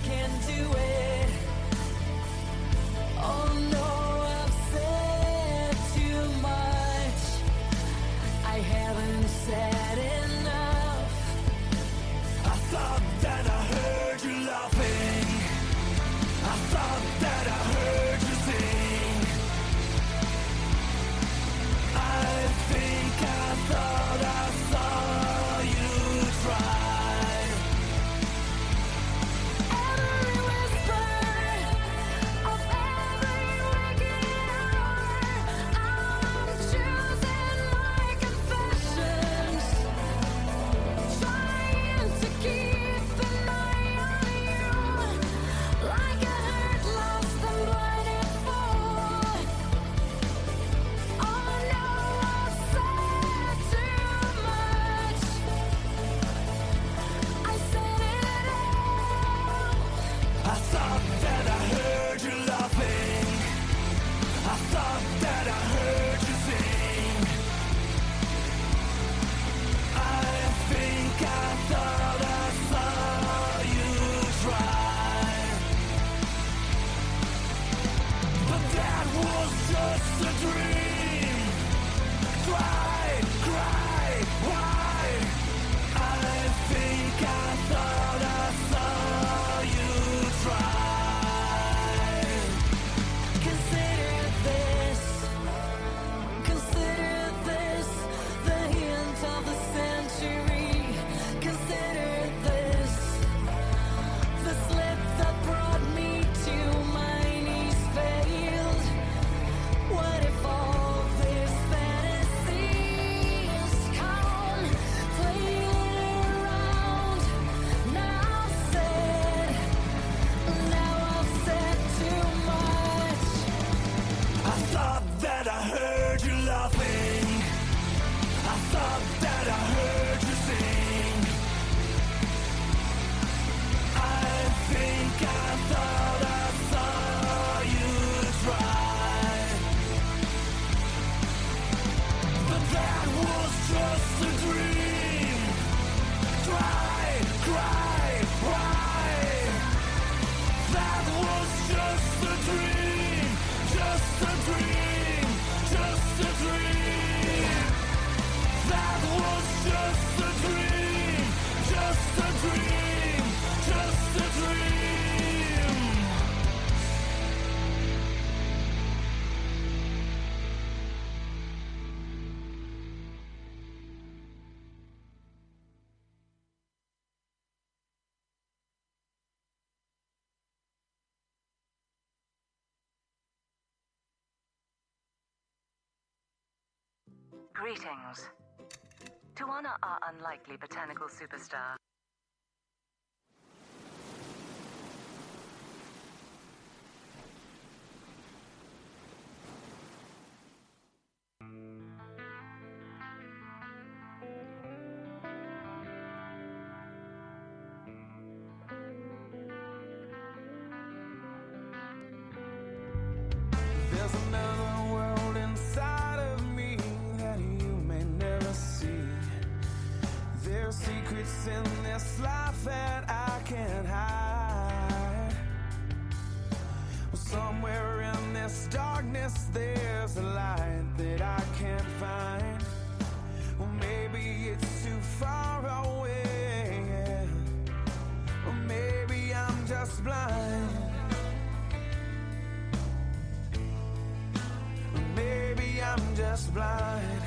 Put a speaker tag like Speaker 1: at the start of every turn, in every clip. Speaker 1: Oh, Oh,
Speaker 2: thought that I heard you laughing. I thought that I heard you sing. I think I thought I saw you try. But that was just a dream. Cry, cry, why? I think I thought I saw you try.
Speaker 1: Consider this, consider this, the hint of the century. Consider this, the slip that brought me to my knees failed. What if all this fantasy is gone, playing around? Now said, now I've said too much.
Speaker 2: I thought that I heard you laughing. I thought that I heard you sing. I think I thought I saw you try. But that was just a dream. Try, cry, why? That was just a dream, just a dream, just a dream. That was just a dream, just a dream, just a dream.
Speaker 3: Greetings. To honor our unlikely botanical superstar,
Speaker 4: There's another world inside of me that you may never see. There's secrets in this life that I can't hide. Well, somewhere in this darkness, there's a light that I can't find. Well, maybe it's too far away, yeah. or maybe I'm just blind. Maybe I'm just blind.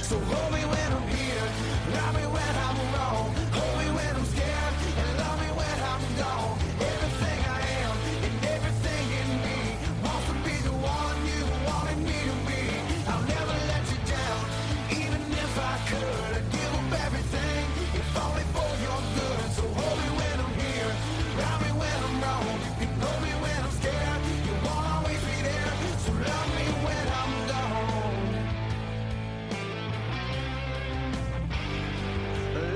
Speaker 4: So hold me when I'm here, love me when I'm alone. Hold me when I'm scared, and love me when I'm gone. Everything I am and everything in me wants to be the one you wanted me to be. I'll never let you down, even if I could. I'd give up everything, if only for your good. So hold me when I'm here, love me when I'm wrong. You know me when I'm scared, you won't always be there. So love me when I'm gone.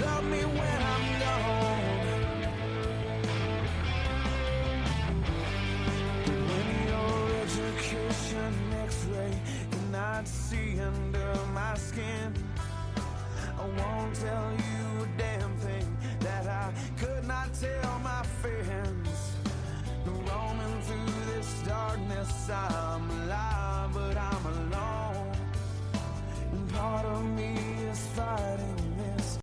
Speaker 4: Love me when I'm gone. When your education X-ray cannot see under my skin, I won't tell you a damn thing that I could not tell my friends. Roaming through this darkness, I'm alive, but I'm alone. And part of me is fighting this.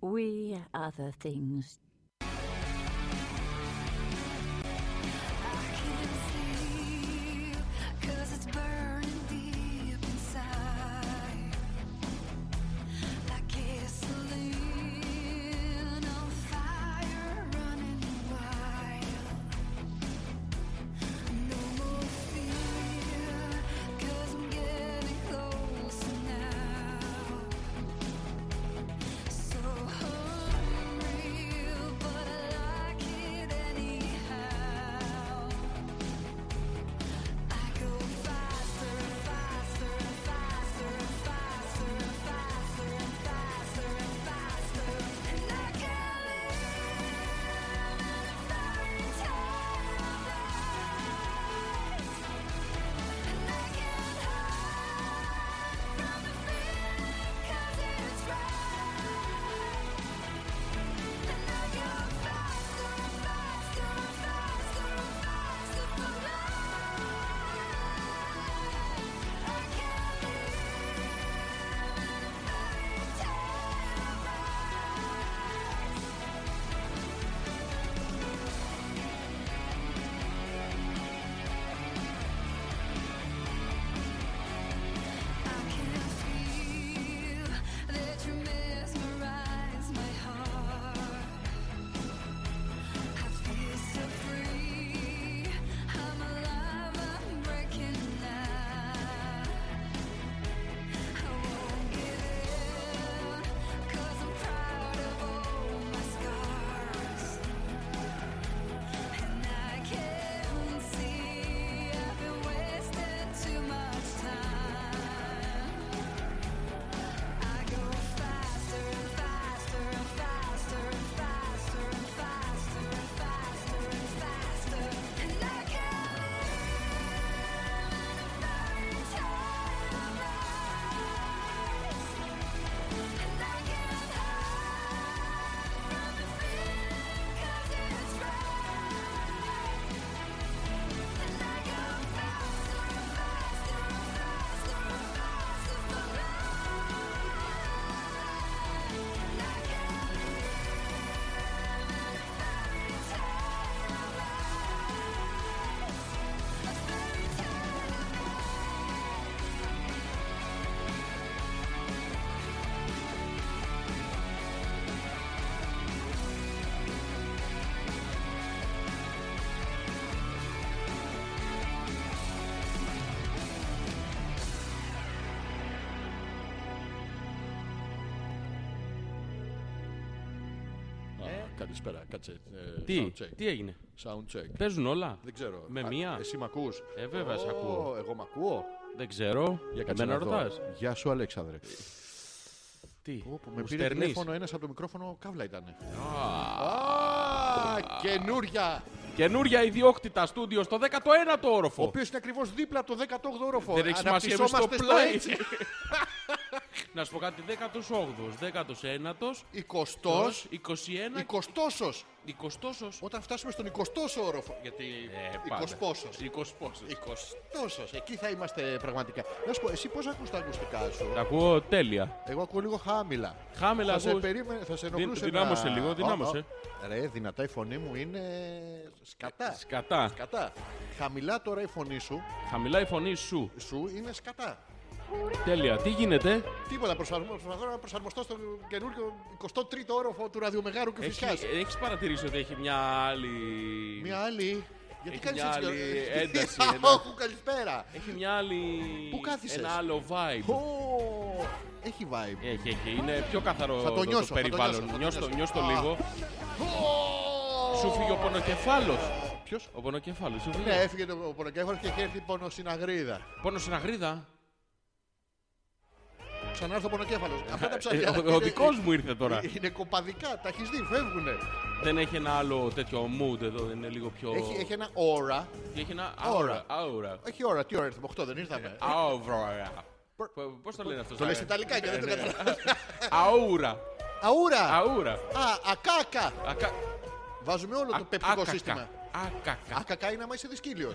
Speaker 5: We other things.
Speaker 1: I can't sleep 'cause it's burning deep inside. Like gasoline on fire, running wild. No more fear 'cause I'm getting closer now.
Speaker 6: Καλησπέρα, κάτσε. ε,
Speaker 7: Τι,
Speaker 6: sound check.
Speaker 7: τι έγινε.
Speaker 6: Sound check.
Speaker 7: Παίζουν όλα.
Speaker 6: Δεν ξέρω.
Speaker 7: Με
Speaker 6: Α,
Speaker 7: μία.
Speaker 6: Εσύ μ' ακούς.
Speaker 7: Ε, βέβαια, σε
Speaker 6: Ω,
Speaker 7: ακούω.
Speaker 6: Εγώ μ' ακούω.
Speaker 7: Δεν ξέρω.
Speaker 6: Για κάτσε
Speaker 7: Εμένα
Speaker 6: να δω.
Speaker 7: ρωτάς.
Speaker 6: Γεια σου, Αλέξανδρε.
Speaker 7: Τι.
Speaker 6: Πω, πω, με
Speaker 7: μου
Speaker 6: πήρε
Speaker 7: στερνείς.
Speaker 6: τηλέφωνο ένας από το μικρόφωνο, καύλα ήταν. Α, καινούρια!
Speaker 7: Καινούρια ιδιόκτητα στούντιο στο 19ο όροφο.
Speaker 6: Ο οποίος είναι ακριβώς δίπλα το 10ο όροφο.
Speaker 7: Δεν έχει σημασία εμείς στο
Speaker 6: Αναπτυσσόμαστε στο έτσι.
Speaker 7: πλάι. Να σου πω κάτι. 18ο, 19ο,
Speaker 6: 20ο,
Speaker 7: 21ο,
Speaker 6: 20ο.
Speaker 7: 20ο.
Speaker 6: Όταν φτάσουμε στον 20ο όροφο. Γιατί. 20 πόσο.
Speaker 7: 20 Ε, πόσος.
Speaker 6: 20ο. Εκεί θα είμαστε πραγματικά. Να σου πω, εσύ πώς ακούς τα ακουστικά σου.
Speaker 7: Τα ακούω τέλεια.
Speaker 6: Εγώ ακούω λίγο χάμηλα.
Speaker 7: Χάμελα
Speaker 6: θα σε
Speaker 7: ακούς.
Speaker 6: περίμενε, θα σε ενοχλούσε. να-
Speaker 7: δυνάμωσε λίγο,
Speaker 6: Ω, ω.
Speaker 7: δυνάμωσε.
Speaker 6: Ρε, δυνατά η φωνή μου είναι. Σκατά.
Speaker 7: Ε, Σκατά.
Speaker 6: Σκατά. Χαμηλά τώρα η φωνή σου,
Speaker 7: Χαμηλά η φωνή σου.
Speaker 6: σου είναι σκατά.
Speaker 7: Τέλεια. Τι γίνεται.
Speaker 6: Τίποτα, προσπαθώ, προσπαθώ να προσαρμοστώ στον καινούριο 23ο όροφο του ραδιομεγάρου και φυσικάς.
Speaker 7: Έχεις παρατηρήσει ότι έχει μια άλλη.
Speaker 6: Μια άλλη. Γιατί
Speaker 7: Έχει
Speaker 6: κάνεις
Speaker 7: μια
Speaker 6: έτσι.
Speaker 7: άλλη
Speaker 6: έχεις-
Speaker 7: ένταση,
Speaker 6: Α,
Speaker 7: ένα-
Speaker 6: όχου, καλησπέρα.
Speaker 7: Έχει μια άλλη.
Speaker 6: Πού κάθισες?
Speaker 7: Ένα άλλο vibe.
Speaker 6: Ω, Έχει vibe.
Speaker 7: Έχει, έχει. Είναι πιο καθαρό
Speaker 6: Θα το νιώσω, θα το
Speaker 7: περιβάλλον.
Speaker 6: νιώσω, θα το
Speaker 7: νιώσ' το,
Speaker 6: νιώσω.
Speaker 7: νιώσ' το
Speaker 6: Α.
Speaker 7: λίγο. Σου φύγει ο πονοκεφάλος.
Speaker 6: Ποιος.
Speaker 7: Ο πονοκεφάλος. Σου φύγει.
Speaker 6: Ναι, έφυγε το πονοκέφαλος και έχει έρθει η πονοσυναγρίδα.
Speaker 7: Πόνο στην αγρίδα.
Speaker 6: Ξανά έρθει ο πονοκέφαλο. Αυτά τα
Speaker 7: Ε,
Speaker 6: ψάρια.
Speaker 7: ο- Ο
Speaker 6: είναι- Ε,
Speaker 7: δικός μου ήρθε τώρα.
Speaker 6: Είναι κοπαδικά, τα έχεις δει, φεύγουνε.
Speaker 7: Δεν έχει ένα άλλο τέτοιο mood εδώ. Είναι λίγο πιο.
Speaker 6: Έχει, έχει ένα ώρα.
Speaker 7: έχει ένα
Speaker 6: Ώρα.
Speaker 7: aura. Aura.
Speaker 6: Έχει ώρα, τι ώρα ήρθαμε, 8 δεν
Speaker 7: Ε, ναι.
Speaker 6: ήρθαμε.
Speaker 7: Aura. Πώς το λένε αυτό.
Speaker 6: Το λες
Speaker 7: ε,
Speaker 6: Ιταλικά και δεν
Speaker 7: ναι.
Speaker 6: το καταλαβαίνω.
Speaker 7: Αούρα.
Speaker 6: Αούρα!
Speaker 7: Αούρα.
Speaker 6: Α, ακάκα!
Speaker 7: Ακα-
Speaker 6: Βάζουμε όλο το
Speaker 7: α-
Speaker 6: πεπτικό
Speaker 7: άκακα.
Speaker 6: σύστημα.
Speaker 7: Άκακα.
Speaker 6: Ακακά είναι άμα είσαι δυσκύλιος.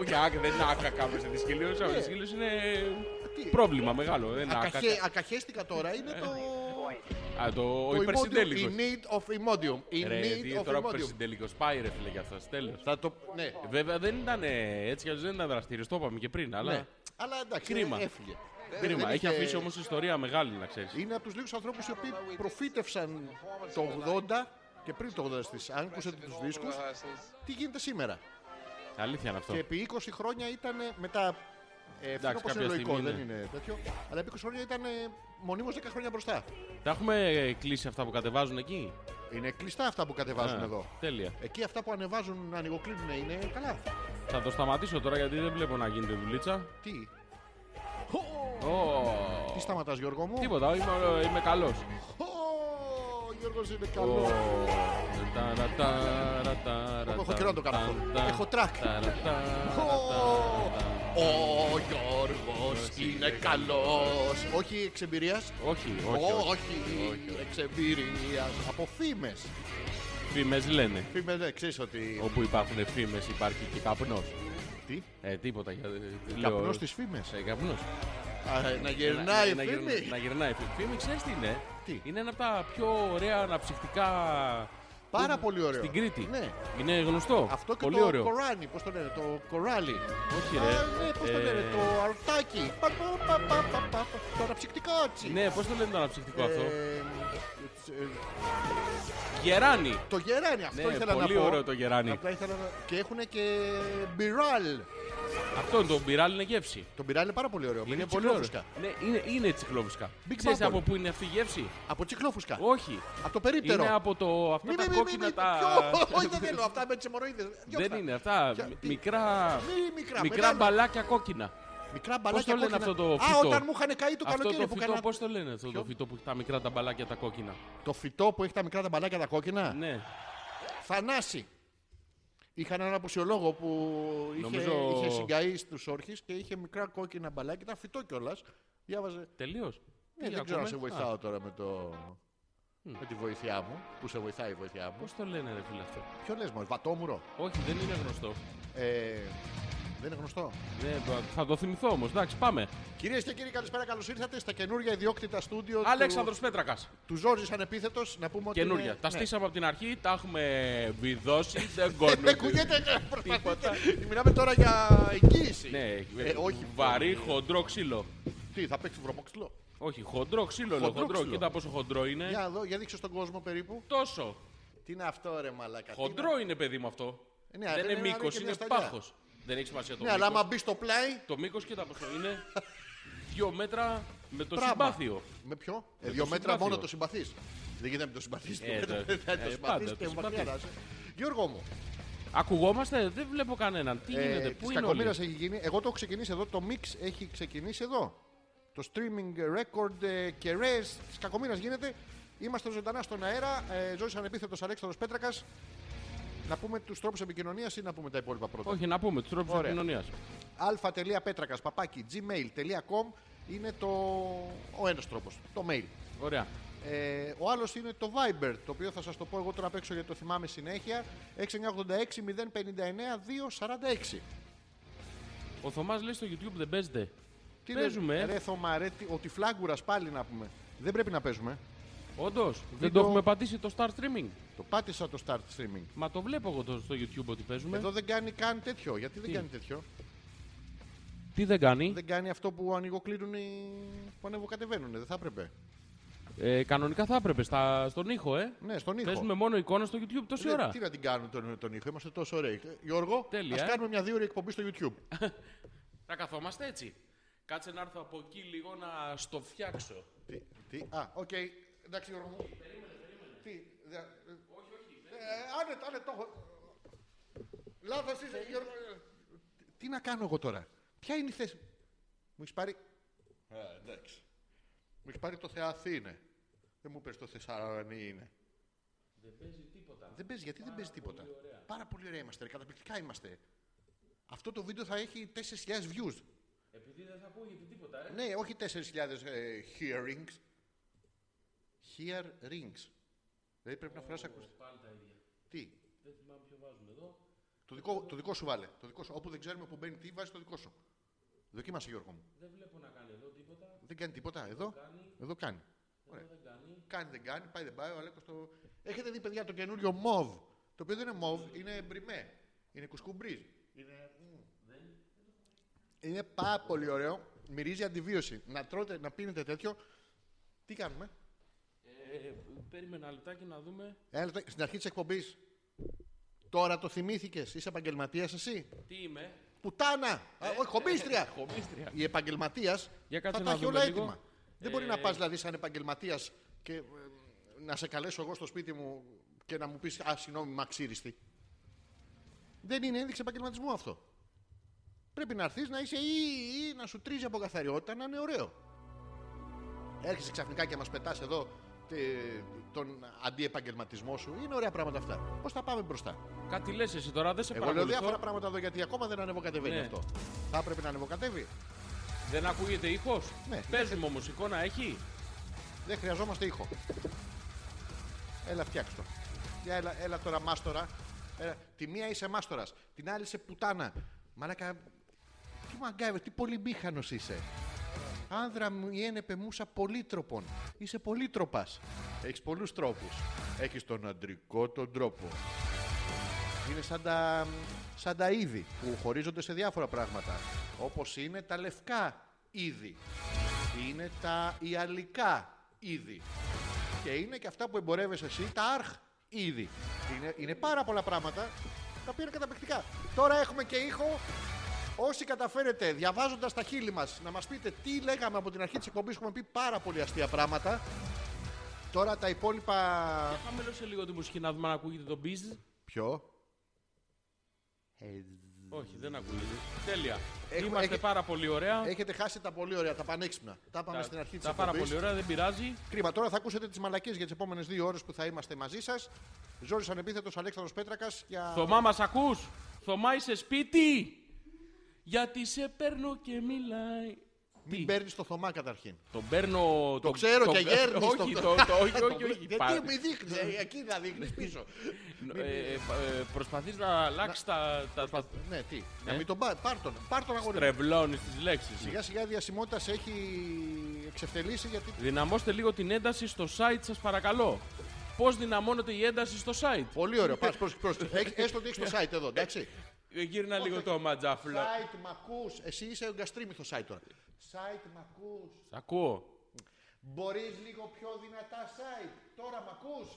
Speaker 7: Όχι, άκ, δεν είναι άκακα μέσα τη σκύλιο. Ο σκύλιο είναι
Speaker 6: Ε. Τι?
Speaker 7: πρόβλημα μεγάλο. Δεν είναι άκακα.
Speaker 6: Ακαχέστηκα τώρα είναι το.
Speaker 7: Α, το ο
Speaker 6: το Imodium.
Speaker 7: υπερσυντέλικο.
Speaker 6: In need of Imodium. In
Speaker 7: Ρε, τι
Speaker 6: need of
Speaker 7: τώρα ο
Speaker 6: Imodium.
Speaker 7: υπερσυντέλικος. Πάει ρε φίλε για αυτός. Τέλος.
Speaker 6: Θα το. Ναι,
Speaker 7: Βέβαια δεν ήταν ε, έτσι κι αλλιώς δεν ήταν δραστήριος, το είπαμε και πριν.
Speaker 6: ναι.
Speaker 7: Αλλά
Speaker 6: Αλλά εντάξει,
Speaker 7: ε. Κρίμα.
Speaker 6: έφυγε.
Speaker 7: κρίμα.
Speaker 6: Δεν
Speaker 7: Έχει
Speaker 6: είχε-
Speaker 7: αφήσει όμως ιστορία μεγάλη να ξέρεις.
Speaker 6: Είναι από τους λίγους ανθρώπους οι οποίοι προφήτευσαν το 80 και πριν το 80 στις. Αν ακούσετε τους δίσκους, τι γίνεται σήμερα.
Speaker 7: Αλήθεια είναι αυτό.
Speaker 6: Και επί 20 χρόνια ήταν μετά. Ε,
Speaker 7: Εντάξει,
Speaker 6: Εντάξει, είναι
Speaker 7: κάποια
Speaker 6: λογικό,
Speaker 7: στιγμή
Speaker 6: δεν
Speaker 7: είναι.
Speaker 6: είναι τέτοιο. Αλλά επί 20 χρόνια ήταν ε, μονίμως 10 χρόνια μπροστά.
Speaker 7: Τα έχουμε ε, κλείσει αυτά που κατεβάζουν εκεί.
Speaker 6: Είναι κλειστά αυτά που κατεβάζουν
Speaker 7: Α,
Speaker 6: εδώ.
Speaker 7: Τέλεια.
Speaker 6: Εκεί αυτά που ανεβάζουν να ανοιγοκλίνουν είναι καλά.
Speaker 7: Θα το σταματήσω τώρα γιατί δεν βλέπω να γίνεται δουλίτσα.
Speaker 6: Τι,
Speaker 7: Ω,
Speaker 6: τι σταματάς Γιώργο μου.
Speaker 7: Τίποτα, είμαι, είμαι καλός.
Speaker 6: Ω, Ο Γιώργος είναι καλό. Έχω καιρό να το κάνω αυτό. Έχω track. Ω, Ο Γιώργος είναι καλός. Όχι εξ εμπειρίας.
Speaker 7: Όχι, όχι. όχι.
Speaker 6: Όχι, εξ εμπειρίας. Από φήμες.
Speaker 7: Φήμες λένε.
Speaker 6: Φήμες, ναι, ξέρεις ότι...
Speaker 7: Όπου υπάρχουν φήμες υπάρχει και καπνός.
Speaker 6: Τι,
Speaker 7: Ε, τίποτα. για- λέω-
Speaker 6: καπνός στις φήμες.
Speaker 7: Ε, καπνός. Ε,
Speaker 6: Α, ε, Να γυρνάει
Speaker 7: Να- να- να γυρνά- Να
Speaker 6: φήμη.
Speaker 7: γυρνάει φήμη. Φήμη, ξέρεις τι είναι.
Speaker 6: Τι?
Speaker 7: Είναι ένα από τα πιο ωραία αναψυχτικά.
Speaker 6: Πάρα
Speaker 7: που-
Speaker 6: πολύ ωραίο.
Speaker 7: Στην Κρήτη.
Speaker 6: Ναι.
Speaker 7: Είναι γνωστό.
Speaker 6: Αυτό και
Speaker 7: πολύ
Speaker 6: το
Speaker 7: ωραίο.
Speaker 6: κοράνι, πώς το λένε, το κοράλι.
Speaker 7: Όχι,
Speaker 6: Α,
Speaker 7: ρε.
Speaker 6: ναι, πώς το
Speaker 7: Ε,
Speaker 6: λένε, το αρτάκι. Πα, πα, πα, πα, πα, πα, Το αναψυκτικό έτσι.
Speaker 7: Ναι, πώς το λένε το αναψυχτικό αυτό.
Speaker 6: Ε, ε,
Speaker 7: Γεράνι.
Speaker 6: Το γεράνι, αυτό
Speaker 7: Ναι,
Speaker 6: ήθελα να πω.
Speaker 7: πολύ ωραίο το γεράνι.
Speaker 6: Απλά ήθελα να... Και έχουν και μπιράλ.
Speaker 7: Αυτό είναι το μπιράλ, είναι γεύση.
Speaker 6: Το μπιράλ είναι πάρα πολύ ωραίο.
Speaker 7: Είναι πολύ ωραίο.
Speaker 6: τσικλόφουσκα.
Speaker 7: Ναι, είναι, είναι τσικλόφουσκα.
Speaker 6: Big
Speaker 7: Ξέρεις
Speaker 6: Bubble.
Speaker 7: από πού είναι αυτή η γεύση.
Speaker 6: Από τσικλόφουσκα.
Speaker 7: Όχι.
Speaker 6: Από το περίπτερο.
Speaker 7: Είναι από το, αυτά
Speaker 6: Μη,
Speaker 7: τα
Speaker 6: μη, μη, μη,
Speaker 7: κόκκινα
Speaker 6: μη,
Speaker 7: τα...
Speaker 6: ποιο- Όχι, δεν θέλω. Αυτά με τις αιμορροίδες.
Speaker 7: Δεν
Speaker 6: Διώξτε.
Speaker 7: είναι αυτά.
Speaker 6: Ποια- τι-
Speaker 7: Μικρά,
Speaker 6: Μη μικρά,
Speaker 7: μικρά
Speaker 6: μεγάλα.
Speaker 7: μπαλάκια κόκκινα.
Speaker 6: Μικρά μπαλάκια
Speaker 7: το λένε
Speaker 6: κόκκινα.
Speaker 7: αυτό το
Speaker 6: Α,
Speaker 7: φυτό?
Speaker 6: όταν μου είχαν καεί το
Speaker 7: Αυτό
Speaker 6: καλοκαίρι
Speaker 7: το
Speaker 6: που
Speaker 7: φυτό,
Speaker 6: κάνα...
Speaker 7: πώς το λένε αυτό το φυτό που έχει τα μικρά τα μπαλάκια τα κόκκινα.
Speaker 6: Το φυτό που έχει τα μικρά τα μπαλάκια τα κόκκινα.
Speaker 7: Ναι.
Speaker 6: Θανάση. Είχαν έναν αποσιολόγο που είχε,
Speaker 7: Νομίζω-
Speaker 6: είχε συγκαεί στους όρχες και είχε μικρά κόκκινα μπαλάκια. Ήταν φυτό κιόλας. Διάβαζε.
Speaker 7: Τελείως.
Speaker 6: Ε, δεν ξέρω αν σε βοηθάω τώρα με, το... με τη βοήθειά μου. Που σε βοηθάει η βοήθειά μου.
Speaker 7: Πώς το λένε, ρε φίλε αυτό.
Speaker 6: Ποιο λες μόλις, βατόμουρο.
Speaker 7: Όχι, δεν είναι γνωστό.
Speaker 6: Ε, δεν είναι γνωστό.
Speaker 7: Ναι, μπα- θα το θυμηθώ όμως. Εντάξει, πάμε.
Speaker 6: Κυρίες και κύριοι, καλησπέρα. Καλώς ήρθατε στα καινούργια ιδιόκτητα στούντιο του,
Speaker 7: Αλέξανδρος Πέτρακας.
Speaker 6: του Ζόρζης Ανεπίθετος. Να πούμε ότι
Speaker 7: Καινούρια.
Speaker 6: είναι-
Speaker 7: Τα
Speaker 6: ναι. Ε,
Speaker 7: στήσαμε από την αρχή, τα έχουμε βιδώσει. Δεν κόνουν.
Speaker 6: Με κουνιέται ε, και προσπαθείτε. Μιλάμε τώρα για εγγύηση.
Speaker 7: Ναι,
Speaker 6: Ε, όχι.
Speaker 7: βαρύ, χοντρό ξύλο.
Speaker 6: Τι, θα παίξει βρωμόξυλο.
Speaker 7: Όχι, χοντρό ξύλο, λέω,
Speaker 6: Χοντρό
Speaker 7: χοντρό.
Speaker 6: ξύλο.
Speaker 7: Κοίτα πόσο χοντρό είναι.
Speaker 6: Για εδώ, για δείξε στον κόσμο περίπου.
Speaker 7: Τόσο.
Speaker 6: Τι είναι αυτό, ρε Μαλάκα. τι
Speaker 7: Χοντρό είναι, παιδί μου αυτό.
Speaker 6: Ε, ναι,
Speaker 7: Δεν
Speaker 6: δεν
Speaker 7: είναι
Speaker 6: είναι,
Speaker 7: μήκο,
Speaker 6: είναι και μια
Speaker 7: είναι
Speaker 6: σταλιά.
Speaker 7: πάχος. Δεν έχει σημασία το
Speaker 6: Ναι, αλλά άμα
Speaker 7: μήκος.
Speaker 6: μπει στο πλάι.
Speaker 7: Το μήκος κοίτα πόσο είναι. Δύο μέτρα με το
Speaker 6: Πράγμα.
Speaker 7: συμπάθειο.
Speaker 6: Με ποιο? Ε,
Speaker 7: Με
Speaker 6: δύο
Speaker 7: το
Speaker 6: μέτρα
Speaker 7: συμπάθειο.
Speaker 6: μόνο το συμπαθείς. Δεν γίνεται να μην το συμπαθείς.
Speaker 7: Ε, το- ε,
Speaker 6: το
Speaker 7: πάντα
Speaker 6: συμπαθεί
Speaker 7: το
Speaker 6: και μακριά
Speaker 7: συμπαθείς.
Speaker 6: να είσαι. Γιώργο μου,
Speaker 7: Ακουγόμαστε, δεν βλέπω κανέναν.
Speaker 6: Ε,
Speaker 7: Τι γίνεται, πού είναι όλοι.
Speaker 6: κακομοίρας έχει γίνει. Εγώ το έχω ξεκινήσει εδώ, το mix έχει ξεκινήσει εδώ. Το streaming record ε, και res τη κακομοίρας γίνεται. Είμαστε ζωντανά στον αέρα. Ε, Ζωή ανεπίθετο Αλέξανδρος Πέτρακας. Να πούμε τους τρόπους επικοινωνίας ή να πούμε τα υπόλοιπα πρώτα.
Speaker 7: Όχι, να πούμε τους τρόπους
Speaker 6: Ωραία.
Speaker 7: επικοινωνίας.
Speaker 6: αλφα.πέτρακα παπάκι gmail.com είναι το... ο ένας τρόπος. Το mail.
Speaker 7: Ωραία.
Speaker 6: Ε, ο άλλος είναι το Viber, το οποίο θα σας το πω εγώ τώρα απ' έξω γιατί το θυμάμαι συνέχεια. 6986-059-246.
Speaker 7: Ο Θωμάς λέει στο YouTube δεν παίζεται.
Speaker 6: Τι
Speaker 7: Παίζουμε.
Speaker 6: Ρε, ρε Θωμά, ρε, τι- ο τυφλάγκουρας πάλι να πούμε. Δεν πρέπει να παίζουμε.
Speaker 7: Όντως, δεν το
Speaker 6: Βίντεο-
Speaker 7: έχουμε πατήσει το star streaming.
Speaker 6: Το πάτησα το start streaming.
Speaker 7: Μα το βλέπω εγώ το- στο YouTube ότι παίζουμε.
Speaker 6: Εδώ δεν κάνει καν τέτοιο. Γιατί δεν
Speaker 7: Ναι. Τι?
Speaker 6: κάνει τέτοιο.
Speaker 7: Τι δεν κάνει.
Speaker 6: Δεν κάνει αυτό που ανοιγοκλίνουν οι. που ανεβοκατεβαίνουν. Δεν θα έπρεπε.
Speaker 7: Ε, κανονικά θα έπρεπε στα... στον ήχο, ε.
Speaker 6: Ναι, στον ήχο.
Speaker 7: Παίζουμε μόνο εικόνα στο YouTube τόση
Speaker 6: Δεν-
Speaker 7: ώρα.
Speaker 6: Τι να την κάνουμε τον, τον ήχο, είμαστε τόσο ωραίοι. Ε, Γιώργο,
Speaker 7: Τέλεια,
Speaker 6: ας
Speaker 7: ε.
Speaker 6: κάνουμε μια δύο ώρη εκπομπή στο YouTube.
Speaker 7: Θα καθόμαστε έτσι. Κάτσε να έρθω από εκεί λίγο να στο φτιάξω.
Speaker 6: τι, τι, α, οκ. Εντάξει, Γιώργο μου. Περίμενε, περίμενε. Τι, δε, όχι, όχι. Ε, άνετα, άνετα, το έχω. Λάθος είσαι, Γιώργο. Ε, τι- Τι να κάνω εγώ τώρα. Ποια είναι η θέση. Μου έχεις πάρει. Ε, εντάξει. Μου έχεις πάρει το Θεαθήνε. Δεν μου πες το Θεσσαλονίκη είναι. Δεν παίζει γιατί δεν παίζει τίποτα. Πάρα πολύ ωραία είμαστε. ρε, Καταπληκτικά είμαστε. Αυτό το βίντεο θα έχει 4.000 views. Ναι, όχι 4.000 ε, hearings. Hearings. Δηλαδή πρέπει να φοράς ακουστικά. Τι. Το δικό, το δικό σου βάλε. Το δικό σου. Όπου δεν ξέρουμε που μπαίνει τι, βάζεις το δικό σου. Δοκίμασε, Γιώργο μου. Δεν βλέπω να κάνει εδώ τίποτα. Δεν κάνει τίποτα. Εδώ, εδώ κάνει. Ωραία. Κάνει, δεν κάνει. Πάει, δεν πάει. Ο Αλέκος το... Έχετε δει, παιδιά, το καινούριο MOV. Το οποίο δεν είναι MOV, είναι μπριμέ. Είναι κουσκουμπρίζ. Είναι... μμ. Είναι πάρα πολύ ωραίο. Μυρίζει αντιβίωση. Να τρώτε, να πίνετε τέτοιο. Τι κάνουμε.
Speaker 7: Ε, περίμενα ένα λεπτάκι να δούμε.
Speaker 6: Ένα λεπτό, στην αρχή της εκπομπής. Τώρα το θυμήθηκες. Είσαι επαγγελματίας εσύ.
Speaker 7: Τι είμαι.
Speaker 6: Πουτάνα! Ε, Όχι, χομπίστρια!
Speaker 7: Χομπίστρια.
Speaker 6: Η επαγγελματίας θα
Speaker 7: Για κάτσε
Speaker 6: τα
Speaker 7: να
Speaker 6: έχει
Speaker 7: δούμε
Speaker 6: όλα
Speaker 7: λίγο.
Speaker 6: έτοιμα. Δεν μπορεί
Speaker 7: Ε,
Speaker 6: να πας δηλαδή σαν επαγγελματίας και ε, να σε καλέσω εγώ στο σπίτι μου και να μου πεις Α, συγγνώμη, μαξίριστη. Δεν είναι ένδειξη επαγγελματισμού αυτό. Πρέπει να έρθεις να είσαι ή, ή να σου τρίζει από καθαριότητα να είναι ωραίο. Έρχεσαι ξαφνικά και μας πετάς εδώ τε, τον αντιεπαγγελματισμό σου. Είναι ωραία πράγματα αυτά. Πώς θα πάμε μπροστά.
Speaker 7: Κάτι λες εσύ τώρα, δεν σε
Speaker 6: Εγώ λέω
Speaker 7: παρακολουθώ.
Speaker 6: διάφορα πράγματα εδώ γιατί ακόμα δεν ανεβοκατεβαίνει
Speaker 7: Ναι.
Speaker 6: αυτό. Θα έπρεπε να ανεβοκατεύει.
Speaker 7: Δεν ακούγεται ήχος.
Speaker 6: Ναι.
Speaker 7: Παίζουμε όμως εικόνα, έχει.
Speaker 6: Δεν χρειαζόμαστε ήχο. Έλα, φτιάξ' το. Για έλα, έλα τώρα, μάστορα. Έλα. Τη μία είσαι μάστορας, την άλλη είσαι πουτάνα. Μαλάκα, τι μαγκάβες, τι πολυμήχανος είσαι. Άνδρα μου η ένεπε μουσα πολύτροπον. Είσαι πολύτροπας. Έχεις πολλούς τρόπους. Έχεις τον αντρικό τον τρόπο. Είναι σαν τα, σαν τα είδη που χωρίζονται σε διάφορα πράγματα. Όπως είναι τα λευκά είδη. Είναι τα ιαλικά είδη. Και είναι και αυτά που εμπορεύεσαι εσύ, τα αρχ είδη. Είναι, είναι πάρα πολλά πράγματα τα οποία είναι καταπληκτικά. Τώρα έχουμε και ήχο. Όσοι καταφέρετε, διαβάζοντας τα χείλη μας, να μας πείτε τι λέγαμε από την αρχή της εκπομπής, έχουμε πει πάρα πολύ αστεία πράγματα. Τώρα τα υπόλοιπα.
Speaker 7: Χαμηλώσε λίγο τη μουσική να δούμε αν ακούγεται το μπιζ.
Speaker 6: Ποιο?
Speaker 7: Όχι, δεν ακούγεται. Τέλεια.
Speaker 6: Έχουμε-
Speaker 7: Είμαστε
Speaker 6: έχει-
Speaker 7: πάρα πολύ ωραία.
Speaker 6: Έχετε χάσει τα πολύ ωραία, τα πανέξυπνα. Τα είπαμε
Speaker 7: Τα-
Speaker 6: στην αρχή της
Speaker 7: τα πάρα
Speaker 6: εκπομπής.
Speaker 7: πολύ ωραία, δεν πειράζει.
Speaker 6: Κρίμα. Τώρα θα ακούσετε τις μαλακίε για τις επόμενες δύο ώρες που θα είμαστε μαζί σας. Ζόρις ανεπίθετος Αλέξανδρος Πέτρακας για.
Speaker 7: Θωμά, μας ακούς. Θωμά, είσαι σπίτι. Γιατί σε παίρνω και μιλάει.
Speaker 6: Μην
Speaker 7: Τι?
Speaker 6: παίρνεις το Θωμά καταρχήν.
Speaker 7: Τον παίρνω. Το
Speaker 6: ξέρω και γέρνεις
Speaker 7: Όχι,
Speaker 6: το-
Speaker 7: το, το, όχι, όχι, Ε, όχι.
Speaker 6: Γιατί μη δείχνει, εκεί να δείχνεις πίσω.
Speaker 7: Προσπαθεί ε, να αλλάξεις τα. τα- τα
Speaker 6: Ναι, τι. Να μην τον πάρει. Πάρ τον, πάρ τον αγόρι.
Speaker 7: τρευλώνει τις λέξεις.
Speaker 6: Σιγά σιγά η διασημότητα σε έχει εξευτελίσει γιατί.
Speaker 7: Δυναμώστε λίγο την ένταση στο site, σας παρακαλώ. Πώς δυναμώνεται η ένταση στο site.
Speaker 6: Πολύ ωραίο. Πας, πρόσεχε, πρόσεχε. Έχ- Έστω ότι έχει το site εδώ, εντάξει.
Speaker 7: Ε, Γύρνα λίγο
Speaker 6: όχι.
Speaker 7: το ματζάφλα.
Speaker 6: Site μ' ακούς. Εσύ είσαι ο γκαστρίμηθος site τώρα. Site μ' ακούς.
Speaker 7: Σ' ακούω.
Speaker 6: Μπορείς λίγο πιο δυνατά site. Τώρα μ' ακούς.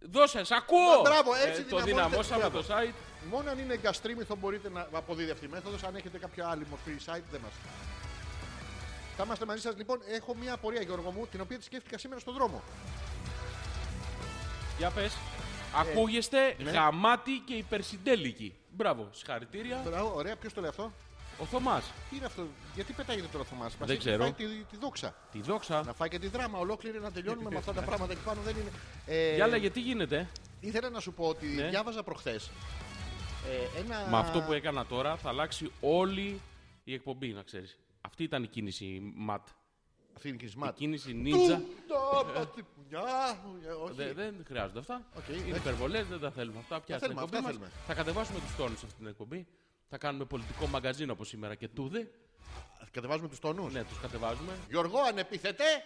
Speaker 7: Δώσε, σ' ακούω! Ε,
Speaker 6: Μπράβο, έτσι
Speaker 7: Το
Speaker 6: δυναμώνεται.
Speaker 7: δυναμώσαμε
Speaker 6: Μπράβο.
Speaker 7: το site.
Speaker 6: Μόνο αν είναι γκαστρίμηθο μπορείτε να αποδίδει αυτή η μέθοδος. Αν έχετε κάποια άλλη μορφή site δεν μας. Θα είμαστε μαζί σας λοιπόν. Έχω μια απορία Γιώργο μου την οποία τη σκέφτηκα σήμερα στον δρόμο.
Speaker 7: Για πες.
Speaker 6: Ε,
Speaker 7: Ακούγεστε
Speaker 6: ναι.
Speaker 7: γαμάτι και υπερσυντέλικοι. Μπράβο, συγχαρητήρια.
Speaker 6: Μπράβο, ωραία, ποιος το λέει αυτό.
Speaker 7: Ο Θωμάς.
Speaker 6: Τι είναι αυτό, γιατί πετάγεται τώρα ο Θωμάς. Μα
Speaker 7: Δεν
Speaker 6: έχει
Speaker 7: ξέρω.
Speaker 6: φάει τη, τη δόξα.
Speaker 7: Τη δόξα.
Speaker 6: Να φάει και τη δράμα ολόκληρη να τελειώνουμε με αυτά τα πράγματα εκεί πάνω δεν είναι. Ε,
Speaker 7: Για λέγε, τι γίνεται.
Speaker 6: Ήθελα να σου πω ότι
Speaker 7: Ναι.
Speaker 6: διάβαζα προχθές. Ε, ένα...
Speaker 7: Με αυτό που έκανα τώρα θα αλλάξει όλη η εκπομπή, να ξέρεις. Αυτή ήταν η κίνηση ματ.
Speaker 6: Αυτή είναι η κίνηση
Speaker 7: Η
Speaker 6: μάτ.
Speaker 7: κίνηση νίτσα.
Speaker 6: Του, τα, πατυπνιά, ε, όχι.
Speaker 7: Δε- δεν χρειάζονται αυτά.
Speaker 6: Οκ,
Speaker 7: Είναι
Speaker 6: εντάξει.
Speaker 7: υπερβολές, δεν τα θέλουμε αυτά. Πια
Speaker 6: θέλουμε,
Speaker 7: εκπομπή
Speaker 6: αυτά
Speaker 7: μας.
Speaker 6: θέλουμε.
Speaker 7: Θα κατεβάσουμε τους τόνους σε αυτή την εκπομπή. Θα κάνουμε πολιτικό μαγκαζίνο από σήμερα και τούδε.
Speaker 6: Κατεβάζουμε τους τόνους.
Speaker 7: Ναι, τους κατεβάζουμε.
Speaker 6: Γιώργο, ανεπιθετέ,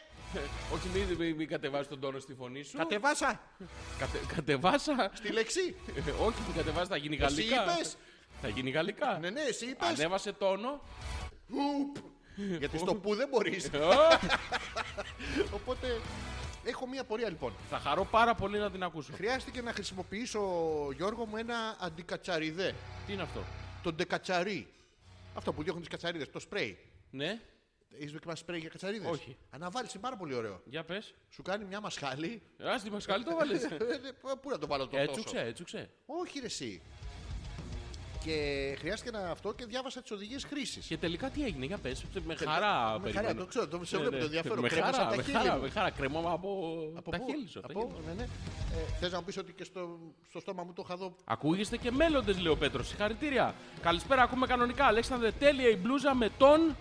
Speaker 7: Όχι, μην μη, μη κατεβάζει τον τόνο στη φωνή σου.
Speaker 6: κατεβάσα
Speaker 7: Κατε- κατεβάσα.
Speaker 6: τη λέξη.
Speaker 7: Ε, Όχι, μην κατεβάζει, θα γίνει γαλλικά.
Speaker 6: είπες?
Speaker 7: Θα γίνει γαλλικά.
Speaker 6: ναι, ναι, εσύ είπες.
Speaker 7: Ανέβασε τόνο.
Speaker 6: Γιατί στο που δεν μπορείς.
Speaker 7: Ω,
Speaker 6: Οπότε έχω μία πορεία λοιπόν.
Speaker 7: Θα χαρώ πάρα πολύ να την ακούσω.
Speaker 6: Χρειάστηκε να χρησιμοποιήσω, Γιώργο μου, ένα αντικατσαριδέ.
Speaker 7: Τι είναι αυτό.
Speaker 6: Τον τεκατσαρί. Αυτό που διώχνουν τις κατσαρίδες, το σπρέι.
Speaker 7: Ναι,
Speaker 6: Έχεις δοκιμάσει σπρέι για κατσαρίδες.
Speaker 7: Όχι.
Speaker 6: Αναβάλεις είναι πάρα πολύ ωραίο.
Speaker 7: για πες.
Speaker 6: Σου κάνει μια μασχάλη.
Speaker 7: Α τη μασκάλη το βάλε.
Speaker 6: Ε, δε, Πού να το βάλω το τόσο.
Speaker 7: Έτσουξε, έτσουξε.
Speaker 6: Όχι, ρε, εσύ. Και χρειάστηκε να αυτό και διάβασα τις οδηγίες χρήσης.
Speaker 7: Και τελικά τι έγινε, για πες. Με χαρά
Speaker 6: με χαρά,
Speaker 7: περιμένω.
Speaker 6: το ξέρω, το σε
Speaker 7: Ναι,
Speaker 6: βλέπω
Speaker 7: ναι.
Speaker 6: το ενδιαφέρον.
Speaker 7: Με
Speaker 6: Κρέμασα
Speaker 7: χαρά,
Speaker 6: τα
Speaker 7: με
Speaker 6: χείλη
Speaker 7: χαρά,
Speaker 6: μου.
Speaker 7: με χαρά. Κρεμόμαι από,
Speaker 6: Από
Speaker 7: τα
Speaker 6: πού?
Speaker 7: χείλη σου. από τα
Speaker 6: Από,
Speaker 7: χείλη σου.
Speaker 6: ναι, ναι. Ε, Θες να μου πεις ότι και στο, στο στόμα μου το είχα δω.
Speaker 7: Ακούγεστε και μέλλοντες, λέει ο Πέτρος. Συγχαρητήρια. Καλησπέρα, ακούμε κανονικά. Αλέξανδρε, τέλεια η μπλούζα με τον.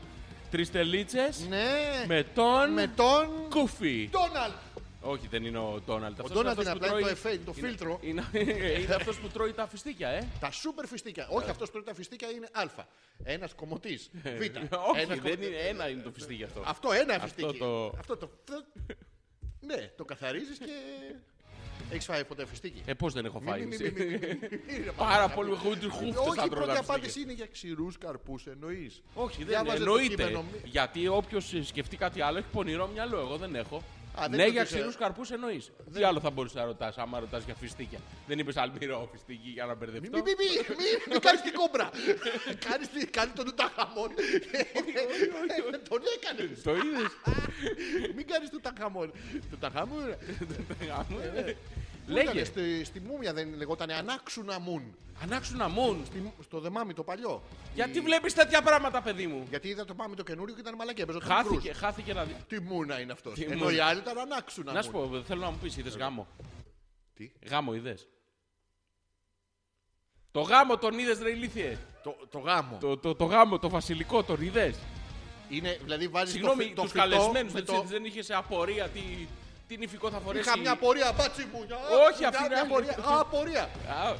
Speaker 7: Τρεις τελίτσες.
Speaker 6: Ναι,
Speaker 7: Με τον.
Speaker 6: με τον.
Speaker 7: Κούφι.
Speaker 6: Ντόναλντ!
Speaker 7: Όχι, δεν είναι ο Ντόναλτ.
Speaker 6: Ο Ντόναλντ είναι απλά το εφέ, το φίλτρο.
Speaker 7: Είναι, είναι αυτός που τρώει τα φιστίκια, ε.
Speaker 6: Τα σούπερ φιστίκια. Όχι, αυτός που τρώει τα φιστίκια είναι Α. Ένας κομμωτής. Β.
Speaker 7: Ε, Όχι,
Speaker 6: Ένας
Speaker 7: δεν
Speaker 6: κομμωτής.
Speaker 7: είναι ένα είναι το φιστίκι αυτό.
Speaker 6: Αυτό ένα
Speaker 7: Αυτό
Speaker 6: φιστίκι.
Speaker 7: το-
Speaker 6: Αυτό το. Ναι, το καθαρίζεις και. Έχεις φάει ποτέ φιστίκι.
Speaker 7: Ε, πώς δεν έχω
Speaker 6: Μη- μη-
Speaker 7: φάει.
Speaker 6: μη-
Speaker 7: μισή.
Speaker 6: μη- μη- μη- μη- μη-
Speaker 7: Πάρα πολύ χούτου
Speaker 6: Όχι, η
Speaker 7: θα
Speaker 6: πρώτη
Speaker 7: τρώγα
Speaker 6: απάντηση είναι για ξηρούς καρπούς, εννοείς.
Speaker 7: Όχι, δεν είναι. Εννοείται. Γιατί όποιος σκεφτεί κάτι άλλο έχει πονηρό μυαλό. Εγώ δεν έχω.
Speaker 6: δεν
Speaker 7: ναι,
Speaker 6: το ε.
Speaker 7: για
Speaker 6: ήξερα.
Speaker 7: ξηρούς καρπούς εννοείς. Τι άλλο θα μπορούσε να ρωτάς, άμα ρωτάς για φιστίκια. Δεν είπες αλμυρό φιστίκι για να
Speaker 6: Μην
Speaker 7: μπερδευτώ.
Speaker 6: μη, μη, μη, μη, μη κάνεις την κόμπρα. κάνεις, τη- κάνεις τον Τουταγχαμόν. τον έκανες.
Speaker 7: Το είδες.
Speaker 6: Μην κάνεις τον Τουταγχαμόν. Τουταγχαμόν. Ε, Λέγε.
Speaker 7: Λέγε.
Speaker 6: Στη, στη Μούμια δεν λεγότανε Ανάξουνα Μουν.
Speaker 7: Ανάξουν αμών.
Speaker 6: Στη- στο δεμάμι το παλιό.
Speaker 7: Γιατί
Speaker 6: ε? Η-
Speaker 7: βλέπεις τέτοια πράγματα, παιδί μου.
Speaker 6: Γιατί είδα το πάμε το καινούριο και ήταν μαλακία. Παίζω τον
Speaker 7: Χάθηκε,
Speaker 6: Cruise.
Speaker 7: χάθηκε να δει.
Speaker 6: Τι μούνα είναι αυτός.
Speaker 7: Τι
Speaker 6: Ενώ
Speaker 7: μούνα.
Speaker 6: οι άλλοι ήταν Ανάξουνα
Speaker 7: Να
Speaker 6: Μουν.
Speaker 7: σου πω, θέλω να μου πεις, είδες γάμο.
Speaker 6: Ε, Τι?
Speaker 7: Γάμο είδες. Το γάμο τον είδες, ρε ηλίθιε.
Speaker 6: Το, το γάμο.
Speaker 7: Το, το, το γάμο, το βασιλικό τον είδες.
Speaker 6: Είναι, δηλαδή βάζεις
Speaker 7: Συγγνώμη,
Speaker 6: Ε, το,
Speaker 7: τους
Speaker 6: φυ- το φυτό
Speaker 7: καλεσμένους
Speaker 6: με
Speaker 7: δεν,
Speaker 6: το...
Speaker 7: δεν είχες απορία τι, τι νηφικό θα φορέσει.
Speaker 6: Είχα μια απορία, μπάτσι μου.
Speaker 7: Όχι, αυτή είναι
Speaker 6: είναι
Speaker 7: άλλη.
Speaker 6: απορία. Α, απορία.
Speaker 7: Α,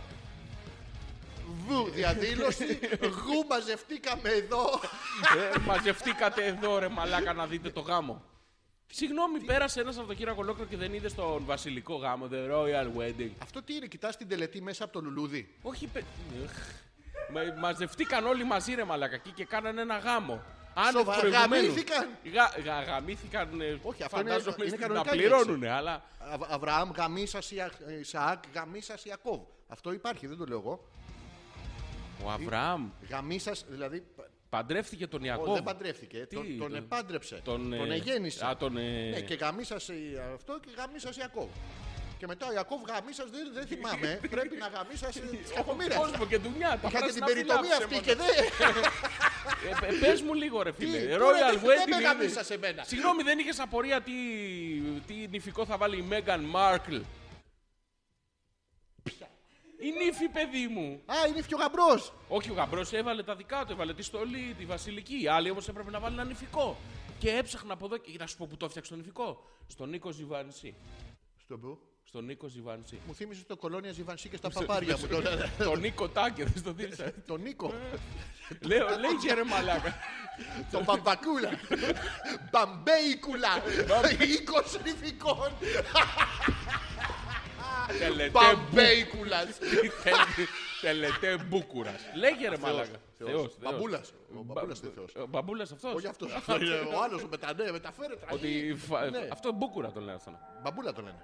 Speaker 6: Βου, διαδήλωση. Γου, μαζευτήκαμε εδώ.
Speaker 7: ε, μαζευτήκατε εδώ, ρε μαλάκα, να δείτε το γάμο. Συγγνώμη, πέρασε ένας Σαββατοκύριακο ολόκληρο και δεν είδε τον βασιλικό γάμο, The Royal Wedding.
Speaker 6: Αυτό τι είναι, κοιτάς την τελετή μέσα από το λουλούδι.
Speaker 7: Όχι, παι... Εχ. Μα- μαζευτήκαν όλοι μαζί ρε μαλάκα εκεί και κάνανε ένα γάμο. Αν
Speaker 6: Σοβα- γαμήθηκαν.
Speaker 7: Γα, γα, γαμήθηκαν. ε,
Speaker 6: Όχι, αυτό είναι-
Speaker 7: φαντάζομαι
Speaker 6: είναι
Speaker 7: στην-
Speaker 6: κανονικά
Speaker 7: τα
Speaker 6: η λέξη.
Speaker 7: πληρώνουνε, αλλά.
Speaker 6: Α- Αβραάμ, γαμίσας ε, Ισαάκ, γαμίσας Ιακώβ. Αυτό υπάρχει, δεν το λέω εγώ.
Speaker 7: Ο Αβραάμ
Speaker 6: Γαμίσας, δηλαδή. πα-
Speaker 7: παντρεύτηκε τον
Speaker 6: ο,
Speaker 7: Ιακώβ.
Speaker 6: Δεν παντρεύτηκε.
Speaker 7: Τι,
Speaker 6: τον, τον
Speaker 7: τον-
Speaker 6: επάντρεψε.
Speaker 7: τον, ε,
Speaker 6: εγέννησε.
Speaker 7: α, τον, ε,
Speaker 6: Ναι, και γαμίσας αυτό και γαμίσας Ιακώβ. Και μετά ο Ιακώβ γαμίσας δεν, δεν θυμάμαι. πρέπει να γαμίσας τη κακομοίρα.
Speaker 7: κόσμο λοιπόν, και δουλειά. τα
Speaker 6: Είχατε την
Speaker 7: πράσινα
Speaker 6: περιτομή
Speaker 7: φύλλα,
Speaker 6: αυτή
Speaker 7: ψέματα.
Speaker 6: και δεν.
Speaker 7: Ε, ε, Πες μου λίγο ρε φίλε.
Speaker 6: Τι,
Speaker 7: Royal
Speaker 6: τώρα δεν- δεν
Speaker 7: Wedding.
Speaker 6: με
Speaker 7: είναι-
Speaker 6: γαμίσας σε μένα.
Speaker 7: Συγγνώμη, δεν είχες απορία τι, τι νηφικό θα βάλει η Μέγαν Μάρκλ. Η νύφη, παιδί μου.
Speaker 6: Α, είναι φιογαμπρό.
Speaker 7: Όχι, ο γαμπρός έβαλε τα δικά του, έβαλε τη στολή, τη βασιλική. Οι άλλοι όμως έπρεπε να βάλουν ένα νηφικό. Και έψαχνα από εδώ και να σου πω που το έφτιαξε το νηφικό. Στον Νίκο Ζιβάνση.
Speaker 6: Στον που.
Speaker 7: Στον Νίκο Ζιβάνση.
Speaker 6: Μου θύμισε το κολόνια Ζιβανσί και στα παπάρια μου. τον-
Speaker 7: Τον Νίκο Τάκε, δεν στο δίλησα.
Speaker 6: Τον Νίκο.
Speaker 7: Λέω, λέγε ρε μαλάκα.
Speaker 6: Τον Παπακούλα. Μπαμπέικουλα. 20 νηφικών.
Speaker 7: Τελετέ
Speaker 6: Μπαμπέικουλας.
Speaker 7: Τελετέ μπούκουρας. Λέγε ρε μαλάκα. Θεός, θεός.
Speaker 6: Μπαμπούλας. Ο Μπαμπούλας είναι
Speaker 7: Μπα-
Speaker 6: θεός.
Speaker 7: Ο μπαμπούλας αυτός.
Speaker 6: Όχι αυτός. είναι Ο άλλος ο μετανέ, μεταφέρεται.
Speaker 7: Ότι φα-
Speaker 6: Ναι.
Speaker 7: Αυτό μπούκουρα το λένε αυτό.
Speaker 6: Μπαμπούλα το λένε.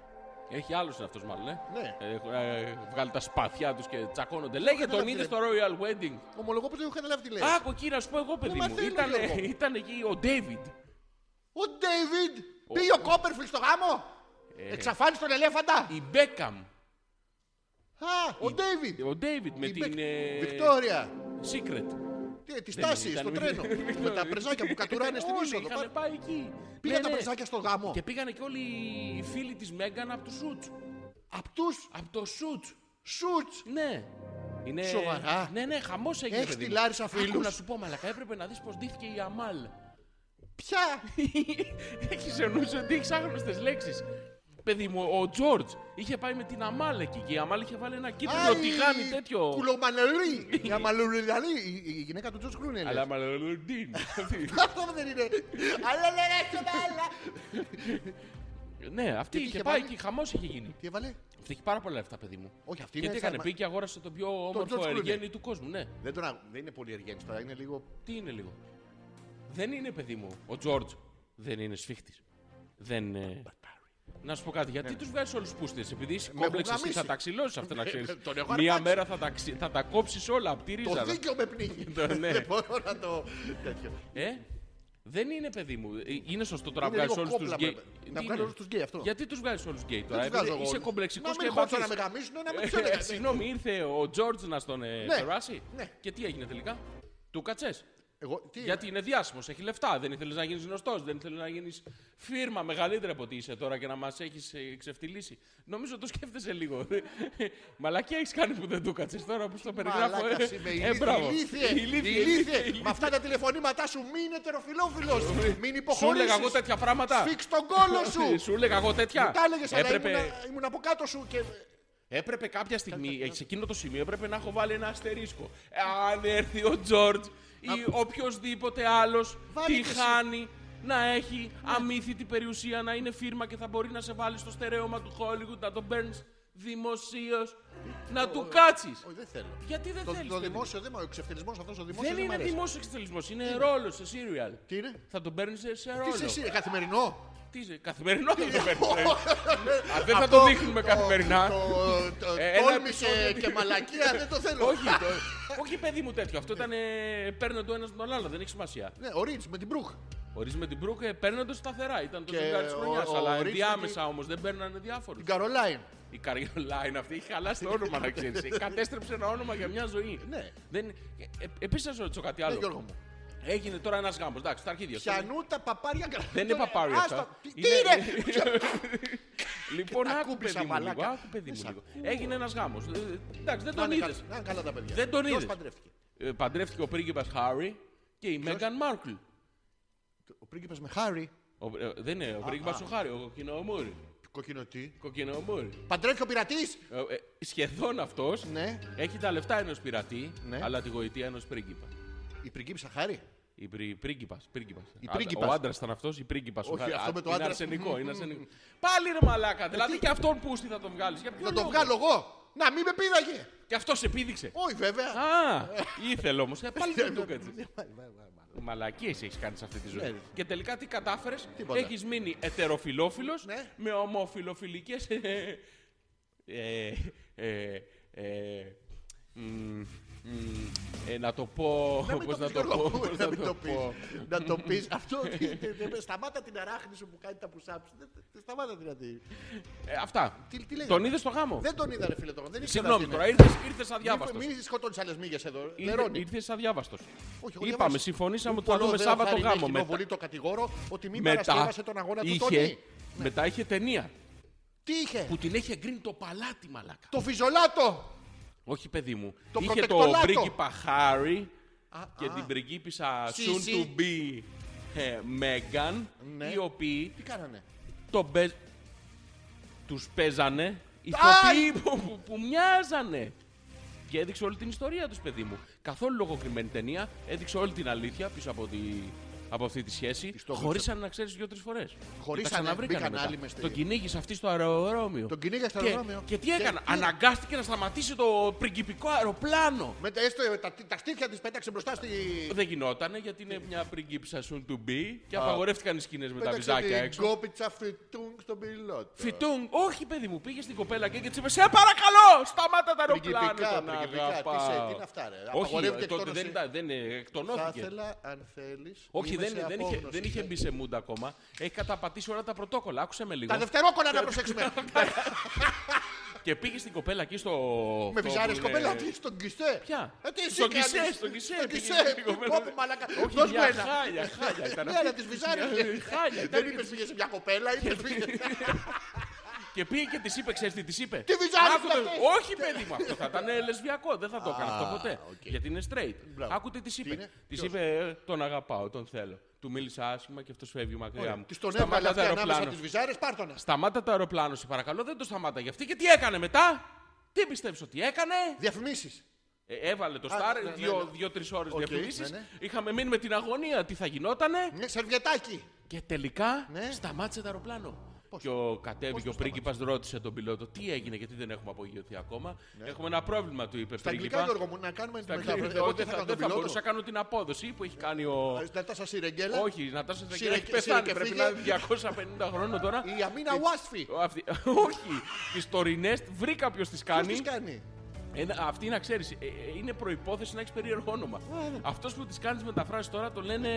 Speaker 7: Έχει άλλο είναι αυτό μάλλον. Ε.
Speaker 6: Ναι.
Speaker 7: Έχουν, ε, βγάλει τα σπαθιά τους και τσακώνονται. Λέγε τον
Speaker 6: Καλά,
Speaker 7: είδε
Speaker 6: φίλε.
Speaker 7: στο Royal Wedding.
Speaker 6: Ομολογώ πως δεν έχω καταλάβει τι λέει.
Speaker 7: Άκου εκεί να σου πω εγώ, παιδί
Speaker 6: μα
Speaker 7: μου.
Speaker 6: θέλω,
Speaker 7: Ήταν,
Speaker 6: Ε. Γιώργο.
Speaker 7: ήταν εκεί ο David.
Speaker 6: Ο Ντέιβιντ πήγε ο Κόπερφιλ στο γάμο.
Speaker 7: Ε.
Speaker 6: Εξαφάνισε τον ελέφαντα!
Speaker 7: Η Μπέκαμ.
Speaker 6: Α, ο Ντέιβιντ!
Speaker 7: Ο Ντέιβιτ με
Speaker 6: Η
Speaker 7: την.
Speaker 6: Μπέκ-
Speaker 7: ε,
Speaker 6: Βικτόρια!
Speaker 7: Secret.
Speaker 6: Τι- Τη
Speaker 7: Δεν
Speaker 6: τάση
Speaker 7: ήταν
Speaker 6: στο
Speaker 7: με-
Speaker 6: τρένο. Με τα πρεζάκια που κατουράνε στην
Speaker 7: Όλοι
Speaker 6: είσοδο.
Speaker 7: είχαν
Speaker 6: Πά-
Speaker 7: πάει εκεί.
Speaker 6: Πήγαν
Speaker 7: Ναι,
Speaker 6: τα
Speaker 7: ναι.
Speaker 6: πρεζάκια στο γάμο.
Speaker 7: Και πήγανε και όλοι οι φίλοι της Μέγκαν από τους Σούτ.
Speaker 6: Απ' τους
Speaker 7: Από το Σούτ.
Speaker 6: σουτ!
Speaker 7: Ναι. Είναι...
Speaker 6: Σοβαρά?
Speaker 7: Ναι, ναι, χαμός έγινε.
Speaker 6: Έχεις
Speaker 7: παιδί
Speaker 6: τη
Speaker 7: μου.
Speaker 6: Λάρισα
Speaker 7: Άκου
Speaker 6: φίλους?
Speaker 7: να σου πω, μαλακά, έπρεπε να δεις πώ ντύθηκε η Αμάλ.
Speaker 6: Ποια!
Speaker 7: Έχεις εννοήσει ότι έχει άγνωστες λέξεις. Παιδί μου, ο Τζόρτζ είχε πάει με την Αμάλ εκεί και η Αμάλ είχε βάλει ένα κίτρινο
Speaker 6: Α, η-
Speaker 7: τηγάνι τέτοιο.
Speaker 6: Κουλομανελή! Η αμαλουριδαλή! Η- Η γυναίκα του Τζορτ Κλούνι.
Speaker 7: Αλλά
Speaker 6: Αλλά
Speaker 7: μαλαλουρντίν.
Speaker 6: αυτό δεν είναι. Αλλά λέγα στο μπάλα!
Speaker 7: Ναι, αυτή
Speaker 6: τι
Speaker 7: είχε
Speaker 6: είχε
Speaker 7: πάει
Speaker 6: βάλει?
Speaker 7: εκεί, χαμός είχε γίνει.
Speaker 6: Τι έβαλε?
Speaker 7: Αυτή έχει πάρα πολλά λεφτά, παιδί μου.
Speaker 6: Όχι, αυτή
Speaker 7: Και
Speaker 6: είναι.
Speaker 7: τι έκανε,
Speaker 6: σαν-
Speaker 7: πήγε και αγόρασε το πιο όμορφο
Speaker 6: George Clooney.
Speaker 7: εργένη του κόσμου, ναι.
Speaker 6: Δεν, τον α- δεν είναι πολύ εργένη τώρα, είναι λίγο.
Speaker 7: Τι είναι λίγο. Δεν είναι παιδί μου. Ο Τζόρτζ δεν είναι σφίχτης. Δεν. είναι- Να σου πω κάτι, γιατί του βγάζει όλου πούστες, επειδή είσαι
Speaker 6: Ναι. Με έχουν
Speaker 7: κόμπλεξε και
Speaker 6: γαμίσει.
Speaker 7: θα τα ξυλώσεις αυτά να ξέρεις.
Speaker 6: τον έχω
Speaker 7: Μία
Speaker 6: αρπάξει.
Speaker 7: μέρα θα τα, ξυ- θα τα κόψεις όλα από τη ρίζα.
Speaker 6: Το δίκαιο με πνίγει.
Speaker 7: Το- ναι.
Speaker 6: Δεν μπορώ να το. τέτοιο.
Speaker 7: Ε, δεν είναι παιδί μου. Ε, Είναι σωστό τώρα να
Speaker 6: Είναι
Speaker 7: βγάζει
Speaker 6: λίγο
Speaker 7: όλους τους
Speaker 6: κόμπλα,
Speaker 7: γκέι.
Speaker 6: πρέπει.
Speaker 7: Τι
Speaker 6: Να βγάλω
Speaker 7: είναι?
Speaker 6: όλους τους γκέι, αυτό.
Speaker 7: Γιατί τους βγάζει όλου γκέι
Speaker 6: Δεν
Speaker 7: τώρα,
Speaker 6: τους βγάζω
Speaker 7: επειδή
Speaker 6: εγώ.
Speaker 7: είσαι κομπλεξικός
Speaker 6: Να
Speaker 7: και
Speaker 6: μην χώσω να
Speaker 7: εμπαθής.
Speaker 6: με γαμίσουν, να με τους
Speaker 7: Ε,
Speaker 6: έλεγα.
Speaker 7: Συγγνώμη, ήρθε ο Τζόρτζ να στον ε,
Speaker 6: Ναι.
Speaker 7: περάσει.
Speaker 6: Ναι.
Speaker 7: Και τι έγινε τελικά. Του κατσές.
Speaker 6: Εγώ, τι,
Speaker 7: Ε. Γιατί είναι διάσημος, έχει λεφτά. Δεν ήθελες να γίνεις γνωστός, δεν ήθελες να γίνεις φίρμα μεγαλύτερη από ότι είσαι τώρα και να μας έχεις ξεφτυλίσει. Νομίζω το σκέφτεσαι λίγο. Μαλακία έχεις κάνει που δεν το κάτσε τώρα που στο περιγράφω.
Speaker 6: Μαλάκας
Speaker 7: ε.
Speaker 6: είμαι,
Speaker 7: Ε,
Speaker 6: ηλίθι-
Speaker 7: μπράβο.
Speaker 6: ηλίθιε,
Speaker 7: Ηλίθιε,
Speaker 6: ηλίθιε.
Speaker 7: ηλίθιε.
Speaker 6: Με αυτά τα τηλεφωνήματά σου μην είναι τεροφιλόφιλος, μην
Speaker 7: Σου έλεγα εγώ
Speaker 6: υποχωρήσεις.
Speaker 7: τέτοια πράγματα.
Speaker 6: Σφίξ τον κόλο σου.
Speaker 7: Σου έλεγα εγώ τέτοια.
Speaker 6: Μου τα έλεγες, αλλά
Speaker 7: Έπρεπε,
Speaker 6: ήμουν- ήμουν από κάτω σου και...
Speaker 7: έπρεπε κάποια στιγμή, σε εκείνο το σημείο, έπρεπε να έχω βάλει ένα αστερίσκο. Ε, Αν έρθει ο Τζόρτζ ή οποιοδήποτε άλλος
Speaker 6: Βάλε
Speaker 7: τη
Speaker 6: και εσύ.
Speaker 7: χάνει να έχει αμύθιτη περιουσία, να είναι φίρμα και θα μπορεί να σε βάλει στο στερέωμα του Hollywood, να τον παίρνεις δημοσίως, να του κάτσεις.
Speaker 6: Όχι, δεν θέλω.
Speaker 7: Γιατί δεν
Speaker 6: Το,
Speaker 7: θέλεις.
Speaker 6: το δημόσιο δεν μ' αρέσει. Ο ξεφτελισμός αυτός ο δημόσιος
Speaker 7: Δεν
Speaker 6: δεν μ'
Speaker 7: είναι
Speaker 6: αρέσει.
Speaker 7: δημόσιος εξτελισμό, είναι ρόλος σε serial.
Speaker 6: Τι είναι.
Speaker 7: Θα τον παίρνεις σε, σε
Speaker 6: Τι είσαι
Speaker 7: ρόλο.
Speaker 6: εσύ, ρε, καθημερινό.
Speaker 7: Τι είσαι, καθημερινό θα τον παίρνει. δεν θα το δείχνουμε καθημερινά.
Speaker 6: Το, το, το,
Speaker 7: Ε, ένα
Speaker 6: τόλμη
Speaker 7: επεισόδιο
Speaker 6: και,
Speaker 7: τι-
Speaker 6: και μαλακία δεν το θέλω.
Speaker 7: Όχι, το- όχι παιδί μου τέτοιο. Αυτό ήταν ε, παίρνοντα το ένας τον άλλο, δεν έχει σημασία.
Speaker 6: Ναι, ο Ρίτς με την Μπρουκ.
Speaker 7: Ορίζει με την Μπρουκ ε, παίρνοντα σταθερά. Ήταν το
Speaker 6: Και
Speaker 7: ζευγάρι της
Speaker 6: ο-
Speaker 7: χρονιάς.
Speaker 6: ο
Speaker 7: Αλλά
Speaker 6: Ρίτς
Speaker 7: ενδιάμεσα όμως δεν παίρνανε διάφορους.
Speaker 6: Την Καρολάιν.
Speaker 7: Η Καριολάιν αυτή έχει χαλάσει το όνομα, να ξέρεις. Κατέστρεψε ένα όνομα για μια ζωή.
Speaker 6: Ναι.
Speaker 7: Δεν... Ε, Επίση, να σου ρωτήσω κάτι
Speaker 6: Ναι,
Speaker 7: άλλο.
Speaker 6: Γιώργο μου.
Speaker 7: Έγινε τώρα ένας γάμος. Εντάξει, τα αρχίδια. σου.
Speaker 6: Πιανού τα παπάρια καλά.
Speaker 7: Δεν είναι παπάρι αυτά.
Speaker 6: Άστα. Τι τι είναι.
Speaker 7: λοιπόν,
Speaker 6: Τα
Speaker 7: άκου
Speaker 6: κούπησα,
Speaker 7: παιδί μου λίγο.
Speaker 6: μαλάκα.
Speaker 7: Άκου παιδί
Speaker 6: Δεν
Speaker 7: μου
Speaker 6: σ'
Speaker 7: λίγο. Έγινε ένας γάμος. Εντάξει, δεν
Speaker 6: Να
Speaker 7: τον
Speaker 6: είναι
Speaker 7: είδες.
Speaker 6: καλά- να είναι καλά τα παιδιά.
Speaker 7: Δεν τον
Speaker 6: Ποιος
Speaker 7: είδες.
Speaker 6: παντρεύτηκε.
Speaker 7: Ε, Παντρεύτηκε ο πρίγκιπας Χάρι και η Μέγαν Μάρκλ.
Speaker 6: Ο πρίγκιπας με Χάρη.
Speaker 7: Ο- ε, Δεν είναι ο πρίγκιπα ο Χάρι, ο κοκκινοομούρη.
Speaker 6: Κόκκινο τι.
Speaker 7: Κοκκινοομούρη.
Speaker 6: Παντρεύτηκε ο πειρατής.
Speaker 7: Ε, ε, σχεδόν αυτός
Speaker 6: Ναι.
Speaker 7: έχει τα λεφτά ενός πειρατή,
Speaker 6: Ναι.
Speaker 7: αλλά τη γοητεία ενός πρίγκιπα.
Speaker 6: Η πριγκίπισσα Χάρη.
Speaker 7: Η πρι, πρίγκιπας, πρίγκιπας.
Speaker 6: Η
Speaker 7: Α,
Speaker 6: πρίγκιπας.
Speaker 7: Ο άντρας ήταν αυτός, η πρίγκιπας.
Speaker 6: Όχι, αυτό με το
Speaker 7: Είναι
Speaker 6: άντρα.
Speaker 7: αρσενικό, είναι αρσενικό. Πάλι ρε μαλάκα, δηλαδή
Speaker 6: τι-
Speaker 7: και αυτόν πούστη θα τον βγάλεις. Για ποιο
Speaker 6: Να το
Speaker 7: λόγο?
Speaker 6: βγάλω εγώ. Να μην με πείραγε.
Speaker 7: Και αυτός επίδειξε.
Speaker 6: Όχι βέβαια.
Speaker 7: Α, ήθελε όμως. Ε, πάλι δεν το έκατσε.
Speaker 6: Ναι, βα- βα- βα- βα.
Speaker 7: Μαλακίες έχεις κάνει σε αυτή τη ζωή.
Speaker 6: Ναι.
Speaker 7: Και τελικά τι κατάφερες,
Speaker 6: Τίποτα.
Speaker 7: έχεις μείνει ετεροφιλόφιλος
Speaker 6: Ναι.
Speaker 7: με ομοφιλοφιλικές. Ε, ε, ε, ε, μ, μ, ε, να το πω.
Speaker 6: Να μην
Speaker 7: πώς
Speaker 6: το πεις,
Speaker 7: να το
Speaker 6: Γιώργο
Speaker 7: πω.
Speaker 6: μου,
Speaker 7: πώς
Speaker 6: να μην
Speaker 7: να
Speaker 6: το
Speaker 7: το
Speaker 6: πεις.
Speaker 7: πω.
Speaker 6: Να το πεις. Αυτό. τι- τι- τι- Σταμάτα την αράχνη σου που κάνει τα πουσάψη. Σταμάτα την ατη.
Speaker 7: Ε, αυτά.
Speaker 6: Τι- τι λέγαμε.
Speaker 7: Τον είδες στο γάμο.
Speaker 6: Δεν τον είδα ρε φίλε τώρα. Δεν ήξερα
Speaker 7: Συγγνώμη
Speaker 6: τι είναι.
Speaker 7: τώρα, ήρθες ήρθες αδιάβαστος.
Speaker 6: Μην σκοτώνει άλλες μύγες εδώ. Νερώνει.
Speaker 7: Ήρθες αδιάβαστος.
Speaker 6: Όχι, εγώ
Speaker 7: Είπαμε,
Speaker 6: διαβάζω.
Speaker 7: συμφωνήσαμε ότι θα
Speaker 6: Πολλό
Speaker 7: δούμε
Speaker 6: δέο
Speaker 7: Σάββατο
Speaker 6: χάρη με
Speaker 7: γάμο. Μετά-
Speaker 6: κοινοβουλή το κατηγόρο ότι μην
Speaker 7: Μετά
Speaker 6: παρασκεύασε τον αγώνα του
Speaker 7: είχε- Ναι.
Speaker 6: Τόνι.
Speaker 7: μετά είχε ταινία
Speaker 6: Τι είχε.
Speaker 7: που την έχει εγκρίνει το παλάτι, μαλάκα.
Speaker 6: Το φιζολάτο.
Speaker 7: Όχι, παιδί μου.
Speaker 6: Το
Speaker 7: Είχε το
Speaker 6: προτεκτολάτο.
Speaker 7: πρίγκιπα Χάρι
Speaker 6: Α,
Speaker 7: και
Speaker 6: α.
Speaker 7: την πριγκίπισσα
Speaker 6: Σι,
Speaker 7: soon
Speaker 6: σι.
Speaker 7: to be ε, Μέγαν,
Speaker 6: Ναι.
Speaker 7: οι οποίοι
Speaker 6: Τι κάνανε.
Speaker 7: τον παίζ... τους παίζανε
Speaker 6: Αϊ!
Speaker 7: ηθοποιοί που, που, που μοιάζανε. Και έδειξε όλη την ιστορία τους, παιδί μου. Καθόλου λογοκριμένη ταινία, έδειξε όλη την αλήθεια πίσω από, τη, από αυτή τη σχέση.
Speaker 6: Της το έδειξε.
Speaker 7: Χωρίσανε να ξέρεις δύο-τρεις φορές.
Speaker 6: Χωρίσανε,
Speaker 7: Και τα ξαναβρήκανε
Speaker 6: μπήκαν
Speaker 7: μετά.
Speaker 6: άλλοι μες στη-
Speaker 7: Τον κυνήγησε αυτή στο αεροδρόμιο.
Speaker 6: Τον κυνήγησε στο
Speaker 7: Και-
Speaker 6: αεροδρόμιο.
Speaker 7: Και, τι έκανε,
Speaker 6: Και τι-
Speaker 7: αναγκάστηκε να σταματήσει το πριγκιπικό αεροπλάνο.
Speaker 6: Με τα, έστω, τα, τα στήθια της πέταξε μπροστά στη.
Speaker 7: Δεν γινότανε γιατί είναι μια πριγκίπισσα soon to be και απαγορεύτηκαν οι σκηνές με τα
Speaker 6: πέταξε
Speaker 7: βυζάκια
Speaker 6: την
Speaker 7: έξω.
Speaker 6: κόπιτσα φυτούγκ στον πιλότο.
Speaker 7: Φιτούν, όχι παιδί μου, πήγε στην κοπέλα και έτσι είπε: Σε παρακαλώ, σταμάτα τα αεροπλάνα.
Speaker 6: Πριγκιπικά,
Speaker 7: τον
Speaker 6: πριγκιπικά. Τι
Speaker 7: αγαπάω».
Speaker 6: σε- τι είναι αυτά, ρε.
Speaker 7: Όχι, ε,
Speaker 6: Απαγορεύεται
Speaker 7: τότε
Speaker 6: εκτόνωση.
Speaker 7: δεν, ήταν, δεν ε,
Speaker 6: Θα
Speaker 7: εκτονώθηκε.
Speaker 6: ήθελα, αν θέλεις.
Speaker 7: Όχι,
Speaker 6: σε
Speaker 7: δεν, δεν, είχε,
Speaker 6: απόγνωση.
Speaker 7: δεν είχε μπει σε μούντα ακόμα. Έχει καταπατήσει όλα τα πρωτόκολλα. Άκουσε με λίγο.
Speaker 6: Τα δευτερόκολλα να προσέξουμε.
Speaker 7: Και πήγε στην κοπέλα εκεί στο.
Speaker 6: Με
Speaker 7: αυτό
Speaker 6: βυζάρες
Speaker 7: που
Speaker 6: κοπέλα,
Speaker 7: είναι-
Speaker 6: τι στον κισέ.
Speaker 7: ναι. Ποια?
Speaker 6: Ε, τι εσύ
Speaker 7: Στον
Speaker 6: κάνεις.
Speaker 7: Κισέ, στον Κισέ
Speaker 6: Στον
Speaker 7: πήγε
Speaker 6: κισέ.
Speaker 7: η κοπέλα.
Speaker 6: Κόπου μαλακά.
Speaker 7: Όχι,
Speaker 6: Δώσ' μου
Speaker 7: μια
Speaker 6: ένα.
Speaker 7: χάλια, χάλια ήταν
Speaker 6: Ναι,
Speaker 7: αυτή.
Speaker 6: αλλά τις βυζάρες.
Speaker 7: Μια χάλια ήταν.
Speaker 6: Δεν είπες πήγες σε μια κοπέλα, είπες πήγε.
Speaker 7: Και πήγε και της είπε, ξέρεις τι της είπε.
Speaker 6: Τι βυζάρες
Speaker 7: Άκου το-
Speaker 6: είναι αυτές?
Speaker 7: Όχι, παιδί μου, αυτό θα ήταν λεσβιακό, δεν θα το έκανε αυτό ποτέ. Γιατί είναι straight.
Speaker 6: Μπράβο.
Speaker 7: Άκου τι τη είπε.
Speaker 6: είναι?
Speaker 7: Της
Speaker 6: Ποιος?
Speaker 7: είπε, «Ε, τον αγαπάω, τον θέλω. Του μίλησα άσχημα και αυτός φεύγει μακριά μου.
Speaker 6: Της τον
Speaker 7: Σταμάτα
Speaker 6: έβγαλε
Speaker 7: το
Speaker 6: αυτή ανάμεσα
Speaker 7: αεροπλάνο.
Speaker 6: από τις βυζάρες, πάρτο να.
Speaker 7: Σταμάτα το αεροπλάνο, σε παρακαλώ, δεν το σταμάτα για αυτή. Και τι έκανε μετά, τι πιστεύεις ότι έκανε.
Speaker 6: Διαφημίσεις.
Speaker 7: Ε, έβαλε το
Speaker 6: Α,
Speaker 7: Σταρ,
Speaker 6: ναι, ναι, ναι.
Speaker 7: δύο-τρει ώρες
Speaker 6: Οκ,
Speaker 7: διαφημίσεις.
Speaker 6: ναι, ναι.
Speaker 7: Είχαμε μείνει με την αγωνία τι θα γινότανε.
Speaker 6: Ναι, σερβιετάκι.
Speaker 7: Και τελικά
Speaker 6: Ναι.
Speaker 7: σταμάτησε το αεροπλάνο. Και ο κατέβηκε ο πρίγκιπας, ρώτησε τον πιλότο τι έγινε, γιατί δεν έχουμε απογειωθεί ακόμα. Έχουμε ένα πρόβλημα, του είπε
Speaker 6: Ναι. Στα αγγλικά,
Speaker 7: πρίγκιπας.
Speaker 6: Γιώργο μου, να κάνουμε
Speaker 7: Στα
Speaker 6: την
Speaker 7: αγγλικά,
Speaker 6: μετάφραση. Εγώ τι
Speaker 7: δεν
Speaker 6: θα
Speaker 7: θα,
Speaker 6: κάνω
Speaker 7: δεν
Speaker 6: τον
Speaker 7: θα μπορούσα
Speaker 6: πιλότο.
Speaker 7: να κάνω την απόδοση που έχει κάνει ο.
Speaker 6: Να τα σας σιρεγγέλα.
Speaker 7: Όχι, να τάσσε δεν
Speaker 6: Σύρε-
Speaker 7: έχει
Speaker 6: σύρε
Speaker 7: πεθάνει.
Speaker 6: και
Speaker 7: Πρέπει
Speaker 6: φύγε.
Speaker 7: να είναι 250 χρόνων τώρα.
Speaker 6: Η
Speaker 7: Ε,
Speaker 6: Αμίνα Ουάσφη.
Speaker 7: Ο- αυτή- Όχι, τι τωρινές βρει κάποιος τι
Speaker 6: Ποιος
Speaker 7: κάνει.
Speaker 6: τις κάνει.
Speaker 7: Ένα- αυτή να ξέρεις, είναι προπόθεση να έχεις περίεργο όνομα. Αυτός που της κάνεις μεταφράσεις τώρα το λένε.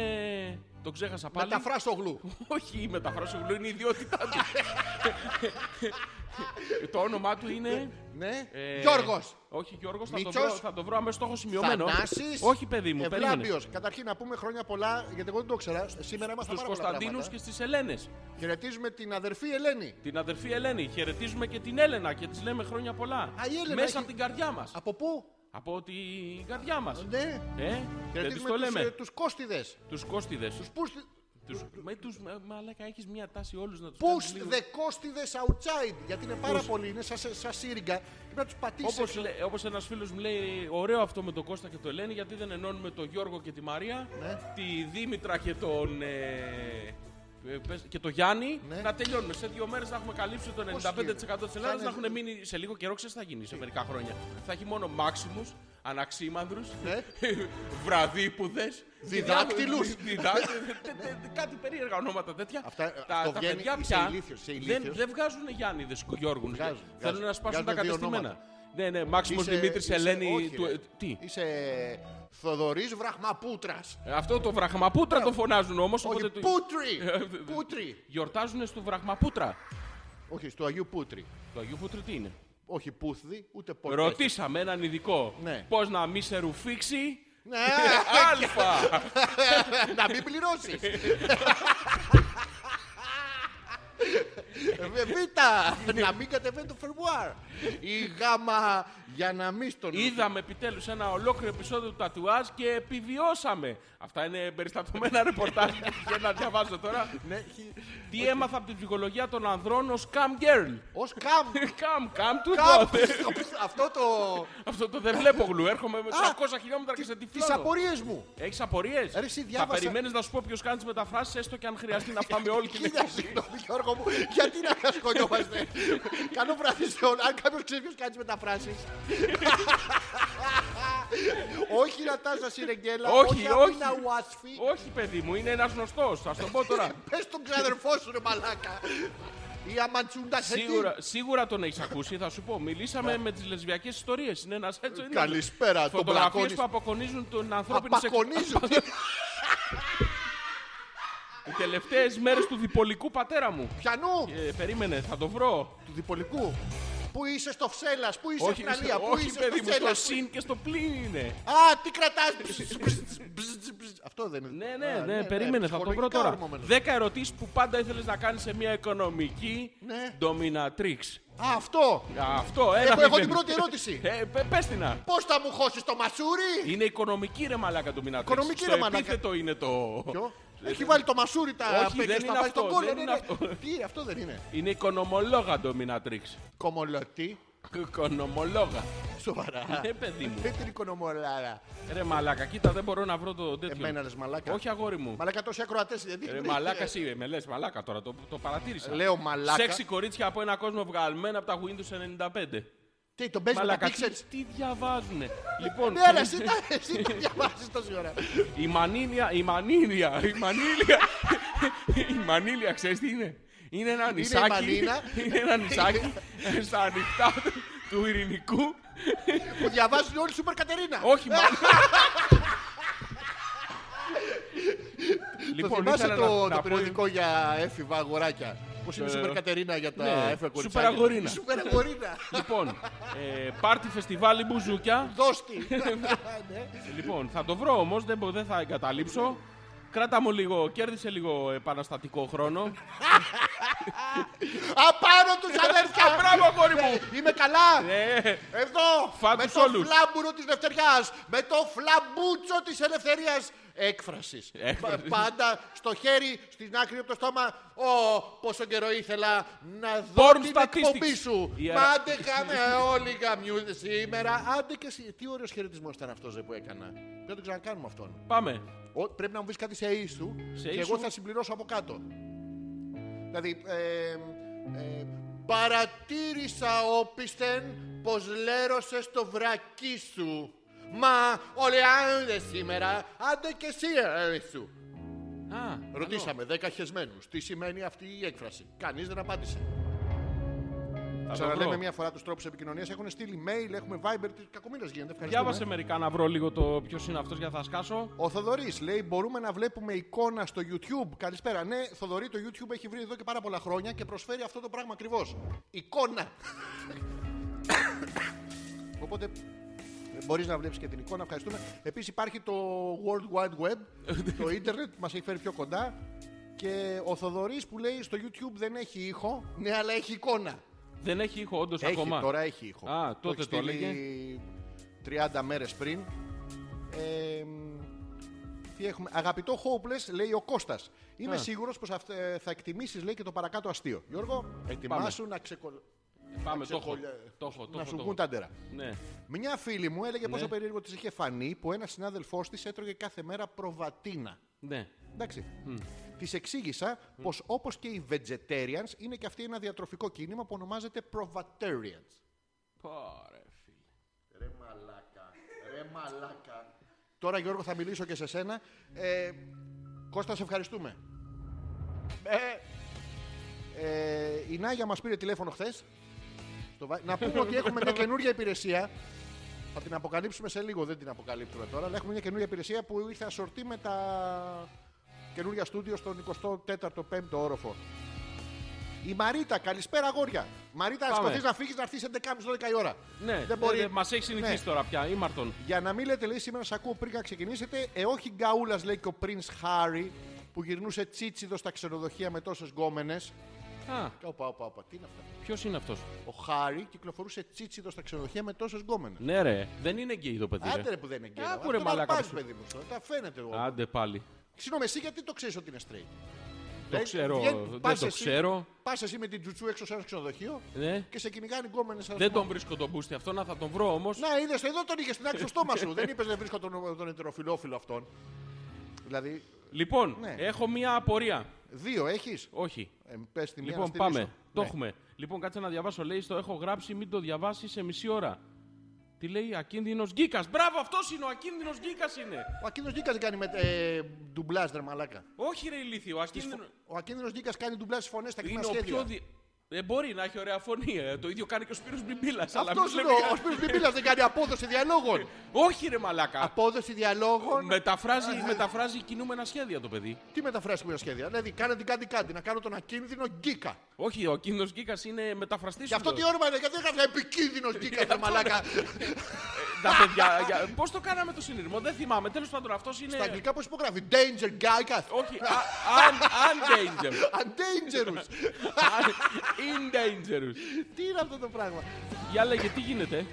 Speaker 7: Το ξέχασα πάλι.
Speaker 6: Μεταφράσογλου.
Speaker 7: Όχι, η μεταφράση γλου είναι η ιδιότητά του. το όνομά του είναι.
Speaker 6: Ναι.
Speaker 7: ε,
Speaker 6: Γιώργος.
Speaker 7: Όχι, Γιώργος, θα το
Speaker 6: Μήτσος.
Speaker 7: βρω, θα το βρω αμέσως, το έχω σημειωμένο.
Speaker 6: Θανάσης.
Speaker 7: Όχι, παιδί μου, περίμενε.
Speaker 6: Ευλάμπιος. Καταρχήν να πούμε χρόνια πολλά, γιατί εγώ δεν το ήξερα. Σήμερα είμαστε
Speaker 7: Στους
Speaker 6: πάρα πολλά
Speaker 7: Κωνσταντίνους
Speaker 6: πράγματα.
Speaker 7: και στις Ελένες.
Speaker 6: Χαιρετίζουμε την αδερφή Ελένη.
Speaker 7: Την αδερφή Ελένη. Χαιρετίζουμε και την Έλενα και της λέμε χρόνια πολλά.
Speaker 6: η Έλενα
Speaker 7: Μέσα
Speaker 6: έχει-
Speaker 7: από την καρδιά μας.
Speaker 6: Από πού?
Speaker 7: Από την καρδιά μας.
Speaker 6: Ναι.
Speaker 7: Ε, δεν της
Speaker 6: Χαιρετίζουμε
Speaker 7: το
Speaker 6: τους, ε,
Speaker 7: λέμε.
Speaker 6: τους Κώστιδες.
Speaker 7: Τους Κώστιδες.
Speaker 6: Τους Πούστι-
Speaker 7: Τους... Με τους... μα- Μαλάκα, έχεις μια τάση όλους να τους κάνεις
Speaker 6: Pushed
Speaker 7: λίγο-
Speaker 6: the Κώστιδες outside. Γιατί είναι πάρα πολλοί, είναι σαν, σαν σύριγγα. Πρέπει να τους πατήσεις.
Speaker 7: Όπως, λέ, όπως ένας φίλος μου λέει, ωραίο αυτό με τον Κώστα και το Ελένη, γιατί δεν ενώνουμε τον Γιώργο και τη Μαρία,
Speaker 6: Ναι.
Speaker 7: τη Δήμητρα και τον... Ε, ε, πες- και το Γιάννη
Speaker 6: Ναι.
Speaker 7: να τελειώνουμε. Σε δύο μέρες θα έχουμε καλύψει το 95% τη
Speaker 6: Θα
Speaker 7: Ελλάδα.
Speaker 6: είναι-
Speaker 7: Να έχουν μείνει σε λίγο καιρό, ξέρεις τι θα γίνει σε μερικά χρόνια. Θα έχει μόνο μάξιμους, αναξίμανδρους,
Speaker 6: Ναι.
Speaker 7: βραδίπουδες,
Speaker 6: Διδάκτυλους.
Speaker 7: Κάτι περίεργα ονόματα τέτοια.
Speaker 6: Αυτά, ε,
Speaker 7: τα,
Speaker 6: αυτό
Speaker 7: τα
Speaker 6: βγαίνει-
Speaker 7: παιδιά
Speaker 6: είσαι
Speaker 7: πια
Speaker 6: ηλίθιος, είσαι
Speaker 7: δεν,
Speaker 6: ηλίθιος.
Speaker 7: δεν βγάζουν Γιάννηδες Γιώργου.
Speaker 6: Βγάζουν,
Speaker 7: Θέλουν
Speaker 6: βγάζουν.
Speaker 7: να σπάσουν τα
Speaker 6: Βγάζουν δύο
Speaker 7: κατεστημένα.
Speaker 6: ονόματα.
Speaker 7: Ναι, ναι, Μάξιμος
Speaker 6: Είσαι-
Speaker 7: Δημήτρης
Speaker 6: είσαι-
Speaker 7: Ελένη.
Speaker 6: όχι,
Speaker 7: Του,
Speaker 6: ρε.
Speaker 7: ε, τι.
Speaker 6: Είσαι Θοδωρής Βραχμαπούτρας.
Speaker 7: Ε, Αυτό το βραχμαπούτρα το φωνάζουν όμως.
Speaker 6: Ναι. Όχι, Πούτρι.
Speaker 7: Ε,
Speaker 6: Πούτρι.
Speaker 7: Γιορτάζουν στο βραχμαπούτρα.
Speaker 6: Όχι, στο Αγίου Πούτρι.
Speaker 7: Το Αγίου Πούτρου τι είναι.
Speaker 6: Όχι Πούθδη, ούτε Πόθδη.
Speaker 7: Ρωτήσαμε έναν ειδικό.
Speaker 6: Ναι.
Speaker 7: Πώς να μη σε ρουφήξει. Ε,
Speaker 6: Ναι,
Speaker 7: Αλφα!
Speaker 6: να μην πληρώσεις. Ε, Βήτα, να μην κατεβαίνει το φερμουάρ. Ή γάμα για να μην στον...
Speaker 7: Είδαμε επιτέλους ένα ολόκληρο επεισόδιο του τατουάζ και επιβιώσαμε. Αυτά είναι περιστατωμένα ρεπορτάζ που πηγαίνω να διαβάζω τώρα.
Speaker 6: Ναι, χι-
Speaker 7: Τι έμαθα από την ψυχολογία των ανδρών ως cam girl.
Speaker 6: Ως καμ.
Speaker 7: Καμ, καμ του
Speaker 6: Καμ.
Speaker 7: τότε.
Speaker 6: Αυτό το...
Speaker 7: Αυτό το δεν βλέπω γλου. Έρχομαι με
Speaker 6: Α,
Speaker 7: 300 χιλιόμετρα και σε
Speaker 6: Τις
Speaker 7: τυφλώνω.
Speaker 6: απορίες μου.
Speaker 7: Έχεις απορίες.
Speaker 6: Ρε, εσύ,
Speaker 7: Θα
Speaker 6: διάβασα-
Speaker 7: περιμένεις να σου πω ποιος κάνεις τι μεταφράσεις, έστω και αν χρειαστεί να πάμε όλοι και
Speaker 6: Κοίτα, συγγνώμη Γιώργο μου, γιατί να κατασκονιόμαστε. Καλό βράδυ σε όλους. Αν κάποιος ξέρει ποιος κάνει τις μεταφράσεις. όχι να τάζα σιρεγγέλα,
Speaker 7: Όχι,
Speaker 6: όχι,
Speaker 7: όχι.
Speaker 6: να ουάσφι.
Speaker 7: Όχι, παιδί μου, είναι ένας γνωστός. Θα σου το πω τώρα.
Speaker 6: Πες τον ξαδερφό σου ρε μαλάκα. Η αμαντσούντα σε
Speaker 7: σίγουρα, σίγουρα τον έχεις ακούσει, θα σου πω. Μιλήσαμε με τις λεσβιακές ιστορίες. Είναι ένας έτσι. είναι.
Speaker 6: Ε. Καλησπέρα, τον
Speaker 7: Φωτογραφίες
Speaker 6: πλακώνεις.
Speaker 7: που αποκονίζουν τον ανθρώπινο σεξ.
Speaker 6: Απακονίζουν.
Speaker 7: Οι τελευταίες μέρες του διπολικού πατέρα μου.
Speaker 6: Πιανού,
Speaker 7: Ε, περίμενε, θα το βρω.
Speaker 6: του διπολικού. Πού είσαι στο Φσέλας, πού είσαι
Speaker 7: όχι,
Speaker 6: στην Αλία, πού
Speaker 7: όχι,
Speaker 6: είσαι
Speaker 7: παιδί
Speaker 6: στο
Speaker 7: μου, στο
Speaker 6: Φσέλας. πού-
Speaker 7: συν και στο πλήν είναι.
Speaker 6: Α, τι κρατάς. Ψ, ψ, ψ, ψ. Αυτό δεν είναι.
Speaker 7: Ναι,
Speaker 6: Α,
Speaker 7: ναι, ναι, περίμενε, θα το βρω
Speaker 6: ψυχολογικά
Speaker 7: τώρα.
Speaker 6: ορμόμενος.
Speaker 7: 10 ερωτήσεις που πάντα ήθελες να κάνεις σε μια οικονομική
Speaker 6: Ναι.
Speaker 7: ντομινατρίξ.
Speaker 6: Α, αυτό.
Speaker 7: Αυτό, ένα.
Speaker 6: Έχω, έχω
Speaker 7: μηδέν.
Speaker 6: την πρώτη ερώτηση.
Speaker 7: Ε, πε- πες την να.
Speaker 6: Πώς θα μου χώσεις το μασούρι!
Speaker 7: Είναι οικονομική ρε μαλάκα ντομινατρίξ.
Speaker 6: Οικονομική,
Speaker 7: Στο
Speaker 6: ρε μαλάκα.
Speaker 7: επίθετο είναι το.
Speaker 6: Ποιο? Έχει βάλει το μασούρι τα
Speaker 7: Όχι,
Speaker 6: πέκια
Speaker 7: δεν
Speaker 6: στα
Speaker 7: είναι
Speaker 6: βάζει
Speaker 7: αυτό,
Speaker 6: τον κόλλο.
Speaker 7: δεν
Speaker 6: ναι,
Speaker 7: είναι
Speaker 6: ναι.
Speaker 7: αυτό.
Speaker 6: Τι, αυτό δεν είναι.
Speaker 7: Είναι οικονομολόγα ντομινατρίξ.
Speaker 6: Κομολωτή.
Speaker 7: Οικονομολόγα.
Speaker 6: Σοβαρά.
Speaker 7: Ναι, παιδί μου.
Speaker 6: Δεν την οικονομολάρα.
Speaker 7: Ε, Ρε μαλάκα, κοίτα, δεν μπορώ να βρω το τέτοιο.
Speaker 6: Εμένα λε μαλάκα.
Speaker 7: Όχι, αγόρι μου.
Speaker 6: Μαλάκα τόσοι ακροατές δεν
Speaker 7: Ρε
Speaker 6: είναι.
Speaker 7: μαλάκα, εσύ με λες μαλάκα τώρα, το, το παρατήρησα.
Speaker 6: ε. Λέω μαλάκα.
Speaker 7: Σεξι κορίτσια από ένα κόσμο βγαλμένα από τα Windows 95.
Speaker 6: Τι, τον παίζει με τα
Speaker 7: Μαλάκα, τι,
Speaker 6: pixels.
Speaker 7: τι διαβάζουνε. λοιπόν,
Speaker 6: Ναι, αλλά εσύ, τα- εσύ το διαβάζεις τόση ώρα.
Speaker 7: η μανίλια, η μανίλια, η μανίλια, η μανίλια, ξέρεις τι είναι. Είναι ένα νησάκι,
Speaker 6: μανίνα.
Speaker 7: είναι ένα νησάκι στα ανοιχτά του- του ειρηνικού.
Speaker 6: Που διαβάζουν όλοι Σούπερ Κατερίνα.
Speaker 7: Όχι, μα...
Speaker 6: το
Speaker 7: Λοιπόν,
Speaker 6: θυμάσαι
Speaker 7: ήθελα
Speaker 6: το,
Speaker 7: να-
Speaker 6: το
Speaker 7: να πω-
Speaker 6: περιοδικό για έφηβα αγοράκια. Πώ είναι η
Speaker 7: Το-
Speaker 6: Σούπερ Κατερίνα για τα
Speaker 7: Ναι,
Speaker 6: έφηβα
Speaker 7: Σούπερ
Speaker 6: κοριτσάκια.
Speaker 7: αγορίνα.
Speaker 6: Σούπερ αγορίνα.
Speaker 7: Λοιπόν, ε, πάρτι φεστιβάλ μπουζούκια.
Speaker 6: Δώστη.
Speaker 7: Λοιπόν, θα το βρω όμως, δεν, μπο- δεν θα εγκαταλείψω. Κράτα μου λίγο, κέρδισε λίγο επαναστατικό χρόνο.
Speaker 6: Απάνω τους αδέρφια.
Speaker 7: Μπράβο, κόρη μου!
Speaker 6: Είμαι καλά.
Speaker 7: Ε,
Speaker 6: Εδώ
Speaker 7: Φάτους
Speaker 6: με το
Speaker 7: όλους.
Speaker 6: φλάμπουρο της Δευτεριάς, με το φλαμπούτσο της ελευθερίας έκφρασης.
Speaker 7: Έκφρασης.
Speaker 6: Πα- Πάντα στο χέρι, στην άκρη από το στόμα. Ω, πόσο καιρό ήθελα να δω
Speaker 7: Porn
Speaker 6: την
Speaker 7: statistics.
Speaker 6: εκπομπή σου.
Speaker 7: Η αρα-
Speaker 6: Μα άντε κάμε όλοι γαμιούνται σήμερα. Άντε και εσύ. Τι ωραίος χαιρετισμός ήταν αυτός ρε, που έκανα. Πρέπει να τον ξανακάνουμε αυτόν.
Speaker 7: πάμε.
Speaker 6: Ο- πρέπει να μου βρεις κάτι σε ίσου
Speaker 7: Σε
Speaker 6: και
Speaker 7: ίσου.
Speaker 6: εγώ θα συμπληρώσω από κάτω. Δηλαδή, ε, ε, παρατήρησα όπισθεν πως λέρωσες το βρακί σου. Μα όλοι άντε σήμερα, άντε και εσύ ε, σου.
Speaker 7: Α,
Speaker 6: Ρωτήσαμε 10 χεσμένους, τι σημαίνει αυτή η έκφραση. Κανείς δεν απάντησε.
Speaker 7: θα το βρω.
Speaker 6: Ξαναλέμε μια φορά τους τρόπους επικοινωνίας, έχουν στείλει mail, έχουμε Viber, τι κακομοίρες γίνεται, ευχαριστούμε.
Speaker 7: Διάβασε μερικά να βρω λίγο το ποιος είναι αυτός για θα σκάσω.
Speaker 6: Ο Θοδωρής λέει: Μπορούμε να βλέπουμε εικόνα στο YouTube. Καλησπέρα. Ναι, Θοδωρή, το YouTube έχει βρει εδώ και πάρα πολλά χρόνια και προσφέρει αυτό το πράγμα ακριβώς. Εικόνα. Οπότε μπορείς να βλέπεις και την εικόνα. Ευχαριστούμε. Επίσης υπάρχει το World Wide Web, το ίντερνετ που μας έχει φέρει πιο κοντά. Και ο Θοδωρής που λέει στο YouTube δεν έχει ήχο. Ναι, αλλά έχει εικόνα.
Speaker 7: Δεν έχει ήχο, όντως
Speaker 6: Έχει,
Speaker 7: ακόμα.
Speaker 6: τώρα έχει ήχο.
Speaker 7: Α, τότε
Speaker 6: έχει
Speaker 7: το
Speaker 6: στείλει
Speaker 7: έλεγε.
Speaker 6: 30 μέρες πριν. Ε, μ, τι έχουμε. Αγαπητό Hopeless, λέει ο Κώστας. Είμαι
Speaker 7: Α.
Speaker 6: σίγουρος πως αυτε- ε, θα εκτιμήσεις, λέει, και το παρακάτω αστείο. Γιώργο, ετοιμάσου να ξεκολλ...
Speaker 7: Πάμε, το έχω.
Speaker 6: ξεκολλιά-
Speaker 7: Το έχω, Ε, το
Speaker 6: να
Speaker 7: έχω,
Speaker 6: σου
Speaker 7: το
Speaker 6: βγουν τα
Speaker 7: έχω.
Speaker 6: ντερα.
Speaker 7: Ναι.
Speaker 6: Μια φίλη μου έλεγε πόσο
Speaker 7: Ναι.
Speaker 6: περίεργο της είχε φανεί που ένας συνάδελφός της έτρωγε κάθε μέρα προβατίνα.
Speaker 7: Ναι.
Speaker 6: Εντάξει. Της εξήγησα πως όπως και οι vegetarians είναι και αυτή ένα διατροφικό κίνημα που ονομάζεται provatarians.
Speaker 7: Πάρε, φίλε.
Speaker 6: Ρε μαλάκα, ρε μαλάκα. Τώρα Γιώργο θα μιλήσω και σε σένα. Ε, Κώστα, σε ευχαριστούμε. Ε, ε, η Νάγια μας πήρε τηλέφωνο χθες. Στο Βα- Να πούμε ότι έχουμε μια καινούργια υπηρεσία. Θα την αποκαλύψουμε σε λίγο, δεν την αποκαλύπτουμε τώρα. Αλλά έχουμε μια καινούργια υπηρεσία που ήρθε ασορτή με τα καινούργια στούντιο στον 24ο-5ο όροφο. Η Μαρίτα, καλησπέρα αγόρια. Μαρίτα, αν
Speaker 7: Πάμε.
Speaker 6: σκοτείς να φύγεις να έρθεις 11.30-12 η ώρα.
Speaker 7: Ναι,
Speaker 6: δεν μπορεί.
Speaker 7: Μας έχεις συνηθίσει
Speaker 6: Ναι.
Speaker 7: τώρα πια, ήμαρτον.
Speaker 6: Για να μην λέτε, λέει, σήμερα σας ακούω πριν να ξεκινήσετε. Ε, όχι γκαούλας, λέει και ο Prince Harry που γυρνούσε τσίτσιδος στα ξενοδοχεία με τόσες γκόμενες.
Speaker 7: Α,
Speaker 6: Όπα, όπα, όπα, τι είναι αυτά.
Speaker 7: ποιος είναι αυτός.
Speaker 6: Ο Χάρη κυκλοφορούσε τσίτσιδος στα ξενοδοχεία με τόσες γκόμενες.
Speaker 7: Ναι, ρε, δεν είναι γκέι το παιδί.
Speaker 6: Άντε
Speaker 7: Ρε.
Speaker 6: ρε που δεν είναι γκέι.
Speaker 7: Ναι. Ε, Άκου,
Speaker 6: Αυτό
Speaker 7: ρε,
Speaker 6: να
Speaker 7: μαλάκα,
Speaker 6: αρπάζει,
Speaker 7: που σου-
Speaker 6: παιδί μου. αυτό, Τα φαίνεται εγώ.
Speaker 7: Άντε πάλι.
Speaker 6: Συγγνώμη, εσύ γιατί το ξέρεις ότι είναι straight. Δηλαδή,
Speaker 7: Το ξέρω, δεν το ξέρω.
Speaker 6: Πας εσύ με την τζουτσού έξω σε ένα ξενοδοχείο
Speaker 7: Ναι.
Speaker 6: και σε κυνηγάνε γκόμενε.
Speaker 7: Δεν τον βρίσκω τον μπούστι αυτό, να θα τον βρω όμως.
Speaker 6: Να είδες, εδώ τον είχες στην άκρη στο στόμα σου. δεν είπες δεν βρίσκω τον, τον ετεροφιλόφιλο αυτόν. Δηλαδή,
Speaker 7: Λοιπόν,
Speaker 6: Ναι.
Speaker 7: έχω μία απορία.
Speaker 6: δύο έχεις.
Speaker 7: Όχι.
Speaker 6: Ε, πες τη μία
Speaker 7: Λοιπόν,
Speaker 6: να στηρίσω.
Speaker 7: πάμε. Το
Speaker 6: Ναι.
Speaker 7: έχουμε. Λοιπόν, κάτσε να διαβάσω. Λέει, στο έχω γράψει, μην το διαβάσεις σε μισή ώρα. Τι λέει, ακίνδυνος γκίκα. Μπράβο, αυτός είναι ο ακίνδυνος γκίκα είναι.
Speaker 6: Ο ακίνδυνος Νίκα δεν κάνει με, ε, ντουμπλάζ, ρε μαλάκα.
Speaker 7: Όχι, ρε ηλίθιο, ο ακίνδυνο.
Speaker 6: Ο ακίνδυνος Νίκα κάνει ντουμπλάζ στις φωνές στα κοινά
Speaker 7: Είναι ο
Speaker 6: σχέδια.
Speaker 7: πιο. Δι... Δεν μπορεί να έχει ωραία φωνή. ε. Το ίδιο κάνει και ο Σπύρος Μπιμπίλας. αλλά
Speaker 6: Αυτός
Speaker 7: μην
Speaker 6: είναι
Speaker 7: λέμε
Speaker 6: ο- ο
Speaker 7: κα-
Speaker 6: Σπύρος Μπιμπίλας δεν κάνει απόδοση
Speaker 7: Ε,
Speaker 6: διαλόγων.
Speaker 7: Όχι, ρε μαλάκα.
Speaker 6: απόδοση διαλόγων.
Speaker 7: Ναι. Μεταφράζει,
Speaker 6: ναι.
Speaker 7: μεταφράζει κινούμενα σχέδια το παιδί.
Speaker 6: Τι μεταφράσει με τα σχέδια. Δηλαδή, κάνε την κάτι κάτι. Να κάνω τον ακίνδυνο Γκίκα.
Speaker 7: Όχι, ο ακίνδυνο γκίκας είναι μεταφραστής.
Speaker 6: Γι' αυτό τι όνομα είναι, γιατί δεν έγραψα επικίνδυνο Γκίκα, ρε μαλάκα.
Speaker 7: ναι. Τα παιδιά. για... Πώς το κάναμε το συνειρμό, δεν θυμάμαι. Τέλος πάντων, αυτός είναι.
Speaker 6: Στα αγγλικά πώς υπογράφει. Danger Γκάικας.
Speaker 7: Όχι, α- un- undangerous.
Speaker 6: Undangerous.
Speaker 7: In dangerous.
Speaker 6: Τι είναι αυτό το πράγμα.
Speaker 7: Για λέγε, τι γίνεται.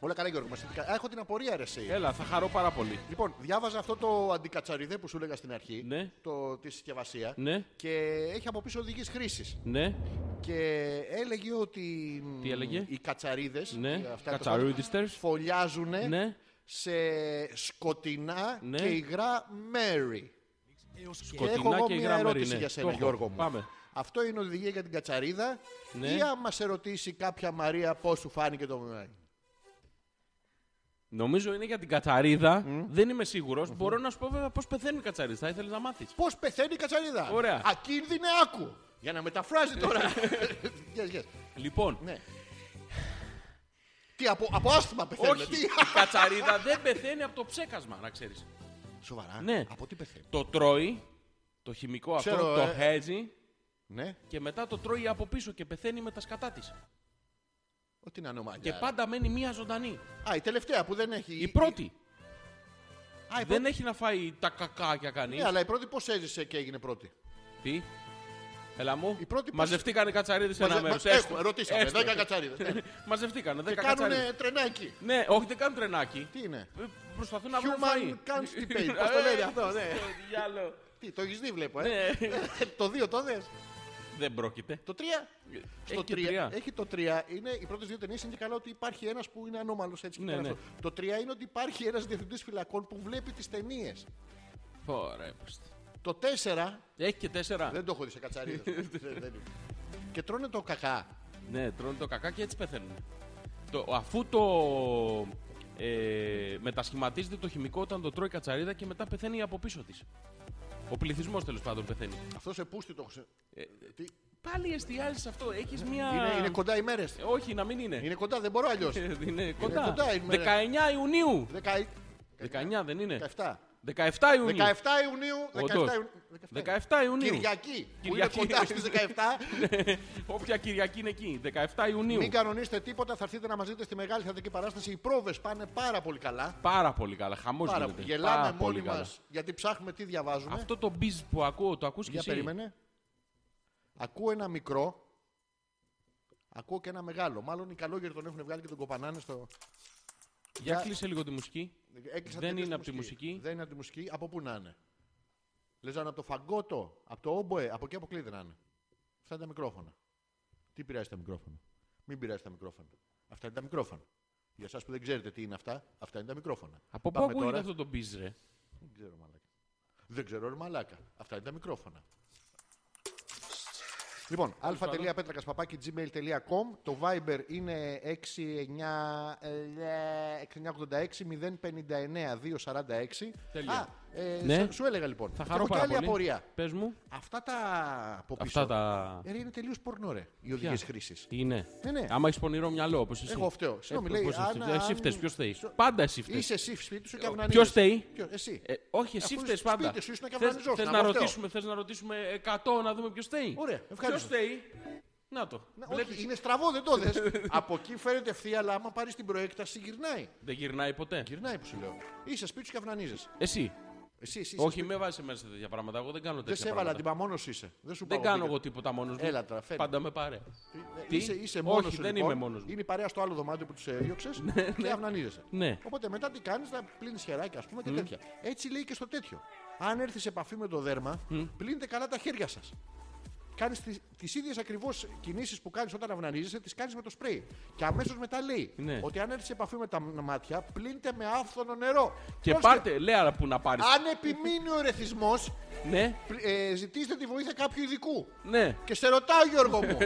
Speaker 6: Όλα καλά, Γιώργο. μας τι κα- Α, Έχω την απορία, ρε εσύ.
Speaker 7: Έλα, θα χαρώ πάρα πολύ.
Speaker 6: Λοιπόν, διάβαζα αυτό το αντικατσαριδέ που σου έλεγα στην αρχή.
Speaker 7: Ναι.
Speaker 6: Το, τη συσκευασία.
Speaker 7: Ναι,
Speaker 6: Και έχει από πίσω οδηγίες χρήσης.
Speaker 7: ναι,
Speaker 6: Και έλεγε ότι. μ,
Speaker 7: Τι έλεγε?
Speaker 6: Οι κατσαρίδες.
Speaker 7: ναι. Κατσαρούδιστερς.
Speaker 6: Φωλιάζουν
Speaker 7: Ναι.
Speaker 6: σε σκοτεινά
Speaker 7: Ναι.
Speaker 6: και υγρά μέρη.
Speaker 7: Σκοτεινά
Speaker 6: έχω εγώ
Speaker 7: και
Speaker 6: μια
Speaker 7: υγρά μέρη,
Speaker 6: ερώτηση
Speaker 7: ναι.
Speaker 6: για σένα,
Speaker 7: Το έχω.
Speaker 6: Γιώργο μου.
Speaker 7: Πάμε.
Speaker 6: Αυτό είναι οδηγία για την κατσαρίδα.
Speaker 7: Ναι.
Speaker 6: Ή άμα σε ρωτήσει κάποια Μαρία πώς σου φάνηκε το.
Speaker 7: Νομίζω είναι για την κατσαρίδα. Δεν είμαι σίγουρος. Μπορώ να σου πω βέβαια πώς πεθαίνει η κατσαρίδα. Θα ήθελες να μάθεις.
Speaker 6: Πώς πεθαίνει η κατσαρίδα.
Speaker 7: Ωραία.
Speaker 6: Ακίνδυνε άκου. Για να μεταφράζει τώρα. yes, yes.
Speaker 7: Λοιπόν,
Speaker 6: Ναι. Τι, από, από άσθημα πεθαίνουν.
Speaker 7: όχι.
Speaker 6: Τι.
Speaker 7: Η κατσαρίδα δεν πεθαίνει από το ψέκασμα, να ξέρεις.
Speaker 6: Σοβαρά.
Speaker 7: Ναι.
Speaker 6: Από τι πεθαίνει.
Speaker 7: Το τρώει, Το χημικό αυτό
Speaker 6: Ξέρω,
Speaker 7: το
Speaker 6: ε.
Speaker 7: χέζει
Speaker 6: Ναι,
Speaker 7: και μετά το τρώει από πίσω και πεθαίνει με τα σκατά της.
Speaker 6: ό,τι να είναι ο
Speaker 7: Και
Speaker 6: Μαγιάρα.
Speaker 7: πάντα μένει μία ζωντανή.
Speaker 6: Α, η τελευταία που δεν έχει.
Speaker 7: Η πρώτη.
Speaker 6: Α, η
Speaker 7: Δεν
Speaker 6: πρώτη.
Speaker 7: έχει να φάει τα κακάκια κανείς.
Speaker 6: Ναι, αλλά η πρώτη πώς έζησε και έγινε πρώτη.
Speaker 7: Τι. Έλα μου.
Speaker 6: Η πρώτη
Speaker 7: Μαζευτήκαν οι κατσαρίδες σε ένα
Speaker 6: Μαζε-
Speaker 7: μέρος.
Speaker 6: μα- έχουμε, ρωτήσαμε. Δέκα κατσαρίδες, ναι.
Speaker 7: Μαζευτήκαν.
Speaker 6: Και
Speaker 7: Δέκα κατσαρίδες.
Speaker 6: κάνουν τρενάκι.
Speaker 7: Ναι, όχι, δεν κάνουν τρενάκι.
Speaker 6: Τι είναι.
Speaker 7: Ε, Προσπαθούν να βρουν φαΐ.
Speaker 6: Human constipate. Πώς το λένε
Speaker 7: Ε,
Speaker 6: αυτό, ναι.
Speaker 7: στο διάλογο.
Speaker 6: Τι, το έχεις δει, βλέπω. ε.
Speaker 7: Ναι.
Speaker 6: Το δύο το δες.
Speaker 7: Δεν πρόκειται.
Speaker 6: Το τρία.
Speaker 7: Έχει
Speaker 6: Στο
Speaker 7: και
Speaker 6: τρία-
Speaker 7: τρία.
Speaker 6: Έχει το 3. Είναι οι πρώτες δύο ταινίες είναι και καλά ότι υπάρχει ένας που είναι ανώμαλος έτσι. και
Speaker 7: Ναι,
Speaker 6: κάνει
Speaker 7: ναι.
Speaker 6: αυτό. Το 3 είναι ότι υπάρχει ένας διευθυντής φυλακών που βλέπει τις ταινίες.
Speaker 7: Ωραία, πούστη.
Speaker 6: Το 4
Speaker 7: Έχει και τέσσερα.
Speaker 6: δεν το έχω δει σε κατσαρίδε. και τρώνε το κακά.
Speaker 7: Ναι, τρώνε το κακά και έτσι πεθαίνουν. Το, αφού το ε, μετασχηματίζεται το χημικό όταν το τρώει η κατσαρίδα και μετά πεθαίνει από πίσω της. Ο πληθυσμός τέλος πάντων πεθαίνει. Ε,
Speaker 6: Αυτό σε πούστη το έχω. σε- τι- Ναι.
Speaker 7: Πάλι εστιάζεις σε αυτό. Έχεις μια.
Speaker 6: Είναι, είναι κοντά οι μέρες.
Speaker 7: Ε, Όχι, να μην είναι.
Speaker 6: Είναι κοντά, δεν μπορώ αλλιώς.
Speaker 7: Ε, Είναι κοντά.
Speaker 6: κοντά, είναι-
Speaker 7: 19 Ιουνίου. 19 δεν είναι.
Speaker 6: 17.
Speaker 7: 17 Ιουνίου.
Speaker 6: 17 Ιουνίου. 17
Speaker 7: Όντως.
Speaker 6: Ιουνίου.
Speaker 7: 17 Ιουνίου.
Speaker 6: Κυριακή. Που είναι
Speaker 7: Κυριακή.
Speaker 6: κοντά στις 17.
Speaker 7: Ναι. Όποια Κυριακή είναι εκεί. 17 Ιουνίου.
Speaker 6: Μην κανονίστε τίποτα, θα έρθετε να μας δείτε στη μεγάλη θεατρική παράσταση. Οι πρόβες πάνε πάρα πολύ καλά.
Speaker 7: Πάρα πολύ καλά. Χαμός
Speaker 6: Πάρα
Speaker 7: γίνεται.
Speaker 6: πολύ. Γελάμε
Speaker 7: Πάρα
Speaker 6: μόνοι
Speaker 7: πολύ
Speaker 6: μα
Speaker 7: καλά.
Speaker 6: γιατί ψάχνουμε τι διαβάζουμε.
Speaker 7: Αυτό το μπιζ που ακούω, το ακούς και
Speaker 6: Για
Speaker 7: εσύ.
Speaker 6: περίμενε. Ακούω ένα μικρό. Ακούω και ένα μεγάλο. Μάλλον οι καλόγεροι τον έχουν βγάλει και τον κοπανάνε στο.
Speaker 7: Για
Speaker 6: Για-
Speaker 7: κλείσε λίγο τη μουσική.
Speaker 6: Έκλεισα
Speaker 7: Δεν
Speaker 6: τελείως
Speaker 7: είναι από τη μουσική.
Speaker 6: Δεν είναι από τη μουσική. Από πού να είναι. Λες να είναι από το φαγκότο, από το όμποε, από εκεί αποκλείται να είναι. Αυτά είναι τα μικρόφωνα. Τι πειράζει τα μικρόφωνα. Μην πειράζει τα μικρόφωνα. Αυτά είναι τα μικρόφωνα. Για εσάς που δεν ξέρετε τι είναι αυτά, αυτά είναι τα μικρόφωνα.
Speaker 7: Από πού
Speaker 6: Πάμε
Speaker 7: ακούγεται
Speaker 6: τώρα.
Speaker 7: αυτό το μπιζ, ρε.
Speaker 6: Δεν ξέρω, μαλάκα. Δεν ξέρω, ρε μαλάκα. Αυτά είναι τα μικρόφωνα. Λοιπόν, α.πέτρακα.gmail.com Το Viber είναι ε, 6986-059-246.
Speaker 7: Τέλεια.
Speaker 6: Α, ε,
Speaker 7: Ναι.
Speaker 6: σε- σου έλεγα λοιπόν.
Speaker 7: Θα
Speaker 6: Και
Speaker 7: χαρώ
Speaker 6: έχω και
Speaker 7: πάρα
Speaker 6: άλλη
Speaker 7: πολύ.
Speaker 6: απορία.
Speaker 7: Πες μου.
Speaker 6: Αυτά τα από πίσω.
Speaker 7: Αυτά τα...
Speaker 6: Ε, ρε, είναι τελείως πορνό, ρε. Οι οδηγίες χρήσης.
Speaker 7: Είναι.
Speaker 6: Ναι, ναι.
Speaker 7: Άμα έχεις πονηρό μυαλό, όπως εσύ.
Speaker 6: Εγώ φταίω. Συγγνώμη,
Speaker 7: Ε,
Speaker 6: λέει,
Speaker 7: πώς
Speaker 6: αν-
Speaker 7: φταίεις. Εσύ
Speaker 6: αν-
Speaker 7: φταίεις, ποιος φταίει.
Speaker 6: Σο-
Speaker 7: Πάντα εσύ φταίεις. Ε,
Speaker 6: Είσαι εσύ σπίτι σου και αυνανίζεσαι.
Speaker 7: Ποιος φταίει?
Speaker 6: Ποιος, Εσύ.
Speaker 7: Ε, όχι, εσύ
Speaker 6: Αφού
Speaker 7: φταίεις
Speaker 6: σπίτι
Speaker 7: πάντα.
Speaker 6: σου ήσουν και
Speaker 7: Θες-
Speaker 6: αυνανιζόσουν,
Speaker 7: θες
Speaker 6: εγώ
Speaker 7: να
Speaker 6: φταίω.
Speaker 7: ρωτήσουμε, θες να ρωτήσουμε 100 να δούμε ποιος φταίει.
Speaker 6: Ωραία, ευχάριστο.
Speaker 7: Ποιος φταίει. Να το.
Speaker 6: Να,
Speaker 7: Βλέπεις.
Speaker 6: όχι, είναι στραβό, δεν το δες. από εκεί φαίνεται ευθεία, αλλά άμα πάρεις την προέκταση γυρνάει.
Speaker 7: Δεν γυρνάει ποτέ.
Speaker 6: Γυρνάει που σου λέω. Είσαι σπίτι σου και αυνανίζεσαι.
Speaker 7: Εσύ.
Speaker 6: Εσύ, εσύ. είσαι
Speaker 7: Όχι,
Speaker 6: σπίτι-
Speaker 7: με βάζει μέσα σε τέτοια πράγματα. Εγώ δεν κάνω
Speaker 6: δεν
Speaker 7: τέτοια
Speaker 6: σε έβαλα
Speaker 7: πράγματα.
Speaker 6: την μόνο σου είσαι. Δεν σου
Speaker 7: Δεν
Speaker 6: πάω,
Speaker 7: κάνω
Speaker 6: πήγα.
Speaker 7: εγώ τίποτα μόνος μου.
Speaker 6: Έλα τώρα, φέρε.
Speaker 7: Πάντα με πάρε.
Speaker 6: Ε,
Speaker 7: Τι?
Speaker 6: Είσαι, είσαι
Speaker 7: Όχι,
Speaker 6: μόνος σου,
Speaker 7: δεν
Speaker 6: λοιπόν.
Speaker 7: είμαι μόνος μου.
Speaker 6: Είναι η παρέα στο άλλο δωμάτιο που τους έδιωξες και αυνανίζεσαι.
Speaker 7: Ναι.
Speaker 6: Οπότε μετά τι κάνεις, θα πλύνεις χεράκια, ας πούμε και τέτοια. Έτσι λέει και στο τέτοιο. Αν έρθεις σε επαφή με το δέρμα, πλύνετε καλά τα χέρια σας. Κάνεις τις ίδιες ακριβώς κινήσεις που κάνεις όταν αυνανίζεσαι, τις κάνεις με το σπρέι. Και αμέσως μετά λέει
Speaker 7: Ναι.
Speaker 6: ότι αν έρθεις σε επαφή με τα μάτια, πλύνετε με άφθονο νερό.
Speaker 7: Και
Speaker 6: Πρόσεχε.
Speaker 7: πάρτε, λέει άρα που να πάρεις.
Speaker 6: Αν επιμείνει ο ερεθισμός,
Speaker 7: Ναι,
Speaker 6: ε, ζητήστε τη βοήθεια κάποιου ειδικού.
Speaker 7: ναι,
Speaker 6: Και σε ρωτάω, Γιώργο μου.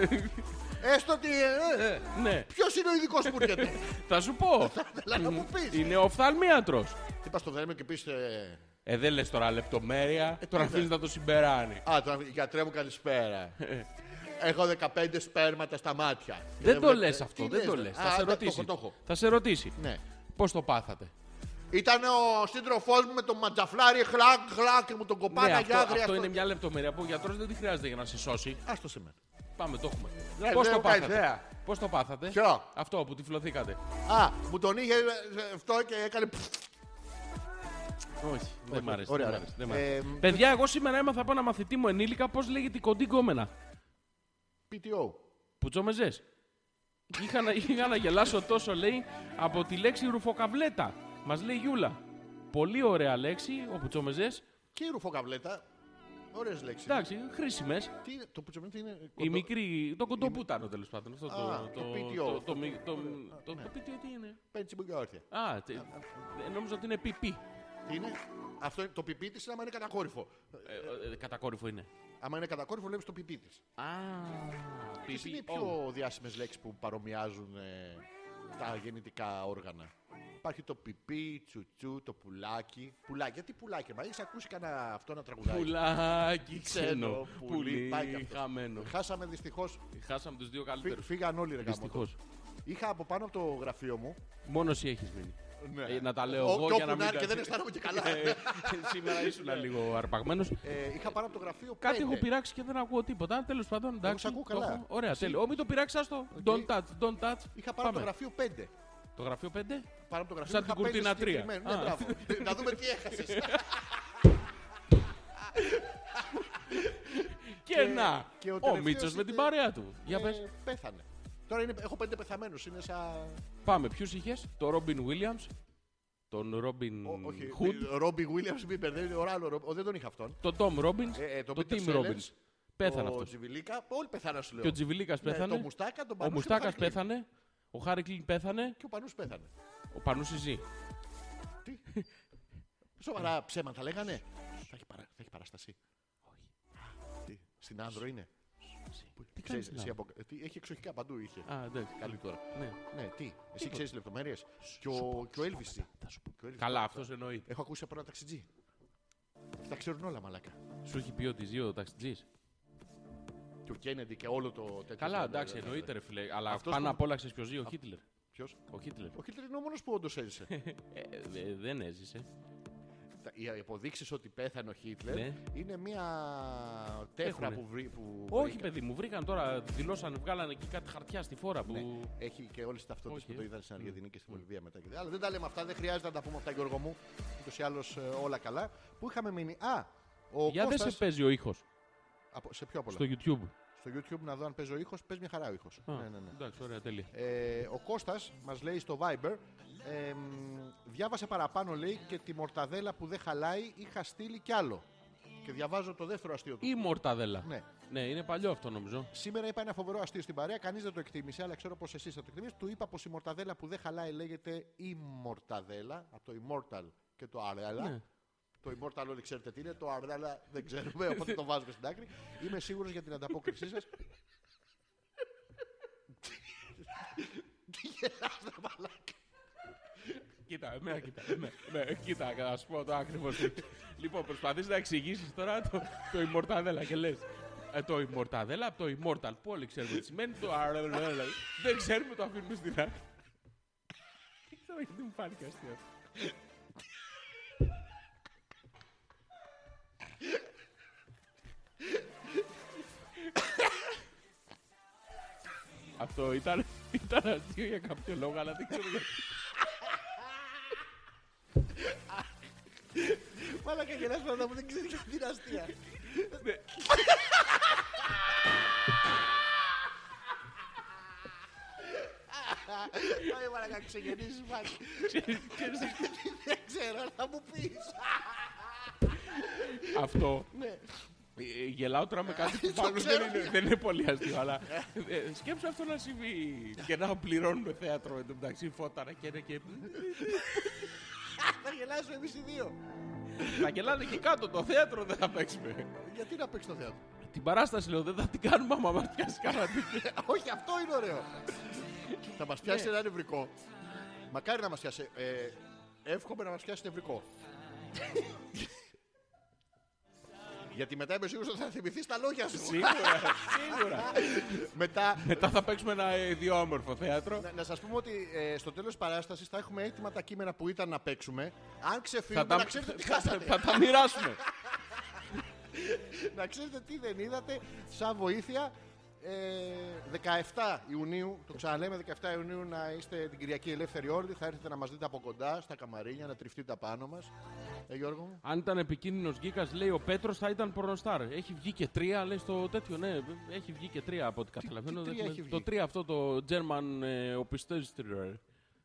Speaker 6: Έστω ότι. ε, ε,
Speaker 7: ναι.
Speaker 6: Ποιος είναι ο ειδικός που έρχεται.
Speaker 7: Θα σου πω.
Speaker 6: Θέλω να μου πεις.
Speaker 7: Είναι οφθαλμίατρο.
Speaker 6: Τι πα στο δέρμα και πεις. Ε,
Speaker 7: Ε, δεν λες τώρα λεπτομέρεια. Τώρα
Speaker 6: τι
Speaker 7: αφήνει να το συμπεράνεις.
Speaker 6: α, τον γιατρέ μου καλησπέρα. Έχω 15 σπέρματα στα μάτια. Και
Speaker 7: Ε. Δεν το
Speaker 6: βλέπετε-
Speaker 7: λες
Speaker 6: ε, Τι
Speaker 7: αυτό, δεν το λες.
Speaker 6: Α,
Speaker 7: Θα σε
Speaker 6: το-
Speaker 7: ρωτήσει.
Speaker 6: Το έχω, το έχω.
Speaker 7: Θα σε ρωτήσει.
Speaker 6: Ναι.
Speaker 7: Πώς το πάθατε. Ναι,
Speaker 6: Ήταν ο σύντροφός μου με τον ματζαφλάρι, χλακ, χλακ, και μου τον
Speaker 7: Ναι,
Speaker 6: κοπάνα
Speaker 7: αυτό,
Speaker 6: για άγρια.
Speaker 7: αυτό είναι μια λεπτομέρεια που ο γιατρός δεν τη χρειάζεται για να σε σώσει.
Speaker 6: Άστο σε μένα.
Speaker 7: Πάμε, το έχουμε.
Speaker 6: Ναι,
Speaker 7: Πώ
Speaker 6: δεν
Speaker 7: το
Speaker 6: έχω κάνει
Speaker 7: πάθατε.
Speaker 6: ιδέα.
Speaker 7: Πώς το πάθατε.
Speaker 6: Ποιο?
Speaker 7: Αυτό που τυφλωθήκατε.
Speaker 6: Α, μου τον είχε ε, αυτό και έκανε. πφ.
Speaker 7: Όχι, δεν μ' άρεσε.
Speaker 6: ωραία, ωραία.
Speaker 7: δεν μ' άρεσε, δεν μ' άρεσε.
Speaker 6: Ε, μ,
Speaker 7: Παιδιά, εγώ σήμερα έμαθα από ένα μαθητή μου ενήλικα πώς λέγεται η κοντή γκόμενα.
Speaker 6: PTO.
Speaker 7: Πουτσόμεζε. είχα, να, είχα να γελάσω τόσο, λέει, από τη λέξη ρουφοκαβλέτα. Μας λέει Γιούλα. Πολύ ωραία λέξη, ο Πουτσόμεζε.
Speaker 6: Και η ρουφοκαβλέτα. Ωραίες λέξεις.
Speaker 7: Εντάξει, χρήσιμες.
Speaker 6: Τι είναι, το πουτσομίτι είναι.
Speaker 7: Η
Speaker 6: κοντό-
Speaker 7: μικρή. Το κοντοπούτανο τέλος πάντων. Αυτό
Speaker 6: Α, το
Speaker 7: το. Το
Speaker 6: PTO.
Speaker 7: το- το μη- το- Το το PTO τι είναι.
Speaker 6: Πέντσι που γιόρθια.
Speaker 7: Α, τε- ε, νόμιζα ότι είναι PP.
Speaker 6: Τι είναι. Αυτό είναι το πιπί τη, άμα είναι κατακόρυφο.
Speaker 7: Ε, ε, Κατακόρυφο είναι. Ε,
Speaker 6: Άμα είναι κατακόρυφο, βλέπεις το πιπί της.
Speaker 7: Α,
Speaker 6: Ποιε είναι οι
Speaker 7: PPO.
Speaker 6: πιο διάσημες λέξεις που παρομοιάζουν ε, τα γεννητικά όργανα. Υπάρχει το πιπί, τσουτσού, το πουλάκι. Πουλάκι, γιατί πουλάκι, μα έχεις ακούσει κανένα αυτό να τραγουδάει.
Speaker 7: Πουλάκι ξένο, πουλί
Speaker 6: πάει και αυτός.
Speaker 7: χαμένο.
Speaker 6: Χάσαμε δυστυχώς.
Speaker 7: Χάσαμε τους δύο καλύτερους.
Speaker 6: Φύγαν όλοι ρε γάμο το.
Speaker 7: Δυστυχώ.
Speaker 6: Είχα από πάνω από το γραφείο μου
Speaker 7: Μόνος εσύ έχεις μείνει.
Speaker 6: Ναι.
Speaker 7: Ε, να τα λέω
Speaker 6: Ο-
Speaker 7: εγώ
Speaker 6: και
Speaker 7: για
Speaker 6: όπου
Speaker 7: να μην.
Speaker 6: είναι, και
Speaker 7: τα-
Speaker 6: δεν αισθάνομαι και καλά.
Speaker 7: Ε, Σήμερα
Speaker 6: Ναι.
Speaker 7: ήσουν λίγο αρπαγμένος.
Speaker 6: Ε, είχα πάρει από το γραφείο.
Speaker 7: Κάτι
Speaker 6: πέντε.
Speaker 7: έχω πειράξει και δεν ακούω τίποτα. Τέλος πάντων, εντάξει.
Speaker 6: Ναι, σ' ακούω
Speaker 7: το
Speaker 6: καλά.
Speaker 7: έχω. Ωραία,
Speaker 6: Εσύ-
Speaker 7: τέλειο. Ω, μην το πειράξεις, άστο.
Speaker 6: Οκ.
Speaker 7: Don't touch, don't touch.
Speaker 6: Είχα πάρει από το
Speaker 7: Πάμε.
Speaker 6: γραφείο 5.
Speaker 7: Το γραφείο 5.
Speaker 6: Πάρω από το γραφείο
Speaker 7: Σαν
Speaker 6: είχα
Speaker 7: την
Speaker 6: πέντε
Speaker 7: κουρτίνα τρία.
Speaker 6: συγκεκριμένους. Ναι,
Speaker 7: Α.
Speaker 6: μπράβο. Να δούμε τι έχασες.
Speaker 7: Και να!
Speaker 6: και ο
Speaker 7: Ο
Speaker 6: τελευταίος
Speaker 7: Μίτσος με
Speaker 6: ήταν- Ε.
Speaker 7: την παρέα του. Για πες.
Speaker 6: Πέθανε. Τώρα είναι, έχω πέντε πεθαμένους. Είναι σαν.
Speaker 7: Πάμε, ποιους είχες, το Ρόμπιν Βίλιαμ, τον Ρόμπιν
Speaker 6: Ο- Όχι.
Speaker 7: Χουντ,
Speaker 6: Ρόμπι Βίλιαμ, μην μπερδεύει. Ο Ράλλο Ρόμπι. Ο, Δεν τον είχα αυτόν.
Speaker 7: τον Τόμ Ρόμπιν,
Speaker 6: Ε, ε, τον
Speaker 7: τον
Speaker 6: Peter
Speaker 7: Τιμ
Speaker 6: Sellers,
Speaker 7: Ρόμπιν. Πέθανε
Speaker 6: ο
Speaker 7: αυτός.
Speaker 6: Τζιβιλίκα. Όλοι πεθάναν σου λέω.
Speaker 7: Και ο Τζιβιλίκας
Speaker 6: Ναι,
Speaker 7: πέθανε.
Speaker 6: Το Μουστάκα, τον
Speaker 7: Ο
Speaker 6: Πανούση, τον
Speaker 7: Μουστάκας
Speaker 6: Χάρη Κλίν.
Speaker 7: πέθανε. Ο Χάρη Κλίν πέθανε.
Speaker 6: Και ο Πανούς πέθανε.
Speaker 7: Ο Πανούση ζει.
Speaker 6: Τι. Σοβαρά ψέματα λέγανε. Θα έχει, παρα- θα έχει παράσταση. Όχι. Τι. Στην άνδρο είναι.
Speaker 7: Τι
Speaker 6: Ξέρεις,
Speaker 7: κάνεις,
Speaker 6: εσύ
Speaker 7: να.
Speaker 6: απο- τι, Έχει εξοχικά παντού είχε.
Speaker 7: Α, εντάξει.
Speaker 6: Καλή τώρα.
Speaker 7: Ναι.
Speaker 6: Ναι, τι. Εσύ ξέρει λεπτομέρειε. Και ο και ο Elvis. τι. Και ο Elvis.
Speaker 7: Καλά, αυτός εννοείται.
Speaker 6: Έχω ακούσει από ένα ταξιτζή. Τα ξέρουν όλα, μαλάκα.
Speaker 7: Σου έχει πει ότι ζει ο ταξιτζής.
Speaker 6: Και ο Κέννεντι και όλο το τέτοιο. δηλαδή,
Speaker 7: Καλά, εντάξει, εννοείται, ρε φιλέ. Αλλά
Speaker 6: Αυτός
Speaker 7: πάνω
Speaker 6: που-
Speaker 7: απ' όλα ξέρεις ποιος ζει, ο Χίτλερ.
Speaker 6: Ποιος.
Speaker 7: Ο Χίτλερ.
Speaker 6: Ο Χίτλερ είναι ο μόνος που όντως έζησε.
Speaker 7: Ε, δε- Δεν έζησε.
Speaker 6: Τα- Οι αποδείξεις ότι πέθανε ο Χίτλερ
Speaker 7: Ναι.
Speaker 6: είναι μια τέφρα
Speaker 7: Έχουνε.
Speaker 6: που βρει. που
Speaker 7: Όχι,
Speaker 6: βρήκα.
Speaker 7: παιδί μου, βρήκαν τώρα, δηλώσαν, βγάλανε και κάτι χαρτιά στη φόρα που.
Speaker 6: Έχει και όλε τι ταυτότητε
Speaker 7: Οκ.
Speaker 6: που το είδαν στην Αργεντινή και στη
Speaker 7: Ναι.
Speaker 6: Βολιβία μετά. Και... τα- Αλλά δεν τα λέμε αυτά, δεν χρειάζεται να τα πούμε αυτά, Γιώργο μου. Ούτως ή άλλως όλα καλά. Που είχαμε μείνει. Α, ο
Speaker 7: Για δεν
Speaker 6: Κώστας...
Speaker 7: σε παίζει ο ήχος
Speaker 6: από- σε ποιο απ' όλα.
Speaker 7: στο YouTube. Ναι,
Speaker 6: Στο YouTube να δω αν παίζει ο ήχο, παίζει μια χαρά ο Ναι, ήχο.
Speaker 7: Α, Εντάξει, ωραία, τέλεια.
Speaker 6: Ε, ο Κώστας μας λέει στο Viber ε, μ, διάβασε παραπάνω λέει και τη μορταδέλα που δεν χαλάει είχα στείλει κι άλλο και διαβάζω το δεύτερο αστείο του
Speaker 7: Ή μορταδέλα.
Speaker 6: Ναι.
Speaker 7: είναι παλιό αυτό νομίζω.
Speaker 6: Σήμερα είπα ένα φοβερό αστείο στην παρέα, κανείς δεν το εκτίμησε, αλλά ξέρω πως εσείς θα το εκτιμήσετε. Του είπα πως η μορταδέλα που δεν χαλάει λέγεται η μορταδέλα, από το immortal και το αρέλα.
Speaker 7: Ναι.
Speaker 6: Το immortal όλοι ξέρετε τι είναι, το αρέλα δεν ξέρουμε, οπότε το βάζουμε στην άκρη. Είμαι σίγουρος για την ανταπόκρισή σας. Τι γελάς, ρε μαλάκα.
Speaker 7: Κοίτα, εμένα, κοίτα. Ναι, ναι, κοίτα, να σου πω το ακριβώς. λοιπόν, προσπαθείς να εξηγήσεις τώρα το, το immortadella και λες. Ε, το immortadella από το immortal που όλοι ξέρουμε τι σημαίνει. Το αρέλα. δεν ξέρουμε, το αφήνουμε στην άκρη. Δεν ξέρω γιατί μου φάνηκε αστείο. Αυτό ήταν, ήταν αστείο για κάποιο λόγο, αλλά δεν ξέρω γιατί.
Speaker 6: Μαλάκα γελάς πράγματα που δεν ξέρει γιατί είναι αστεία. Πάμε μαλάκα ξεγεννήσεις πάλι. Δεν ξέρω, να μου πεις.
Speaker 7: Αυτό. Ε, Γελάω τώρα με κάτι που
Speaker 6: Ναι. Το
Speaker 7: πάνω δεν
Speaker 6: ξέρω.
Speaker 7: είναι, δεν είναι πολύ αστείο, αλλά ε, σκέψου αυτό να συμβεί και να πληρώνουμε θέατρο εν τω μεταξύ φώταρα και είναι και.
Speaker 6: Θα γελάσουμε εμείς οι δύο.
Speaker 7: Θα γελάνε και κάτω, το θέατρο δεν θα παίξουμε.
Speaker 6: Γιατί να παίξει το θέατρο.
Speaker 7: Την παράσταση λέω δεν θα την κάνουμε άμα μας πιάσει κανένα τέτοιο.
Speaker 6: Όχι, αυτό είναι ωραίο. Θα μας
Speaker 7: Ναι.
Speaker 6: πιάσει ένα νευρικό. Μακάρι να μας πιάσει. Ε, Εύχομαι να μας πιάσει νευρικό. Γιατί μετά είμαι σίγουρος ότι θα θυμηθείς τα λόγια σου.
Speaker 7: Σίγουρα, σίγουρα.
Speaker 6: Μετά
Speaker 7: Μετά θα παίξουμε ένα ε, ιδιόμορφο θέατρο.
Speaker 6: Να, να σας πούμε ότι ε, στο τέλος της παράστασης θα έχουμε έτοιμα τα κείμενα που ήταν να παίξουμε. Αν
Speaker 7: Θα
Speaker 6: ξεφύγουμε,
Speaker 7: τα,
Speaker 6: να ξέρετε τι
Speaker 7: θα-
Speaker 6: χάσατε.
Speaker 7: θα τα μοιράσουμε.
Speaker 6: να ξέρετε τι δεν είδατε σαν βοήθεια. Ε, 17 Ιουνίου, το ξαναλέμε, 17 Ιουνίου να είστε την Κυριακή ελεύθερη όλοι. Θα έρθετε να μας δείτε από κοντά στα καμαρίνια, να τριφτείτε πάνω μας. Ε, Γιώργο μου.
Speaker 7: Αν ήταν επικίνδυνος γκίκα, λέει ο Πέτρος θα ήταν πορνοστάρ. Έχει βγει και τρία, λέει στο τέτοιο, ναι. Έχει βγει και τρία από ό,τι καταλαβαίνω.
Speaker 6: τι
Speaker 7: Δεν
Speaker 6: τρία
Speaker 7: έχουμε-
Speaker 6: έχει βγει?
Speaker 7: Το τρία αυτό το German ε, Opistöstrer.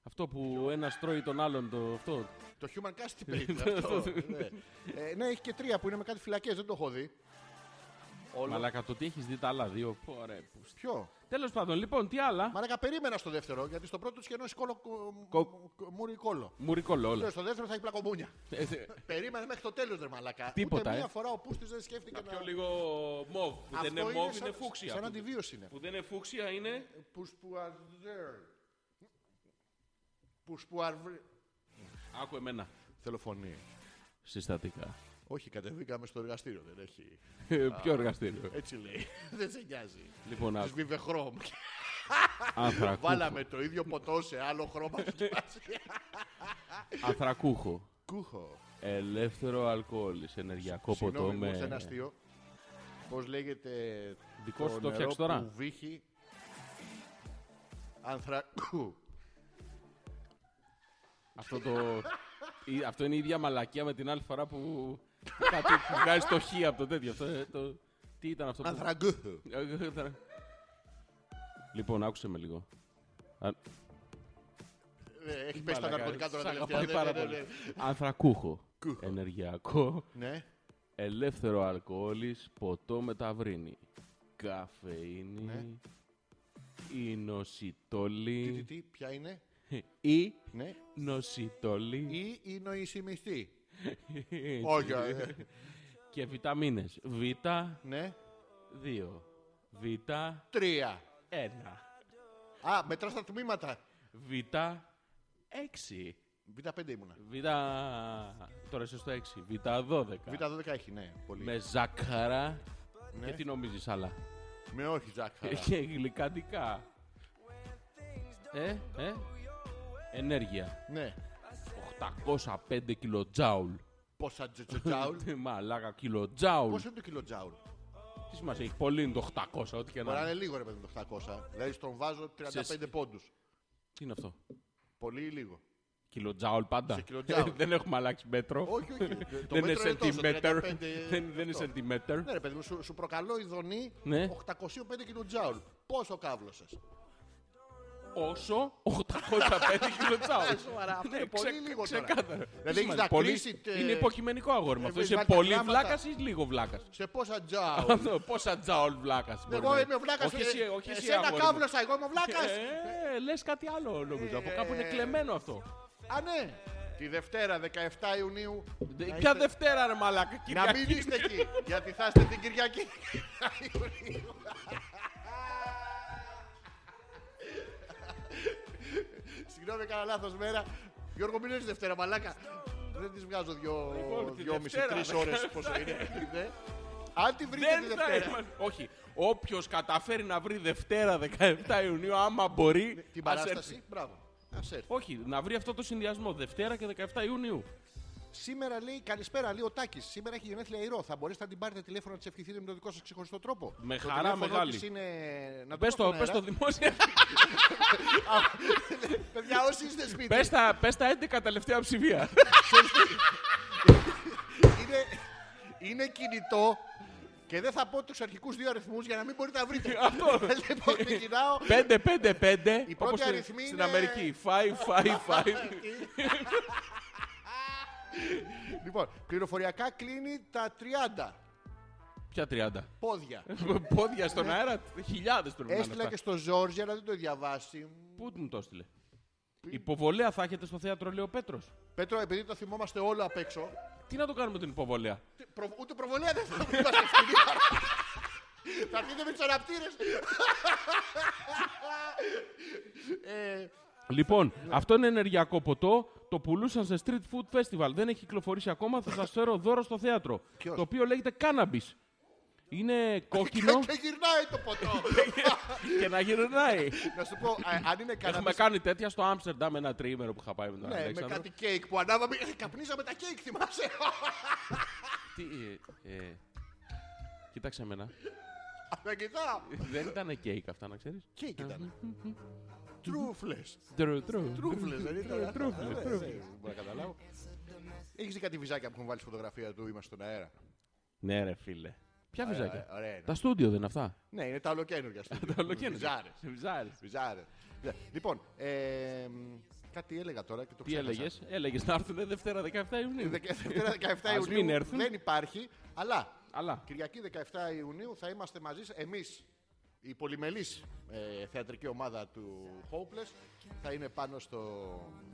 Speaker 7: Αυτό που ένας τρώει τον άλλον. Το, αυτό.
Speaker 6: Το Human Cast τι παίρνει αυτό. ναι. Ε, ναι, έχει και τρία που είναι με κάτι φυλακές, δεν το έχω δει. Όλο.
Speaker 7: Μαλάκα, το τι έχεις δει τα άλλα δύο.
Speaker 6: Ποιο.
Speaker 7: Τέλος πάντων, λοιπόν, τι άλλα.
Speaker 6: Μαλάκα, περίμενα στο δεύτερο, γιατί στο πρώτο τους κενό κόλο.
Speaker 7: Κο-
Speaker 6: Μούρι κόλο.
Speaker 7: Μουρικόλο όλα.
Speaker 6: Στο δεύτερο θα έχει πλακομπούνια.
Speaker 7: Ε, ε,
Speaker 6: Περίμενε μέχρι το τέλος, ρε Μαλακά.
Speaker 7: Τίποτα,
Speaker 6: Ούτε μία
Speaker 7: ε.
Speaker 6: φορά ο Πούστης δεν σκέφτηκε να.
Speaker 7: Πιο λίγο μοβ. Που δεν είναι
Speaker 6: Αυτό
Speaker 7: μοβ,
Speaker 6: σαν-
Speaker 7: είναι φούξια.
Speaker 6: Σαν
Speaker 7: Που-
Speaker 6: αντιβίωση είναι.
Speaker 7: Που δεν είναι φούξια είναι.
Speaker 6: Πουσπουαρδέρ. Πουσπουαρβέρ.
Speaker 7: Άκου εμένα.
Speaker 6: Θελοφωνία.
Speaker 7: Συστατικά.
Speaker 6: Όχι, κατεβήκαμε στο εργαστήριο, δεν έχει.
Speaker 7: Ε, Ποιο εργαστήριο.
Speaker 6: Έτσι λέει. δεν σε νοιάζει.
Speaker 7: Λοιπόν,
Speaker 6: Τη
Speaker 7: άκου.
Speaker 6: βιβεχρόμ.
Speaker 7: Ανθρακούχο.
Speaker 6: Βάλαμε το ίδιο ποτό σε άλλο χρώμα. σκεπάζει.
Speaker 7: Ανθρακούχο.
Speaker 6: Κούχο.
Speaker 7: Ελεύθερο αλκοόλ σε ενεργειακό ποτό
Speaker 6: Συγγνώμη, μου ήρθε ένα
Speaker 7: με.
Speaker 6: αστείο. Πώς λέγεται.
Speaker 7: Δικό σου το
Speaker 6: νερό
Speaker 7: φτιάξεις τώρα.
Speaker 6: Που βύχει. Ανθρακού.
Speaker 7: Αυτό, το... η- αυτό είναι η ίδια μαλακία με την άλλη φορά που κάτι που βγάζει το χ από το τέτοιο. Αυτό, ε, το... Τι ήταν αυτό που...
Speaker 6: Ανθρακού.
Speaker 7: Λοιπόν, άκουσε με λίγο. Αν-
Speaker 6: Ε, Έχει πέσει τα
Speaker 7: Μαλάκα,
Speaker 6: ναρκωτικά τώρα
Speaker 7: σ'
Speaker 6: τελευταία.
Speaker 7: αγαπάει
Speaker 6: Ναι,
Speaker 7: πάρα
Speaker 6: ναι, ναι,
Speaker 7: πολύ. Ανθρακούχο.
Speaker 6: Κούχο.
Speaker 7: Ενεργειακό.
Speaker 6: Ναι.
Speaker 7: Ελεύθερο αλκοόλης, ποτό με ταυρίνη. Καφεΐνη.
Speaker 6: Ναι.
Speaker 7: Η
Speaker 6: Τι, τι,
Speaker 7: νοσητόλη.
Speaker 6: τι, ποια είναι.
Speaker 7: Η
Speaker 6: Ναι.
Speaker 7: νοσητόλη.
Speaker 6: Ή η νοησιμιστή. Όχι, ε,
Speaker 7: Και βιταμίνες. Β,
Speaker 6: ναι.
Speaker 7: 2. Β,
Speaker 6: Τρία.
Speaker 7: 1.
Speaker 6: Α, μετράς τα τμήματα.
Speaker 7: Β, 6.
Speaker 6: Β5 ήμουνα.
Speaker 7: Β, τώρα είσαι στο 6. Β, 12.
Speaker 6: Β12 έχει, ναι. Πολύ.
Speaker 7: Με ζάχαρα.
Speaker 6: Ναι.
Speaker 7: Και τι νομίζεις άλλα.
Speaker 6: Με όχι ζάχαρα.
Speaker 7: και γλυκαντικά. Ε, ε. Ενέργεια.
Speaker 6: ναι.
Speaker 7: 805 κιλοτζάουλ.
Speaker 6: Πόσα τζετζετζάουλ.
Speaker 7: Τι Μαλάκα, κιλοτζάουλ.
Speaker 6: Πόσο είναι το κιλοτζάουλ.
Speaker 7: Τι σημασία έχει, πολύ είναι το 800, ό,τι και
Speaker 6: Μπορεί να
Speaker 7: να.
Speaker 6: είναι λίγο ρε παιδί μου, το 800. Δηλαδή στον βάζω 35
Speaker 7: Σε-
Speaker 6: πόντους.
Speaker 7: Τι είναι αυτό.
Speaker 6: Πολύ ή λίγο.
Speaker 7: Κιλοτζάουλ πάντα.
Speaker 6: Σε κιλοτζάουλ.
Speaker 7: δεν έχουμε αλλάξει μέτρο.
Speaker 6: Όχι, όχι. Το
Speaker 7: δεν είναι
Speaker 6: μέτρο τόσο,
Speaker 7: centimeter.
Speaker 6: 35,
Speaker 7: Δεν, δεν είναι
Speaker 6: αυτό.
Speaker 7: centimeter.
Speaker 6: Ναι, ρε παιδί μου, σου, σου προκαλώ η δονή
Speaker 7: Ναι.
Speaker 6: 805 κιλοτζάουλ. Πόσο κάβλωσε.
Speaker 7: Όσο 805 κιλοτζάουλ.
Speaker 6: Σοβαρά, αυτό
Speaker 7: Ναι,
Speaker 6: είναι πολύ
Speaker 7: ξε-
Speaker 6: λίγο τώρα.
Speaker 7: Ξεκάθαρα.
Speaker 6: Δηλαδή έχεις
Speaker 7: Σημαίνει,
Speaker 6: να
Speaker 7: πολύ-
Speaker 6: κλείσει τε-
Speaker 7: Είναι υποκειμενικό αγόρμα.
Speaker 6: Ε,
Speaker 7: Αυτό
Speaker 6: βρίσκεις
Speaker 7: είσαι
Speaker 6: τα
Speaker 7: πολύ
Speaker 6: γράμματα.
Speaker 7: βλάκας ή λίγο βλάκας.
Speaker 6: Σε πόσα τζάουλ.
Speaker 7: Αυτό, πόσα τζάολ βλάκα.
Speaker 6: Εγώ είμαι ο βλάκας.
Speaker 7: Όχι εσύ, όχι εσύ.
Speaker 6: Εσένα
Speaker 7: αγόρι μου.
Speaker 6: κάβλωσα, εγώ είμαι ο βλάκα.
Speaker 7: Ε, λες κάτι άλλο νομίζω. Από κάπου
Speaker 6: Ε,
Speaker 7: είναι κλεμμένο αυτό.
Speaker 6: Α, ναι. Τη Δευτέρα 17 Ιουνίου. να
Speaker 7: Ποια
Speaker 6: είστε-
Speaker 7: Δευτέρα, ρε Μαλάκα.
Speaker 6: ε, Να
Speaker 7: Κυριακή.
Speaker 6: μην είστε εκεί, γιατί θα είστε την Κυριακή. Ιουνίου. Συγγνώμη, έκανα λάθος μέρα. Γιώργο, μην έρθει Δευτέρα, μαλάκα. Δεν τη βγάζω δυο,
Speaker 7: Λοιπόν, τη
Speaker 6: δυο μισή,
Speaker 7: Δευτέρα,
Speaker 6: τρει
Speaker 7: δε-
Speaker 6: ώρες πόσο είναι. ναι. Αν τη βρείτε τη
Speaker 7: Δεν θα
Speaker 6: Δευτέρα.
Speaker 7: είμαστε. Όχι. Όποιος καταφέρει να βρει Δευτέρα 17 Ιουνίου, άμα μπορεί.
Speaker 6: Ναι, Την
Speaker 7: ας
Speaker 6: παράσταση,
Speaker 7: έρθει.
Speaker 6: μπράβο. Ας έρθει.
Speaker 7: Όχι, να βρει αυτό το συνδυασμό Δευτέρα και 17 Ιουνίου.
Speaker 6: Σήμερα λέει καλησπέρα, λέει ο Τάκης. Σήμερα έχει γενέθλια η Ρο. Θα μπορέσετε να την πάρετε τηλέφωνο να της ευχηθείτε με τον δικό σας ξεχωριστό τρόπο.
Speaker 7: Με
Speaker 6: Το
Speaker 7: χαρά
Speaker 6: τηλέφωνο
Speaker 7: μεγάλη.
Speaker 6: της είναι. Να
Speaker 7: Πε
Speaker 6: πω
Speaker 7: το,
Speaker 6: στον
Speaker 7: πες
Speaker 6: αέρα.
Speaker 7: το δημόσια.
Speaker 6: Παιδιά, όσοι είστε σπίτι.
Speaker 7: πες, τα, πες τα 11 τελευταία ψηφία.
Speaker 6: είναι, είναι κινητό και δεν θα πω τους αρχικούς δύο αριθμούς για να μην μπορείτε να βρείτε.
Speaker 7: Αυτό.
Speaker 6: λοιπόν, ξεκινάω.
Speaker 7: 5-5-5.
Speaker 6: Η πρώτη
Speaker 7: όπως στην-
Speaker 6: αριθμή
Speaker 7: Στην
Speaker 6: είναι-
Speaker 7: Αμερική. 5-5-5.
Speaker 6: λοιπόν, πληροφοριακά κλείνει τα 30
Speaker 7: Ποια 30.
Speaker 6: πόδια.
Speaker 7: Πόδια στον αέρα, χιλιάδες πρέπει Ε, να είναι.
Speaker 6: Έστειλα
Speaker 7: αυτά.
Speaker 6: Ναι. και στο Ζόρζι, αλλά δεν το διαβάσει.
Speaker 7: Πού μου το έστειλε. Υποβολέα θα έχετε στο θέατρο, λέει ο Πέτρος.
Speaker 6: Πέτρο, επειδή το θυμόμαστε όλο απ' έξω,
Speaker 7: Τι να το κάνουμε την υποβολέα.
Speaker 6: τε- προ- ούτε προβολέα δεν θα είμαστε στην ώρα. Θα έρθετε με του αναπτύρε. Ε,
Speaker 7: Λοιπόν, αυτό είναι ενεργειακό ποτό. Το πουλούσαν σε Street Food Festival. Δεν έχει κυκλοφορήσει ακόμα. Θα σας φέρω δώρο στο θέατρο.
Speaker 6: Ποιος?
Speaker 7: Το οποίο λέγεται Cannabis. Είναι κόκκινο
Speaker 6: Και γυρνάει το ποτό.
Speaker 7: και να γυρνάει.
Speaker 6: Να σου πω, α, αν είναι κανένα.
Speaker 7: Έχουμε κάνει τέτοια στο Άμστερνταμ ένα τριήμερο που είχα πάει με τον
Speaker 6: Ναι, με
Speaker 7: Αλέξανδρο.
Speaker 6: κάτι κέικ που ανάβαμε. Ε, Καπνίζαμε τα κέικ, θυμάσαι.
Speaker 7: Τι, ε, ε, κοίταξε εμένα.
Speaker 6: Να κοιτάω.
Speaker 7: Δεν ήταν κέικ αυτά, να ξέρεις.
Speaker 6: Κέικ ήταν. Τρούφλες.
Speaker 7: Τρου, τρου.
Speaker 6: Τρούφλες, δεν ήταν.
Speaker 7: Τρούφλες,
Speaker 6: Ε,
Speaker 7: τρούφλες.
Speaker 6: δεν Μπορώ να καταλάβω. Έχεις δει κάτι βυζάκια που έχουν βάλει στη φωτογραφία του Είμαστε στον αέρα.
Speaker 7: Ναι, ρε φίλε. Ποια
Speaker 6: Ωραία,
Speaker 7: βυζάκια.
Speaker 6: ωραία είναι.
Speaker 7: Τα στούντιο δεν είναι αυτά.
Speaker 6: Ναι, είναι τα ολοκένουργια. ε, Τα
Speaker 7: Ολοκαίνουργια.
Speaker 6: Βυζάρες.
Speaker 7: Βυζάρες.
Speaker 6: Λοιπόν, ε, μ, κάτι έλεγα τώρα και το
Speaker 7: Τι
Speaker 6: ξέχασα. Ε,
Speaker 7: έλεγες, έλεγες να έρθουν Δευτέρα 17 Ιουνίου.
Speaker 6: Δευτέρα 17
Speaker 7: Ας μην
Speaker 6: Ιουνίου
Speaker 7: έρθουν.
Speaker 6: δεν υπάρχει, αλλά
Speaker 7: Αλλά.
Speaker 6: Κυριακή 17 Ιουνίου θα είμαστε μαζί σας εμείς, η πολυμελής ε, θεατρική ομάδα του Hopeless, θα είναι πάνω στο,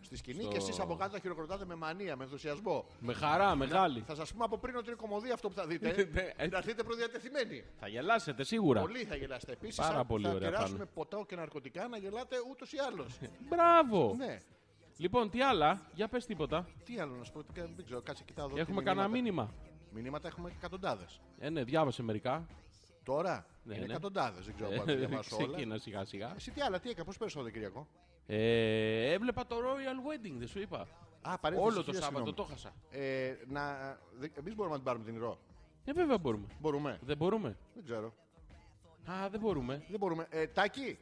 Speaker 6: στη σκηνή
Speaker 7: Στο-
Speaker 6: και εσείς από κάτω θα χειροκροτάτε με μανία, με ενθουσιασμό.
Speaker 7: Με χαρά, μεγάλη.
Speaker 6: Θα σας πούμε από πριν ότι είναι κομμωδία αυτό που θα δείτε.
Speaker 7: Ναι, έτσι.
Speaker 6: να έρθετε προδιατεθειμένοι.
Speaker 7: Θα γελάσετε σίγουρα.
Speaker 6: Πολύ θα γελάσετε. Επίσης
Speaker 7: Πάρα
Speaker 6: θα,
Speaker 7: πολύ
Speaker 6: θα
Speaker 7: ωραία
Speaker 6: κεράσουμε
Speaker 7: πάνω.
Speaker 6: ποτό και ναρκωτικά να γελάτε ούτως ή άλλως.
Speaker 7: Μπράβο.
Speaker 6: ναι.
Speaker 7: Λοιπόν, τι άλλα, για πες τίποτα.
Speaker 6: Τι άλλο να σου πω, τι κα- δεν ξέρω, κάτσε κοιτάω εδώ. τι
Speaker 7: Έχουμε κανένα
Speaker 6: μηνύματα.
Speaker 7: μήνυμα.
Speaker 6: Μηνύματα έχουμε εκατοντάδες.
Speaker 7: Ε, ναι, διάβασε μερικά.
Speaker 6: Τώρα
Speaker 7: Ναι,
Speaker 6: είναι
Speaker 7: ναι.
Speaker 6: εκατοντάδες, δεν ξέρω αν μπορώ να τα διαβάσω όλα.
Speaker 7: Ξεκίνα σιγά σιγά.
Speaker 6: Εσύ τι άλλα, τι έκανε, πώς πέρασε τον Κυριακό.
Speaker 7: Ε, έβλεπα το Royal Wedding, δεν σου είπα.
Speaker 6: Α, παρένθεση,
Speaker 7: Όλο το
Speaker 6: χίλια
Speaker 7: Σάββατο
Speaker 6: συγγνώμη.
Speaker 7: το χάσα.
Speaker 6: Ε, να... Εμείς μπορούμε να την πάρουμε την ηρώα.
Speaker 7: Ε, βέβαια μπορούμε.
Speaker 6: Μπορούμε.
Speaker 7: Δεν μπορούμε.
Speaker 6: Δεν ξέρω.
Speaker 7: Α, δεν μπορούμε.
Speaker 6: Δεν μπορούμε. Ε, τάκι.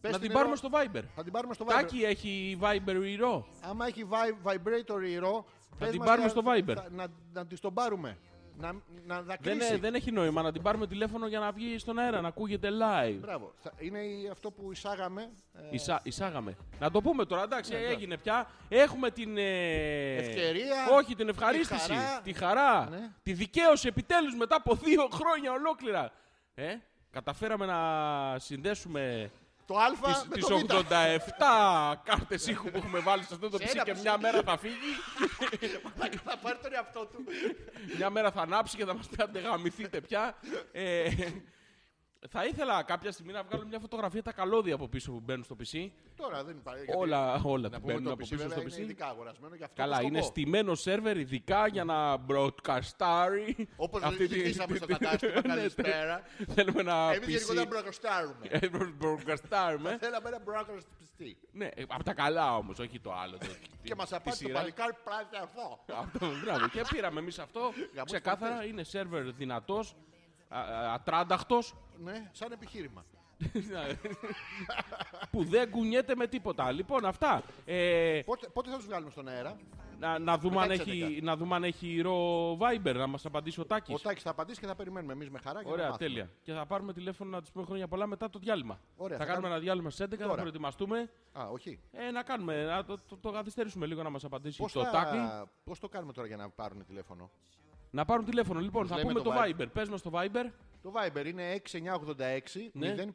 Speaker 6: πες
Speaker 7: Να την
Speaker 6: Ρο.
Speaker 7: πάρουμε στο Viber.
Speaker 6: Θα την πάρουμε στο Viber.
Speaker 7: Τάκι έχει Viber ή Ρο.
Speaker 6: Άμα έχει vi- vibrator η ρο. πες
Speaker 7: την
Speaker 6: μας
Speaker 7: πάρουμε
Speaker 6: τι-
Speaker 7: στο Viber.
Speaker 6: θα- να, να τη τον πάρουμε. Να, να
Speaker 7: Δεν,
Speaker 6: δακρύσει.
Speaker 7: ε, δεν έχει νόημα να την πάρουμε τηλέφωνο για να βγει στον αέρα, να ακούγεται live.
Speaker 6: Μπράβο. Θα- Είναι η- αυτό που εισάγαμε. ε,
Speaker 7: Εισά, εισάγαμε. Να το πούμε τώρα,
Speaker 6: Ναι,
Speaker 7: εντάξει, έγινε πια. Έχουμε την. ε,
Speaker 6: Ευκαιρία,
Speaker 7: Όχι, την ευχαρίστηση.
Speaker 6: τη
Speaker 7: Τη
Speaker 6: χαρά.
Speaker 7: χαρά.
Speaker 6: Ναι.
Speaker 7: Τη δικαίωση επιτέλους μετά από δύο χρόνια ολόκληρα. Ε, καταφέραμε να συνδέσουμε
Speaker 6: το Α
Speaker 7: τις,
Speaker 6: με
Speaker 7: τις
Speaker 6: το Β.
Speaker 7: 87 κάρτες ήχου που έχουμε βάλει σε αυτό το
Speaker 6: Σε
Speaker 7: PC
Speaker 6: ένα
Speaker 7: και
Speaker 6: PC.
Speaker 7: μια μέρα θα φύγει,
Speaker 6: Θα πάρει τον εαυτό του.
Speaker 7: μια μέρα θα ανάψει και θα μας πει αντεγαμηθείτε πια. Ε, θα ήθελα κάποια στιγμή να βγάλω μια φωτογραφία τα καλώδια από πίσω που μπαίνουν στο PC.
Speaker 6: Τώρα δεν υπάρχει. Ε, γιατί-
Speaker 7: Όλα, όλα
Speaker 6: Να
Speaker 7: που
Speaker 6: πούμε
Speaker 7: μπαίνουν
Speaker 6: το
Speaker 7: από
Speaker 6: PC
Speaker 7: πίσω
Speaker 6: βέβαια
Speaker 7: στο
Speaker 6: είναι
Speaker 7: PC.
Speaker 6: ειδικά αγορασμένο για αυτό
Speaker 7: Καλά,
Speaker 6: το
Speaker 7: είναι
Speaker 6: σκοπό.
Speaker 7: στημένο σερβερ ειδικά για να broadcastάρει.
Speaker 6: Όπως
Speaker 7: αυτή τη-
Speaker 6: ζητήσαμε στο
Speaker 7: τη-
Speaker 6: κατάστημα,
Speaker 7: Ναι,
Speaker 6: καλησπέρα.
Speaker 7: Θέλουμε να
Speaker 6: Εμείς γενικότερα μπροκοστάρουμε.
Speaker 7: Ε, broadcastάρουμε.
Speaker 6: Θέλαμε ένα broadcast πιστή.
Speaker 7: Ναι, από τα καλά όμως, όχι το άλλο. το-
Speaker 6: Και
Speaker 7: τη-
Speaker 6: μας
Speaker 7: τη
Speaker 6: απάντησε το
Speaker 7: σειρά.
Speaker 6: παλικάρι πράγματι αυτό.
Speaker 7: Αυτό, μπράβο. Και πήραμε εμείς αυτό.
Speaker 6: τις
Speaker 7: Ξεκάθαρα είναι σερβερ δυνατός, ατράνταχτος,
Speaker 6: Ναι, σαν επιχείρημα.
Speaker 7: που δεν κουνιέται με τίποτα. Λοιπόν, αυτά. Ε,
Speaker 6: Πότε, πότε θα τους βγάλουμε στον αέρα,
Speaker 7: να, να, δούμε αν
Speaker 6: Μετά τις
Speaker 7: έχει,
Speaker 6: 11.
Speaker 7: να δούμε αν έχει ρο Viber να μας απαντήσει ο Τάκης.
Speaker 6: Ο Τάκης θα απαντήσει και θα περιμένουμε εμείς με χαρά. Και να
Speaker 7: Ωραία,
Speaker 6: μάθουμε.
Speaker 7: τέλεια. Και θα πάρουμε τηλέφωνο να τους πούμε χρόνια πολλά μετά το διάλειμμα.
Speaker 6: Ωραία,
Speaker 7: θα,
Speaker 6: θα
Speaker 7: κάνουμε
Speaker 6: κάνουμε-
Speaker 7: ένα διάλειμμα στις 11, θα
Speaker 6: Τώρα.
Speaker 7: προετοιμαστούμε.
Speaker 6: Α, όχι.
Speaker 7: Ε, να κάνουμε, να το, το, το καθυστερήσουμε λίγο να μας απαντήσει
Speaker 6: Πώς
Speaker 7: το Τάκη.
Speaker 6: θα... πώς το κάνουμε τώρα για να πάρουν τηλέφωνο.
Speaker 7: Να πάρουν τηλέφωνο. Λοιπόν, θα
Speaker 6: λέμε
Speaker 7: πούμε
Speaker 6: το
Speaker 7: το Viber. Πες μας το Viber.
Speaker 6: Το Viber είναι 6986
Speaker 7: Ναι.
Speaker 6: 059 246.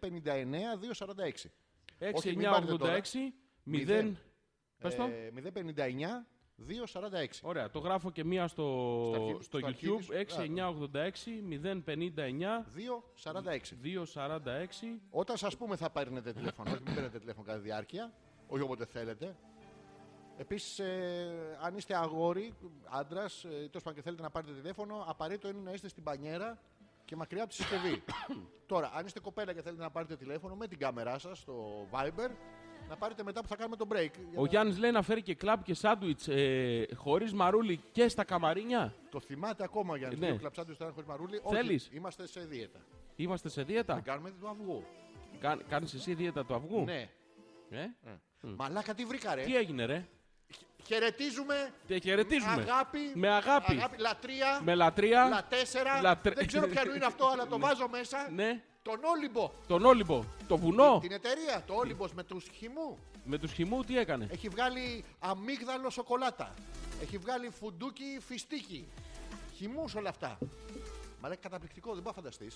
Speaker 6: Όχι, μην πάρετε τώρα.
Speaker 7: 6986 0.
Speaker 6: Μηδέν.
Speaker 7: Πες το.
Speaker 6: Ε, 059 246.
Speaker 7: Ωραία, το γράφω και μία στο,
Speaker 6: Στο αρχίδι-
Speaker 7: στο
Speaker 6: στο αρχίδι σου.
Speaker 7: YouTube.
Speaker 6: 246.
Speaker 7: 6986 059 246.
Speaker 6: Όταν σας πούμε θα παίρνετε τηλέφωνο, όχι μην παίρνετε τηλέφωνο κατά τη διάρκεια, όχι όποτε θέλετε. Επίσης, αν είστε αγόρι, άντρας, ε, τέλος πάντων και θέλετε να πάρετε τηλέφωνο, απαραίτητο είναι να είστε στην πανιέρα και μακριά από τη συσκευή. Τώρα, αν είστε κοπέλα και θέλετε να πάρετε τηλέφωνο με την κάμερά σας στο Viber, να πάρετε μετά που θα κάνουμε το break. για
Speaker 7: Ο
Speaker 6: να-
Speaker 7: Γιάννης λέει να φέρει και κλαμπ και σάντουιτ ε, χωρίς μαρούλι και στα καμαρίνια.
Speaker 6: Το θυμάται ακόμα ο Γιάννης.
Speaker 7: Ναι.
Speaker 6: Ναι. Κλαψάντου ήταν χωρίς μαρούλι.
Speaker 7: Θέλεις?
Speaker 6: Όχι, είμαστε σε δίαιτα.
Speaker 7: Είμαστε σε
Speaker 6: Δεν
Speaker 7: δίαιτα.
Speaker 6: κάνουμε του αυγού.
Speaker 7: Κάνεις εσύ δίαιτα του αυγού.
Speaker 6: Ναι.
Speaker 7: Ε?
Speaker 6: Μαλάκα τι βρήκα, ρε.
Speaker 7: Τι έγινε, ρε.
Speaker 6: Χαιρετίζουμε.
Speaker 7: Και χαιρετίζουμε.
Speaker 6: Αγάπη.
Speaker 7: Με αγάπη.
Speaker 6: λατρεία.
Speaker 7: Με λατρεία.
Speaker 6: Λατέσσερα.
Speaker 7: Λατρε-
Speaker 6: Δεν ξέρω ποιανού είναι αυτό, αλλά το βάζω μέσα.
Speaker 7: Ναι.
Speaker 6: Τον Όλυμπο.
Speaker 7: Τον Όλυμπο. Το βουνό.
Speaker 6: Την εταιρεία. Το Όλυμπος με τους χυμού.
Speaker 7: Με τους χυμού τι έκανε.
Speaker 6: Έχει βγάλει αμύγδαλο σοκολάτα. Έχει βγάλει φουντούκι φιστίκι. Χυμούς όλα αυτά. Μα λέει καταπληκτικό, δεν μπορεί να φανταστείς.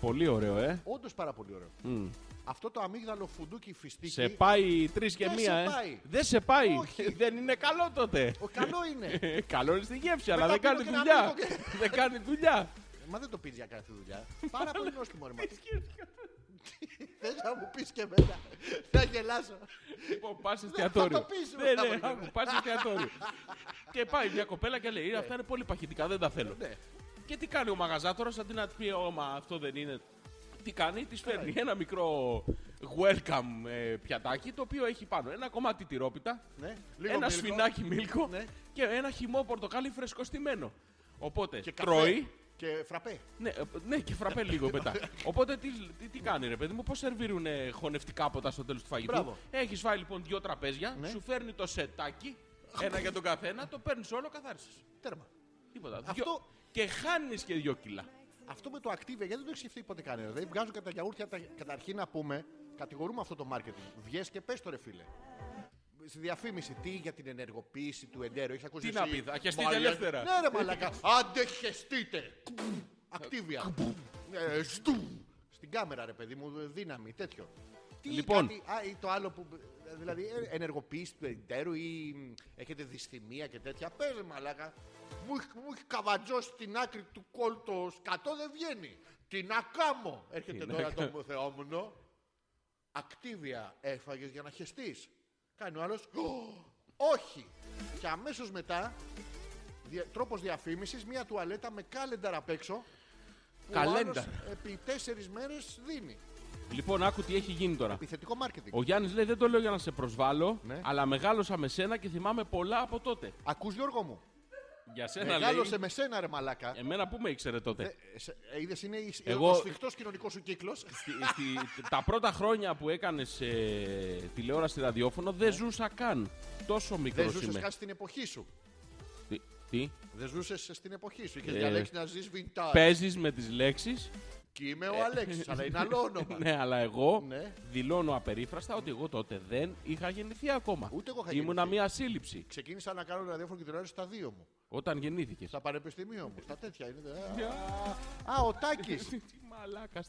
Speaker 7: Πολύ ωραίο, ε.
Speaker 6: Όντως πάρα πολύ ωραίο. Αυτό το αμύγδαλο φουντούκι φιστίκι.
Speaker 7: Σε πάει τρεις και
Speaker 6: Δεν
Speaker 7: μία,
Speaker 6: σε
Speaker 7: ε.
Speaker 6: πάει.
Speaker 7: Δεν σε πάει.
Speaker 6: Όχι.
Speaker 7: Δεν είναι καλό τότε.
Speaker 6: Ο, καλό είναι.
Speaker 7: Ε, Καλό είναι στη γεύση, αλλά δεν
Speaker 6: Μετά
Speaker 7: κάνει
Speaker 6: πίνω και
Speaker 7: δουλειά.
Speaker 6: ένα μήκο
Speaker 7: Δεν κάνει δουλειά.
Speaker 6: Μα δεν το πίνει για κάθε δουλειά. Πάρα πολύ νόστιμο ρε μάτι. Θες να μου πεις και εμένα. Θα γελάσω.
Speaker 7: Λοιπόν, πας
Speaker 6: θα το
Speaker 7: εστιατόριο.
Speaker 6: πεις,
Speaker 7: Ναι,
Speaker 6: μπράβο,
Speaker 7: ναι,
Speaker 6: Γιώργο.
Speaker 7: άκου, πα εστιατόριο. Και πάει μια κοπέλα και λέει: «Ε, Αυτά είναι πολύ παχητικά, δεν τα θέλω.
Speaker 6: Ναι.
Speaker 7: Και τι κάνει ο μαγαζάτορας, αντί να τη πει: «Ω, μα αυτό δεν είναι. Τι κάνει,
Speaker 6: Ναι.
Speaker 7: τη φέρνει ένα μικρό welcome ε, πιατάκι το οποίο έχει πάνω ένα κομμάτι τυρόπιτα,
Speaker 6: Ναι, λίγο
Speaker 7: ένα
Speaker 6: μίλκο.
Speaker 7: σφινάκι μίλκο
Speaker 6: Ναι.
Speaker 7: και ένα χυμό πορτοκάλι φρεσκοστημένο. Οπότε
Speaker 6: Και καφέ.
Speaker 7: τρώει,
Speaker 6: Και φραπέ.
Speaker 7: ναι, ε, ναι, και φραπέ λίγο μετά. Οπότε τι, τι, τι κάνει, ρε παιδί μου, πώς σερβίρουν χωνευτικά ποτά στο τέλος του φαγητού.
Speaker 6: Μπράβο.
Speaker 7: Έχεις φάει λοιπόν δύο τραπέζια,
Speaker 6: Ναι.
Speaker 7: σου φέρνει το σετάκι, ένα για τον καθένα, το παίρνεις όλο, καθάρισες.
Speaker 6: Τέρμα.
Speaker 7: Τίποτα.
Speaker 6: Αυτό-
Speaker 7: Δυο- Και χάνεις και δύο κιλά.
Speaker 6: Αυτό με το Activia, γιατί δεν το έχει σκεφτεί ποτέ κανένα. Δηλαδή βγάζω κατά γιαούρτια τα- καταρχήν να πούμε, κατηγορούμε αυτό το marketing. Βγες και πες το ρε φίλε. Στη διαφήμιση, τι για την ενεργοποίηση του εντέρου, έχεις ακούσει.
Speaker 7: Τι
Speaker 6: εσύ?
Speaker 7: να πεις, θα χεστείτε
Speaker 6: Μαλάκα.
Speaker 7: ελεύθερα.
Speaker 6: Ναι, ρε μαλακά. Άντε χεστείτε. Ακτίβια. Ε, Στην κάμερα, ρε παιδί μου, δύναμη, τέτοιο. Τι
Speaker 7: Λοιπόν.
Speaker 6: κάτι- α, ή το άλλο που. Δηλαδή, ε, ενεργοποίηση του εντέρου ή μ, έχετε δυσθυμία και τέτοια. Πες ρε μαλάκα. Μου, έχει- μου έχει καβατζώσει την άκρη του κόλ το σκατό, δεν βγαίνει. Τι να κάμω. Έρχεται
Speaker 7: Τι να
Speaker 6: τώρα το θεόμουνο. Ακτίβια έφαγες για να χεστείς. Κάνει ο άλλος «Ω, Όχι. Και αμέσως μετά δια- τρόπος διαφήμισης μια τουαλέτα με κάλενταρ απ' έξω που
Speaker 7: Καλέντα.
Speaker 6: ο άλλος επί τέσσερις μέρες δίνει.
Speaker 7: Λοιπόν, άκου τι έχει γίνει τώρα.
Speaker 6: Επιθετικό μάρκετινγκ.
Speaker 7: Ο Γιάννης λέει: Δεν το λέω για να σε προσβάλλω,
Speaker 6: Ναι.
Speaker 7: αλλά μεγάλωσα με σένα και θυμάμαι πολλά από τότε.
Speaker 6: Ακούς Γιώργο μου.
Speaker 7: Για σένα
Speaker 6: Μεγάλωσε
Speaker 7: Ε, λέει.
Speaker 6: με σένα, ρε μαλάκα. Ε,
Speaker 7: Εμένα που με ήξερε τότε.
Speaker 6: Είδες, είναι η-
Speaker 7: Εγώ-
Speaker 6: ο σφιχτός κοινωνικός σου κύκλος.
Speaker 7: Στη- στη- τα πρώτα χρόνια που έκανες ε, τηλεόραση ραδιόφωνο δεν ζούσα καν. Τόσο
Speaker 6: Ναι. Δεν
Speaker 7: μικρό
Speaker 6: ζούσες
Speaker 7: είμαι.
Speaker 6: καν στην εποχή σου.
Speaker 7: Τι, τι?
Speaker 6: Δεν ζούσες στην εποχή σου. Είχες
Speaker 7: Ε,
Speaker 6: διαλέξει να ζεις vintage.
Speaker 7: Παίζεις με τις λέξεις.
Speaker 6: Και είμαι ο Αλέξης, αλλά είναι άλλο όνομα.
Speaker 7: ναι, αλλά εγώ
Speaker 6: Ναι.
Speaker 7: δηλώνω απερίφραστα ότι εγώ τότε δεν είχα γεννηθεί ακόμα.
Speaker 6: Ούτε εγώ είχα
Speaker 7: Ήμουνα
Speaker 6: γεννηθεί.
Speaker 7: μία σύλληψη
Speaker 6: Ξεκίνησα να κάνω ραδιόφωνο και τηλεόραση στα δύο μου.
Speaker 7: όταν γεννήθηκες.
Speaker 6: Στα πανεπιστήμια μου. Στα τέτοια είναι.
Speaker 7: Ναι.
Speaker 6: Α, Α, ο Τάκης.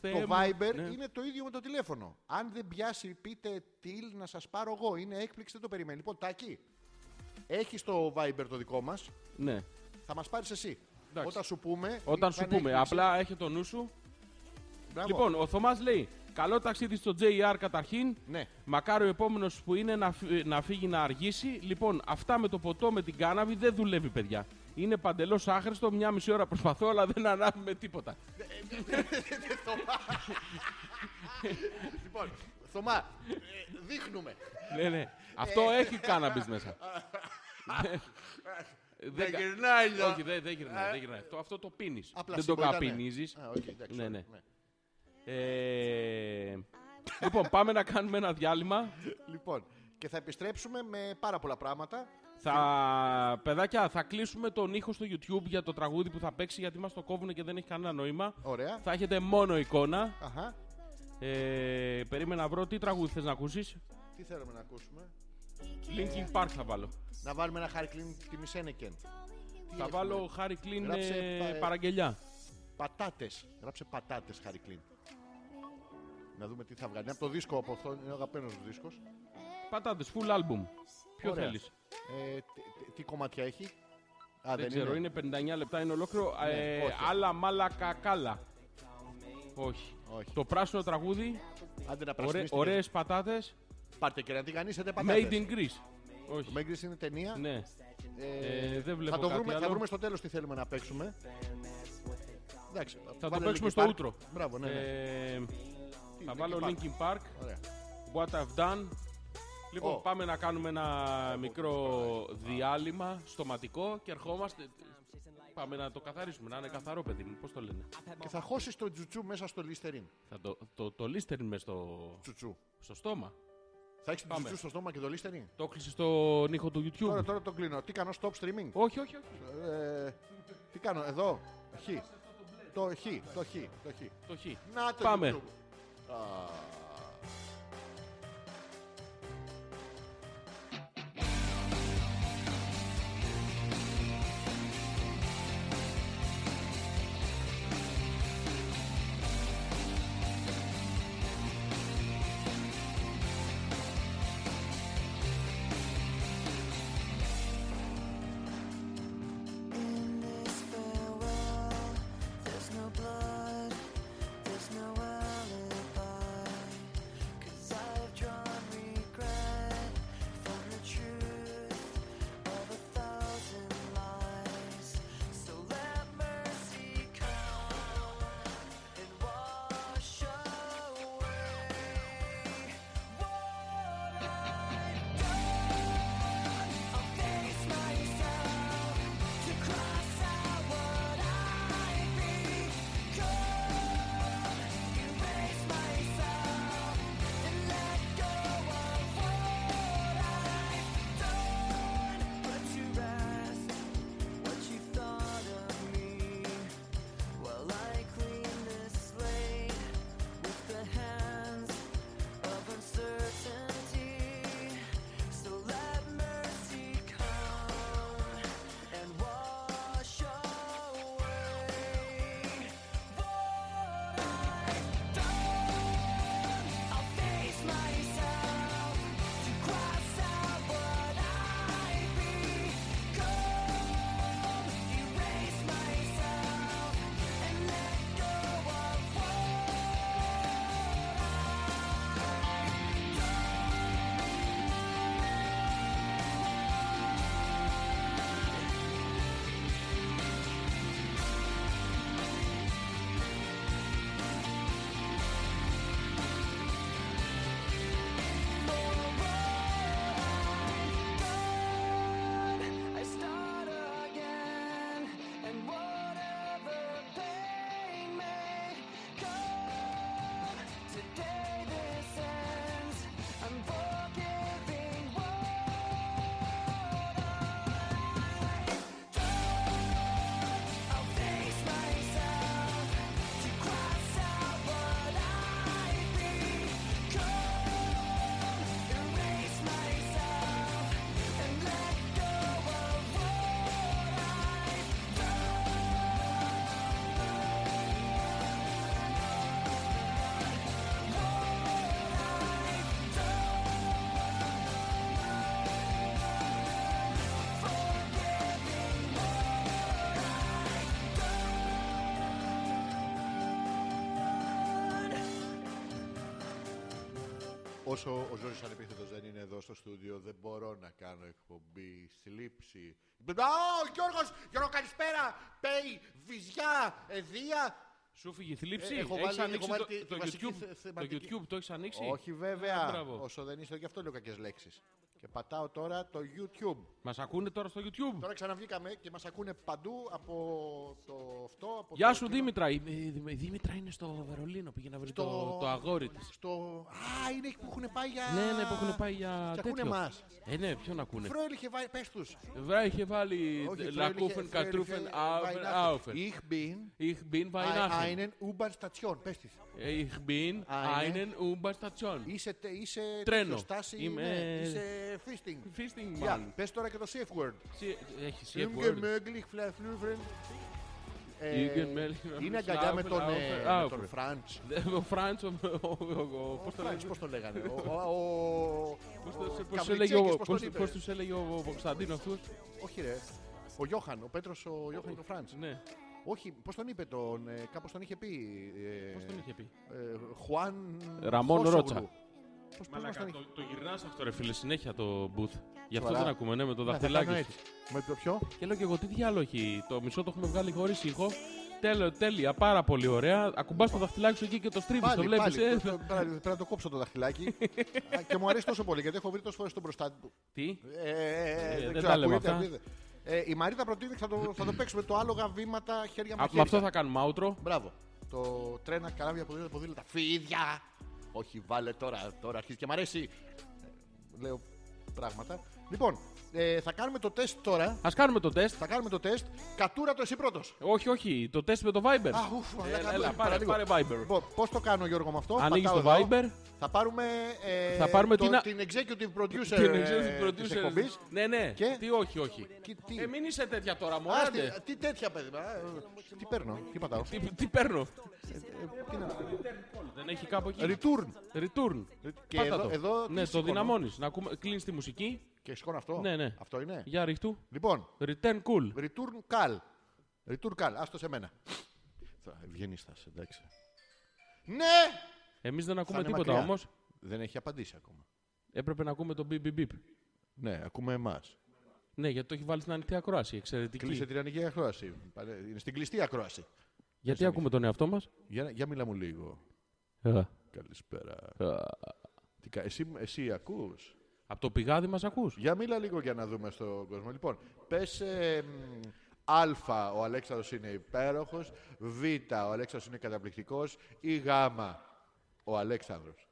Speaker 6: Το
Speaker 7: Το
Speaker 6: Viber
Speaker 7: Ναι,
Speaker 6: είναι το ίδιο με το τηλέφωνο. Αν δεν πιάσει, πείτε τιλ να σας πάρω εγώ. Είναι έκπληξη, δεν το περιμένει. Λοιπόν, Τάκη, έχεις το Viber το δικό μας.
Speaker 7: Ναι.
Speaker 6: Θα μας πάρεις εσύ.
Speaker 7: Εντάξει.
Speaker 6: Όταν σου πούμε.
Speaker 7: Όταν
Speaker 6: θα
Speaker 7: σου
Speaker 6: είναι
Speaker 7: πούμε,
Speaker 6: έκπληξη.
Speaker 7: απλά έχει το νου σου.
Speaker 6: Μπράβο.
Speaker 7: Λοιπόν, ο Θωμάς λέει: Καλό ταξίδι στο JR καταρχήν.
Speaker 6: Ναι.
Speaker 7: Μακάρι ο επόμενος που είναι να, φυ- να φύγει να αργήσει. Λοιπόν, αυτά με το ποτό με την κάναβη δεν δουλεύει, παιδιά. Είναι παντελώς άχρηστο. Μια μισή ώρα προσπαθώ, αλλά δεν ανάβει με τίποτα.
Speaker 6: Λοιπόν, Θωμά, ε, δείχνουμε.
Speaker 7: ναι, ναι. Αυτό
Speaker 6: Ε.
Speaker 7: έχει κάναβης μέσα.
Speaker 6: Δεν
Speaker 7: κα-
Speaker 6: γυρνάει, λέω.
Speaker 7: Ε, Όχι, δεν δεν γυρνάει. δεν γυρνάει. Το- Αυτό το πίνεις.
Speaker 6: Απλά
Speaker 7: Δεν το
Speaker 6: σίγουρα ήταν, ναι.
Speaker 7: καπινίζει.
Speaker 6: Α, οκ, εντάξει,
Speaker 7: Ναι,
Speaker 6: sorry,
Speaker 7: ναι. Ε, λοιπόν, πάμε να κάνουμε ένα διάλειμμα.
Speaker 6: Λοιπόν, και θα επιστρέψουμε με πάρα πολλά πράγματα.
Speaker 7: Θα, παιδάκια, θα κλείσουμε τον ήχο στο YouTube για το τραγούδι που θα παίξει γιατί μας το κόβουν και δεν έχει κανένα νόημα.
Speaker 6: Ωραία.
Speaker 7: Θα έχετε μόνο εικόνα.
Speaker 6: Αχα.
Speaker 7: Ε, περίμενα να βρω τι τραγούδι θες να ακούσεις.
Speaker 6: Τι θέλουμε να ακούσουμε.
Speaker 7: Linkin Park θα βάλω.
Speaker 6: Να βάλουμε ένα Harry Clean τη Μισένεκεν.
Speaker 7: θα βάλω Harry Clean
Speaker 6: Γράψε,
Speaker 7: ε,
Speaker 6: πα- ε,
Speaker 7: παραγγελιά.
Speaker 6: Πατάτες. Γράψε πατάτες Harry Clean. Να δούμε τι θα βγάλει. Είναι από το δίσκο από αυτό. Είναι ο αγαπημένος μου δίσκος.
Speaker 7: Πατάτες, full album. Ποιο
Speaker 6: Ωραία.
Speaker 7: θέλεις.
Speaker 6: Ε, τι, τι- τι κομμάτια έχει. Α,
Speaker 7: Δεν, ξέρω, είναι. 59 λεπτά, είναι ολόκληρο. ε,
Speaker 6: Ναι, όχι.
Speaker 7: άλλα μάλα κακάλα. Όχι.
Speaker 6: Όχι.
Speaker 7: Το πράσινο τραγούδι,
Speaker 6: Άντε να
Speaker 7: ωραίε
Speaker 6: πρασινίσετε.
Speaker 7: ωραίες πατάτες,
Speaker 6: Πάρτε και να τη γανίσετε πατάτες.
Speaker 7: made in Greece. Όχι.
Speaker 6: Το Μέγκρις είναι ταινία.
Speaker 7: Ναι.
Speaker 6: Ε,
Speaker 7: Ε, δεν βλέπω
Speaker 6: θα, το
Speaker 7: κάτι
Speaker 6: βρούμε, θα
Speaker 7: άλλο.
Speaker 6: βρούμε στο τέλος τι θέλουμε να παίξουμε. Εντάξει,
Speaker 7: Θα το
Speaker 6: βάλε
Speaker 7: παίξουμε
Speaker 6: Linkin
Speaker 7: στο
Speaker 6: Park.
Speaker 7: ούτρο.
Speaker 6: Μπράβο, ναι, ναι.
Speaker 7: Ε,
Speaker 6: Τι,
Speaker 7: θα
Speaker 6: Linkin
Speaker 7: βάλω
Speaker 6: Park.
Speaker 7: Linkin Park,
Speaker 6: Ωραία.
Speaker 7: What I've Done. Λοιπόν,
Speaker 6: Ω.
Speaker 7: πάμε να κάνουμε ένα μικρό διάλειμμα στοματικό και ερχόμαστε. Πάμε να το καθαρίσουμε, να είναι καθαρό παιδί μου, πώς το λένε.
Speaker 6: Και θα χώσεις το τζουτσού μέσα στο λιστερίν.
Speaker 7: Θα το, το, το λίστερν μες στο,
Speaker 6: Τζουτσού.
Speaker 7: στο στόμα.
Speaker 6: Θα έχεις το
Speaker 7: Πάμε.
Speaker 6: τζουτσού στο στόμα και το λιστερίν.
Speaker 7: Το κλείσε στον ήχο του YouTube.
Speaker 6: Τώρα, τώρα το κλείνω. Τι κάνω, stop streaming.
Speaker 7: Όχι, όχι, όχι.
Speaker 6: Ε, τι κάνω, εδώ. Χ. Το χ, το χ, το χ.
Speaker 7: Το χ.
Speaker 6: Να το
Speaker 7: Πάμε.
Speaker 6: YouTube.
Speaker 1: In this farewell, there's no blood, there's no alibi.
Speaker 6: Όσο ο Ζόρις Ανεπίθετος δεν είναι εδώ στο στούντιο, δεν μπορώ να κάνω εκπομπή στη λήψη. Α, ο Γιώργος! Γιώργο, καλησπέρα! Πέι, βυζιά, εδία.
Speaker 7: Σου φύγει η θλίψη.
Speaker 6: Ε, έχω
Speaker 7: έχεις
Speaker 6: βάλει- έχω
Speaker 7: ανοίξει
Speaker 6: βάλει
Speaker 7: το,
Speaker 6: τη- τη
Speaker 7: το,
Speaker 6: βασική θε-
Speaker 7: YouTube, το
Speaker 6: θεματική.
Speaker 7: YouTube, το έχεις ανοίξει.
Speaker 6: Όχι βέβαια,
Speaker 7: Α, Ναι, μπράβο.
Speaker 6: όσο δεν είστε, γι' αυτό λέω κακές λέξεις. Και πατάω τώρα το YouTube.
Speaker 7: Μας ακούνε τώρα στο YouTube.
Speaker 6: Τώρα ξαναβγήκαμε και μας ακούνε παντού από το αυτό. Από
Speaker 7: Γεια
Speaker 6: το
Speaker 7: σου
Speaker 6: κοινό.
Speaker 7: Δήμητρα. Η, η- η- η Ε, Δήμητρα είναι στο Βερολίνο. Πήγε να βρει
Speaker 6: Στο-
Speaker 7: το, το αγόρι της.
Speaker 6: Στο... Α, είναι εκεί που έχουν πάει για...
Speaker 7: Ναι, ναι, που έχουν πάει για
Speaker 6: Και ακούνε
Speaker 7: τέτοιο.
Speaker 6: εμάς.
Speaker 7: Ε, ναι, ποιον ακούνε.
Speaker 6: Φρόιλ είχε βάλει, πες τους.
Speaker 7: Βρά είχε βάλει
Speaker 6: Όχι, Φρόιλ είχε-
Speaker 7: Λακούφεν,
Speaker 6: Φρόιλ είχε
Speaker 7: Κατρούφεν, Aufen,
Speaker 6: Weihnachten.
Speaker 7: Aufen.
Speaker 6: Ich bin
Speaker 7: Ich bin Weihnachten.
Speaker 6: einen U-Bahn-Station. Πες της.
Speaker 7: Ich bin
Speaker 6: Eine-
Speaker 7: einen U-Bahn-Station.
Speaker 6: Είσαι, τε- είσαι
Speaker 7: Τρένο.
Speaker 6: τέτοιος, στάση,
Speaker 7: Είμαι-
Speaker 6: ναι, είσαι fisting.
Speaker 7: Fisting
Speaker 6: Γεια.
Speaker 7: man.
Speaker 6: Πες τώρα και το safe word.
Speaker 7: Sie- Έχει
Speaker 6: Inge
Speaker 7: word.
Speaker 6: möglich, Fla- Flüfren.
Speaker 7: Inge
Speaker 6: Ε,
Speaker 7: möglich,
Speaker 6: Είναι
Speaker 7: Fla-
Speaker 6: αγκαλιά με
Speaker 7: Fla-
Speaker 6: τον, ε,
Speaker 7: Fla-
Speaker 6: με
Speaker 7: Fla-
Speaker 6: τον Φραντς.
Speaker 7: Ο Φραντς, ο- ο- ο- ο-
Speaker 6: Ο
Speaker 7: πώς
Speaker 6: Φραντς,
Speaker 7: το λέγανε.
Speaker 6: πώς το λέγανε. Ο- ο- ο-
Speaker 7: Πώς το-
Speaker 6: ο
Speaker 7: πώς έλεγε ο-
Speaker 6: Καβλιτσέκης, πώς
Speaker 7: πώς-
Speaker 6: τον είπε.
Speaker 7: Πώς τους έλεγε ο ο Κωνσταντίνος αυτούς.
Speaker 6: Όχι ρε. Ο Γιώχαν, ο Πέτρος, ο Γιώχαν και ο Φραντς.
Speaker 7: Ναι,
Speaker 6: Όχι, πώς τον είπε τον, ε, κάπως τον είχε πει. ε,
Speaker 7: πώς τον είχε πει.
Speaker 6: ε, Χουάν
Speaker 7: Ραμόν
Speaker 6: Χόσογλου.
Speaker 7: Ρότσα.
Speaker 6: Πώς πώς μας
Speaker 7: Μαλάκα,
Speaker 6: τον
Speaker 7: το,
Speaker 6: είχε.
Speaker 7: το γυρνάς αυτό ρε φίλε, συνέχεια το booth. Γι' αυτό
Speaker 6: Σοβαρά.
Speaker 7: δεν ακούμε, ναι, με το
Speaker 6: Να, θα κάνω
Speaker 7: δαχτυλάκι σου.
Speaker 6: έτσι. Με το ποιο?
Speaker 7: Και λέω και εγώ, τι διάλογο έχει. Το μισό το έχουμε βγάλει χωρίς ήχο. Τέλεια, τέλεια, πάρα πολύ ωραία. Ακουμπάς το δαχτυλάκι σου εκεί και το στρίβεις, το
Speaker 6: Πάλι,
Speaker 7: βλέπεις.
Speaker 6: πάλι.
Speaker 7: ε.
Speaker 6: το- το- Πρέπει πρέπει να το κόψω το δαχτυλάκι. Α, Και μου αρέσει τόσο πολύ γιατί έχω βρει τόσες φορές τον μπροστά του.
Speaker 7: Τι,
Speaker 6: Ε, ε,
Speaker 7: Ε,
Speaker 6: ε,
Speaker 7: δεν
Speaker 6: ξέρω,
Speaker 7: τα λέμε
Speaker 6: ακούγεται,
Speaker 7: αυτά.
Speaker 6: ακούγεται. Ε, η Μαρίτα προτείνει θα το, θα το παίξουμε το άλογα βήματα χέρια με
Speaker 7: Α, με
Speaker 6: χέρια.
Speaker 7: αυτό θα κάνουμε outro.
Speaker 6: Μπράβο. Το τρένα, καράβια, ποδήλατα, ποδήλατα. Φίδια! Όχι, βάλε τώρα, τώρα αρχίζει και μ' αρέσει. Ε, Λέω πράγματα. Λοιπόν, ε, θα κάνουμε το τεστ τώρα.
Speaker 7: Ας κάνουμε το τεστ.
Speaker 6: Θα κάνουμε το τεστ. Κατούρα το εσύ πρώτος.
Speaker 7: Όχι, όχι, το τεστ με το Viber.
Speaker 6: Α, ουφ, μαλάκα,
Speaker 7: Ε, Έλα,
Speaker 6: το-
Speaker 7: έλα, πάρε,
Speaker 6: παραλίγο.
Speaker 7: πάρε Viber.
Speaker 6: Λοιπόν, πώς το κάνω, Γιώργο, με αυτό.
Speaker 7: Ανοίγεις
Speaker 6: Πατάω
Speaker 7: το
Speaker 6: εδώ.
Speaker 7: Viber.
Speaker 6: Θα πάρουμε, ε,
Speaker 7: Θα πάρουμε
Speaker 6: το-
Speaker 7: την α-
Speaker 6: την executive producer
Speaker 7: Την
Speaker 6: ε,
Speaker 7: executive
Speaker 6: της
Speaker 7: producer.
Speaker 6: εκπομπής.
Speaker 7: Ναι, ναι.
Speaker 6: Και-
Speaker 7: Τι, όχι, όχι.
Speaker 6: Και τι.
Speaker 7: Ε, μην είσαι τέτοια τώρα, μου
Speaker 6: Α,
Speaker 7: άντε.
Speaker 6: τι- Τι τέτοια, παιδί. α, ε, Τι παίρνω, τι πατάω.
Speaker 7: Τι, τι παίρνω.
Speaker 6: Τι να-
Speaker 7: Δεν έχει κάπου εκεί.
Speaker 6: Return.
Speaker 7: Return.
Speaker 6: Και
Speaker 7: Πάτα
Speaker 6: εδώ-
Speaker 7: το.
Speaker 6: εδώ τι
Speaker 7: ναι, το
Speaker 6: σηκώνω?
Speaker 7: δυναμώνεις. Να ακούμε... κλείνεις τη μουσική.
Speaker 6: Και σηκώνω αυτό.
Speaker 7: Ναι, ναι.
Speaker 6: Αυτό είναι.
Speaker 7: Για ριχτού.
Speaker 6: Λοιπόν,
Speaker 7: Return cool.
Speaker 6: Return call. Return call. Άστο σε μένα. Θα- Ευγενής θα είσαι, εντάξει. Ναι!
Speaker 7: Εμείς δεν ακούμε
Speaker 6: είναι
Speaker 7: τίποτα
Speaker 6: μακριά.
Speaker 7: όμως.
Speaker 6: Δεν έχει απαντήσει ακόμα.
Speaker 7: Έπρεπε να ακούμε το beep beep beep.
Speaker 6: Ναι, ακούμε εμάς.
Speaker 7: Ναι, γιατί το έχει βάλει στην ανοιχτή ακρόαση. Εξαιρετική.
Speaker 6: Κλείσε την ανοιγή ακρόαση. Παλέ- Είναι στην κλειστή ακρόαση.
Speaker 7: Γιατί ακούμε τον εαυτό Ε. μας.
Speaker 6: Για, για μιλά μου λίγο. Καλησπέρα. Τι κα- Εσύ, εσύ ακούς.
Speaker 7: Από το πηγάδι μας ακούς.
Speaker 6: Για μίλα λίγο για να δούμε στον κόσμο. Λοιπόν, πες ε, μ, Α, ο Αλέξανδρος είναι υπέροχος. Β, ο Αλέξανδρος είναι καταπληκτικός. Ή Γ, ο Αλέξανδρος.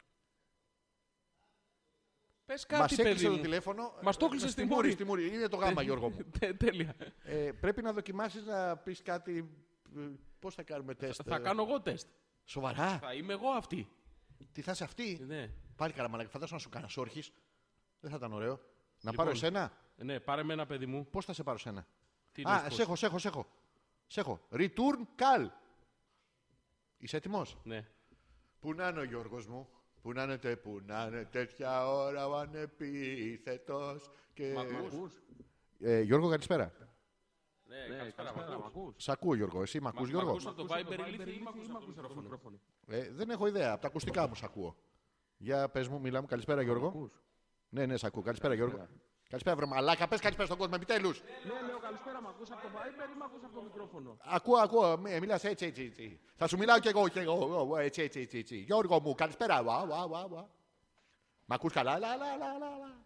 Speaker 7: Πε
Speaker 6: Μα
Speaker 7: κάτι,
Speaker 6: έκλεισε
Speaker 7: παιδί
Speaker 6: το
Speaker 7: μου.
Speaker 6: τηλέφωνο. Ε,
Speaker 7: Μας το έκλεισε
Speaker 6: Στη
Speaker 7: στη μούρη.
Speaker 6: Στη μούρη. Είναι το γάμα, Γιώργο μου.
Speaker 7: Τε- Ναι, Τέλεια.
Speaker 6: Ε, πρέπει να δοκιμάσεις να πεις κάτι. Πώς θα κάνουμε τεστ.
Speaker 7: Θα
Speaker 6: ε,
Speaker 7: κάνω εγώ τεστ.
Speaker 6: Σοβαρά.
Speaker 7: Θα είμαι εγώ αυτή.
Speaker 6: Τι θα είσαι αυτή.
Speaker 7: Ναι.
Speaker 6: Πάλι καραμαλάκι. Φαντάζομαι να σου κάνω όρχη. Δεν θα ήταν ωραίο. Να πάρω εσένα.
Speaker 7: Ναι, πάρε με ένα παιδί μου.
Speaker 6: Πώς θα σε πάρω εσένα.
Speaker 7: Τι λες,
Speaker 6: Α,
Speaker 7: πώς.
Speaker 6: σε έχω, σε έχω, σε έχω. Σε έχω. Return call. Είσαι έτοιμος.
Speaker 7: Ναι.
Speaker 6: Πού να είναι ο Γιώργος μου. Πού να είναι, τε- πού να είναι τέτοια ώρα ο ανεπίθετος Και... Ε, Γιώργο, καλησπέρα.
Speaker 7: Ναι, καλησπέρα, μ' ακούς.
Speaker 6: Σ' ακούω, Γιώργο. Εσύ μ' ακούς, Γιώργο.
Speaker 7: Ακούς από το Viber ηλίθι ή μ' ακούς από το μικρόφωνο.
Speaker 6: Ε, δεν έχω ιδέα. Από τα ακουστικά μου σ' ακούω. Για πες μου, μιλά μου. Καλησπέρα, Γιώργο. Ναι, ναι, σ' ακούω. Καλησπέρα, Γιώργο. Καλησπέρα, βρε μαλάκα. Πες καλησπέρα στον κόσμο, επιτέλους.
Speaker 7: Ναι, λέω καλησπέρα, μ' ακούς από το Viber ή μ' ακούς από το μικρόφωνο.
Speaker 6: Ακούω, ακούω. Μιλάς έτσι, έτσι, έτσι. Θα σου μιλάω κι εγώ, κι εγώ. εγώ, εγώ, Έτσι, έτσι, έτσι, έτσι. Γιώργο μου, καλησπέρα. Ουα, ουα, ουα, ουα. Μ' ακούς καλά. Λα, λα, λα, λα, λα.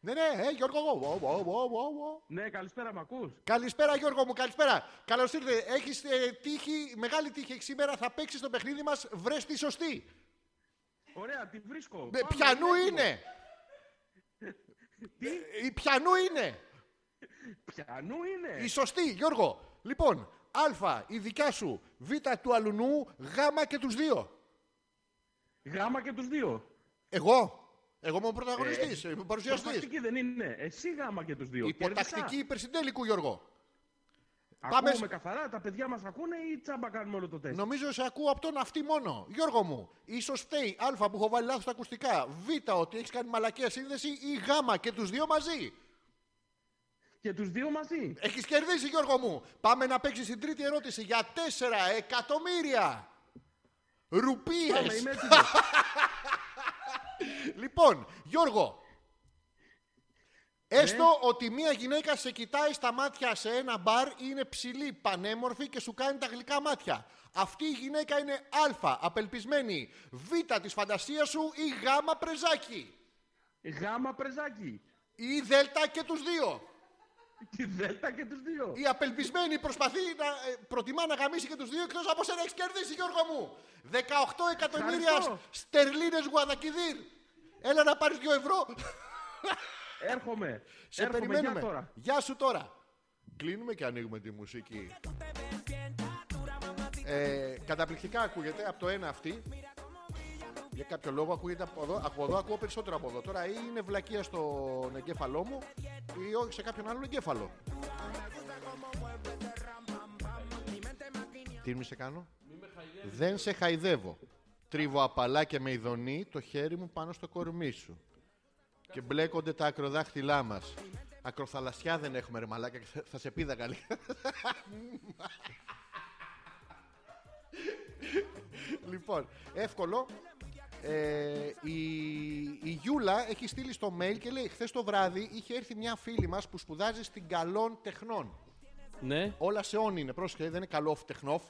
Speaker 6: Ναι, ναι, ε, Γιώργο. εγώ, εγώ, εγώ, εγώ, εγώ, εγώ.
Speaker 7: Ναι, καλησπέρα, μ' ακούς.
Speaker 6: Καλησπέρα, Γιώργο μου, καλησπέρα. Καλώς ήρθε. Έχεις ε, τύχη, μεγάλη τύχη έχεις σήμερα. Θα παίξεις το παιχνίδι μας. Βρες τη σωστή.
Speaker 7: Ωραία, τη βρίσκω.
Speaker 6: Ναι, πιανού είναι. Ε, Η πιανού είναι.
Speaker 7: Πιανού είναι.
Speaker 6: Η σωστή, Γιώργο. Λοιπόν, Α, η δικιά σου. Β, του αλουνού. Γ και τους δύο.
Speaker 7: Γάμα και τους δύο.
Speaker 6: Εγώ. Εγώ είμαι ο πρωταγωνιστής, είμαι ο παρουσιαστής.
Speaker 7: Προφακτική δεν είναι. Εσύ γάμα και τους δύο.
Speaker 6: Υποτακτική υπερσυντέλικου, Γιώργο.
Speaker 7: Πάμε
Speaker 6: σ-
Speaker 7: με καθαρά, τα παιδιά μας ακούνε ή τσάμπα κάνουμε όλο το τεστ.
Speaker 6: Νομίζω σε ακούω από τον αυτή μόνο. Γιώργο μου, ίσως φταίει Α που έχω βάλει λάθος τα ακουστικά. Β ότι έχεις κάνει μαλακία σύνδεση ή Γ και τους δύο μαζί.
Speaker 7: Και τους δύο μαζί.
Speaker 6: Έχεις κερδίσει, Γιώργο μου. Πάμε να παίξεις την τρίτη ερώτηση για 4 εκατομμύρια. Ρουπίες. ε.
Speaker 7: Πάμε, είμαι έτοιμος.
Speaker 6: Λοιπόν, Γιώργο. Έστω ότι μία γυναίκα σε κοιτάει στα μάτια σε ένα μπαρ, είναι ψηλή, πανέμορφη και σου κάνει τα γλυκά μάτια. Αυτή η γυναίκα είναι Α, απελπισμένη, Β της φαντασίας σου ή Γ πρεζάκι.
Speaker 8: Γάμα πρεζάκι.
Speaker 6: Ή Δ και τους δύο.
Speaker 8: Τη Δέλτα και τους δύο.
Speaker 6: Η απελπισμένη προσπαθεί να ε, προτιμά να γαμίσει και τους δύο εκτός από σένα έχεις κερδίσει, Γιώργο μου. 18 εκατομμύρια
Speaker 8: Ευχαριστώ.
Speaker 6: στερλίνες γουαδακιδίρ. Έλα να πάρεις 2 ευρώ.
Speaker 8: Έρχομαι.
Speaker 6: ε, Σε
Speaker 8: Έρχομαι. Γεια
Speaker 6: περιμένουμε.
Speaker 8: τώρα.
Speaker 6: Γεια σου τώρα. Κλείνουμε και ανοίγουμε τη μουσική. Ε, καταπληκτικά ακούγεται από το ένα αυτή. Για κάποιο λόγο ακούγεται από εδώ. Από εδώ ακούω περισσότερο από εδώ. Τώρα ή είναι βλακεία στον εγκέφαλό μου ή όχι σε κάποιον άλλον εγκέφαλο. Τι μη σε κάνω. Δεν σε χαϊδεύω. Τρίβω απαλά και με ειδονή το χέρι μου πάνω στο κορμί σου. Και μπλέκονται τα ακροδάχτυλά μας. Ακροθαλασσιά δεν έχουμε, ρε μαλάκα. θα- Θα σε πίδαγα λίγο. λοιπόν, εύκολο. Ε, η, η Γιούλα έχει στείλει στο mail και λέει: Χθες το βράδυ είχε έρθει μια φίλη μας που σπουδάζει στην Καλών Τεχνών.
Speaker 7: Ναι.
Speaker 6: Όλα σε όν είναι, πρόσεχε, δεν είναι καλό τεχνόφ.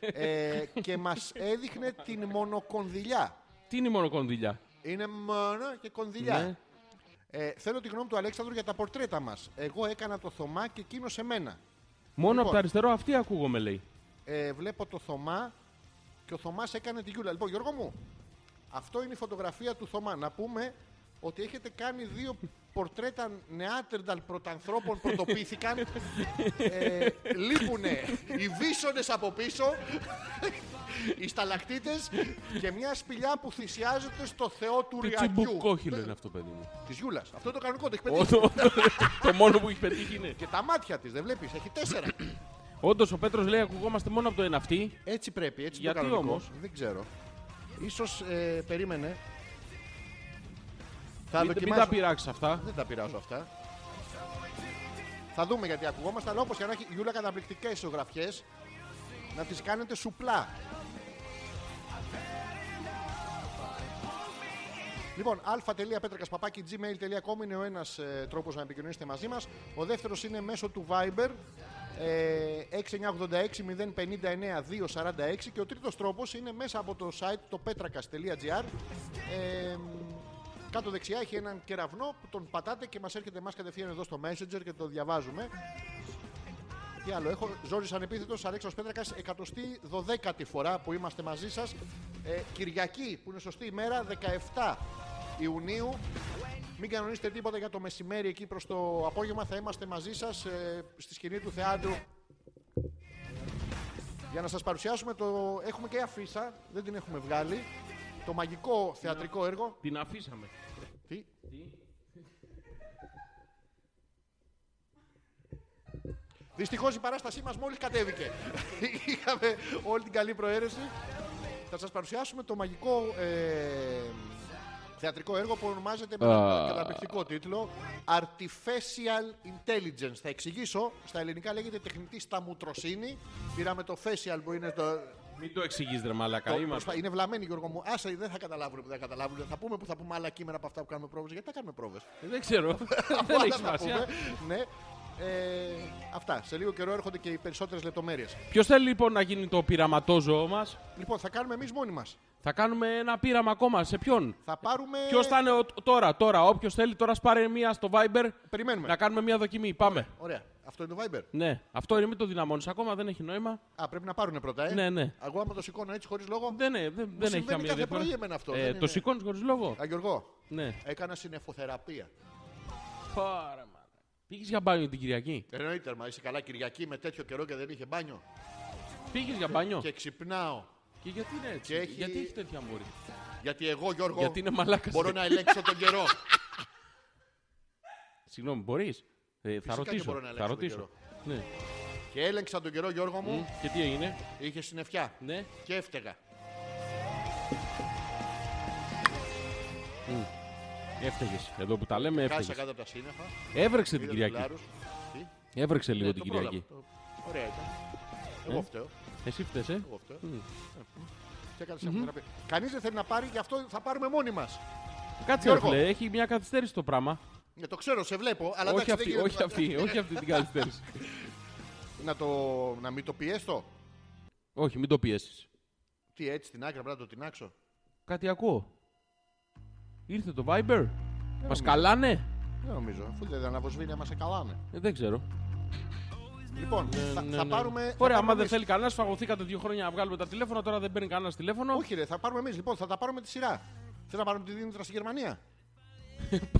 Speaker 6: ε, και μα έδειχνε την μονοκονδυλιά.
Speaker 7: Τι είναι η μονοκονδυλιά.
Speaker 6: Είναι μόνο και κονδυλιά.
Speaker 7: Ναι.
Speaker 6: Ε, θέλω τη γνώμη του Αλέξανδρου για τα πορτρέτα μας. Εγώ έκανα το Θωμά και εκείνο εμένα.
Speaker 7: Μόνο από
Speaker 6: Λοιπόν.
Speaker 7: το αριστερό αυτή ακούγομαι, λέει.
Speaker 6: Ε, βλέπω το Θωμά και ο Θωμάς έκανε τη Γιούλα. Λοιπόν, Γιώργο μου, αυτό είναι η φωτογραφία του Θωμά. Να πούμε ότι έχετε κάνει δύο πορτρέτα νεάτερνταλ πρωτανθρώπων πρωτοπήθηκαν. ε, λείπουνε οι βίσονες από πίσω, οι σταλακτίτες και μια σπηλιά που θυσιάζεται στο θεό του Ναι.
Speaker 7: Τι
Speaker 6: Ριακιού.
Speaker 7: τσιμπουκόχυλο είναι αυτό, παιδί μου.
Speaker 6: Της Γιούλας. Αυτό είναι το κανονικό το έχεις
Speaker 7: Ό,
Speaker 6: πετύχει.
Speaker 7: το- Το μόνο που έχεις πετύχει είναι.
Speaker 6: Και τα μάτια της, δεν βλέπεις, έχει τέσσερα.
Speaker 7: Όντως ο Πέτρος λέει: Ακουγόμαστε μόνο από το ένα αυτή.
Speaker 6: έτσι πρέπει, έτσι
Speaker 7: Γιατί
Speaker 6: το κανονικό.
Speaker 7: όμως?
Speaker 6: Δεν ξέρω. Ίσως ε, περίμενε. Θα Ναι.
Speaker 7: Μην, μην τα
Speaker 6: δοκιμάσω.
Speaker 7: πειράξεις αυτά.
Speaker 6: Δεν τα πειράζω αυτά. Θα δούμε γιατί ακουγόμαστε, αλλά όπως και να έχει Γιούλα καταπληκτικές ισογραφιέ. Να τις κάνετε σουπλά. Λοιπόν, gmail.com είναι ο ένας ε, τρόπος να επικοινωνήσετε μαζί μας. Ο δεύτερος είναι μέσω του Viber ε, 6986-059-246 και ο τρίτος τρόπος είναι μέσα από το site το petrakas.gr. Ε, κάτω δεξιά έχει έναν κεραυνό που τον πατάτε και μας έρχεται εμάς κατευθείαν εδώ στο Messenger και το διαβάζουμε. Τι άλλο έχω, Ζόρι Ανεπίθετος, Αλέξο Πέτρακα, 112η φορά που είμαστε μαζί σας. Ε, Κυριακή, που είναι σωστή ημέρα, 17 Ιουνίου. Μην κανονίσετε τίποτα για το μεσημέρι εκεί προς το απόγευμα. Θα είμαστε μαζί σας στη σκηνή του θεάτρου. Για να σας παρουσιάσουμε το. Έχουμε και αφίσα, δεν την έχουμε βγάλει. Το μαγικό θεατρικό έργο.
Speaker 7: Την αφήσαμε.
Speaker 6: Τι. Δυστυχώς η παράστασή μας μόλις κατέβηκε. Είχαμε όλη την καλή προαίρεση. Θα σας παρουσιάσουμε το μαγικό ε, θεατρικό έργο που ονομάζεται με ένα
Speaker 7: Α.
Speaker 6: καταπληκτικό τίτλο Artificial Intelligence. Θα εξηγήσω. Στα ελληνικά λέγεται τεχνητή σταμουτροσύνη. Πήραμε το facial που είναι το,
Speaker 7: Μην το εξηγείς, ρε Μαλακά.
Speaker 6: το-
Speaker 7: Είμαστε.
Speaker 6: προσπα- Είναι βλαμμένοι, Γιώργο μου. Άσε, δεν θα καταλάβουν που δεν καταλάβουν. Θα πούμε που θα πούμε άλλα κείμενα από αυτά που κάνουμε πρόβες. Γιατί τα κάνουμε πρόβες.
Speaker 7: Δεν ξέρω. Δεν έχει σημασία.
Speaker 6: ναι. Ε, αυτά. Σε λίγο καιρό έρχονται και οι περισσότερες λεπτομέρειες.
Speaker 7: Ποιος θέλει λοιπόν να γίνει το πειραματόζωο μας,
Speaker 6: Λοιπόν, θα κάνουμε εμείς μόνοι μας.
Speaker 7: θα κάνουμε ένα πείραμα ακόμα. Σε ποιον.
Speaker 6: Θα πάρουμε.
Speaker 7: Ποιος θα είναι ο- τώρα, τώρα. Όποιος θέλει, τώρα σπάρε μία στο Viber.
Speaker 6: Περιμένουμε.
Speaker 7: Να κάνουμε μία
Speaker 6: Ναι.
Speaker 7: δοκιμή. Πάμε.
Speaker 6: Ωραία. Αυτό είναι το Viber.
Speaker 7: Ναι, αυτό είναι μην το δυναμώνεις ακόμα, δεν έχει νόημα.
Speaker 6: Α, πρέπει να πάρουν πρώτα, ε.
Speaker 7: Ναι, ναι.
Speaker 6: Εγώ άμα το σηκώνω έτσι χωρίς λόγο.
Speaker 7: Δεν, ε, δεν, δεν έχει
Speaker 6: συμβαίνει
Speaker 7: καμία
Speaker 6: κάθε
Speaker 7: διαφορά.
Speaker 6: πρωί εμένα αυτό,
Speaker 7: Ε,
Speaker 6: δεν
Speaker 7: το
Speaker 6: είναι. Ε.
Speaker 7: σηκώνεις χωρίς λόγο.
Speaker 6: Α, Γιώργο,
Speaker 7: Ναι.
Speaker 6: έκανα συνεφοθεραπεία.
Speaker 7: Πάρα Πήγες για μπάνιο την Κυριακή.
Speaker 6: Εννοείται, μα είσαι καλά Κυριακή με τέτοιο καιρό και δεν είχε μπάνιο.
Speaker 7: Πήγες για μπάνιο.
Speaker 6: Και
Speaker 7: Και...
Speaker 6: ξυπνάω.
Speaker 7: γιατί είναι έτσι.
Speaker 6: Και έχει-
Speaker 7: Γιατί έχει τέτοια μόρια.
Speaker 6: Γιατί εγώ, Γιώργο,
Speaker 7: Γιατί είναι Ε, μαλάκας.
Speaker 6: μπορώ να ελέγξω τον καιρό.
Speaker 7: Συγγνώμη, μπορείς. Ε, θα
Speaker 6: Φυσικά και
Speaker 7: ρωτήσω.
Speaker 6: μπορώ να
Speaker 7: θα
Speaker 6: αλλάξω τον
Speaker 7: ρωτήσω. Ναι.
Speaker 6: και έλεγξα τον καιρό, Γιώργο μου,
Speaker 7: Και τι έγινε.
Speaker 6: είχε συννεφιά.
Speaker 7: Ναι.
Speaker 6: Και έφταιγα.
Speaker 7: Έφταιγες. Εδώ που τα λέμε,
Speaker 6: Κάσα
Speaker 7: έφταιγε.
Speaker 6: κάτω από τα σύννεφα.
Speaker 7: Έβρεξε
Speaker 6: είδα
Speaker 7: την
Speaker 6: τους
Speaker 7: Κυριακή.
Speaker 6: λάρους. Τι?
Speaker 7: Έβρεξε λίγο
Speaker 6: Ναι,
Speaker 7: την
Speaker 6: το
Speaker 7: Κυριακή. Ε.
Speaker 6: πρόλαβα. Το- Ωραία ήταν. Εγώ φταίω.
Speaker 7: Εσύ φταίς, ε.
Speaker 6: Εγώ φταίω. Ε, Και έκανα συνεχώς να πει. Κανείς δεν θέλει να πάρει, γι' αυτό θα πάρουμε μόνοι μας.
Speaker 7: Κάτσε, ρε
Speaker 6: Γιώργο.
Speaker 7: φίλε, έχει μια καθυστέρηση το πράγμα.
Speaker 6: Ναι, το ξέρω, σε βλέπω, αλλά
Speaker 7: όχι,
Speaker 6: εντάξει, δεν
Speaker 7: αυτή,
Speaker 6: γίνεται
Speaker 7: όχι,
Speaker 6: να-
Speaker 7: αυτή, όχι αυτή την καθυστέρηση.
Speaker 6: Να, το, να μην το πιέσω.
Speaker 7: όχι, μην το πιέσεις.
Speaker 6: Τι έτσι στην άκρη, απλά να το τεινάξω.
Speaker 7: Κάτι ακούω. Ήρθε το
Speaker 6: Ε,
Speaker 7: Viber. Μα καλάνε.
Speaker 6: Δεν νομίζω, αφού δεν αναβοσβήνει, άμα σε καλάνε.
Speaker 7: Ε, δεν ξέρω.
Speaker 6: Λοιπόν, θα, θα πάρουμε. θα
Speaker 7: Ναι, Ωραία,
Speaker 6: πάρουμε
Speaker 7: άμα δεν
Speaker 6: εμείς.
Speaker 7: θέλει κανένα, φαγωθήκατε δύο χρόνια να βγάλουμε τα τηλέφωνα, τώρα δεν παίρνει κανένας τηλέφωνο.
Speaker 6: Όχι, ρε, θα πάρουμε εμείς. Λοιπόν, θα τα πάρουμε τη σειρά. Θέλω να πάρουμε τη Δήμητρα στη Γερμανία.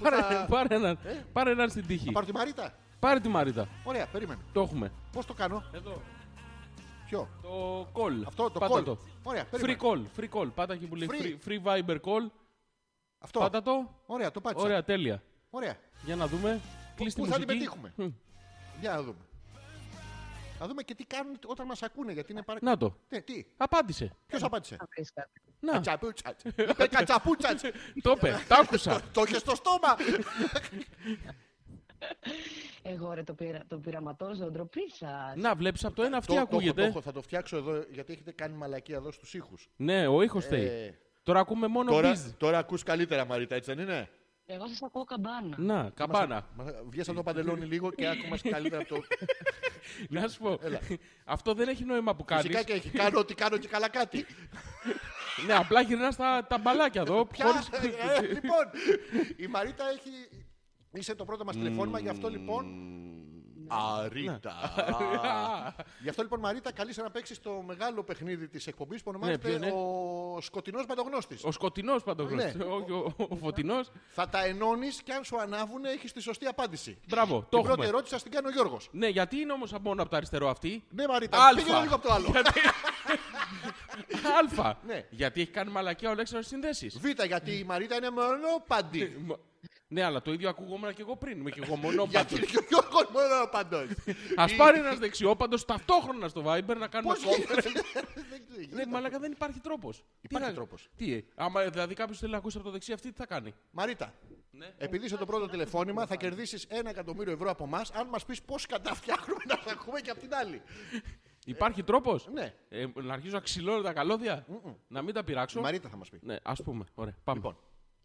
Speaker 7: πάρε, πάρε, έναν, πάρε έναν στην τύχη.
Speaker 6: Ε. Θα πάρω τη Μαρίτα.
Speaker 7: Πάρε τη Μαρίτα.
Speaker 6: Ωραία, περίμενε.
Speaker 7: Το έχουμε.
Speaker 6: Πώς το κάνω,
Speaker 7: Εδώ.
Speaker 6: ποιο.
Speaker 7: Το call.
Speaker 6: Αυτό το
Speaker 7: Πάτα
Speaker 6: call.
Speaker 7: Το.
Speaker 6: Ωραία, περίμενε.
Speaker 7: Free call. Free call. Πάτα εκεί που λέει
Speaker 6: Free.
Speaker 7: free, free Viber call.
Speaker 6: Αυτό.
Speaker 7: Πάτα το.
Speaker 6: Ωραία, το πάτησα.
Speaker 7: Ωραία, τέλεια.
Speaker 6: Ωραία.
Speaker 7: Για να δούμε. Κλείς τη
Speaker 6: πού θα την
Speaker 7: μουσική.
Speaker 6: πετύχουμε?
Speaker 7: Μμ.
Speaker 6: Για να δούμε. Να δούμε και τι κάνουν όταν μας ακούνε. Γιατί είναι πάρα.
Speaker 7: Να το.
Speaker 6: Ναι, τι.
Speaker 7: Απάντησε.
Speaker 6: Ποιος απάντησε.
Speaker 7: Να.
Speaker 6: Κατσαπούτσατ. Είπε κατσαπούτσατ.
Speaker 7: Το είπε. Τα άκουσα.
Speaker 6: Το είχε στο στόμα.
Speaker 3: Εγώ ρε το, πειρα, το πειραματόζω, ντροπή σα.
Speaker 7: Να βλέπεις από το ένα αυτή
Speaker 6: Το- το έχω, το
Speaker 7: ακούγεται.
Speaker 6: έχω. Θα το φτιάξω εδώ γιατί έχετε κάνει μαλακία εδώ στους ήχους.
Speaker 7: Ναι, ο ήχος θέλει.
Speaker 6: Ε,
Speaker 7: Τώρα ακούμε μόνο
Speaker 6: τώρα,
Speaker 7: biz.
Speaker 6: τώρα ακούς καλύτερα, Μαρίτα, έτσι δεν είναι.
Speaker 3: Εγώ σας ακούω καμπάνα.
Speaker 7: Να, καμπάνα.
Speaker 6: Βγες από το παντελόνι λίγο και άκουμας καλύτερα από το...
Speaker 7: Να σου πω. Αυτό δεν έχει νόημα που κάνεις.
Speaker 6: Φυσικά και έχει. Κάνω ό,τι κάνω και καλά κάτι.
Speaker 7: Ναι, απλά γυρνάς τα, τα μπαλάκια εδώ.
Speaker 6: Πια,
Speaker 7: χωρίς-
Speaker 6: ε, λοιπόν, η Μαρίτα έχει... Είσαι το πρώτο μας τηλεφώνημα, γι' αυτό λοιπόν...
Speaker 7: Ναι.
Speaker 6: Αρίτα. γι' αυτό λοιπόν, Μαρίτα, καλείσαι να παίξεις το μεγάλο παιχνίδι της εκπομπής που
Speaker 7: Ναι, ποιο
Speaker 6: ονομάζεται
Speaker 7: είναι?
Speaker 6: Ο Σκοτεινός Παντογνώστης.
Speaker 7: Ο σκοτεινός παντογνώστης.
Speaker 6: Ναι.
Speaker 7: Όχι, ο, ο, ο φωτεινός.
Speaker 6: Θα τα ενώνεις και αν σου ανάβουν έχεις τη σωστή απάντηση.
Speaker 7: Μπράβο, το
Speaker 6: Την πρώτη
Speaker 7: έχουμε.
Speaker 6: ερώτηση θα την κάνει ο Γιώργος.
Speaker 7: Ναι, γιατί είναι όμως μόνο από το αριστερό αυτή.
Speaker 6: Ναι, Μαρίτα,
Speaker 7: Αλφα.
Speaker 6: πήγαινε λίγο από το άλλο.
Speaker 7: Γιατί- Αλφα.
Speaker 6: Ναι.
Speaker 7: Γιατί έχει κάνει μαλακία ο λέξεων συνδέσεις.
Speaker 6: Β, γιατί η Μαρίτα είναι μονοπαντή.
Speaker 7: Μ- Ναι, αλλά το ίδιο ακούγόμουν και εγώ πριν. Είμαι και εγώ μόνο
Speaker 6: Γιατί είναι και ο Γιώργος μονοπαντός.
Speaker 7: Α πάρει ένας δεξιόπαντος ταυτόχρονα στο Viber να κάνουμε
Speaker 6: Πώς
Speaker 7: κόμμα.
Speaker 6: γίνεται. Δεν ξέρω,
Speaker 7: Ναι,
Speaker 6: γίνεται.
Speaker 7: μαλακά δεν υπάρχει τρόπος.
Speaker 6: Υπάρχει τρόπος. Ε,
Speaker 7: Τι, ε, άμα δηλαδή κάποιος θέλει να ακούσει από το δεξί, αυτή τι θα κάνει.
Speaker 6: Μαρίτα, επειδή είσαι το πρώτο τηλεφώνημα, θα κερδίσεις ένα εκατομμύριο ευρώ από εμάς αν μας πεις πώς κατά φτιάχνουμε να τα ακούμε και από την άλλη.
Speaker 7: Υπάρχει τρόπος.
Speaker 6: ναι.
Speaker 7: να αρχίζω να ξυλώνω τα καλώδια. Να μην τα πειράξω.
Speaker 6: Η Μαρίτα θα μας πει.
Speaker 7: Ναι, ας πούμε. Ωραία, πάμε.
Speaker 6: Λοιπόν.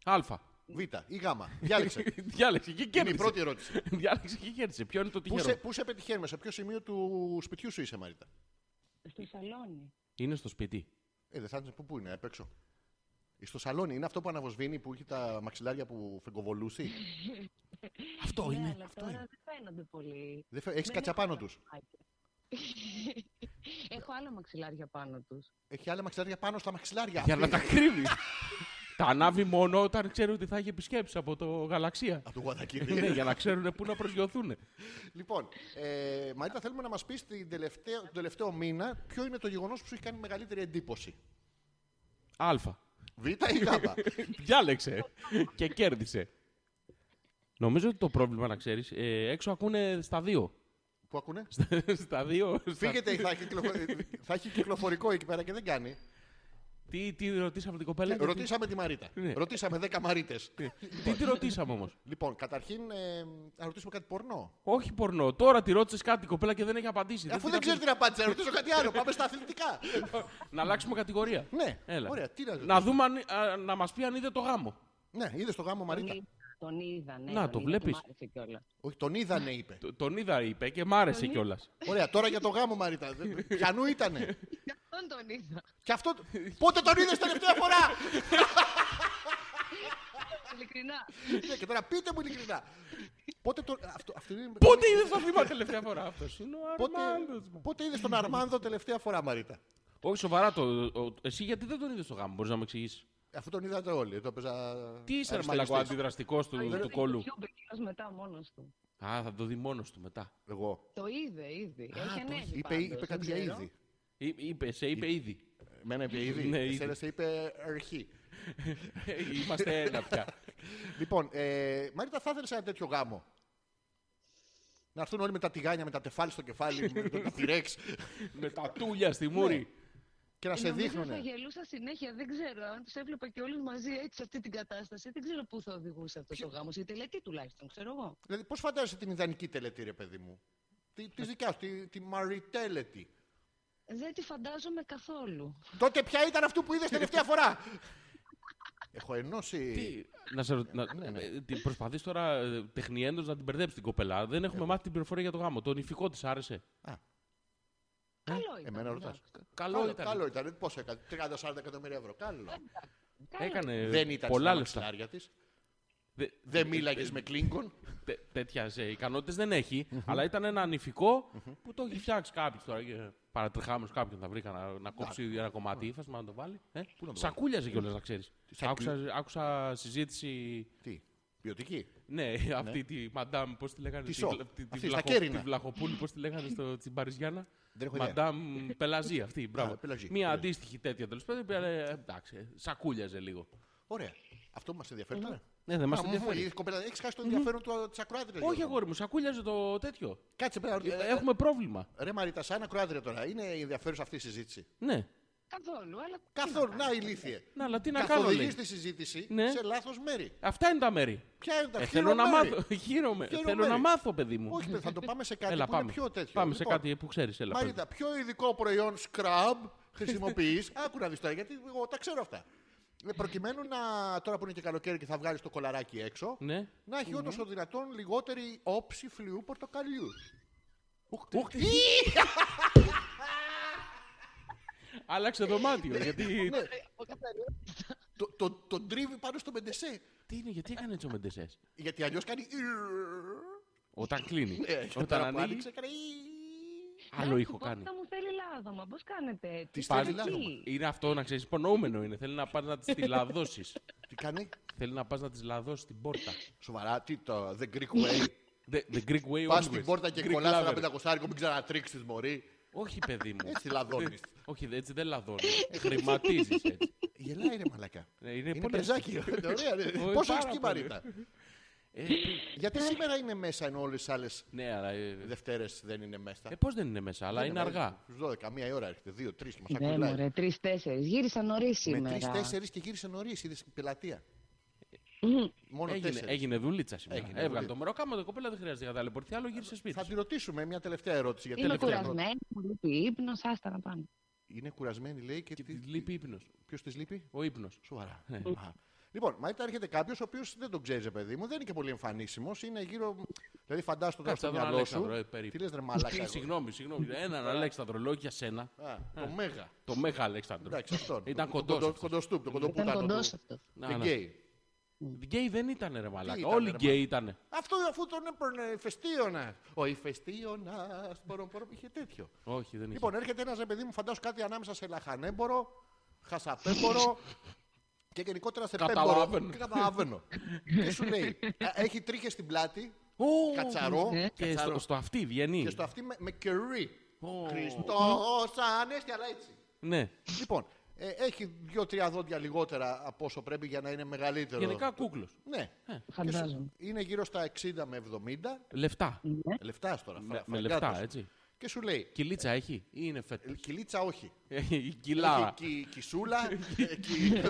Speaker 7: Αλφα.
Speaker 6: Β ή Γ. Διάλεξε.
Speaker 7: Διάλεξε και
Speaker 6: Είναι
Speaker 7: κέρδισε.
Speaker 6: η πρώτη ερώτηση.
Speaker 7: Διάλεξε και κέρδισε. Ποιο είναι το
Speaker 6: Πού
Speaker 7: τυχερό.
Speaker 6: σε, πού σε πετυχαίνουμε, σε ποιο σημείο του σπιτιού σου είσαι, Μαρίτα.
Speaker 3: Στο σαλόνι.
Speaker 7: Είναι στο σπίτι.
Speaker 6: Ε, δεν θα είναι, πού, πού είναι, απ' έξω. Ε, Στο σαλόνι, είναι αυτό που αναβοσβήνει που έχει τα μαξιλάρια που φεγκοβολούσει.
Speaker 7: Αυτό
Speaker 3: ναι,
Speaker 7: είναι.
Speaker 3: αλλά
Speaker 7: Αυτό
Speaker 3: τώρα
Speaker 7: είναι.
Speaker 3: δεν φαίνονται πολύ.
Speaker 6: Έχεις
Speaker 3: Δεν
Speaker 6: κάτσα
Speaker 3: έχω
Speaker 6: πάνω
Speaker 3: άλλα
Speaker 6: τους.
Speaker 3: μαξιλάρια. έχω άλλα μαξιλάρια πάνω τους.
Speaker 6: Έχει άλλα μαξιλάρια πάνω στα μαξιλάρια.
Speaker 7: Για να τα κρύβεις. τα ανάβει μόνο όταν ξέρει ότι θα έχει επισκέψει από το γαλαξία.
Speaker 6: Από το Γουαδακίδη.
Speaker 7: ναι, για να ξέρουν πού να προσγειωθούν.
Speaker 6: Λοιπόν, ε, Μαρίτα, θέλουμε να μας πεις τον τελευταίο, τον τελευταίο μήνα ποιο είναι το γεγονός που σου έχει κάνει μεγαλύτερη εντύπωση.
Speaker 7: Αλφα.
Speaker 6: Β ή Γ.
Speaker 7: Διάλεξε και κέρδισε. Νομίζω ότι το πρόβλημα να ξέρεις, έξω ακούνε στα δύο.
Speaker 6: Που ακούνε.
Speaker 7: στα δύο. στα-
Speaker 6: Φύγετε, θα, κυκλοφο- θα έχει κυκλοφορικό εκεί πέρα και δεν κάνει.
Speaker 7: Τι, τι ρωτήσαμε την κοπέλα. γιατί-
Speaker 6: Ρωτήσαμε τη Μαρίτα.
Speaker 7: Ναι.
Speaker 6: Ρωτήσαμε 10 Μαρίτες.
Speaker 7: Τι τη ρωτήσαμε όμως.
Speaker 6: Λοιπόν, καταρχήν ε, να ρωτήσουμε κάτι πορνό.
Speaker 7: Όχι πορνό. Τώρα τη ρώτησες κάτι η κοπέλα και Ε, δεν έχει απαντήσει.
Speaker 6: Αφού
Speaker 7: την
Speaker 6: δεν
Speaker 7: αφήνει.
Speaker 6: ξέρει την απάντηση, να ρωτήσω κάτι άλλο. Πάμε στα αθλητικά.
Speaker 7: Να αλλάξουμε κατηγορία.
Speaker 6: Ναι,
Speaker 7: Έλα.
Speaker 6: ωραία, τι να ρωτήσω.
Speaker 7: Να, δούμε αν, α, να μας πει αν είδε το γάμο.
Speaker 6: Ναι, είδες το γάμο
Speaker 3: Τον
Speaker 6: Μαρίτα.
Speaker 3: είδα, τον είδα, ναι.
Speaker 7: Να,
Speaker 3: τον
Speaker 7: το
Speaker 3: είδα και
Speaker 7: βλέπεις.
Speaker 3: Μ' άρεσε κιόλας.
Speaker 6: Όχι, τον είδανε, είπε.
Speaker 7: Το- Τον είδα, είπε και μ' άρεσε κιόλας.
Speaker 6: Ωραία, τώρα για το γάμο Μαρίτα. Δεν- Πιανού ήτανε.
Speaker 3: Γι' αυτόν τον είδα.
Speaker 6: Και αυτό. Πότε τον είδες τελευταία φορά!
Speaker 3: Ειλικρινά.
Speaker 6: Ναι, και τώρα πείτε μου ειλικρινά. Πότε τον. Αυτό, αυτή είναι...
Speaker 7: Πότε είδες το θύμα τελευταία φορά. Αυτός είναι ο
Speaker 6: Πότε,
Speaker 7: Αρμάνδος.
Speaker 6: πότε είδες τον Αρμάνδο τελευταία φορά, Μαρίτα.
Speaker 7: Όχι, σοβαρά το. ο- εσύ γιατί δεν τον είδες στο γάμο, μπορείς να με εξηγήσει.
Speaker 6: Αφού τον είδατε όλοι, το παίζα.
Speaker 7: Τι είσαι, ρε
Speaker 6: αριστεριστής.
Speaker 7: μαλακό, αντιδραστικός του, του κόλου.
Speaker 3: YouTube εκείνος μετά μόνος του.
Speaker 7: Α, θα το δει μόνος του μετά.
Speaker 6: Εγώ.
Speaker 3: Το είδε ήδη. Έχει ανέβει
Speaker 6: Είπε, είπε
Speaker 3: πάντως,
Speaker 6: κάτι
Speaker 3: δεν
Speaker 6: για
Speaker 3: ξέρω.
Speaker 6: είδη.
Speaker 7: Εί- Είπε, σε είπε ήδη.
Speaker 6: Μένα είπε ήδη.
Speaker 7: Ναι,
Speaker 6: Εσένα
Speaker 7: ήδη.
Speaker 6: σε είπε αρχή.
Speaker 7: Είμαστε ένα πια.
Speaker 6: Λοιπόν, ε, Μαρίτα, θα ήθελες ένα τέτοιο γάμο. Να έρθουν όλοι με τα τηγάνια, με τα τεφάλι στο κεφάλι, με τα τυρέξ
Speaker 7: Με τα τούλια στη
Speaker 6: Ναι.
Speaker 7: μούρη.
Speaker 6: και να σε
Speaker 3: Ε, Νομίζω
Speaker 6: δείχνουν.
Speaker 3: Θα γελούσα συνέχεια. Δεν ξέρω αν τους έβλεπα και όλους μαζί έτσι σε αυτή την κατάσταση. Δεν ξέρω πού θα οδηγούσε αυτός ο γάμος. Η τελετή τουλάχιστον, ξέρω εγώ.
Speaker 6: Δηλαδή, πώς φαντάζεσαι την ιδανική τελετή, ρε παιδί μου. Τη,
Speaker 3: Ε.
Speaker 6: της δικιά σου, τη, τη Μαριτέλετη.
Speaker 3: Δεν τη φαντάζομαι καθόλου.
Speaker 6: Τότε ποια ήταν αυτό που είδες τελευταία φορά. Έχω ενώσει.
Speaker 7: Τι, να σε ρω- να-
Speaker 6: ναι, ναι.
Speaker 7: ε, τι, Προσπαθείς τώρα ε, τεχνιέντος να την μπερδέψεις την κοπελά. Δεν έχουμε μάθει την πληροφορία για το γάμο. Το νηφικό της άρεσε.
Speaker 3: Καλό ήταν.
Speaker 6: Ε, Εμένα ρωτά.
Speaker 3: εντάξει.
Speaker 7: ναι. Καλό ήταν.
Speaker 6: Καλό ήταν. Πόσο έκανε, 30-40 εκατομμύρια ευρώ. Καλό.
Speaker 3: Καλό
Speaker 7: Έκανε
Speaker 6: δεν ήταν
Speaker 7: Ε, πολλά
Speaker 6: πολλά
Speaker 7: λεφτά. Ε,
Speaker 6: μαξιλάρια της.
Speaker 7: Δε-
Speaker 6: Δεν μίλαγε με Κλίνκον.
Speaker 7: τε- τέτοια ικανότητες δεν έχει, αλλά ήταν ένα νηφικό που το έχει φτιάξει κάποιος τώρα. Και παρατριχάμενο κάποιον θα βρήκα να, να κόψει ένα κομμάτι ύφασμα να το βάλει. Ε?
Speaker 6: Πού Ναι. να το
Speaker 7: Σακούλιαζε κιόλας, να ξέρεις.
Speaker 6: σακούλι-
Speaker 7: Άκουσα, άκουσα συζήτηση.
Speaker 6: Τι, ποιοτική.
Speaker 7: Ναι, αυτή τη μαντάμ, πώς τη λέγανε.
Speaker 6: Τη
Speaker 7: τη
Speaker 6: Σο.
Speaker 7: βλα- τη- Τη
Speaker 6: Αυτή, στα
Speaker 7: βλαχο-
Speaker 6: Κέρινα.
Speaker 7: τη Βλαχοπούλη, πώς τη λέγανε στο στην Παριζιάνα.
Speaker 6: Δεν έχω ιδέα.
Speaker 7: Μαντάμ Πελαζή αυτή,
Speaker 6: Α,
Speaker 7: μπράβο.
Speaker 6: Πελαζή,
Speaker 7: Μία
Speaker 6: ναι.
Speaker 7: αντίστοιχη τέτοια τέλος πάντων. η οποία, ε, Εντάξει, σακούλιαζε λίγο.
Speaker 6: Ωραία. Αυτό που μας ενδιαφέρει τώρα.
Speaker 7: Ναι, δεν
Speaker 6: Α,
Speaker 7: μα
Speaker 6: μου- μου
Speaker 7: ενδιαφέρει.
Speaker 6: είδες, κοπέλα, έχεις χάσει το ενδιαφέρον της ακροάτριας.
Speaker 7: Όχι, αγόρι μου, σακούλιαζε το τέτοιο.
Speaker 6: Κάτσε πέρα.
Speaker 7: Ε, Έχουμε πρόβλημα.
Speaker 6: Ρε Μαρίτα, σαν ακροάτρια τώρα. Είναι ενδιαφέρουσα αυτή η συζήτηση.
Speaker 7: Ναι.
Speaker 3: Καθόλου, αλλά.
Speaker 6: Καθόλου. Να ηλίθιε.
Speaker 7: Ναι, αλλά τι να κάνω,
Speaker 6: Καθοδηγεί
Speaker 7: λέει.
Speaker 6: τη συζήτηση
Speaker 7: Ναι.
Speaker 6: σε λάθος μέρη.
Speaker 7: Αυτά είναι τα μέρη.
Speaker 6: Ποια είναι τα
Speaker 7: Ε,
Speaker 6: πιο
Speaker 7: θέλω να
Speaker 6: μέρη?
Speaker 7: μάθω.
Speaker 6: Χαίρομαι.
Speaker 7: Χαίρομαι. Θέλω να μάθω, παιδί μου.
Speaker 6: Όχι, θα το πάμε σε κάτι
Speaker 7: Έλα,
Speaker 6: που
Speaker 7: πάμε.
Speaker 6: είναι πιο τέτοιο.
Speaker 7: Πάμε σε
Speaker 6: Λοιπόν,
Speaker 7: κάτι που ξέρεις. Έλα, πες.
Speaker 6: Μαρίτα, ποιο ειδικό προϊόν scrub χρησιμοποιείς. Άκου να δεις τώρα, γιατί εγώ τα ξέρω αυτά. Ε, προκειμένου να, τώρα που είναι και καλοκαίρι και θα βγάλεις το κολαράκι έξω,
Speaker 7: Ναι.
Speaker 6: να έχει όντω το δυνατόν λιγότερη όψη φλοιού πορτοκαλιού. Ουχ, ουχ, τι!
Speaker 7: Άλλαξε δωμάτιο. γιατί.
Speaker 6: Ναι. Το- το- Τον τρίβει πάνω στο μεντεσέ.
Speaker 7: Τι είναι, γιατί έκανε έτσι ο Μεντεσές.
Speaker 6: Γιατί αλλιώς κάνει.
Speaker 7: Όταν κλείνει.
Speaker 6: Ε, και
Speaker 7: Όταν
Speaker 6: τώρα που
Speaker 7: ανοίγει.
Speaker 6: άνοιξε, έκανε.
Speaker 7: Άλλο ήχο κάνει.
Speaker 3: Θα μου θέλει λάδωμα. Πώς κάνετε έτσι.
Speaker 6: ναι. Της
Speaker 3: Πάλι
Speaker 6: θέλει
Speaker 3: εκεί.
Speaker 6: λάδωμα.
Speaker 7: Είναι αυτό να ξέρεις, υπονοούμενο είναι. Θέλει να πας να τη τη λαδώσεις.
Speaker 6: Τι κάνει,
Speaker 7: Θέλει να πας να τη λαδώσει την πόρτα.
Speaker 6: σοβαρά, τι το The Greek way.
Speaker 7: The, the Greek way
Speaker 6: Πας
Speaker 7: always.
Speaker 6: στην πόρτα και
Speaker 7: Greek
Speaker 6: κολλάς ένα
Speaker 7: lover.
Speaker 6: πεντακοσάρικο, μην ξανατρίξεις, Μωρή.
Speaker 7: Όχι, παιδί μου.
Speaker 6: Έτσι λαδώνεις.
Speaker 7: Δεν- Όχι, έτσι δεν λαδώνεις. Χρηματίζεις έτσι.
Speaker 6: Γελάει ρε μαλακά.
Speaker 7: Ε, Είναι,
Speaker 6: Είναι
Speaker 7: πολύ
Speaker 6: πρεζάκι. Ωραία, ρε.
Speaker 7: Ω,
Speaker 6: Πόσο έχει
Speaker 7: πάρα
Speaker 6: και η
Speaker 7: πολύ.
Speaker 6: Μαρίτα.
Speaker 7: Ε,
Speaker 6: Γιατί σήμερα είναι μέσα ενώ όλες τι άλλες
Speaker 7: ναι, αλλά. Ε,
Speaker 6: Δευτέρες δεν είναι μέσα.
Speaker 7: ε, πώς δεν είναι μέσα, αλλά
Speaker 6: Δεν
Speaker 7: είναι αργά.
Speaker 6: Στου 12, μία η ώρα έρχεται. Δύο-τρει μα
Speaker 3: Ναι,
Speaker 6: ακουμπάει.
Speaker 3: μωρέ, τρει-τέσσερι. Γύρισα νωρίς
Speaker 6: Με
Speaker 3: σήμερα.
Speaker 6: τρει-τέσσερι και γύρισε νωρίς, είδες στην πελατεία. Μόνο
Speaker 7: Έγινε,
Speaker 6: τέσσερις.
Speaker 7: έγινε δουλίτσα σήμερα.
Speaker 6: Έγινε
Speaker 7: Έβγαλε
Speaker 6: δουλίτσα.
Speaker 7: το μεροκάμα, το κοπέλα δεν χρειάζεται να ταλαιπωρηθεί, άλλο γύρισε σπίτι.
Speaker 6: Θα τη ρωτήσουμε μια τελευταία ερώτηση. Γιατί
Speaker 3: Είμαι
Speaker 6: τελευταία ερώτηση.
Speaker 3: κουρασμένη, μου λείπει ύπνος, άστα να πάμε.
Speaker 6: Είναι κουρασμένη, λέει, και,
Speaker 7: Και τη λείπει ύπνος.
Speaker 6: Ποιος της λείπει,
Speaker 7: Ο ύπνος.
Speaker 6: Σοβαρά.
Speaker 7: Ναι.
Speaker 6: Α. Λοιπόν, Μαρίτα έρχεται κάποιος ο οποίος δεν τον ξέρει, ρε παιδί μου, δεν είναι και πολύ εμφανίσιμος. Είναι γύρω. Δηλαδή, φαντάστο τώρα
Speaker 7: Κάτσε
Speaker 6: στο
Speaker 7: να δω
Speaker 6: μυαλό
Speaker 7: Αλέξανδρο, ε,
Speaker 6: σου.
Speaker 7: περίπου.
Speaker 6: Τι λες, ρε μαλακά. εγώ.
Speaker 7: Συγγνώμη, συγγνώμη. Έναν Αλέξανδρο, λέω για σένα.
Speaker 6: Α, Το μέγα.
Speaker 7: Το Μέγα Αλέξανδρο.
Speaker 6: Εντάξει, αυτόν.
Speaker 7: Ήταν
Speaker 6: Το-
Speaker 7: κοντός
Speaker 6: Το
Speaker 7: αυτός.
Speaker 6: κοντοστούπ, το
Speaker 3: Ήταν
Speaker 6: κοντοπουτάνο.
Speaker 3: κοντό
Speaker 6: του-
Speaker 3: αυτός.
Speaker 7: Να,
Speaker 6: και
Speaker 7: να.
Speaker 6: γκέι.
Speaker 7: Γκέι δεν ήταν ρε μαλάκα.
Speaker 6: ήταν,
Speaker 7: Όλοι
Speaker 6: ρε,
Speaker 7: γκέι ήταν.
Speaker 6: Αυτό αφού τον έπαιρνε φεστίωνα. Ο ηφαιστίωνα. Μπορώ, μπορώ, είχε τέτοιο.
Speaker 7: Όχι, δεν είχε.
Speaker 6: Λοιπόν, έρχεται ένας ρε παιδί μου, φαντάσου κάτι ανάμεσα σε λαχανέμπορο, χασαπέμπορο και γενικότερα σε
Speaker 7: Καταλαβαίνω.
Speaker 6: πέμπορο. Και Καταλαβαίνω. Και σου λέει, α, έχει τρίχες στην πλάτη,
Speaker 7: Ω,
Speaker 6: κατσαρό
Speaker 3: ναι.
Speaker 7: Και
Speaker 6: κατσαρό.
Speaker 7: στο, στο αυτή βγαίνει.
Speaker 6: και στο αυτή με, με κερί.
Speaker 7: Ω.
Speaker 6: Χριστός Ανέστη, αλλά έτσι.
Speaker 7: Ναι.
Speaker 6: Λοιπόν, ε, έχει δύο-τρία δόντια λιγότερα από όσο πρέπει για να είναι μεγαλύτερο.
Speaker 7: Γενικά Ε, κούκλος.
Speaker 6: Ναι.
Speaker 3: Φαντάζομαι.
Speaker 6: Και σου- Είναι γύρω στα 60 με 70.
Speaker 7: Λεφτά.
Speaker 6: Λεφτά τώρα.
Speaker 7: Με,
Speaker 6: φρα-
Speaker 7: με
Speaker 6: φραγκάτος.
Speaker 7: λεφτά, έτσι.
Speaker 6: Και σου λέει,
Speaker 7: Κυλίτσα έχει ή είναι Ε, φέτο.
Speaker 6: κυλίτσα όχι.
Speaker 7: Κιλά.
Speaker 6: Έχει κι- κισούλα. ε, κι-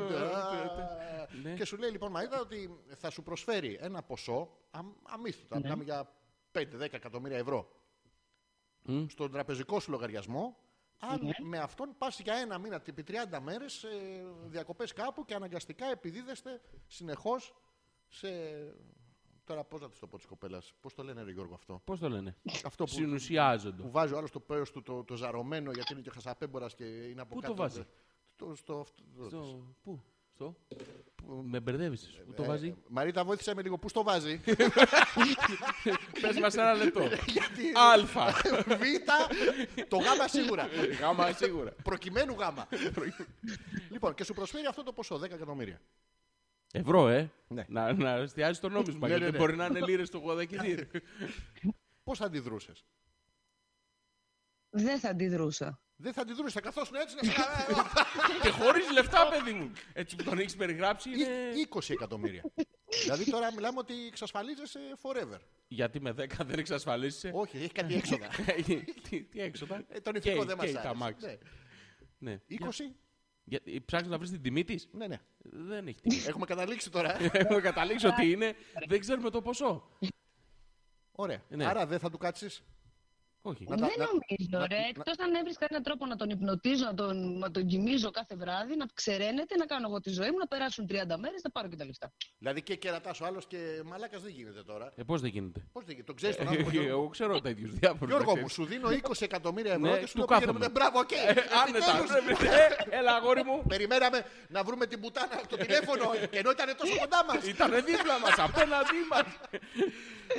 Speaker 7: Ναι.
Speaker 6: Και σου λέει λοιπόν Μαρίτα ότι θα σου προσφέρει ένα ποσό αμ- αμύθιτο. Αν μιλάμε για 5-10 εκατομμύρια ευρώ. Στον τραπεζικό σου λογαριασμό. Αν με αυτόν πας για ένα μήνα, επί 30 μέρε, διακοπές κάπου και αναγκαστικά επιδίδεστε συνεχώς σε. Τώρα πώς να της το πω της κοπέλας, πώς το λένε, ρε Γιώργο, αυτό.
Speaker 7: Πώς το λένε.
Speaker 6: Αυτό που,
Speaker 7: Συνουσιάζονται.
Speaker 6: που βάζει ο άλλος το πέος του το, το ζαρωμένο γιατί είναι και χασαπέμπορα και είναι από
Speaker 7: Πού το
Speaker 6: κάτω.
Speaker 7: βάζει?
Speaker 6: Το, στο, αυτό-
Speaker 7: Στο. Πού. Στο. Με μπερδεύεις. Πού το
Speaker 6: Ε,
Speaker 7: βάζει.
Speaker 6: Μαρίτα, βοήθησε με λίγο. Πού το βάζει.
Speaker 7: Πες μας ένα λεπτό.
Speaker 6: γιατί.
Speaker 7: Αλφα.
Speaker 6: Β. Το γάμα σίγουρα.
Speaker 7: Γάμα σίγουρα.
Speaker 6: Προκειμένου γάμα. λοιπόν, και σου προσφέρει αυτό το ποσό, 10 εκατομμύρια.
Speaker 7: Ευρώ, ε.
Speaker 6: Ναι.
Speaker 7: Να, να εστιάζει το νόμισμα.
Speaker 6: Ναι,
Speaker 7: γιατί
Speaker 6: ναι, ναι.
Speaker 7: μπορεί να είναι λίρες στο γοδακιδί.
Speaker 6: Πώ θα αντιδρούσες.
Speaker 3: Δεν θα αντιδρούσα.
Speaker 6: Δεν θα αντιδρούσες, θα καθόσουν έτσι να σε ε,
Speaker 7: Και χωρίς λεφτά, παιδί μου. Έτσι που τον έχεις περιγράψει είναι.
Speaker 6: Ή- 20 ε, εκατομμύρια. δηλαδή τώρα μιλάμε ότι εξασφαλίζεσαι forever.
Speaker 7: Γιατί με 10 δεν εξασφαλίσει.
Speaker 6: Όχι, έχει κάτι έξοδα.
Speaker 7: τι, τι έξοδα.
Speaker 6: Ε, το νηφικό
Speaker 7: Καίει-
Speaker 6: δεν
Speaker 7: καίει
Speaker 6: μα
Speaker 7: τα μάξι.
Speaker 6: άρεσε.
Speaker 7: Ναι.
Speaker 6: Ναι. 20,
Speaker 7: Γιατί ψάχνεις να βρεις την τιμή της.
Speaker 6: ναι, ναι.
Speaker 7: Δεν έχει τιμή.
Speaker 6: Έχουμε καταλήξει τώρα.
Speaker 7: Έχουμε καταλήξει ότι είναι. Δεν ξέρουμε το ποσό.
Speaker 6: Ωραία.
Speaker 7: Ναι.
Speaker 6: Άρα δεν θα του κάτσεις.
Speaker 7: Όχι.
Speaker 6: Να τα-
Speaker 3: Δεν
Speaker 6: να-
Speaker 3: νομίζω,
Speaker 6: να-
Speaker 3: ρε.
Speaker 6: να-
Speaker 3: Εκτός αν έβρισκα έναν τρόπο να τον υπνοτίζω, να τον, να τον κοιμίζω κάθε βράδυ, να ξεραίνεται, να κάνω εγώ τη ζωή μου, να περάσουν 30 μέρες, να πάρω και τα λεφτά.
Speaker 6: Δηλαδή και κερατάς ο άλλος και μαλάκας δεν γίνεται τώρα.
Speaker 7: Ε, πώς δεν γίνεται.
Speaker 6: Πώς δεν γίνεται, τον ξέρεις
Speaker 7: Ε,
Speaker 6: τον άνθρωπο. Γιώργο.
Speaker 7: Εγώ ξέρω τέτοιου διάφορους.
Speaker 6: Γιώργο μου, σου δίνω 20 εκατομμύρια ευρώ
Speaker 7: Ναι,
Speaker 6: και σου
Speaker 7: του
Speaker 6: λέω πήγαινε
Speaker 7: κάθομαι. Ε,
Speaker 6: με μπράβο, οκ.
Speaker 7: Άνετα.
Speaker 6: Επιτέλους.
Speaker 7: Ε, Έλα, αγόρι μου.
Speaker 6: Περιμέναμε να βρούμε την πουτάνα από το τηλέφωνο και ενώ ήταν τόσο κοντά μας.
Speaker 7: Ήταν δίπλα μας, απέναντί μας.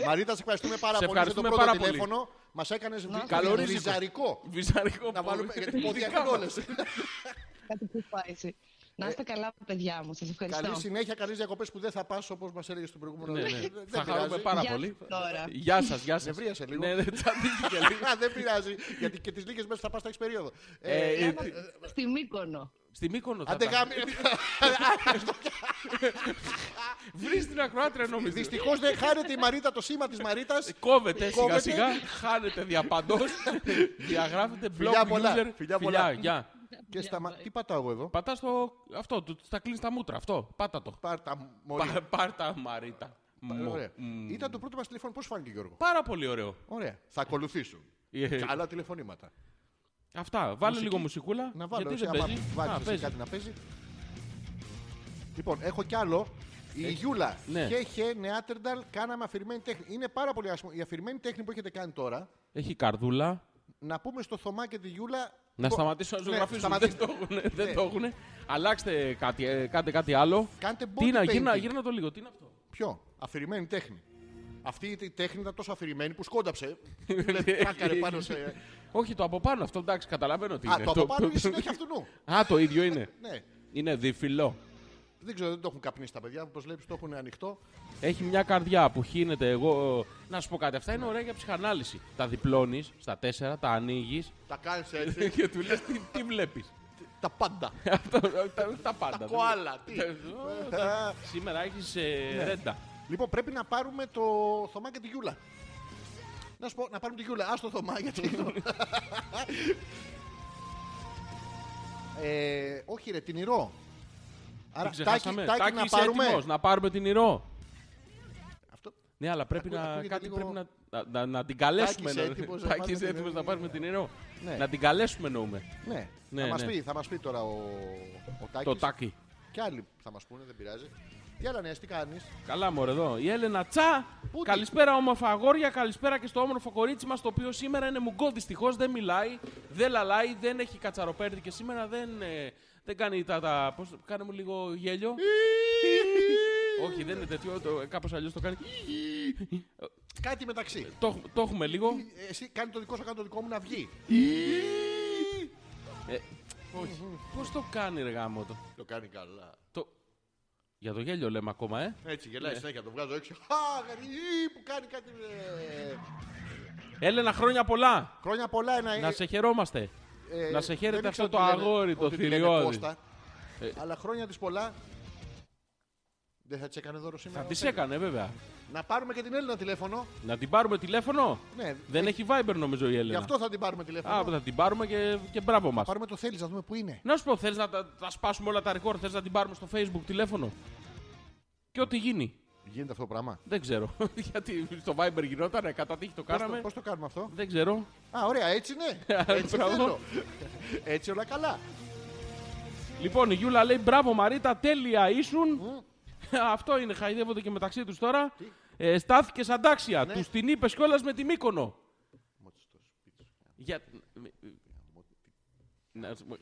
Speaker 6: Μαρίτα, σε ευχαριστούμε πάρα
Speaker 7: Σε
Speaker 6: πολύ για το
Speaker 7: ευχαριστούμε
Speaker 6: πρώτο
Speaker 7: πάρα πολύ.
Speaker 6: τηλέφωνο. Μας έκανες
Speaker 7: Καλορίζικο.
Speaker 6: βυζαρικό.
Speaker 7: Βυζαρικό
Speaker 6: Να βάλουμε
Speaker 7: πόδι.
Speaker 6: γιατί πόδια έχουν όλε.
Speaker 3: Κάτι που πάει. έτσι. Να είστε καλά, παιδιά μου. Σας ευχαριστώ.
Speaker 6: Ε, Καλή συνέχεια, καλές διακοπές που δεν θα πας όπως μας έλεγε στον προηγούμενο.
Speaker 7: Ναι, ναι.
Speaker 6: Δεν
Speaker 7: Θα
Speaker 6: πειράζει.
Speaker 7: χαρούμε πάρα
Speaker 3: Γεια
Speaker 7: πολύ.
Speaker 3: σας τώρα.
Speaker 7: Γεια σας, γεια σας.
Speaker 6: Νευρίασε λίγο.
Speaker 7: Ναι, ναι, τσαντίστηκε λίγο.
Speaker 6: Α, δεν πειράζει, γιατί και τις λίγες μέρες θα πας τα έχεις περίοδο. Ε,
Speaker 7: Ε, ε,
Speaker 3: Στη Μύκονο.
Speaker 7: Στη Μύκονο θα
Speaker 6: Άντε
Speaker 7: τα...
Speaker 6: γάμι.
Speaker 7: Βρεις την ακροάτρια νομίζω.
Speaker 6: Δυστυχώς δεν χάνεται η Μαρίτα το σήμα της Μαρίτας.
Speaker 7: Κόβεται σιγά
Speaker 6: Κόβεται.
Speaker 7: σιγά, χάνεται διαπαντός, διαγράφεται
Speaker 6: Φιλιά
Speaker 7: blog
Speaker 6: πολλά,
Speaker 7: user.
Speaker 6: φιλιά πολλά.
Speaker 7: γεια.
Speaker 6: Και σταμα... Τι πατάω εγώ εδώ.
Speaker 7: Πατάς το αυτό, του- τα κλείνεις τα μούτρα, αυτό, πάτα το.
Speaker 6: Πάρτα μωρή.
Speaker 7: Πα- Πάρτα Μαρίτα. Μω.
Speaker 6: Ωραία. Ήταν το πρώτο μας τηλέφωνο. Πώς φάνηκε, Γιώργο.
Speaker 7: Πάρα πολύ ωραίο.
Speaker 6: Ωραία. Θα ακολουθήσουν.
Speaker 7: Ε,
Speaker 6: Καλά τηλεφωνήματα.
Speaker 7: Αυτά, βάλε
Speaker 6: Μουσική.
Speaker 7: λίγο μουσικούλα,
Speaker 6: Να βάλω
Speaker 7: γιατί
Speaker 6: εσύ,
Speaker 7: δεν
Speaker 6: άμα
Speaker 7: παίζεις. Α,
Speaker 6: βάλεις εσύ
Speaker 7: παίζει.
Speaker 6: κάτι να παίζει. Λοιπόν, έχω κι άλλο. Η Γιούλα.
Speaker 7: ναι.
Speaker 6: Χέχε, Νεάτερνταλ, κάναμε αφηρημένη τέχνη. Είναι πάρα πολύ άσχημο. Η αφηρημένη τέχνη που έχετε κάνει τώρα,
Speaker 7: Έχει καρδούλα.
Speaker 6: να πούμε στο Θωμά και τη Γιούλα.
Speaker 7: Να
Speaker 6: το-
Speaker 7: σταματήσω να
Speaker 6: Ναι,
Speaker 7: ζωγραφίσω.
Speaker 6: σταματήστε.
Speaker 7: δεν το έχουν.
Speaker 6: Ναι.
Speaker 7: Δεν το έχουνε. Αλλάξτε κάτι, ε, κάντε κάτι άλλο.
Speaker 6: Κάντε body
Speaker 7: Τι είναι, γύρνα,
Speaker 6: painting.
Speaker 7: γύρνα το λίγο. Τι είναι αυτό.
Speaker 6: Ποιο, αφηρημένη τέχνη. Αυτή η τέχνη ήταν τόσο αφηρημένη που σκόνταψε. Λες,
Speaker 7: Ναι.
Speaker 6: Πλάκαρε Ναι, πάνω σε.
Speaker 7: Όχι, το από πάνω αυτό, εντάξει, καταλαβαίνω τι
Speaker 6: Α,
Speaker 7: είναι.
Speaker 6: το από πάνω είναι συνέχεια αυτού νου.
Speaker 7: Α, το ίδιο είναι.
Speaker 6: Ναι.
Speaker 7: Είναι διφυλό.
Speaker 6: Δεν ξέρω, δεν το έχουν καπνίσει τα παιδιά. Όπως βλέπεις, το έχουν ανοιχτό.
Speaker 7: Έχει μια καρδιά που χύνεται εγώ. Να σου πω κάτι, αυτά είναι ωραία για ψυχανάλυση. Τα διπλώνεις στα τέσσερα, τα ανοίγεις
Speaker 6: Τα κάνεις έτσι.
Speaker 7: και του λες τι, τι βλέπεις.
Speaker 6: τα πάντα.
Speaker 7: τα, τα πάντα.
Speaker 6: Τα κοάλα. Τι.
Speaker 7: Σήμερα έχεις ρέντα.
Speaker 6: Λοιπόν, πρέπει να πάρουμε το Θωμά και τη Γιούλα. Να σου πω, να πάρουμε τη Γιούλα. Ας το Θωμά γιατί... το- ε, όχι ρε, την Ηρώ. Άρα,
Speaker 7: Την ξεχάσαμε.
Speaker 6: Τάκη,
Speaker 7: Τάκη,
Speaker 6: να
Speaker 7: είσαι
Speaker 6: πάρουμε.
Speaker 7: έτοιμος να πάρουμε την Ηρώ.
Speaker 6: Αυτό.
Speaker 7: Ναι, αλλά πρέπει
Speaker 6: Ακούγεται-
Speaker 7: να,
Speaker 6: ακούγεται
Speaker 7: κάτι
Speaker 6: λίγο-
Speaker 7: πρέπει να, να, να, να την καλέσουμε.
Speaker 6: Τάκης έτοιμος να
Speaker 7: Τάκης
Speaker 6: πάρουμε την
Speaker 7: έτοιμος
Speaker 6: Ηρώ.
Speaker 7: να πάρουμε την Ηρώ.
Speaker 6: Ναι.
Speaker 7: Να την καλέσουμε εννοούμε.
Speaker 6: Ναι,
Speaker 7: Ναι,
Speaker 6: θα, μας
Speaker 7: ναι.
Speaker 6: πει, θα μας πει τώρα ο, ο Τάκης.
Speaker 7: Το τάκι.
Speaker 6: Και άλλοι θα μας πούνε, δεν πειράζει. Τι άλλα νέα, τι κάνεις.
Speaker 7: Καλά μωρέ εδώ. Η Έλενα Τσα.
Speaker 6: Πού τη-
Speaker 7: Καλησπέρα όμορφα αγόρια, καλησπέρα και στο όμορφο κορίτσι μας το οποίο σήμερα είναι μουγκό δυστυχώς. Δεν μιλάει, δεν λαλάει, δεν έχει κατσαροπέρδι και σήμερα δεν, ε, δεν κάνει τα... τα πώς, κάνε μου λίγο γέλιο. Όχι δεν είναι τέτοιο, το, κάπως αλλιώς το κάνει.
Speaker 6: Κάτι μεταξύ.
Speaker 7: το, έχ- το έχουμε λίγο.
Speaker 6: Ε, Εσύ κάνει το δικό σου, κάνει το δικό μου να βγει.
Speaker 7: Ε, Όχι. Πώς το κάνει ρε γάμο το.
Speaker 6: Το κάνει καλά.
Speaker 7: Το- Για το γέλιο λέμε ακόμα, ε.
Speaker 6: Έτσι, γελάει
Speaker 7: Ναι.
Speaker 6: συνέχεια, το βγάζω έξω. Χα, γρή, που κάνει κάτι. ε,
Speaker 7: Έλενα, χρόνια πολλά!
Speaker 6: Χρόνια πολλά ε, να
Speaker 7: Να σε χαιρόμαστε. να σε χαίρεται αυτό το αγόρι, το θηριώδη. Ε.
Speaker 6: Αλλά χρόνια της πολλά. Δεν θα της έκανε δώρο σήμερα.
Speaker 7: Θα
Speaker 6: ο
Speaker 7: τη
Speaker 6: Στέλιος.
Speaker 7: έκανε, βέβαια.
Speaker 6: Να πάρουμε και την Έλληνα τηλέφωνο.
Speaker 7: Να την πάρουμε τηλέφωνο.
Speaker 6: Ναι,
Speaker 7: Δεν έχει Viber νομίζω η
Speaker 6: γι'
Speaker 7: Έλενα.
Speaker 6: αυτό θα την πάρουμε τηλέφωνο.
Speaker 7: Α, θα την πάρουμε και, και μπράβο μας.
Speaker 6: Πάρουμε το θέλεις, να δούμε πού είναι.
Speaker 7: Να σου πω, θες να τα, τα σπάσουμε όλα τα ρεκόρ, θες να την πάρουμε στο Facebook τηλέφωνο. Και ό,τι γίνει.
Speaker 6: Γίνεται αυτό το πράγμα.
Speaker 7: Δεν ξέρω. Γιατί στο Viber γινότανε, κατά τύχη το κάναμε.
Speaker 6: Πώς το κάνουμε αυτό.
Speaker 7: Δεν ξέρω.
Speaker 6: Α, ωραία, έτσι ναι. έτσι,
Speaker 7: Μπράβο.
Speaker 6: θέλω. έτσι όλα καλά.
Speaker 7: Λοιπόν, η Γιούλα λέει μπράβο Μαρίτα, τέλεια ήσουν. Αυτό είναι, χαϊδεύονται και μεταξύ τους τώρα. Ε, στάθηκε σαν τάξια.
Speaker 6: Ναι.
Speaker 7: Τους την είπες κιόλας με τη μήκονο. Για... Να σου πω-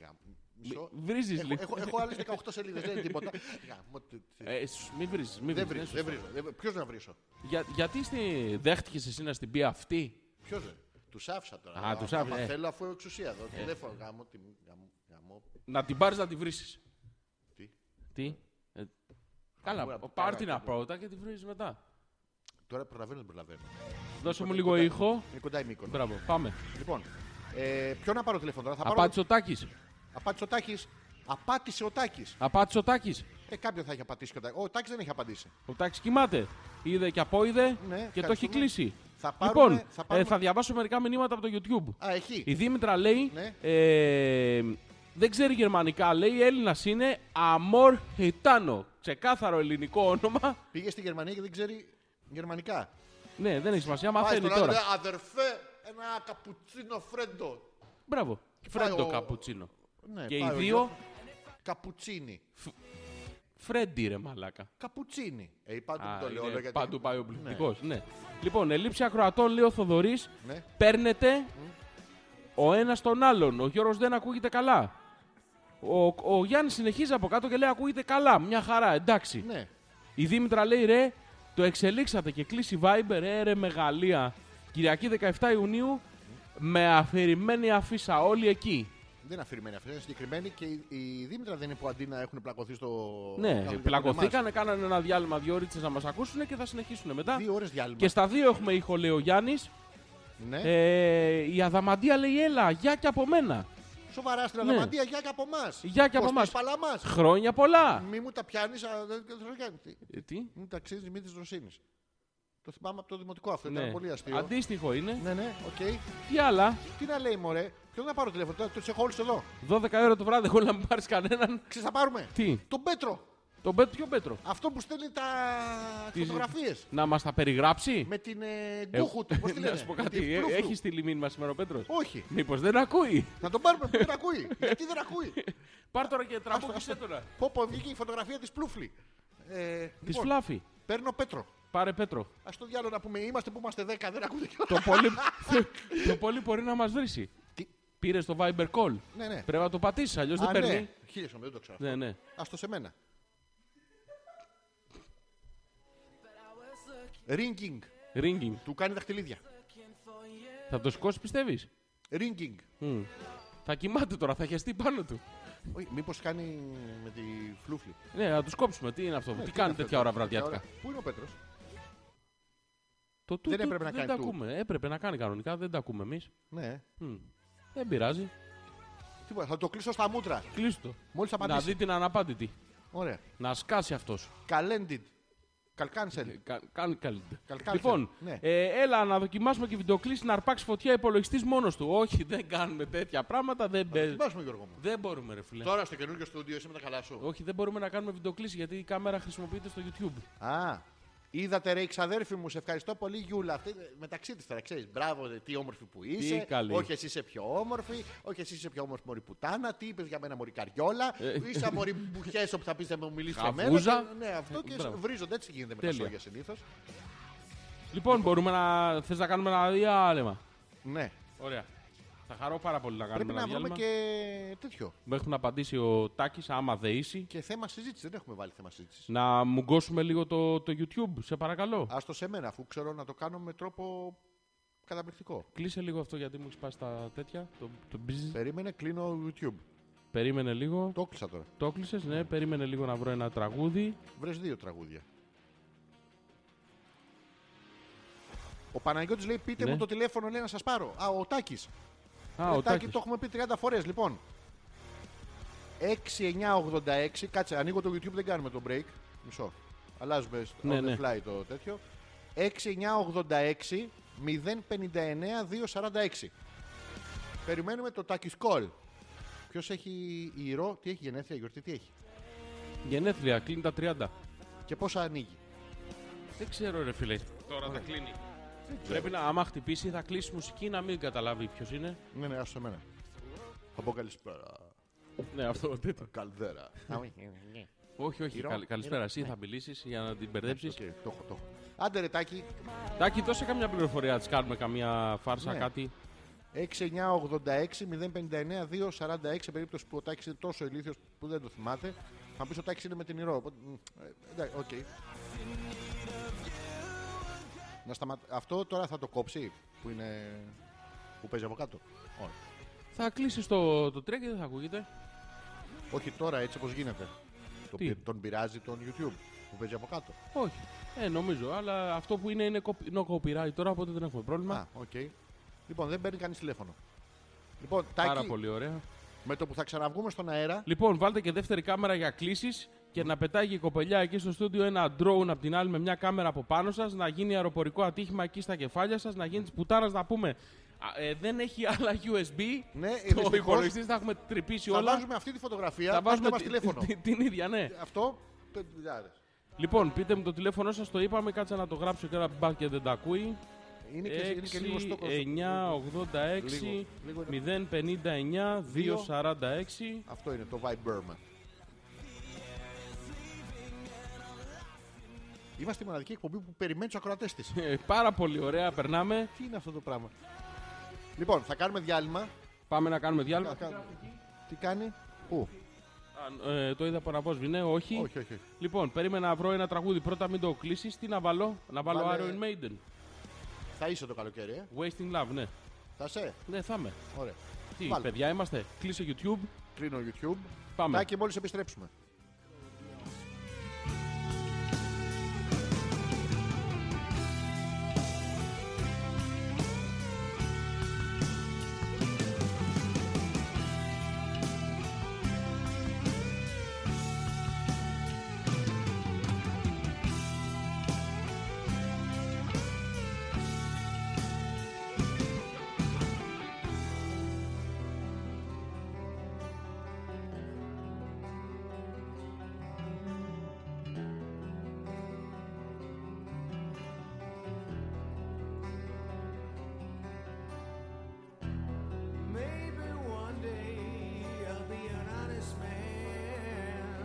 Speaker 6: Μισό.
Speaker 7: Βρίζεις
Speaker 6: Έχω-
Speaker 7: λίγο.
Speaker 6: Έχω, έχω άλλες 18 σελίδες, δεν είναι τίποτα. Γαμώ τη- τη-
Speaker 7: Ε, σ- Μην βρίζεις, μην
Speaker 6: Δεν
Speaker 7: βρίζεις,
Speaker 6: βρίζω,
Speaker 7: ναι,
Speaker 6: δεν βρίζω. δεν- Ποιος να βρίσω.
Speaker 7: σωστά. Για- γιατί στη... δέχτηκες εσύ να στην πει αυτή.
Speaker 6: Ποιος δεν. Τους άφησα τώρα.
Speaker 7: Α, τους άφησα,
Speaker 6: άμα
Speaker 7: ε.
Speaker 6: Θέλω αφού έχω εξουσία εδώ. Τηλέφωνο γάμο, τι- γαμώ, γαμώ.
Speaker 7: Να την πάρεις να τη βρίσεις.
Speaker 6: Τι.
Speaker 7: Τι. Ε, καλά,
Speaker 6: Μπορεί να
Speaker 7: πάρ
Speaker 6: πάρω
Speaker 7: την
Speaker 6: αυτό.
Speaker 7: πρώτα και τη βρίζεις μετά.
Speaker 6: Τώρα προλαβαίνω, δεν προλαβαίνω.
Speaker 7: Δώσε μου
Speaker 6: Είναι
Speaker 7: λίγο
Speaker 6: κοντά-
Speaker 7: ήχο.
Speaker 6: Είναι κοντά η Μύκονο.
Speaker 7: Μπράβο, πάμε.
Speaker 6: Λοιπόν, ε, ποιο να πάρω τηλέφωνο τώρα. Θα πάρω...
Speaker 7: Απάτησε ο Τάκης.
Speaker 6: Απάτησε ο Τάκης. Απάτησε ο Τάκης.
Speaker 7: Απάτησε ο Τάκης.
Speaker 6: Ε, κάποιον θα έχει απατήσει και ο Τάκης. Ο Τάκης δεν έχει απαντήσει.
Speaker 7: Ο Τάκης κοιμάται. Είδε και από είδε
Speaker 6: Ναι,
Speaker 7: και το έχει
Speaker 6: ευχαριστούμε.
Speaker 7: κλείσει.
Speaker 6: Θα πάρουμε-
Speaker 7: λοιπόν, ε,
Speaker 6: θα
Speaker 7: θα,
Speaker 6: πάρουμε-
Speaker 7: διαβάσω μερικά μηνύματα από το YouTube.
Speaker 6: Α, έχει.
Speaker 7: Η Δήμητρα λέει,
Speaker 6: Ναι.
Speaker 7: ε, δεν ξέρει γερμανικά, λέει Έλληνας είναι Αμόρ Χιτάνο. Ξεκάθαρο ελληνικό όνομα.
Speaker 6: Πήγε στη Γερμανία και δεν ξέρει γερμανικά.
Speaker 7: Ναι, δεν έχει σημασία,
Speaker 6: Πάει
Speaker 7: μαθαίνει
Speaker 6: στον άλλο,
Speaker 7: τώρα.
Speaker 6: λέει, αδερφέ. ένα καπουτσίνο φρέντο.
Speaker 7: Μπράβο.
Speaker 6: Πάει
Speaker 7: Φρέντο
Speaker 6: ο-
Speaker 7: καπουτσίνο.
Speaker 6: Ναι,
Speaker 7: Και οι
Speaker 6: πάει ο
Speaker 7: δύο
Speaker 6: Γιώργος. Καπουτσίνι.
Speaker 7: Φρέντι ρε μαλάκα.
Speaker 6: Καπουτσίνι. Ε, πάντου
Speaker 7: Α,
Speaker 6: που το λέω.
Speaker 7: είναι-
Speaker 6: λέω γιατί...
Speaker 7: Παντού πάει ο πληθυντικό. Ναι. Λοιπόν, ελλείψη ακροατών, λέει ο Θοδωρής.
Speaker 6: Ναι.
Speaker 7: Παίρνετε ο ένας τον άλλον. Ο Γιώργο δεν ακούγεται καλά. Ο, ο Γιάννης συνεχίζει από κάτω και λέει: Ακούγεται καλά, μια χαρά, εντάξει.
Speaker 6: Ναι.
Speaker 7: Η Δήμητρα λέει: Ρε, το εξελίξατε και κλείσει Viber, ε, ρε, ρε, μεγαλεία. Κυριακή 17 Ιουνίου με αφηρημένη αφίσα όλοι εκεί.
Speaker 6: Δεν είναι αφηρημένη αυτή, είναι συγκεκριμένη και η, η Δήμητρα δεν είναι που αντί να έχουν πλακωθεί στο. κάτω
Speaker 7: ναι,
Speaker 6: για
Speaker 7: πλακωθήκανε, κάνανε ένα διάλειμμα δύο ώρες να μας ακούσουν και θα συνεχίσουν μετά.
Speaker 6: εμάς. Δύο ώρες διάλειμμα.
Speaker 7: Και στα δύο έχουμε ήχο, λέει ο Γιάννης.
Speaker 6: Ναι.
Speaker 7: Ε, η Αδαμαντία λέει: Έλα, γεια και από μένα.
Speaker 6: Σοβαρά στην
Speaker 7: ναι.
Speaker 6: Αδαμαντία, γεια και από εμάς.
Speaker 7: Γεια και από εμάς.
Speaker 6: Παλαμά.
Speaker 7: Χρόνια πολλά.
Speaker 6: Μη μου τα πιάνεις, δεν δεν θα το κάνει.
Speaker 7: Ε, τι?
Speaker 6: Μην τα ξέρει Δημήτρη Ρωσίνη. Το θυμάμαι από το δημοτικό αυτό,
Speaker 7: Ναι.
Speaker 6: ήταν πολύ αστείο.
Speaker 7: Αντίστοιχο είναι.
Speaker 6: Ναι, ναι, οκ.
Speaker 7: Τι άλλα.
Speaker 6: Τι να λέει, μωρέ, ποιον να πάρω τηλέφωνο, τώρα τους έχω όλους εδώ.
Speaker 7: 12 ώρα το βράδυ, εγώ να μην πάρεις κανέναν.
Speaker 6: Ξέρεις, θα πάρουμε.
Speaker 7: Τι.
Speaker 6: Τον Πέτρο.
Speaker 7: Τον Πέτρο, ποιο Πέτρο.
Speaker 6: Αυτό που στέλνει τα
Speaker 7: Τις-
Speaker 6: φωτογραφίες.
Speaker 7: Να μας τα περιγράψει.
Speaker 6: Με την ε,
Speaker 7: Ε,
Speaker 6: ντούχου του, πώς τη λένε.
Speaker 7: Να σου πω
Speaker 6: με
Speaker 7: κάτι.
Speaker 6: την
Speaker 7: ε,
Speaker 6: φλούφλου.
Speaker 7: Έχει στείλει μήνυμα σήμερα ο Πέτρος.
Speaker 6: Όχι.
Speaker 7: Μήπως δεν ακούει.
Speaker 6: Να τον πάρουμε που δεν ακούει. Γιατί δεν ακούει.
Speaker 7: Πάρ τώρα και τραμπούκισε
Speaker 6: Άστο, Λοιπόν.
Speaker 7: τώρα.
Speaker 6: Πω, πω, βγήκε η φωτογραφία της Πλούφλη. Ε,
Speaker 7: Της
Speaker 6: λοιπόν,
Speaker 7: φλάφη.
Speaker 6: Παίρνω Πέτρο.
Speaker 7: Πάρε Πέτρο.
Speaker 6: Ας το διάλογο να πούμε. Είμαστε που είμαστε 10, δεν ακούτε κιόλα.
Speaker 7: το, πολύ... το πολύ μπορεί να μας βρει.
Speaker 6: Τι?
Speaker 7: Πήρε το Viber call.
Speaker 6: Ναι, ναι.
Speaker 7: Πρέπει να το πατήσεις, αλλιώς δεν
Speaker 6: Α, ναι.
Speaker 7: παίρνει.
Speaker 6: Χίλιες όμως, δεν το ξέρω.
Speaker 7: Ναι, ναι.
Speaker 6: Ας το σε μένα. Ringing.
Speaker 7: Ringing.
Speaker 6: Του κάνει δαχτυλίδια.
Speaker 7: Θα το σηκώσει, πιστεύεις.
Speaker 6: Ringing.
Speaker 7: Θα κοιμάται τώρα, θα χεστεί πάνω του.
Speaker 6: Όχι, μήπως κάνει με τη φλούφλη.
Speaker 7: Ναι, να του κόψουμε. Τι είναι αυτό,
Speaker 6: Ναι,
Speaker 7: τι
Speaker 6: είναι
Speaker 7: κάνει
Speaker 6: αυτό,
Speaker 7: τέτοια ώρα
Speaker 6: τέτοια
Speaker 7: βραδιάτικα.
Speaker 6: ώρα. Πού είναι ο Πέτρος.
Speaker 7: Το του,
Speaker 6: Δεν
Speaker 7: του,
Speaker 6: έπρεπε να
Speaker 7: δεν
Speaker 6: κάνει
Speaker 7: τα
Speaker 6: του.
Speaker 7: ακούμε. Έπρεπε να κάνει κανονικά, δεν τα ακούμε εμείς.
Speaker 6: Ναι.
Speaker 7: Δεν πειράζει.
Speaker 6: Τίποτα, θα το κλείσω στα μούτρα.
Speaker 7: Κλείστο. το.
Speaker 6: Μόλις
Speaker 7: Να
Speaker 6: απαντήσει.
Speaker 7: δει την αναπάντητη.
Speaker 6: Ωραία.
Speaker 7: Να σκάσει αυτός.
Speaker 6: Καλέντιντ. Καλκάνσελ.
Speaker 7: Κάνει καλύτερα.
Speaker 6: Καλκάλτερα.
Speaker 7: Λοιπόν,
Speaker 6: Ναι.
Speaker 7: ε, έλα να δοκιμάσουμε και βιντεοκλήση να αρπάξει φωτιά υπολογιστής μόνος του. Όχι, δεν κάνουμε τέτοια πράγματα. Δεν, παίζει.
Speaker 6: Θυμάσαι, Γιώργο μου.
Speaker 7: δεν μπορούμε, ρε φιλέ.
Speaker 6: Ναι. Τώρα στο καινούργιο στούντιο είσαι με τα καλά σου.
Speaker 7: Όχι, δεν μπορούμε να κάνουμε βιντεοκλήση γιατί η κάμερα χρησιμοποιείται στο YouTube.
Speaker 6: Α, είδατε ρε ξαδέρφη μου, σε ευχαριστώ πολύ Γιούλα. Αυτή, ε, μεταξύ της τώρα ξέρεις. Μπράβο, ρε, τι όμορφη που είσαι.
Speaker 7: καλή.
Speaker 6: Όχι, εσύ είσαι πιο όμορφη. Όχι, εσύ είσαι πιο όμορφη μωρή πουτάνα. Τι είπες για μένα μωρή καριόλα. Είσαι μωρή μπουχέσο που θα πεις να μου μιλήσεις σε μένα.
Speaker 7: Χαβούζα.
Speaker 6: Και- Ναι, αυτό και
Speaker 7: Μπράβο.
Speaker 6: βρίζονται. Έτσι γίνεται με τα
Speaker 7: Τέλεια.
Speaker 6: σόγια συνήθως.
Speaker 7: Λοιπόν, μπορούμε να. Θες να κάνουμε ένα διάλεμα.
Speaker 6: Ναι.
Speaker 7: Ωραία. Θα χαρώ πάρα πολύ να κάνουμε
Speaker 6: Πρέπει να
Speaker 7: ένα
Speaker 6: βρούμε
Speaker 7: διάλειμμα.
Speaker 6: και τέτοιο.
Speaker 7: Μέχρι να απαντήσει ο Τάκης, άμα δεήσει.
Speaker 6: Και θέμα συζήτησης. Δεν έχουμε βάλει θέμα συζήτησης.
Speaker 7: Να μου γκώσουμε λίγο το, το YouTube, σε παρακαλώ.
Speaker 6: Ας το σε μένα, αφού ξέρω να το κάνω με τρόπο καταπληκτικό.
Speaker 7: Κλείσε λίγο αυτό γιατί μου έχεις πάει τα τέτοια. Το, το μπιζ.
Speaker 6: Περίμενε, κλείνω YouTube.
Speaker 7: Περίμενε λίγο. Το,
Speaker 6: Το κλείσα τώρα.
Speaker 7: κλείσες, ναι. Περίμενε λίγο να βρω ένα τραγούδι.
Speaker 6: Βρες δύο τραγούδια. Ο Παναγιώτης λέει: Πείτε
Speaker 7: Ναι.
Speaker 6: μου το τηλέφωνο, λέει να σας πάρω. Α, ο Τάκης.
Speaker 7: Α,
Speaker 6: Ρε,
Speaker 7: ο
Speaker 6: Τάκη,
Speaker 7: Τάκης.
Speaker 6: το έχουμε πει 30 φορές, λοιπόν. 6986, κάτσε, ανοίγω το YouTube, δεν κάνουμε το break. Μισό. Αλλάζουμε στο
Speaker 7: Ναι,
Speaker 6: on
Speaker 7: ναι.
Speaker 6: the fly το τέτοιο. 6986 059 246. Περιμένουμε το Τάκης Call. Ποιος έχει ηρώ, τι έχει γενέθλια, γιορτή, τι έχει.
Speaker 7: Γενέθλια, κλείνει τα 30.
Speaker 6: Και πόσα ανοίγει.
Speaker 7: Δεν ξέρω, ρε φίλε. Τώρα θα κλείνει. Πρέπει να, άμα χτυπήσει, θα κλείσει μουσική να μην καταλάβει ποιος είναι.
Speaker 6: Ναι, ναι, άστο εμένα. Θα πω καλησπέρα.
Speaker 7: Ναι, αυτό τέτοιο.
Speaker 6: Καλδέρα.
Speaker 7: Όχι, όχι.
Speaker 6: Ηρώ,
Speaker 7: καλ- καλησπέρα. Εσύ
Speaker 6: ναι.
Speaker 7: θα μιλήσεις για να την μπερδέψεις.
Speaker 6: Οκ, το έχω, το έχω. Άντε ρε Τάκη,
Speaker 7: Τάκη, δώσε καμιά πληροφορία. Της κάνουμε καμιά φάρσα,
Speaker 6: Ναι.
Speaker 7: κάτι.
Speaker 6: 6986-059-246, σε περίπτωση που ο Τάκης είναι τόσο ηλίθιος που δεν το θυμάται. Θα πεις ο Τάκης είναι με την Ηρώ. οπότε, μ, ε, εντάξει, οκ. Να σταμα- Αυτό τώρα θα το κόψει που είναι... που παίζει από κάτω. Όχι.
Speaker 7: Θα κλείσει το, το τρία και δεν θα ακούγεται.
Speaker 6: Όχι τώρα έτσι όπως γίνεται. Το
Speaker 7: Τι?
Speaker 6: πει- Τον πειράζει τον YouTube που παίζει από κάτω.
Speaker 7: Όχι. Ε, νομίζω, αλλά αυτό που είναι είναι κοπ- no copyright τώρα, οπότε δεν έχουμε πρόβλημα.
Speaker 6: Α, οκ. Λοιπόν, δεν παίρνει κανείς τηλέφωνο. Λοιπόν,
Speaker 7: Πάρα
Speaker 6: Τάκη,
Speaker 7: πολύ ωραία.
Speaker 6: με το που θα ξαναβγούμε στον αέρα,
Speaker 7: Λοιπόν, βάλτε και δεύτερη κάμερα για κλήσεις και να πετάει και η κοπελιά εκεί στο στούντιο ένα drone από την άλλη με μια κάμερα από πάνω σας, να γίνει αεροπορικό ατύχημα εκεί στα κεφάλια σας, να γίνει τη πουτάρας να πούμε. «Α, ε, δεν έχει άλλα USB.
Speaker 6: Ναι,
Speaker 7: το
Speaker 6: δυστυχώς.
Speaker 7: υπολογιστή θα έχουμε τρυπήσει
Speaker 6: θα
Speaker 7: όλα.
Speaker 6: βάζουμε αυτή τη φωτογραφία,
Speaker 7: θα βάζουμε
Speaker 6: μας
Speaker 7: τη-
Speaker 6: τηλέφωνο.
Speaker 7: τη- την ίδια, ναι.
Speaker 6: Αυτό, πεντουλιάδες.
Speaker 7: Λοιπόν, πείτε μου το τηλέφωνό σας, το είπαμε, κάτσα να το γράψω και ένα μπαρ και δεν τα ακούει.
Speaker 6: Είναι και, είναι και λίγο στόχο.
Speaker 7: 9, 86,
Speaker 6: Λίγο, λίγο.
Speaker 7: 059, 246.
Speaker 6: Αυτό είναι το Vibe Burma. Είμαστε η μοναδική εκπομπή που περιμένει τους ακροατές της.
Speaker 7: Ε, Πάρα πολύ ωραία, περνάμε.
Speaker 6: Τι είναι αυτό το πράγμα. Λοιπόν, θα κάνουμε διάλειμμα.
Speaker 7: Πάμε να κάνουμε διάλειμμα.
Speaker 6: Κα- κα- Τι κάνει, Πού,
Speaker 7: Α, ε, το είδα από να πω σβηνέ, όχι.
Speaker 6: Όχι, όχι. όχι.
Speaker 7: Λοιπόν, περίμενα να βρω ένα τραγούδι. Πρώτα μην το κλείσεις. Τι να βάλω, να βάλω
Speaker 6: Βάλε-
Speaker 7: Iron Maiden.
Speaker 6: Θα είσαι το καλοκαίρι, ε.
Speaker 7: Wasting Love, ναι.
Speaker 6: Θα σε.
Speaker 7: Ναι, θα είμαι.
Speaker 6: Ωραία.
Speaker 7: Τι,
Speaker 6: Βάλε.
Speaker 7: παιδιά είμαστε. Κλείσε YouTube.
Speaker 6: Κλείνω YouTube.
Speaker 7: Πάμε.
Speaker 6: Τα και μόλις επιστρέψουμε.
Speaker 4: Maybe one day I'll be an honest man.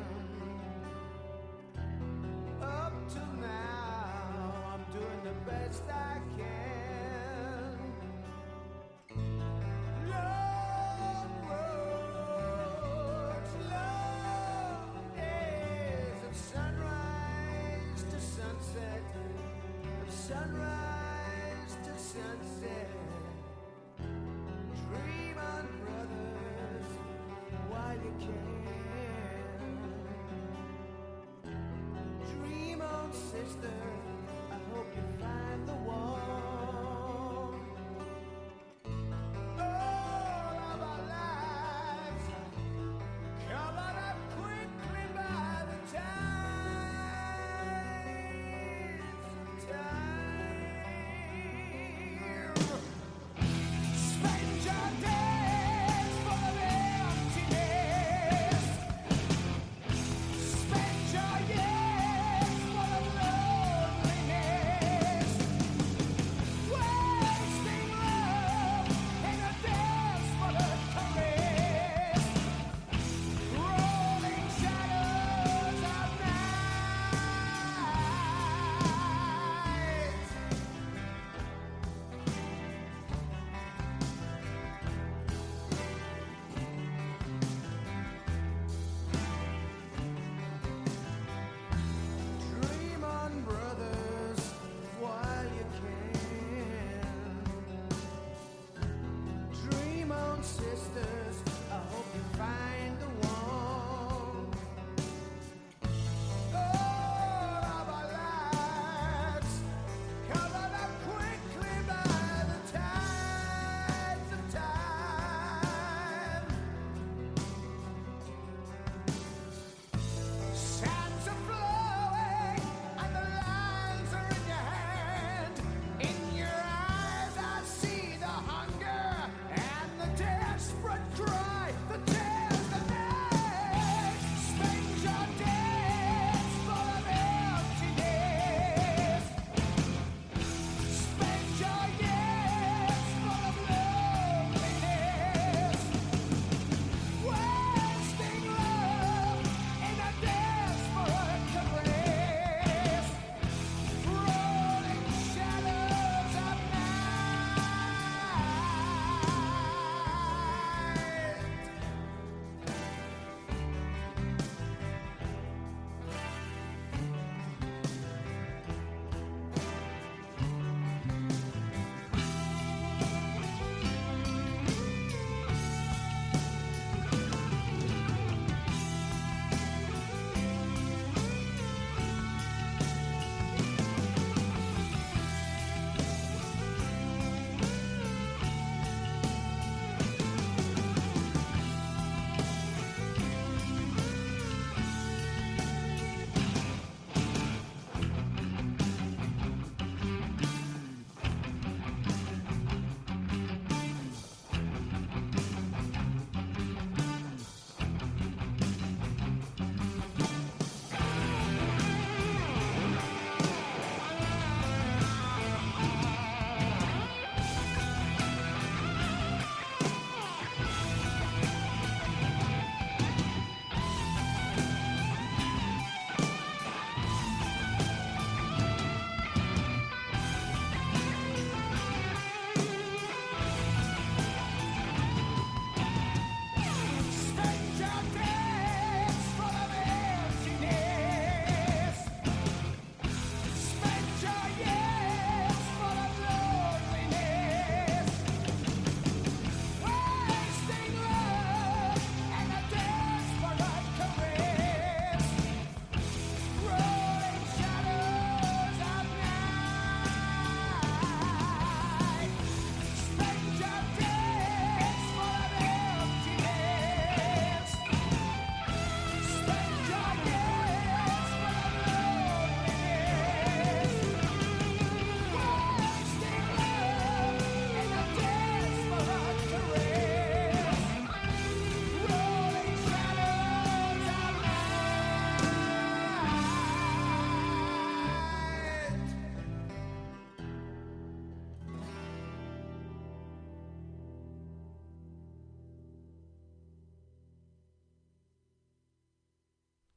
Speaker 4: Up till now, I'm doing the best I can. Long roads, long days of sunrise to sunset, of sunrise to sunset. Dream on, brothers, while you can. Dream on, sister. I hope you find the one. All of our lives come on up quickly by the time. Time.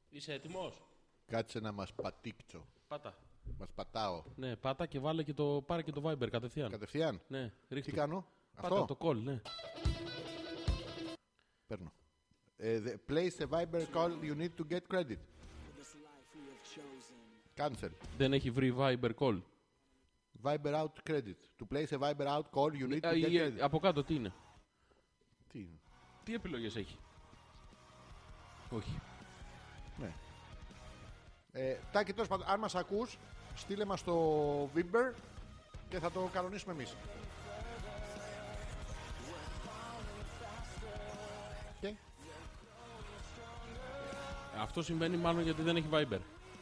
Speaker 7: Είσαι έτοιμος.
Speaker 6: Κάτσε να μας πατήξω.
Speaker 7: Πάτα.
Speaker 6: Μας πατάω.
Speaker 7: Ναι, πάτα και βάλε και το, πάρε και το Viber κατευθείαν.
Speaker 6: Κατευθείαν.
Speaker 7: Ναι, ρίχτε.
Speaker 6: Τι κάνω.
Speaker 7: Πάτα
Speaker 6: Αυτό.
Speaker 7: το call, ναι.
Speaker 6: Παίρνω. Ε, the- place a Viber call you need to get credit. Cancel.
Speaker 7: Δεν έχει βρει Viber call.
Speaker 6: Viber out credit. To place a Viber out call you need to
Speaker 7: Ε,
Speaker 6: get
Speaker 7: ε,
Speaker 6: credit.
Speaker 7: από κάτω τι είναι.
Speaker 6: Τι είναι.
Speaker 7: Τι επιλογές έχει. Όχι.
Speaker 6: Ναι. Ε, Τάκη, τέλος πάντων, αν μας ακούς, στείλε μας το Viber και θα το κανονίσουμε εμείς. Και.
Speaker 7: Αυτό συμβαίνει μάλλον γιατί δεν έχει Viber.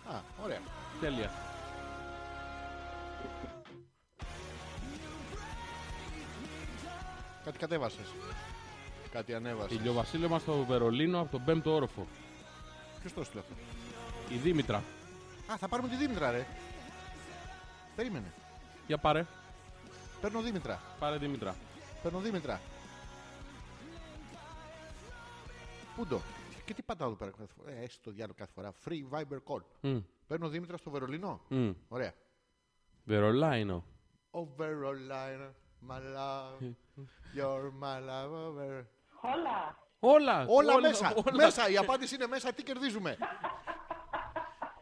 Speaker 6: Α, ωραία.
Speaker 7: Τέλεια.
Speaker 6: Κάτι κατέβασες. Κάτι ανέβασες.
Speaker 7: Ηλιοβασίλεμα στο Βερολίνο από τον 5ο όροφο.
Speaker 6: Ποιος το έστειλε αυτό.
Speaker 7: Η Δήμητρα.
Speaker 6: Α, θα πάρουμε τη Δήμητρα, ρε. Περίμενε.
Speaker 7: Για πάρε.
Speaker 6: Παίρνω Δήμητρα.
Speaker 7: Πάρε Δήμητρα.
Speaker 6: Παίρνω Δήμητρα. Πού το. Και τι πατάω εδώ πέρα. κάθε φορά. Ε, έστω το διάλογο κάθε φορά. Free Viber call.
Speaker 7: Μμ,
Speaker 6: Παίρνω Δήμητρα στο Βερολίνο.
Speaker 7: μμ.
Speaker 6: Ωραία.
Speaker 7: Βερολάινο.
Speaker 6: Overolina, my love. You're my love over.
Speaker 7: Όλα,
Speaker 6: Όλας μέσα. Μέσα. Η απάντηση είναι μέσα. Τι κερδίζουμε.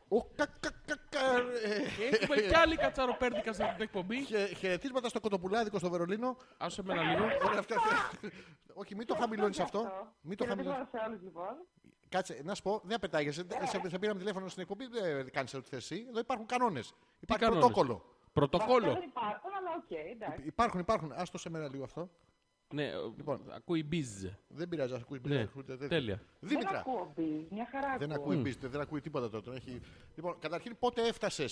Speaker 6: Ο κα, κα, κα, κα, ε,
Speaker 7: Έχουμε κι άλλη κατσαροπέρδικα σε αυτή την εκπομπή.
Speaker 6: χε- Χαιρετίσματα στο κοτοπουλάδικο στο Βερολίνο.
Speaker 7: Άσε με ένα λίγο.
Speaker 6: Ωραία, αυτά- Όχι, μην το χαμηλώνει αυτό. Μην το χαμηλώνεις.
Speaker 9: σε όλους λοιπόν. Ναι.
Speaker 6: Κάτσε, να σου πω, δεν πετάγεσαι. Σε, σε πήραμε τηλέφωνο στην εκπομπή, δεν κάνεις ό,τι θες εσύ. Εδώ υπάρχουν κανόνες. Υπάρχει
Speaker 7: κανόνες?
Speaker 6: πρωτόκολλο.
Speaker 9: Δεν
Speaker 6: Λοιπόν.
Speaker 7: Πρωτοκόλλο.
Speaker 9: υπάρχουν, αλλά οκ, εντάξει.
Speaker 6: Υπάρχουν, υπάρχουν. Άστο σε μένα λίγο αυτό.
Speaker 7: Ναι,
Speaker 6: Λοιπόν.
Speaker 7: ακούει μπιζ.
Speaker 6: Δεν πειράζει, ακούει.
Speaker 7: Ναι,
Speaker 6: ούτε- δεν-
Speaker 7: τέλεια.
Speaker 9: Δεν
Speaker 6: Δήμητρα.
Speaker 9: ακούω μπιζ, μια χαρά
Speaker 6: Δεν
Speaker 9: ακούω.
Speaker 6: ακούει mm. δεν ακούει τίποτα τώρα. Τον έχει... Λοιπόν, καταρχήν πότε έφτασες.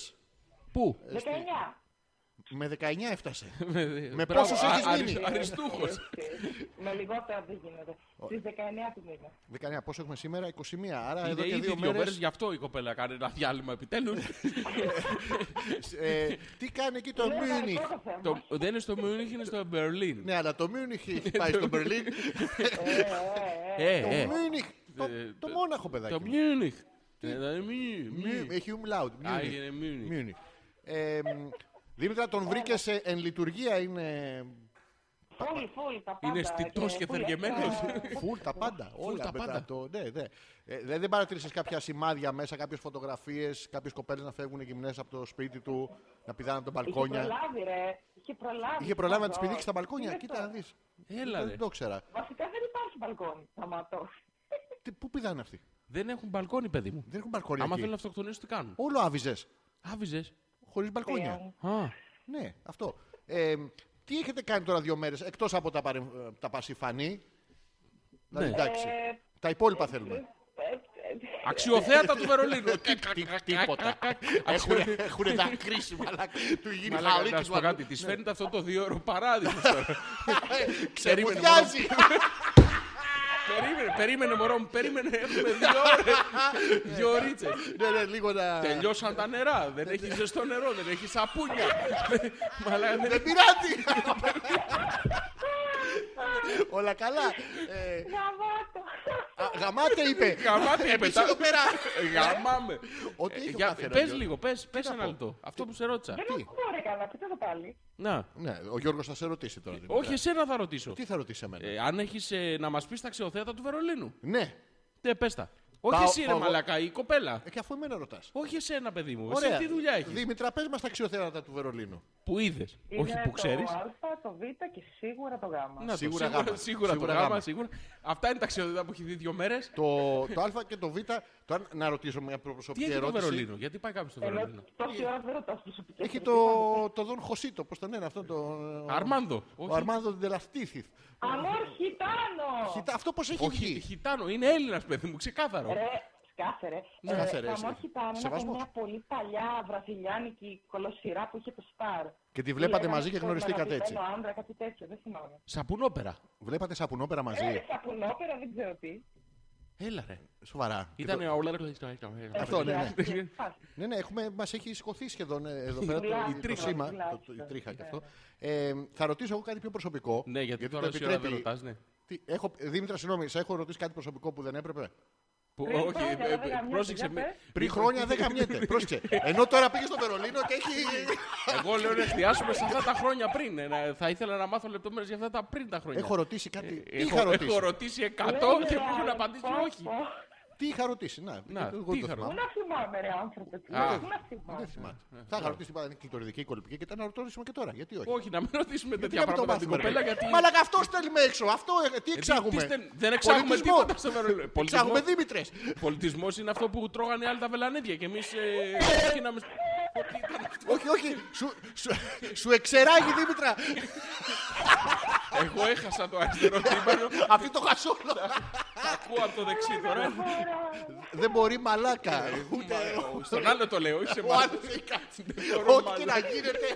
Speaker 7: Πού?
Speaker 9: 19.
Speaker 6: Με 19 έφτασε.
Speaker 7: Με
Speaker 6: πόσους έχεις μείνει?
Speaker 7: Αριστούχος.
Speaker 9: Με λιγότερα δεν γίνεται. Στις 19 του μήνα.
Speaker 6: 19, πόσο έχουμε σήμερα, 21. Άρα εδώ
Speaker 7: Είναι
Speaker 6: και
Speaker 7: ήδη δύο
Speaker 6: δύο
Speaker 7: μέρες,
Speaker 6: μέρες
Speaker 7: γι' αυτό η κοπέλα κάνει ένα διάλειμμα επιτέλους.
Speaker 6: ε, τι κάνει εκεί το Μιούνιχ.
Speaker 9: Το θέμα.
Speaker 7: Το- Δεν είναι στο Μιούνιχ, είναι στο Μπερλίν.
Speaker 6: Ναι, αλλά το Μιούνιχ έχει πάει στο Μπερλίν.
Speaker 7: Ε,
Speaker 6: το
Speaker 7: ε,
Speaker 6: Μιούνιχ. το, το
Speaker 7: Ε,
Speaker 6: Ναι,
Speaker 7: το-
Speaker 6: μόναχο
Speaker 7: Το
Speaker 6: παιδάκι. μου.
Speaker 7: Μιούνιχ. Ε, δηλαδή, μι- μι-
Speaker 6: Μιου- Έχει umlaut.
Speaker 7: Α,
Speaker 6: Μιούνιχ.
Speaker 7: είναι Μιούνιχ.
Speaker 6: Μιούνιχ. Ε, μ, Δήμητρα, τον βρήκες σε εν λειτουργία, είναι
Speaker 9: Φούλη, φούλη, τα πάντα.
Speaker 7: Είναι στιτός και
Speaker 9: φούλη,
Speaker 7: θεργεμένος.
Speaker 9: ε,
Speaker 6: Φουλ τα πάντα. όλα
Speaker 7: τα
Speaker 6: μετά
Speaker 7: πάντα.
Speaker 6: Το, ναι, ναι. Ε, δηλαδή δεν παρατήρησε κάποια σημάδια μέσα, κάποιες φωτογραφίες, κάποιες κοπέλες να φεύγουν γυμνές από το σπίτι του, να πηδάνε από τα
Speaker 9: Είχε
Speaker 6: μπαλκόνια.
Speaker 9: προλάβει, ρε. Είχε προλάβει.
Speaker 6: Είχε προλάβει να
Speaker 9: τι
Speaker 6: τις πηδήξει στα μπαλκόνια.
Speaker 9: Είναι
Speaker 6: Κοίτα
Speaker 9: αυτό.
Speaker 6: να δεις.
Speaker 7: Έλα ρε.
Speaker 6: Δεν το ξέρα.
Speaker 9: Βασικά δεν υπάρχει μπαλκόνι. Σταματώ.
Speaker 6: Τι, πού πηδάνε αυτοί.
Speaker 7: Δεν έχουν μπαλκόνι, παιδί μου.
Speaker 6: Δεν έχουν μπαλκόνια.
Speaker 7: Άμα
Speaker 6: εκεί.
Speaker 7: θέλουν να αυτοκτονήσουν, τι κάνουν.
Speaker 6: Όλο άβυζες.
Speaker 7: Άβυζες.
Speaker 6: Χωρίς μπαλκόνια.
Speaker 9: Θεέ
Speaker 7: Α,
Speaker 6: Ναι, αυτό. Ε, τι έχετε κάνει τώρα δύο μέρες εκτός από τα, παρε... τα πασιφανή. Δηλαδή,
Speaker 7: Ναι.
Speaker 6: εντάξει.
Speaker 9: Ε,
Speaker 6: Τα υπόλοιπα θέλουμε.
Speaker 9: ε, ε,
Speaker 7: Αξιοθέατα του Βερολίνου.
Speaker 6: Τίποτα. Έχουν, έχουν τα κρίσιμα, αλλά του γίνει χαλίκι
Speaker 7: Ε, Να σου πω
Speaker 6: μαλάκα. Ναι.
Speaker 7: κάτι, της φαίνεται αυτό το δύο ώρο παράδειγμα. τώρα.
Speaker 6: Ξεμουδιάζει.
Speaker 7: Περίμενε, περίμενε μωρό μου, περίμενε. Έχουμε δύο ώρες, δύο ωρίτσες.
Speaker 6: Ναι, ναι, λίγο να.
Speaker 7: Τελειώσαν τα νερά, δεν έχει ζεστό νερό, δεν έχει σαπούνια. Μαλάκα, δεν
Speaker 6: Δεν πειράζει. Όλα καλά. Ε,
Speaker 9: Σταμάτω.
Speaker 6: α, Γαμάτε είπε.
Speaker 7: Γαμάτε,
Speaker 6: Εμείς
Speaker 7: πετά- Ε,
Speaker 6: εδώ Ε, πέρα.
Speaker 7: Γαμάμε.
Speaker 6: Ό,τι
Speaker 7: Ε,
Speaker 6: έχει ο
Speaker 7: για-
Speaker 6: καθένας,
Speaker 7: Πες
Speaker 6: Γιώργο.
Speaker 7: λίγο, πες, πες
Speaker 6: να
Speaker 7: ένα
Speaker 6: πω. Ε,
Speaker 7: λεπτό. Αυτό που σε ρώτησα.
Speaker 9: Δεν ακούω ρε καλά, πείτε το πάλι.
Speaker 7: Να.
Speaker 6: Ναι, ο Γιώργος θα σε ρωτήσει τώρα. Δημήτρη.
Speaker 7: Όχι, εσένα θα ρωτήσω.
Speaker 6: ε, Τι θα ρωτήσει εμένα.
Speaker 7: Ε, αν έχεις να μας πεις τα αξιοθέατα του Βερολίνου.
Speaker 6: Ναι,
Speaker 7: Ναι, πες τα. Όχι
Speaker 6: Πάω-
Speaker 7: εσύ, ρε
Speaker 6: πάω-
Speaker 7: Μαλακά, η κοπέλα.
Speaker 6: ε, και αφού εμένα ρωτάς.
Speaker 7: Όχι εσένα, παιδί μου. Εσύ τι δουλειά έχεις.
Speaker 6: Δήμητρα, πες μας τα αξιοθέατα του Βερολίνου.
Speaker 7: Που είδες. Όχι
Speaker 9: Είναι
Speaker 7: που ξέρει.
Speaker 9: Το Α, το Β και σίγουρα το Γ.
Speaker 7: Να, το,
Speaker 6: Σίγουρα γάμα.
Speaker 7: Σίγουρα, το
Speaker 6: Σίγουρα
Speaker 7: γάμα,
Speaker 6: γάμα.
Speaker 7: σίγουρα. Αυτά είναι τα αξιοθέατα που έχει δει δύο μέρες.
Speaker 6: Το, το Α και το Β. Τώρα να ρωτήσω μια
Speaker 7: Τι
Speaker 6: προσωπική
Speaker 7: έχει το
Speaker 6: ερώτηση.
Speaker 7: Βερολίνο, γιατί πάει κάποιος στο
Speaker 9: Ενώ
Speaker 7: Βερολίνο.
Speaker 9: τόση ώρα δεν ρωτάω στους οπτικούς.
Speaker 6: Έχει το, το Δον Χωσίτο, πώς τον λένε αυτόν τον.
Speaker 7: Αρμάνδο.
Speaker 6: Ο
Speaker 7: Όχι.
Speaker 6: Αρμάνδο Ντελαστήθιθ.
Speaker 9: Αμόρ χιτάνο!
Speaker 6: Χιτά- Αυτό πώς έχει
Speaker 7: Όχι,
Speaker 6: βγει.
Speaker 7: χιτάνο, είναι Έλληνας, παιδί μου,
Speaker 6: Ε,
Speaker 7: ξεκάθαρο.
Speaker 9: Ρε, σκάσε ρε. Ε,
Speaker 6: Ναι. Σκάσε, ρε,
Speaker 9: Τα
Speaker 6: εσύ.
Speaker 9: Αμόρ χιτάνο είναι από
Speaker 6: Σεβασμός.
Speaker 9: μια πολύ παλιά βραζιλιάνικη κολοσσυρά που είχε το Σταρ.
Speaker 6: Και τη βλέπατε
Speaker 9: Λέγανε
Speaker 6: μαζί και
Speaker 9: στο
Speaker 6: γνωριστήκατε έτσι.
Speaker 9: Μεγαπημένο άντρα, κάτι τέτοιο, δεν θυμάμαι.
Speaker 7: Σαπουνόπερα.
Speaker 6: Βλέπατε σαπουνόπερα μαζί.
Speaker 9: Ε, σαπουνόπερα, δεν ξέρω τι.
Speaker 7: Έλα ρε.
Speaker 6: Σοβαρά.
Speaker 7: Ήταν
Speaker 6: Και το-
Speaker 7: όλα.
Speaker 6: Αυτό, ναι, ναι.
Speaker 9: Εντάξει, φάση.
Speaker 6: Ναι, ναι, έχουμε, μας έχει σηκωθεί σχεδόν ε, εδώ πέρα
Speaker 9: Μιλάω,
Speaker 6: το, η
Speaker 9: τρίχα.
Speaker 6: σήμα,
Speaker 9: Μιλάω,
Speaker 6: το- το- η
Speaker 9: ξέρω.
Speaker 6: τρίχα κι
Speaker 9: Ναι,
Speaker 6: αυτό. Ε, θα ρωτήσω εγώ κάτι πιο προσωπικό.
Speaker 7: Ναι, γιατί τώρα τόση ώρα δεν ρωτάς, ναι.
Speaker 6: Τι, έχω, Δήμητρα, συγγνώμη, σε έχω ρωτήσει κάτι προσωπικό που δεν έπρεπε.
Speaker 7: Που-
Speaker 9: Πριν
Speaker 7: όχι,
Speaker 9: χρόνια,
Speaker 7: ε,
Speaker 9: δεν
Speaker 7: ε,
Speaker 9: γαμιέται,
Speaker 7: πρόσεξε
Speaker 9: για
Speaker 7: με.
Speaker 9: πες.
Speaker 6: Πριν χρόνια δεν γαμιέται. Πρόσεχε. Ενώ τώρα πήγες στο Βερολίνο και έχει.
Speaker 7: Εγώ λέω να εστιάσουμε σε αυτά τα χρόνια πριν. Ε, να- Θα ήθελα να μάθω λεπτομέρειες για αυτά τα πριν τα χρόνια.
Speaker 6: Έχω ρωτήσει κάτι.
Speaker 7: Ε,
Speaker 6: Τι
Speaker 7: έχω-
Speaker 6: είχα
Speaker 7: Έχω
Speaker 6: ρωτήσει.
Speaker 7: ρωτήσει 100 και μου έχουν απαντήσει όχι.
Speaker 6: Τι είχα ρωτήσει. Να,
Speaker 7: Να,
Speaker 6: εγώ
Speaker 7: τι
Speaker 6: το
Speaker 7: είχα
Speaker 9: Πού
Speaker 6: θυμάμαι.
Speaker 9: να θυμάμαι, ρε άνθρωπο. Πού
Speaker 7: Α.
Speaker 9: να
Speaker 6: Δεν
Speaker 9: θυμάμαι.
Speaker 6: θυμάμαι. Θα είχα ρωτήσει πάντα είναι κλειτοριδική, κολυπική και τα να ρωτήσουμε και τώρα. Γιατί όχι.
Speaker 7: Όχι, να μην ρωτήσουμε
Speaker 6: Γιατί
Speaker 7: τέτοια
Speaker 6: να μην το
Speaker 7: πράγματα την
Speaker 6: μάθουμε, ρε.
Speaker 7: κοπέλα γιατί.
Speaker 6: Μαλάκα αυτό στέλνουμε έξω. Αυτό ε, τι
Speaker 7: γιατί
Speaker 6: εξάγουμε.
Speaker 7: τι στεν- Δεν εξάγουμε
Speaker 6: Πολιτισμός.
Speaker 7: τίποτα στο Βερολίνο.
Speaker 6: Εξάγουμε Δήμητρε.
Speaker 7: Πολιτισμός είναι αυτό που τρώγανε άλλοι τα βελανίδια και ε, εμείς
Speaker 6: Ε,
Speaker 7: ξεκινάμε. στο- Ότι ήταν αυτό.
Speaker 6: Όχι, όχι. Σου, σου, σου εξεράγει Δήμητρα.
Speaker 7: Εγώ έχασα το αριστερό τρίμερο.
Speaker 6: Αυτή το χασόλο.
Speaker 7: Τα ακούω από το δεξί τώρα.
Speaker 6: Δεν μπορεί μαλάκα. Ούτε.
Speaker 7: Στον άλλο το λέω, είσαι
Speaker 6: Ο
Speaker 7: μάλλον.
Speaker 6: άλλος έχει κάτσει.
Speaker 7: μπορώ
Speaker 6: Ό,τι και να γίνεται.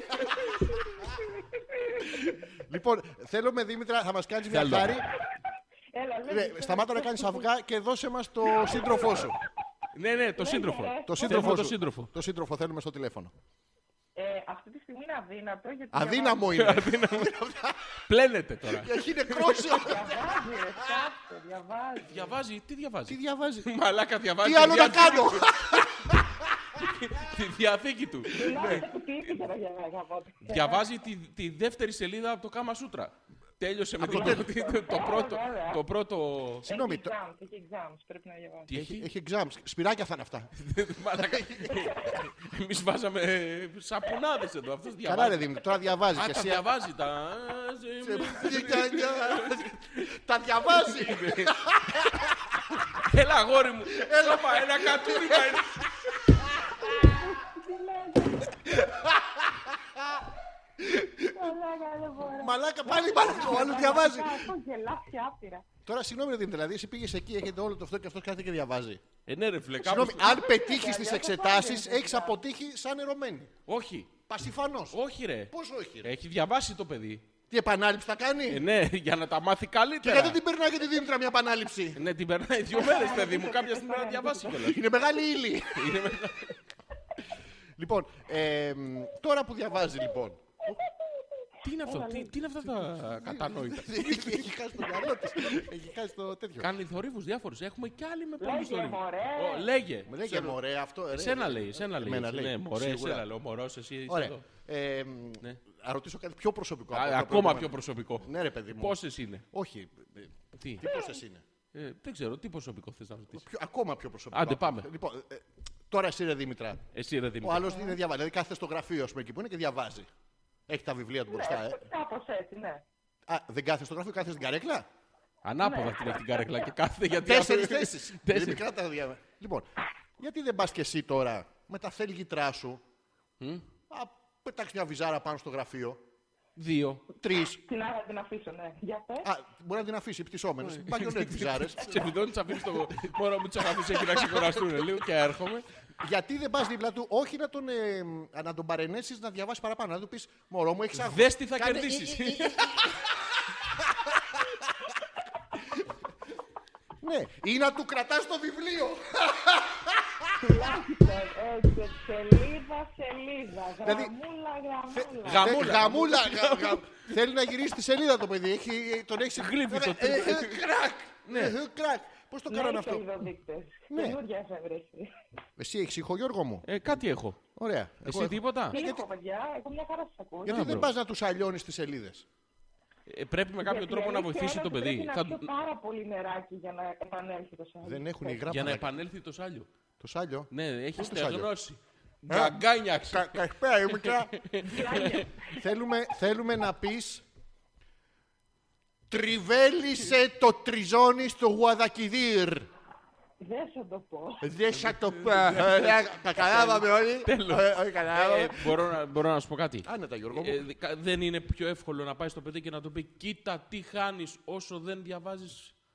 Speaker 6: Λοιπόν, θέλουμε Δήμητρα, θα μας κάνεις μια
Speaker 7: Θέλω.
Speaker 6: χάρη.
Speaker 9: Έλα, λέγε,
Speaker 6: Ρε,
Speaker 9: τώρα.
Speaker 6: Σταμάτα να κάνεις αυγά και δώσε μας το σύντροφό σου.
Speaker 7: Ναι, ναι, το σύντροφο.
Speaker 6: Το
Speaker 7: Θέλω
Speaker 6: σύντροφό
Speaker 7: το
Speaker 6: σου.
Speaker 7: σύντροφο.
Speaker 6: Το σύντροφο θέλουμε στο τηλέφωνο.
Speaker 9: Ε, αυτή τη στιγμή είναι αδύνατο γιατί.
Speaker 6: Αδύναμο
Speaker 7: Ε,
Speaker 6: είναι.
Speaker 7: Πλένεται τώρα.
Speaker 6: Έχει νεκρόσιο.
Speaker 9: Διαβάζει, ρε, σκάφτε, διαβάζει.
Speaker 7: Διαβάζει, τι
Speaker 6: Τι
Speaker 7: διαβάζει.
Speaker 6: διαβάζει.
Speaker 7: Μαλάκα διαβάζει.
Speaker 6: Τι
Speaker 7: τη
Speaker 6: άλλο να
Speaker 7: διαθήκη-
Speaker 6: κάνω.
Speaker 7: Τη διαθήκη του.
Speaker 6: Ναι.
Speaker 9: Μιλάω για το κουτί για να διαβάζει.
Speaker 7: Διαβάζει τη, τη δεύτερη σελίδα από το Κάμα Σούτρα. Τέλειωσε με την πρώτη, το πρώτο. Το πρώτο.
Speaker 6: Συγγνώμη,
Speaker 9: Έχει
Speaker 6: το-
Speaker 9: exams, έχει exams, πρέπει να διαβάζει.
Speaker 7: Τι έχει.
Speaker 6: Έχει exams. Σπυράκια θα είναι αυτά.
Speaker 7: Εμείς βάζαμε σαπουνάδες εδώ. Αυτός
Speaker 6: Καλά ρε
Speaker 7: διαβάζει.
Speaker 6: Δήμητρα, τώρα διαβάζει
Speaker 7: Α,
Speaker 6: και
Speaker 7: τα
Speaker 6: εσύ.
Speaker 7: διαβάζει τα.
Speaker 6: Τα διαβάζει.
Speaker 7: Έλα, αγόρι μου. Έλα, μα, ένα κατούριμα. είναι.
Speaker 9: Καλά, δεν μπορώ.
Speaker 6: Μαλάκα πάλι μαλάκα. Ο άλλος διαβάζει.
Speaker 9: Έχω γελάσει άπειρα.
Speaker 6: Τώρα συγγνώμη ρε Δήμητρα, δηλαδή εσύ πήγες εκεί, έχετε όλο το αυτό και αυτός κάθεται και διαβάζει.
Speaker 7: Ε, ναι, ρε, φλε, κάπως-
Speaker 6: Συγγνώμη, αν πετύχεις τις εξετάσει, έχεις αποτύχει σαν ερωμένη.
Speaker 7: Όχι,
Speaker 6: Πασιφανώ.
Speaker 7: όχι, ρε.
Speaker 6: Πώς όχι. ρε.
Speaker 7: Έχει διαβάσει το παιδί.
Speaker 6: Τι επανάληψη θα κάνει.
Speaker 7: Ε, ναι, για να τα μάθει
Speaker 6: Και
Speaker 7: καλύτερα.
Speaker 6: γιατί την περνάει και τη Δήμητρα μια επανάληψη.
Speaker 7: Ναι, την περνάει δύο μέρες, παιδί μου. Κάποια στιγμή να διαβάσει κιόλας.
Speaker 6: Είναι μεγάλη ύλη. Λοιπόν, ε, μ, τώρα που διαβάζει λοιπόν.
Speaker 7: Τι είναι αυτό, τι, τι είναι αυτά τα κατανόητα.
Speaker 6: έχει έχει χάσει το μυαλό της. Έχει χάσει το τέτοιο.
Speaker 7: Κάνει θορύβους διάφορους. Έχουμε κι άλλοι με πολλού
Speaker 9: Λέγε,
Speaker 7: θορύβους.
Speaker 9: μωρέ.
Speaker 7: Λέγε.
Speaker 6: Μου λέει και μωρέ αυτό. ε, ρε.
Speaker 7: Σένα λέει, σένα λέει.
Speaker 6: Εμένα λέει,
Speaker 7: Ναι, μωρέ,
Speaker 6: σίγουρα.
Speaker 7: εσένα λέει. Ο μωρό, εσύ είσαι
Speaker 6: Ωραία.
Speaker 7: εδώ. Ναι.
Speaker 6: Ε, μ, Να ρωτήσω κάτι πιο προσωπικό. από
Speaker 7: Α,
Speaker 6: τα
Speaker 7: Ακόμα
Speaker 6: προηγούμενα.
Speaker 7: πιο προσωπικό.
Speaker 6: Ναι, ρε παιδί μου.
Speaker 7: Πόσες είναι.
Speaker 6: Όχι. ε,
Speaker 7: Τι.
Speaker 6: Τι πόσες είναι.
Speaker 7: Ε, δεν ξέρω, τι προσωπικό θες να ρωτήσεις.
Speaker 6: Πιο- ακόμα πιο προσωπικό.
Speaker 7: Άντε, πάμε.
Speaker 6: Λοιπόν, ε, τώρα εσύ ρε Δήμητρα.
Speaker 7: Εσύ ρε
Speaker 6: Ο
Speaker 7: Δημήτρη.
Speaker 6: άλλο είναι διαβάζει. Δηλαδή κάθεται στο γραφείο, ας πούμε, εκεί που είναι και διαβάζει. Έχει τα βιβλία του μπροστά, ε.
Speaker 9: Κάπως έτσι, ναι.
Speaker 6: Α, δεν κάθεται στο γραφείο, κάθεται στην καρέκλα.
Speaker 7: Ανάποδα
Speaker 6: Ναι.
Speaker 7: την έχει την καρέκλα και κάθεται γιατί.
Speaker 6: Τέσσερις θέσεις.
Speaker 7: Τέσσερις.
Speaker 6: Μικρά τα διαβάζει. Λοιπόν, γιατί δεν πας και εσύ τώρα με τα θέλγητρά σου. Α, πετάξεις μια βυζάρα πάνω στο γραφείο.
Speaker 7: Δύο.
Speaker 6: Τρεις.
Speaker 9: Την άρα την αφήσω, ναι. Για πες.
Speaker 6: Α, μπορεί να την αφήσει υπτυσσόμενε. Μπαγιονέτ βυζάρε.
Speaker 7: Σε βιδώνει, τι αφήνει το μωρό μου, τι αφήνει εκεί να ξεκουραστούν λίγο και έρχομαι.
Speaker 6: γιατί δεν πας δίπλα του, όχι να τον, ε, μ, να τον παρενέσεις να διαβάσεις παραπάνω. Να του πεις Μωρό μου, έχεις άγχος.
Speaker 7: Δες τι θα
Speaker 6: Κάνε- ε,
Speaker 7: κερδίσει.
Speaker 6: Ναι, ή να του κρατά το βιβλίο.
Speaker 9: Έτσι, Ε, σελίδα, σελίδα.
Speaker 6: Δηλαδή,
Speaker 9: Γραμμούλα, γραμμούλα.
Speaker 7: Γα- Γαμούλα.
Speaker 6: Θε- Γαμούλα. Ε, γα- γα- Θέλει να γυρίσει τη σελίδα το παιδί. Έχει, τον έχει
Speaker 7: Γλύφει το Ναι.
Speaker 6: Ε, ε, ε, Κρακ. Ε, ε, Κρακ. Πώς το
Speaker 9: Ναι,
Speaker 6: κάνανε
Speaker 9: και οι
Speaker 6: αυτό.
Speaker 9: δοδείκτες.
Speaker 6: Ναι.
Speaker 9: Καινούργια έχω βρει.
Speaker 6: Εσύ έχεις ήχο, Γιώργο μου.
Speaker 7: Ε, κάτι έχω.
Speaker 6: Ωραία. Εγώ
Speaker 7: Εσύ
Speaker 6: έχω.
Speaker 7: τίποτα.
Speaker 9: Τι έχω, παιδιά, εγώ μια χαρά σας ακούω.
Speaker 6: Γιατί δεν πα
Speaker 7: μπρο.
Speaker 6: να τους αλλιώνεις τις σελίδες.
Speaker 7: Ε, πρέπει με κάποιο
Speaker 9: Γιατί
Speaker 7: τρόπο να
Speaker 9: αλήθεια
Speaker 7: βοηθήσει
Speaker 9: είναι
Speaker 7: το
Speaker 9: ότι
Speaker 7: παιδί.
Speaker 9: Πρέπει
Speaker 7: Θα
Speaker 9: να πιω
Speaker 7: του-
Speaker 9: πάρα πολύ νεράκι για να επανέλθει το σώμα.
Speaker 6: Δεν έχουν υγρά
Speaker 7: Για να
Speaker 6: μαλάκα.
Speaker 7: επανέλθει το σάλιο.
Speaker 6: Το σάλιο.
Speaker 7: Ναι, έχεις
Speaker 6: το σάλιο?
Speaker 7: στεγνώσει. Γκαγκάνιαξε.
Speaker 6: Κα- Καλησπέρα, η μικρά. Θέλουμε- Θέλουμε να πεις. Τριβέλισε το τριζόνι στο Γουαδακιδίρ.
Speaker 9: Δεν θα το πω.
Speaker 6: Δεν σα το πω. Ωραία, τα Καταλάβαμε όλοι.
Speaker 7: Τέλος.
Speaker 6: Ε, όλοι καταλάβαμε.
Speaker 7: Ε, μπορώ, να, μπορώ να σου πω κάτι.
Speaker 6: Άνετα, Γιώργο μου.
Speaker 7: Ε, δε- κα- δεν είναι πιο εύκολο να πάει στο παιδί και να του πει Κοίτα τι χάνεις όσο δεν διαβάζεις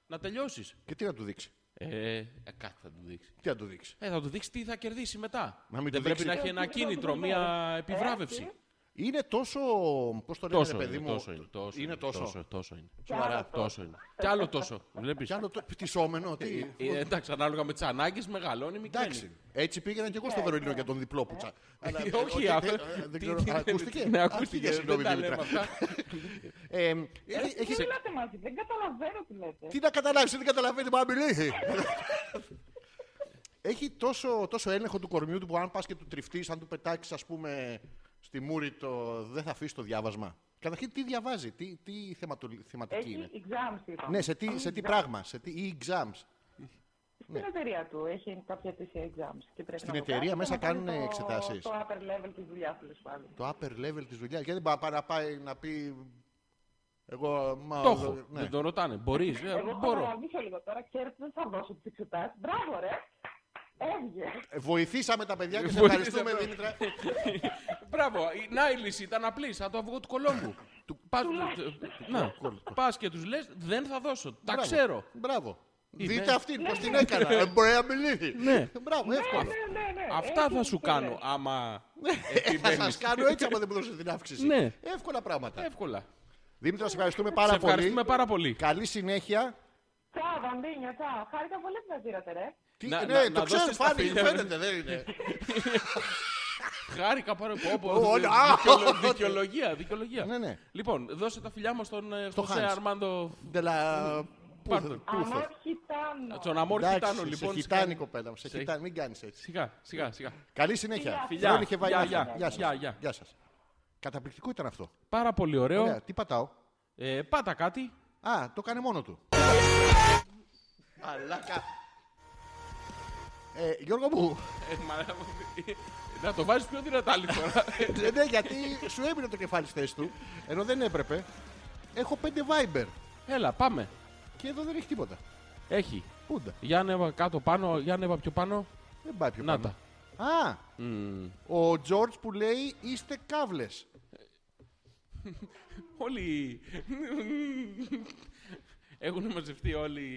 Speaker 7: να τελειώσεις.
Speaker 6: Και τι να του δείξει.
Speaker 7: Ε, ε, κάτι θα του δείξει.
Speaker 6: Τι να του δείξει.
Speaker 7: Ε, θα του δείξει τι θα κερδίσει μετά.
Speaker 6: Μα μην
Speaker 7: δεν
Speaker 6: του
Speaker 7: πρέπει
Speaker 6: δείξει. Ε,
Speaker 7: να έχει ένα κίνητρο, μια επιβράβευση.
Speaker 6: Είναι τόσο. Πώς το λένε,
Speaker 7: Τόσο
Speaker 6: ρε
Speaker 7: είναι,
Speaker 6: Ε, παιδί μου.
Speaker 7: τόσο είναι, τόσο
Speaker 6: Είναι τόσο.
Speaker 7: τόσο, τόσο είναι. Σοβαρά, τόσο είναι. Κι άλλο τόσο, βλέπεις.
Speaker 6: Κι άλλο το πτυσσόμενο. τι.
Speaker 7: Ε, εντάξει, ανάλογα με τις ανάγκες μεγαλώνει, μικραίνει.
Speaker 6: Εντάξει. Έτσι πήγαινα και εγώ στο Βερολίνο για τον διπλό πουτσα. Αλλά,
Speaker 7: Ε,
Speaker 6: ε,
Speaker 7: όχι,
Speaker 6: ε,
Speaker 7: αυτό-
Speaker 6: ε,
Speaker 7: τι-
Speaker 6: Δεν ξέρω.
Speaker 7: τι-
Speaker 6: α, Ακούστηκε.
Speaker 7: Ναι, ακούστηκε.
Speaker 6: Ακούστηκε, συγγνώμη,
Speaker 7: Δεν τα λέμε
Speaker 6: Δημήτρα.
Speaker 7: αυτά.
Speaker 6: Ε, ε,
Speaker 9: Τι
Speaker 6: έχεις-
Speaker 9: μιλάτε μαζί, δεν καταλαβαίνω τι λέτε.
Speaker 6: Τι να καταλάβεις, δεν καταλαβαίνει, μα μιλήσει. Έχει τόσο, τόσο έλεγχο του κορμιού του που αν πας και του τριφτείς, αν του πετάξεις, ας πούμε, στη μούρη, το, δεν θα αφήσει το διάβασμα. Καταρχήν, τι διαβάζει, τι, τι θεματολ- θεματική είναι.
Speaker 9: Έχει exams, λοιπόν. είπαμε.
Speaker 6: Ναι, σε Ε, τι, σε τι πράγμα, σε τι ή exams.
Speaker 9: Στην εταιρεία του έχει κάποια τέτοια exams. Και πρέπει
Speaker 6: Στην
Speaker 9: να το
Speaker 6: εταιρεία
Speaker 9: κάνει
Speaker 6: μέσα
Speaker 9: και να
Speaker 6: κάνουν
Speaker 9: κάνει το-
Speaker 6: εξετάσεις.
Speaker 9: Το upper level της δουλειάς τους, τέλο πάντων.
Speaker 6: Το upper level της δουλειάς. Γιατί δεν μπορεί να πάει- να πάει να πει. Εγώ. Μα,
Speaker 7: Το έχω.
Speaker 6: ναι.
Speaker 7: Δεν το ρωτάνε. Μπορείς.
Speaker 9: Εγώ θα
Speaker 7: Ε, Μπορώ.
Speaker 9: παραγωγήσω λίγο τώρα. Ξέρετε, δεν θα δώσω τις εξετάσεις. Μπράβο, ρε! Έβγε.
Speaker 6: Ε, Βοηθήσαμε τα παιδιά και σε
Speaker 7: Βοηθήσαμε.
Speaker 6: ευχαριστούμε, Δήμητρα.
Speaker 7: Μπράβο. η- Να η λύση ήταν απλή. Σαν το αυγό του Κολόμπου. Πας- Να. Πας και τους λες, δεν θα δώσω. Τα
Speaker 6: Μπράβο.
Speaker 7: ξέρω.
Speaker 6: Μπράβο.
Speaker 7: Είδε.
Speaker 6: Δείτε αυτήν πώς την έκανα. Ε, Μπορεί να μιλήσει.
Speaker 7: Ναι.
Speaker 6: Μπράβο, εύκολο.
Speaker 9: Ναι, ναι, ναι.
Speaker 7: Αυτά
Speaker 9: Έχει
Speaker 7: θα σου
Speaker 9: δίκιο, ρε.
Speaker 7: κάνω άμα
Speaker 6: Ε, Θα
Speaker 7: επιμένεις.
Speaker 6: σα κάνω έτσι άμα δεν μου δώσετε την αύξηση.
Speaker 7: Ναι.
Speaker 6: Εύκολα πράγματα.
Speaker 7: Εύκολα.
Speaker 6: Δήμητρα, σε ευχαριστούμε
Speaker 7: Σε
Speaker 6: πάρα πολύ.
Speaker 7: ευχαριστούμε πάρα πολύ.
Speaker 6: Καλή συνέχεια.
Speaker 9: Τσά, βαμπίνια, τσά. Χάρηκα πολύ που με πήρατε, ρε.
Speaker 6: Τι,
Speaker 7: Να-
Speaker 6: ναι,
Speaker 7: να-
Speaker 6: το
Speaker 7: να
Speaker 6: ξέρω,
Speaker 7: δώσεις τα
Speaker 6: φάνηκε,
Speaker 7: φιλιά,
Speaker 6: φαίνεται, δεν είναι.
Speaker 7: Χάρηκα πάρα
Speaker 6: Ω,
Speaker 7: πολύ.
Speaker 6: όλα.
Speaker 7: Δικαιολογία, δικαιολογία.
Speaker 6: Ναι, ναι.
Speaker 7: Λοιπόν, δώσε τα φιλιά μου στον ε,
Speaker 6: Στο
Speaker 7: Χωσέ
Speaker 6: Hans.
Speaker 7: Αρμάντο.
Speaker 6: Ντε λα- πού-
Speaker 7: Πάρτον.
Speaker 6: πού ήρθε.
Speaker 9: Ανάρχιτάνο.
Speaker 7: Τον Αμόρ
Speaker 6: Εντάξει,
Speaker 7: Χιτάνο,
Speaker 6: σε
Speaker 7: λοιπόν.
Speaker 6: χιτάνει,
Speaker 7: σε-
Speaker 6: κοπέλα μου. Σε
Speaker 7: Σε-
Speaker 6: χιτάνει, μην κάνεις έτσι.
Speaker 7: Σιγά, σιγά, σιγά.
Speaker 6: Καλή συνέχεια.
Speaker 7: Φιλιά.
Speaker 6: Φρόνη και
Speaker 7: Γεια,
Speaker 6: Βαϊνάχη.
Speaker 7: γεια.
Speaker 6: Γεια σας.
Speaker 7: Γεια, γεια.
Speaker 6: Γεια σας. Καταπληκτικό ήταν αυτό.
Speaker 7: Πάρα πολύ ωραίο.
Speaker 6: Ωραία, τι πατάω.
Speaker 7: Ε, πάτα κάτι.
Speaker 6: Α, το κάνει μόνο του. Αλάκα. Ε, Γιώργο μου,
Speaker 7: Ε, μα- Να το βάζεις πιο δυνατά λοιπόν. άλλη φορά.
Speaker 6: ε, ναι, γιατί σου έμεινε το κεφάλι στη θέση του, ενώ δεν έπρεπε. Έχω πέντε Viber
Speaker 7: Έλα, πάμε.
Speaker 6: και εδώ δεν έχει τίποτα.
Speaker 7: Έχει.
Speaker 6: Πούντα.
Speaker 7: Για ανέβα κάτω πάνω, για ανέβα πιο πάνω.
Speaker 6: Δεν πάει πιο
Speaker 7: Να
Speaker 6: πάνω.
Speaker 7: τα.
Speaker 6: Α, ο Τζόρτζ που λέει είστε κάβλες.
Speaker 7: Όλοι. Έχουν μαζευτεί όλοι.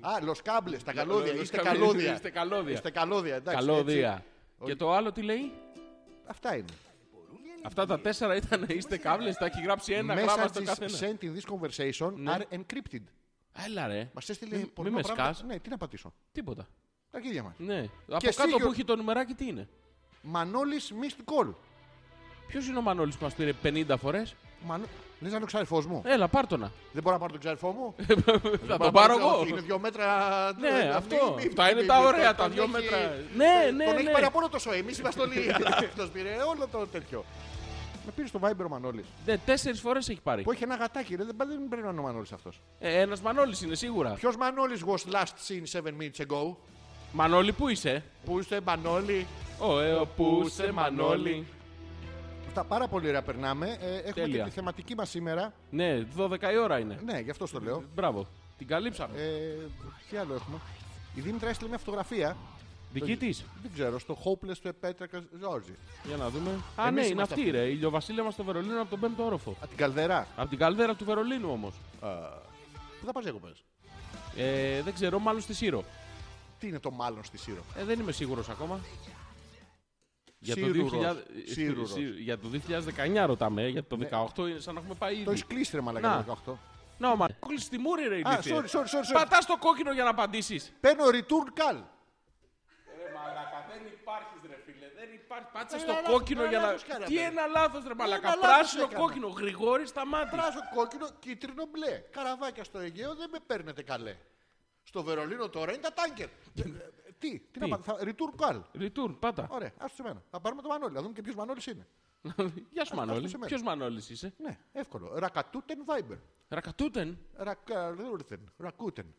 Speaker 6: Α, λοσκάμπλες, τα καλώδια.
Speaker 7: Los
Speaker 6: Είστε
Speaker 7: Cables,
Speaker 6: καλώδια.
Speaker 7: είστε καλώδια.
Speaker 6: Είστε καλώδια, εντάξει.
Speaker 7: Καλώδια.
Speaker 6: έτσι.
Speaker 7: Και το άλλο τι λέει.
Speaker 6: Αυτά είναι.
Speaker 7: Αυτά
Speaker 6: Ε,
Speaker 7: τα τέσσερα ήταν είστε κάβλες, τα έχει γράψει ένα γράμμα στο
Speaker 6: Messages
Speaker 7: καθένα.
Speaker 6: sent in this conversation are encrypted.
Speaker 7: Έλα ρε.
Speaker 6: Μας έστειλε
Speaker 7: Μη-
Speaker 6: πορνό
Speaker 7: μη με
Speaker 6: πράγματα.
Speaker 7: σκάς.
Speaker 6: Ναι, τι να πατήσω.
Speaker 7: Τίποτα.
Speaker 6: Τα αρχίδια μας.
Speaker 7: Ναι. Από
Speaker 6: εσύ,
Speaker 7: κάτω που
Speaker 6: Γιώργο.
Speaker 7: έχει το νούμεράκι τι είναι.
Speaker 6: Μανώλης missed call.
Speaker 7: Ποιος είναι ο Μανώλης που μας πήρε 50 φορέ.
Speaker 6: Μανώ... Λες να είναι ο ξαριφός μου.
Speaker 7: Έλα, πάρτονα.
Speaker 6: Δεν μπορώ να πάρω τον ξαριφό μου.
Speaker 7: Θα τον Ε, πάρω
Speaker 6: Είναι
Speaker 7: εγώ.
Speaker 6: δύο μέτρα.
Speaker 7: Ναι,
Speaker 6: μη-
Speaker 7: αυτό.
Speaker 6: μη-
Speaker 7: Αυτά
Speaker 6: μη-
Speaker 7: είναι
Speaker 6: μη-
Speaker 7: τα
Speaker 6: μη-
Speaker 7: ωραία,
Speaker 6: τον-
Speaker 7: τα
Speaker 6: τον
Speaker 7: δύο
Speaker 6: έχει-
Speaker 7: μέτρα.
Speaker 6: ε,
Speaker 7: Ναι, ναι,
Speaker 6: Τον έχει
Speaker 7: ναι.
Speaker 6: πάρει από όλο το σοϊ. Εμείς είμαστε όλοι. Αλλά αυτό πήρε όλο το τέτοιο. Με πήρε στο Viber ο Μανώλης.
Speaker 7: Ναι, τέσσερις φορές έχει πάρει.
Speaker 6: Που έχει ένα γατάκι. ρε, Δεν δεν πρέπει να είναι ο Μανώλης αυτός.
Speaker 7: Ένας Μανώλης είναι σίγουρα.
Speaker 6: Ποιος Μανώλης was last seen seven minutes ago.
Speaker 7: Μανώλη, πού είσαι.
Speaker 6: Πού είστε, Μανώλη.
Speaker 7: Ω, ε, ο, πού είσαι, Μανώλη.
Speaker 6: Αυτά πάρα πολύ ωραία περνάμε. Ε, Έχουμε
Speaker 7: Τέλεια.
Speaker 6: και τη θεματική μας σήμερα.
Speaker 7: Ναι, 12 η ώρα είναι.
Speaker 6: Ναι, γι' αυτό το λέω.
Speaker 7: Μπράβο. Την καλύψαμε.
Speaker 6: Ε, τι άλλο έχουμε. Η Δήμητρα έστειλε μια φωτογραφία.
Speaker 7: Δική τη.
Speaker 6: Δεν ξέρω, στο Hopeless του Επέτρακα Ζόρζη.
Speaker 7: Για να δούμε. Α,
Speaker 6: Εμείς
Speaker 7: ναι, είναι
Speaker 6: είμαστε
Speaker 7: αυτή
Speaker 6: αυτοί.
Speaker 7: ρε. Η Ηλιοβασίλευμα στο Βερολίνο από τον 5ο όροφο.
Speaker 6: Από την Καλδερά.
Speaker 7: Από την καλδέρα του Βερολίνου όμως.
Speaker 6: Πού θα πας διακοπέ.
Speaker 7: Ε, δεν ξέρω, μάλλον στη Σύρο.
Speaker 6: Τι είναι το μάλλον στη Σύρο.
Speaker 7: Ε, δεν είμαι σίγουρος ακόμα.
Speaker 6: Σύρουρος.
Speaker 7: 2000
Speaker 6: Σύρουρος.
Speaker 7: Σύρου- για το 2019 ρωτάμε, ε, για το 18 είναι σαν να έχουμε πάει
Speaker 6: Το
Speaker 7: ήδη.
Speaker 6: έχεις κλείσει ρε
Speaker 7: Να.
Speaker 6: μαλακά το 18.
Speaker 7: Να, μα κλείσει τη μούρη, ρε. ηλίθιε.
Speaker 6: sorry, sorry, sorry, sorry.
Speaker 7: Πατάς το κόκκινο για να απαντήσεις.
Speaker 6: Παίρνω return call.
Speaker 7: Ρε μαλάκα, δεν υπάρχεις ρε φίλε. Δεν υπάρχεις. Πάτσε
Speaker 6: Ένα
Speaker 7: στο
Speaker 6: λάθος,
Speaker 7: κόκκινο
Speaker 6: ένα
Speaker 7: για να.
Speaker 6: λάθος κάναμε.
Speaker 7: Τι ένα λάθος ρε μαλάκα.
Speaker 6: λάθος
Speaker 7: Πράσινο
Speaker 6: έκανα.
Speaker 7: κόκκινο. Γρηγόρη σταμάτη.
Speaker 6: Πράσο, κόκκινο, κίτρινο, μπλε. Καραβάκια στο Αιγαίο δεν με παίρνετε καλέ. Στο Βερολίνο τώρα είναι τα τάγκερ. Ε, ε, Τι, τι να
Speaker 7: Τι.
Speaker 6: πάρω. θα- Return call.
Speaker 7: Ριτούρν, πάτα.
Speaker 6: Ωραία, άστο σε μένα. Θα πάρουμε το Μανώλη, να δούμε και ποιος Μανώλης είναι.
Speaker 7: Γεια σου Μανώλη.
Speaker 6: σε μένα.
Speaker 7: Ποιος Μανώλης είσαι.
Speaker 6: Ναι, εύκολο. Ρακατούτεν Viber.
Speaker 7: Ρακατούτεν.
Speaker 6: Ρακαλούρθεν. Ρακούτεν.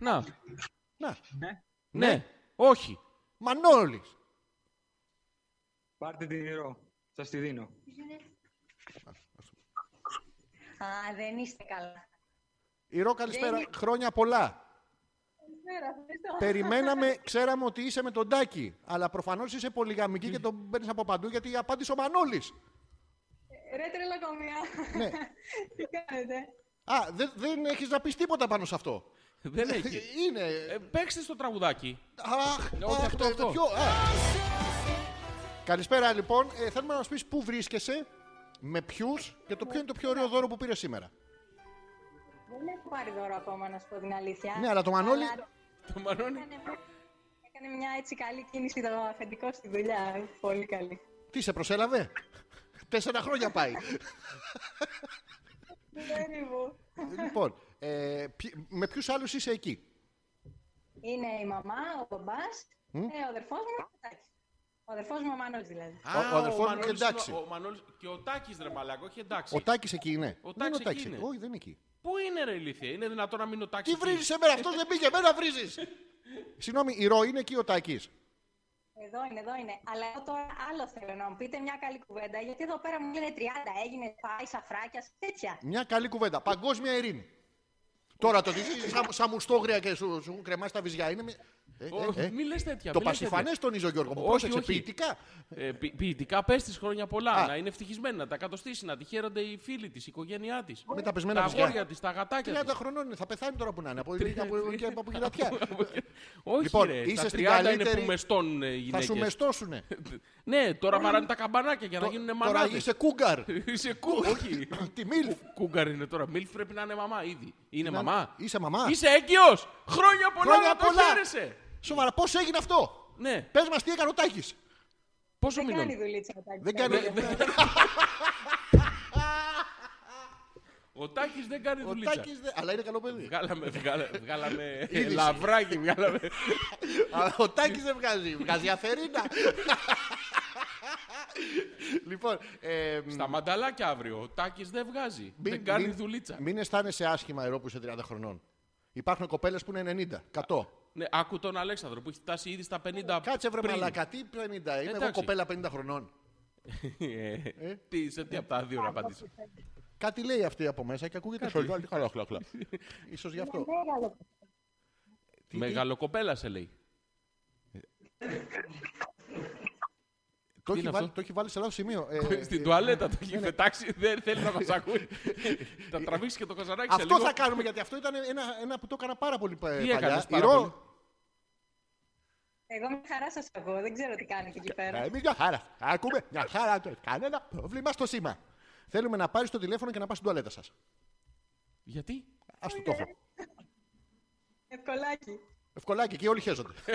Speaker 7: Να.
Speaker 6: Να.
Speaker 7: Ναι. Όχι.
Speaker 6: Μανώλης.
Speaker 10: Πάρτε τη νερό. Σας τη δίνω.
Speaker 1: Α, δεν είστε καλά.
Speaker 6: Ηρώ, καλησπέρα. Χρόνια πολλά. Περιμέναμε, ξέραμε ότι είσαι με τον Τάκη. Αλλά προφανώς είσαι πολυγαμική και τον παίρνεις από παντού γιατί απάντησε ο Μανώλης.
Speaker 1: Ε, Ρε τρελακομία.
Speaker 6: Ναι.
Speaker 1: Τι κάνετε.
Speaker 6: Α, δεν, δεν έχεις να πεις τίποτα πάνω σε αυτό.
Speaker 7: Δεν έχει.
Speaker 6: Είναι.
Speaker 7: Ναι, Ε, Παίξτε στο τραγουδάκι.
Speaker 6: Αχ,
Speaker 7: όχι,
Speaker 6: αχ,
Speaker 7: αυτό,
Speaker 6: το
Speaker 7: αυτό.
Speaker 6: τέτοιο, α. Καλησπέρα λοιπόν. Ε, θέλουμε να μας πεις πού βρίσκεσαι, με ποιους και το ποιο είναι το πιο ωραίο δώρο που πήρες σήμερα.
Speaker 1: Δεν έχω πάρει δώρο ακόμα, να σου πω την αλήθεια.
Speaker 6: Ναι, αλλά το Μανώλη.
Speaker 1: Αλλά
Speaker 7: Το Μανώλη.
Speaker 1: έκανε- Έκανε μια έτσι καλή κίνηση το αφεντικό στη δουλειά. Πολύ καλή.
Speaker 6: Τι σε προσέλαβε. Τέσσερα χρόνια πάει.
Speaker 1: Περίπου.
Speaker 6: λοιπόν, ε, ποι- με ποιους άλλους είσαι εκεί.
Speaker 1: Είναι η μαμά, ο μπαμπάς,
Speaker 6: Μμ.
Speaker 1: ε, ο αδερφός μου και ο Τάκης. Ο αδερφός μου ο Μανώλης δηλαδή.
Speaker 6: Α, ο αδερφός μου είναι
Speaker 7: Μανώλης
Speaker 6: εντάξει.
Speaker 7: ο Μανώλης- και ο Τάκης ρε μαλάκα, όχι εντάξει.
Speaker 6: Ο Τάκης εκεί είναι.
Speaker 7: Ο
Speaker 6: Δεν είναι
Speaker 7: Τάκης
Speaker 6: ο Τάκης
Speaker 7: εκεί
Speaker 6: εκεί.
Speaker 7: είναι.
Speaker 6: Όχι, δεν είναι εκεί.
Speaker 7: Πού είναι ρε ηλίθεια, είναι δυνατόν να μην ο
Speaker 6: Τι
Speaker 7: Τάκης. εκεί?
Speaker 6: βρίζεις εμένα, αυτός δεν πήγε, εμένα βρίζεις. Συγγνώμη, η ροή είναι εκεί ο Τάκης.
Speaker 1: Εδώ είναι, εδώ είναι. Αλλά εγώ τώρα άλλο θέλω να μου πείτε μια καλή κουβέντα, γιατί εδώ πέρα μου λένε 30, έγινε πάει, σαφράκιας, τέτοια.
Speaker 6: Μια καλή κουβέντα. Παγκόσμια ειρήνη. Τώρα το ότι ζεις σαν, σαν μουστόγρια και σου, σου έχουν κρεμάσει τα βυζιά είναι. μη- Ε,
Speaker 7: Ω,
Speaker 6: ε, ε.
Speaker 7: Μη λες τέτοια.
Speaker 6: Το
Speaker 7: μη λες τέτοια.
Speaker 6: πασιφανέ τονίζει ο Γιώργο μου.
Speaker 7: Όχι,
Speaker 6: Πρόσεξε,
Speaker 7: όχι.
Speaker 6: ποιητικά.
Speaker 7: Ε, ποι- ποιητικά πες τη χρόνια πολλά.
Speaker 6: Α.
Speaker 7: Να είναι ευτυχισμένη, να τα κατοστήσει, να τη χαίρονται οι φίλοι της, η οικογένειά της.
Speaker 6: Με τα πεσμένα βυζιά.
Speaker 7: αγόρια της, τα γατάκια
Speaker 6: 30
Speaker 7: της.
Speaker 6: χρονών είναι, θα πεθάνει τώρα που να είναι. Από, από, και από κυρατιά.
Speaker 7: Όχι,
Speaker 6: Λοιπόν,
Speaker 7: ρε,
Speaker 6: είσαι
Speaker 7: τα 30
Speaker 6: στην
Speaker 7: είναι
Speaker 6: καλύτερη-
Speaker 7: που μεστών οι
Speaker 6: θα σου
Speaker 7: γυναίκες.
Speaker 6: μεστώσουνε.
Speaker 7: Ναι, τώρα βαράνε τα καμπανάκια για να γίνουν
Speaker 6: Τώρα
Speaker 7: μανάδες.
Speaker 6: είσαι κούγκαρ.
Speaker 7: Είσαι κου... Όχι.
Speaker 6: Τι μιλφ.
Speaker 7: Κου- Κούγκαρ είναι τώρα. Μιλφ πρέπει να είναι μαμά ήδη. Είναι
Speaker 6: Να-
Speaker 7: μαμά.
Speaker 6: Είσαι μαμά.
Speaker 7: Είσαι έγκυος! Χρόνια πολλά
Speaker 6: Χρόνια
Speaker 7: να το
Speaker 6: πολλά.
Speaker 7: χαίρεσαι!
Speaker 6: Σοβαρά, πώς έγινε αυτό.
Speaker 7: Ναι,
Speaker 6: Πες μας τι έκανε ο Τάκης.
Speaker 7: πόσο
Speaker 1: Δεν κάνει
Speaker 7: μήνων.
Speaker 1: δουλίτσα ο Τάκης.
Speaker 6: Δεν κάνει.
Speaker 7: Ε, Δεν- δεν- Ο Τάκης δεν κάνει
Speaker 6: Ο
Speaker 7: δουλίτσα. Ε,
Speaker 6: Τάκης δεν- Αλλά είναι καλό παιδί.
Speaker 7: Βγάλαμε, βγάλα- βγάλαμε
Speaker 6: Είδηση.
Speaker 7: λαβράκι, βγάλαμε. ε.
Speaker 6: Αλλά ο Τάκης δεν βγάζει. Βγάζει αφαιρίνα. λοιπόν. ε, μ,
Speaker 7: Στα μανταλάκια αύριο. Ο Τάκης δεν βγάζει.
Speaker 6: μην-
Speaker 7: δεν κάνει
Speaker 6: μην-
Speaker 7: δουλίτσα.
Speaker 6: Μην αισθάνεσαι άσχημα εδώ που είσαι 30 χρονών. Υπάρχουν κοπέλες που είναι 90, 100.
Speaker 7: Ναι, άκου τον Αλέξανδρο που έχει φτάσει ήδη στα 50.
Speaker 6: Κάτσε βρε
Speaker 7: πριν.
Speaker 6: μαλακά, τι 50. Είμαι εγώ
Speaker 7: Εντάξει.
Speaker 6: κοπέλα 50 χρονών.
Speaker 7: Ε, Τι, σε τι από τα δύο να απαντήσω.
Speaker 6: Κάτι λέει αυτή από μέσα και ακούγεται σε όλη χαλά, χλα, χλα. Ίσως γι' αυτό.
Speaker 1: Μεγάλο.
Speaker 6: Τι-
Speaker 7: Μεγαλοκοπέλα σε λέει.
Speaker 6: Το έχει
Speaker 7: είναι
Speaker 6: βάλει-
Speaker 7: αυτό?
Speaker 6: το έχει βάλει σε λάθος σημείο. Ε,
Speaker 7: Στην
Speaker 6: ε, ε,
Speaker 7: τουαλέτα το έχει πετάξει, δεν θέλει να μας ακούει. Θα τραβήξει και το καζανάκι σε
Speaker 6: Αυτό
Speaker 7: λίγο.
Speaker 6: θα κάνουμε γιατί αυτό ήταν ένα, ένα που το έκανα πάρα πολύ πα-
Speaker 7: Τι
Speaker 6: παλιά.
Speaker 7: έκανες
Speaker 6: Η
Speaker 7: πάρα
Speaker 6: Ρο-
Speaker 7: πολύ?
Speaker 1: Εγώ μια χαρά σας ακούω, δεν ξέρω τι κάνετε εκεί πέρα.
Speaker 6: Ε, Εμείς μια χαρά. Ακούμε μια χαρά. το- Κανένα πρόβλημα στο σήμα. Θέλουμε να πάρεις το τηλέφωνο και να πας στην τουαλέτα σας.
Speaker 7: Γιατί?
Speaker 6: Ας το το έχω.
Speaker 1: Ευκολάκι.
Speaker 6: Ευκολάκι και όλοι χέζονται.
Speaker 7: Ε.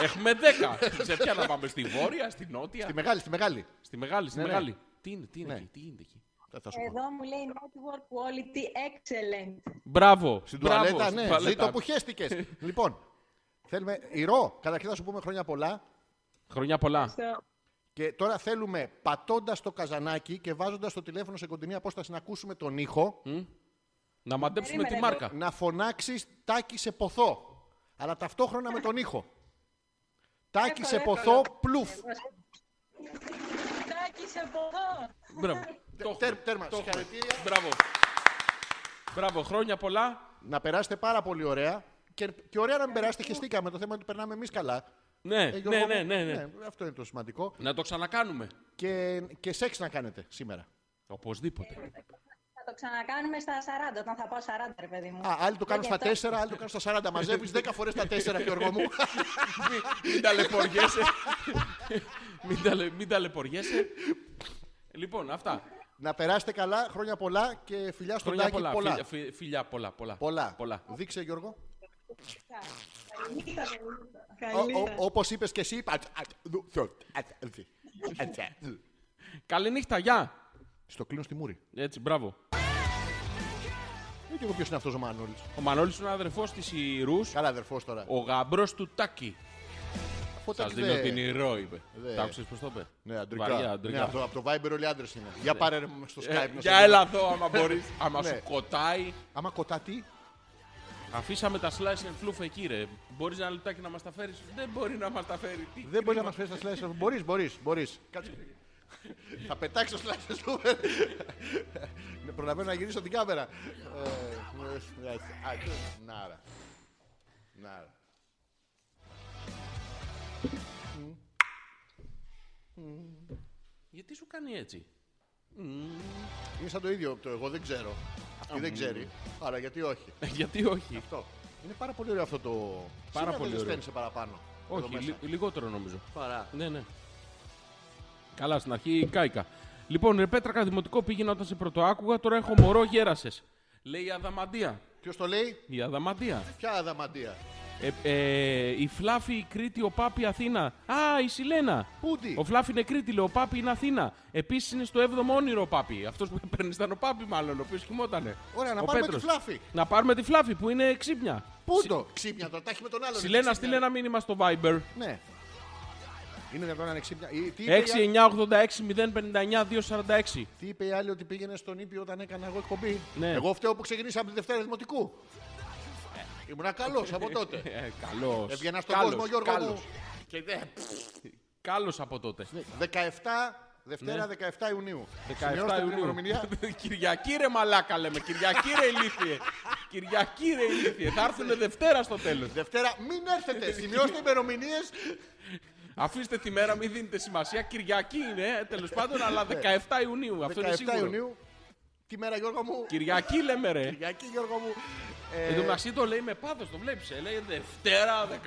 Speaker 7: Έχουμε 10. Σε ποια να πάμε, στη βόρεια, στη νότια,
Speaker 6: στη μεγάλη, στη μεγάλη.
Speaker 7: στη μεγάλη, στη
Speaker 6: Ναι, ναι.
Speaker 7: μεγάλη. Τι είναι, τι είναι
Speaker 6: Ναι.
Speaker 7: εκεί, τι γίνεται εκεί.
Speaker 6: Θα- θα σου πω.
Speaker 1: Εδώ μου λέει Network Quality Excellent.
Speaker 7: Μπράβο.
Speaker 6: Στην
Speaker 7: μπράβο,
Speaker 6: τουαλέτα,
Speaker 7: στην
Speaker 6: ναι.
Speaker 7: τουαλέτα.
Speaker 6: Ζήτω που χέστηκες. λοιπόν, θέλουμε. Η Ρο, καταρχήν θα σου πούμε χρόνια πολλά.
Speaker 7: Χρονιά πολλά.
Speaker 1: Στο-
Speaker 6: Και τώρα θέλουμε πατώντας το καζανάκι και βάζοντας το τηλέφωνο σε κοντινή απόσταση να ακούσουμε τον ήχο,
Speaker 7: Να μαντέψουμε τη
Speaker 1: Περίμενε, ρε.
Speaker 7: μάρκα.
Speaker 6: να φωνάξεις τάκι σε ποθό. Αλλά ταυτόχρονα με τον ήχο. Τάκι
Speaker 7: Ε,
Speaker 1: Εύκολο,
Speaker 6: σε
Speaker 1: εύκολο.
Speaker 6: ποθό, πλουφ.
Speaker 1: Τάκη σε ποδό.
Speaker 7: Μπράβο. Το έχουμε.
Speaker 6: Τέρ- Τέρμα,
Speaker 7: Το έχουμε.
Speaker 6: συγχαρητήρια.
Speaker 7: Μπράβο. Μπράβο, χρόνια πολλά.
Speaker 6: Να περάσετε πάρα πολύ ωραία. Και, και ωραία να μην περάσετε, χεστήκαμε. Το θέμα είναι ότι περνάμε εμείς καλά.
Speaker 7: Ναι,
Speaker 6: Ε, Γιώργο
Speaker 7: ναι,
Speaker 6: μου,
Speaker 7: ναι, ναι, ναι.
Speaker 6: Αυτό είναι το σημαντικό.
Speaker 7: Να το ξανακάνουμε.
Speaker 6: Και, και σεξ να κάνετε σήμερα.
Speaker 7: Οπωσδήποτε.
Speaker 1: Θα το ξανακάνουμε στα 40, όταν θα πάω 40, ρε παιδί μου.
Speaker 6: Α, άλλοι
Speaker 7: Ε,
Speaker 6: το κάνουν στα
Speaker 1: Γιατί αυτό-
Speaker 6: 4, άλλοι το κάνουν στα 40. Μαζεύει 10 φορές τα 4, Γιώργο μου.
Speaker 7: Μην ταλαιπωριέσαι. Μην ταλαι- Μην ταλαιπωριέσαι. Λοιπόν, αυτά.
Speaker 6: να περάσετε καλά, χρόνια πολλά και φιλιά στον
Speaker 7: Χρόνια
Speaker 6: Τάκη.
Speaker 7: πολλά.
Speaker 6: πολλά.
Speaker 7: Φιλιά- φι- Φιλιά, πολλά, πολλά.
Speaker 6: Πολλά.
Speaker 7: Πολλά.
Speaker 6: Δείξε, Γιώργο.
Speaker 1: Καληνύχτα, καληνύχτα. Καληνύχτα.
Speaker 6: Όπως είπες και εσύ. είπα, «Ατ, ατ, δου, θω, ατ, ατ, ατ, ατ».
Speaker 7: Καληνύχτα, γεια.
Speaker 6: Στο κλείνω στη μούρη.
Speaker 7: Έτσι, μπράβο.
Speaker 6: Δεν ξέρω ποιος είναι αυτός ο Μανώλης.
Speaker 7: Ο Μανώλης είναι ο αδερφός της Ιρούς,
Speaker 6: Καλά, αδερφός τώρα.
Speaker 7: ο γαμπρός του Τάκη.
Speaker 6: Αφού
Speaker 7: Σας
Speaker 6: Τάκης
Speaker 7: δίνω
Speaker 6: δεν-
Speaker 7: την Ιρώ, είπε.
Speaker 6: Δε.
Speaker 7: Τα άκουσες πώς το είπε.
Speaker 6: Ναι,
Speaker 7: Βαριά,
Speaker 6: αντρικά.
Speaker 7: αντρικά.
Speaker 6: Ναι, από, το, από το Viber όλοι άντρες είναι. Για πάρε ρε, στο Skype.
Speaker 7: Ε,
Speaker 6: να σε
Speaker 7: για
Speaker 6: δω.
Speaker 7: έλα εδώ, άμα μπορείς. άμα
Speaker 6: Ναι.
Speaker 7: σου κοτάει.
Speaker 6: Άμα κοτά τι.
Speaker 7: Αφήσαμε τα slice and fluff εκεί, ρε. Μπορείς ένα λεπτάκι να μας τα φέρεις. Δεν μπορεί να μας τα φέρει. Τι
Speaker 6: Δεν μπορεί να
Speaker 7: κρίμα.
Speaker 6: μας φέρει τα σλάσια. Μπορείς, μπορείς, μπορείς. Κάτσε. Θα πετάξεις το σλάσια σου. Ναι, Προλαβαίνω να γυρίσω την κάμερα. Ε, ε, α, Νάρα. Νάρα.
Speaker 7: Γιατί σου κάνει έτσι.
Speaker 6: Είναι σαν το ίδιο το εγώ δεν ξέρω. Αυτή δεν ξέρει. Άρα γιατί όχι.
Speaker 7: Ε, Γιατί όχι.
Speaker 6: Αυτό. Είναι πάρα πολύ ωραίο αυτό το. Σήμερα
Speaker 7: πολύ
Speaker 6: δεν
Speaker 7: ωραίο.
Speaker 6: ζεσταίνεσαι παραπάνω.
Speaker 7: Όχι,
Speaker 6: Εδώ μέσα.
Speaker 7: λι- λιγότερο νομίζω.
Speaker 6: Παρά.
Speaker 7: Ναι, ναι. Καλά, στην αρχή κάηκα. Λοιπόν, ρε Πέτρακα, δημοτικό πήγαινα όταν σε πρωτοάκουγα, τώρα έχω μωρό, γέρασες. Λέει η Αδαμαντία.
Speaker 6: Ποιος το λέει,
Speaker 7: Η Αδαμαντία.
Speaker 6: ποια αδαμαντία.
Speaker 7: Ε, ε, η Φλάφη η Κρήτη, ο Πάπη Αθήνα. Α, η Σιλένα.
Speaker 6: Πούντι.
Speaker 7: Ο Φλάφη είναι Κρήτη, λέει, ο Πάπη είναι Αθήνα. Επίσης είναι στο 7ο όνειρο ο Πάπη. Αυτός που έπαιρνε ήταν ο Πάπη, μάλλον, ο οποίος χυμότανε.
Speaker 6: Ωραία, να
Speaker 7: Ο
Speaker 6: πάρουμε
Speaker 7: Πέτρος.
Speaker 6: τη Φλάφη.
Speaker 7: Να πάρουμε τη Φλάφη που είναι ξύπνια.
Speaker 6: Πού το ξύπνια τώρα, τα έχει με τον άλλον.
Speaker 7: Σιλένα, στείλε ένα μήνυμα στο Viber.
Speaker 6: Ναι. Είναι δυνατόν να είναι ξύπνια. Ή, Τι είπε, η άλλη-
Speaker 7: 6986-059-246.
Speaker 6: τι είπε η άλλη ότι πήγαινε στον Ήπιο όταν έκανα εγώ εκπομπή.
Speaker 7: Ναι.
Speaker 6: Εγώ φταίω που ξεκινήσαμε τη Δευτέρα Δημοτικού. Ε, Ήμουνα καλός από τότε.
Speaker 7: Καλός.
Speaker 6: Έβγαινα στον κόσμο, Γιώργο. μου. Και δεν.
Speaker 7: Καλός από τότε.
Speaker 6: 17, Δευτέρα
Speaker 7: Ναι.
Speaker 6: 17 Ιουνίου.
Speaker 7: 17
Speaker 6: Σημειώστε την
Speaker 7: Ιουνίου.
Speaker 6: ημερομηνία.
Speaker 7: Κυριακή ρε μαλάκα λέμε. Κυριακή ρε ηλίθιε. Κυριακή ρε ηλίθιε. Θα έρθουν Δευτέρα στο τέλος.
Speaker 6: Δευτέρα, μην έρθετε. Σημειώστε ημερομηνίες.
Speaker 7: Αφήστε τη μέρα, μην δίνετε σημασία. Κυριακή είναι τέλος πάντων, αλλά 17 Ιουνίου. Αυτό είναι
Speaker 6: 17
Speaker 7: σίγουρο.
Speaker 6: Ναι. Ιουνίου. Ε. Τι μέρα, Γιώργο μου.
Speaker 7: Κυριακή λέμε ρε.
Speaker 6: Κυριακή, Γιώργο μου. Ε,
Speaker 7: Εν τω μεταξύ το λέει με πάθος, το βλέπεις. Λέει Δευτέρα 17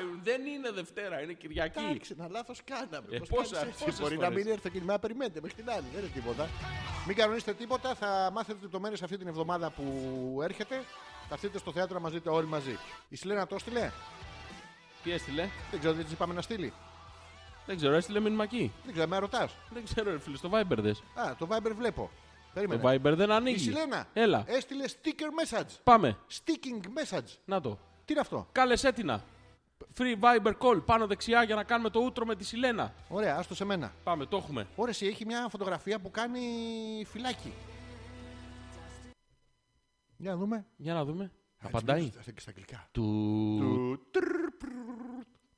Speaker 7: Ιουνίου. Δεν είναι Δευτέρα, είναι Κυριακή.
Speaker 6: Εντάξει, ένα λάθος κάναμε.
Speaker 7: Ε,
Speaker 6: Πώς
Speaker 7: πόσα-
Speaker 6: κάνεις έτσι.
Speaker 7: πόσες
Speaker 6: Μπορεί να
Speaker 7: φορές.
Speaker 6: μην έρθει και να περιμένετε μέχρι την άλλη. Δεν είναι τίποτα. Μην κανονίσετε τίποτα. Θα μάθετε λεπτομέρειες αυτή την εβδομάδα που έρχεται. Θα φτιάξετε στο θέατρο να μας δείτε όλοι μαζί. Η Σιλένα το στείλε.
Speaker 7: Τι έστειλε.
Speaker 6: Δεν ξέρω, δεν της είπαμε να στείλει.
Speaker 7: Δεν ξέρω, έστειλε μήνυμα εκεί.
Speaker 6: Δεν ξέρω, με ρωτάς.
Speaker 7: Δεν ξέρω, ρε φίλε, στο Viber δες.
Speaker 6: Α, το Viber βλέπω. Περίμενε.
Speaker 7: Το Viber δεν
Speaker 6: Ε, Η
Speaker 7: ανοίγει.
Speaker 6: Σιλένα Ε.
Speaker 7: Έλα,
Speaker 6: έστειλε sticker message.
Speaker 7: πάμε.
Speaker 6: Sticking message.
Speaker 7: Να το.
Speaker 6: Τι είναι αυτό.
Speaker 7: Κάλεσέ την. να. Free Viber call πάνω δεξιά για να κάνουμε το ούτρο με τη Σιλένα.
Speaker 6: Ωραία, άστο σε μένα.
Speaker 7: Πάμε, το έχουμε.
Speaker 6: Ωραία, εσύ, έχει μια φωτογραφία που κάνει φυλάκι. Για να δούμε.
Speaker 7: Για να δούμε. Απαντάει.
Speaker 6: Στα- Στα αγγλικά.
Speaker 7: Του.
Speaker 6: Του- τρρ,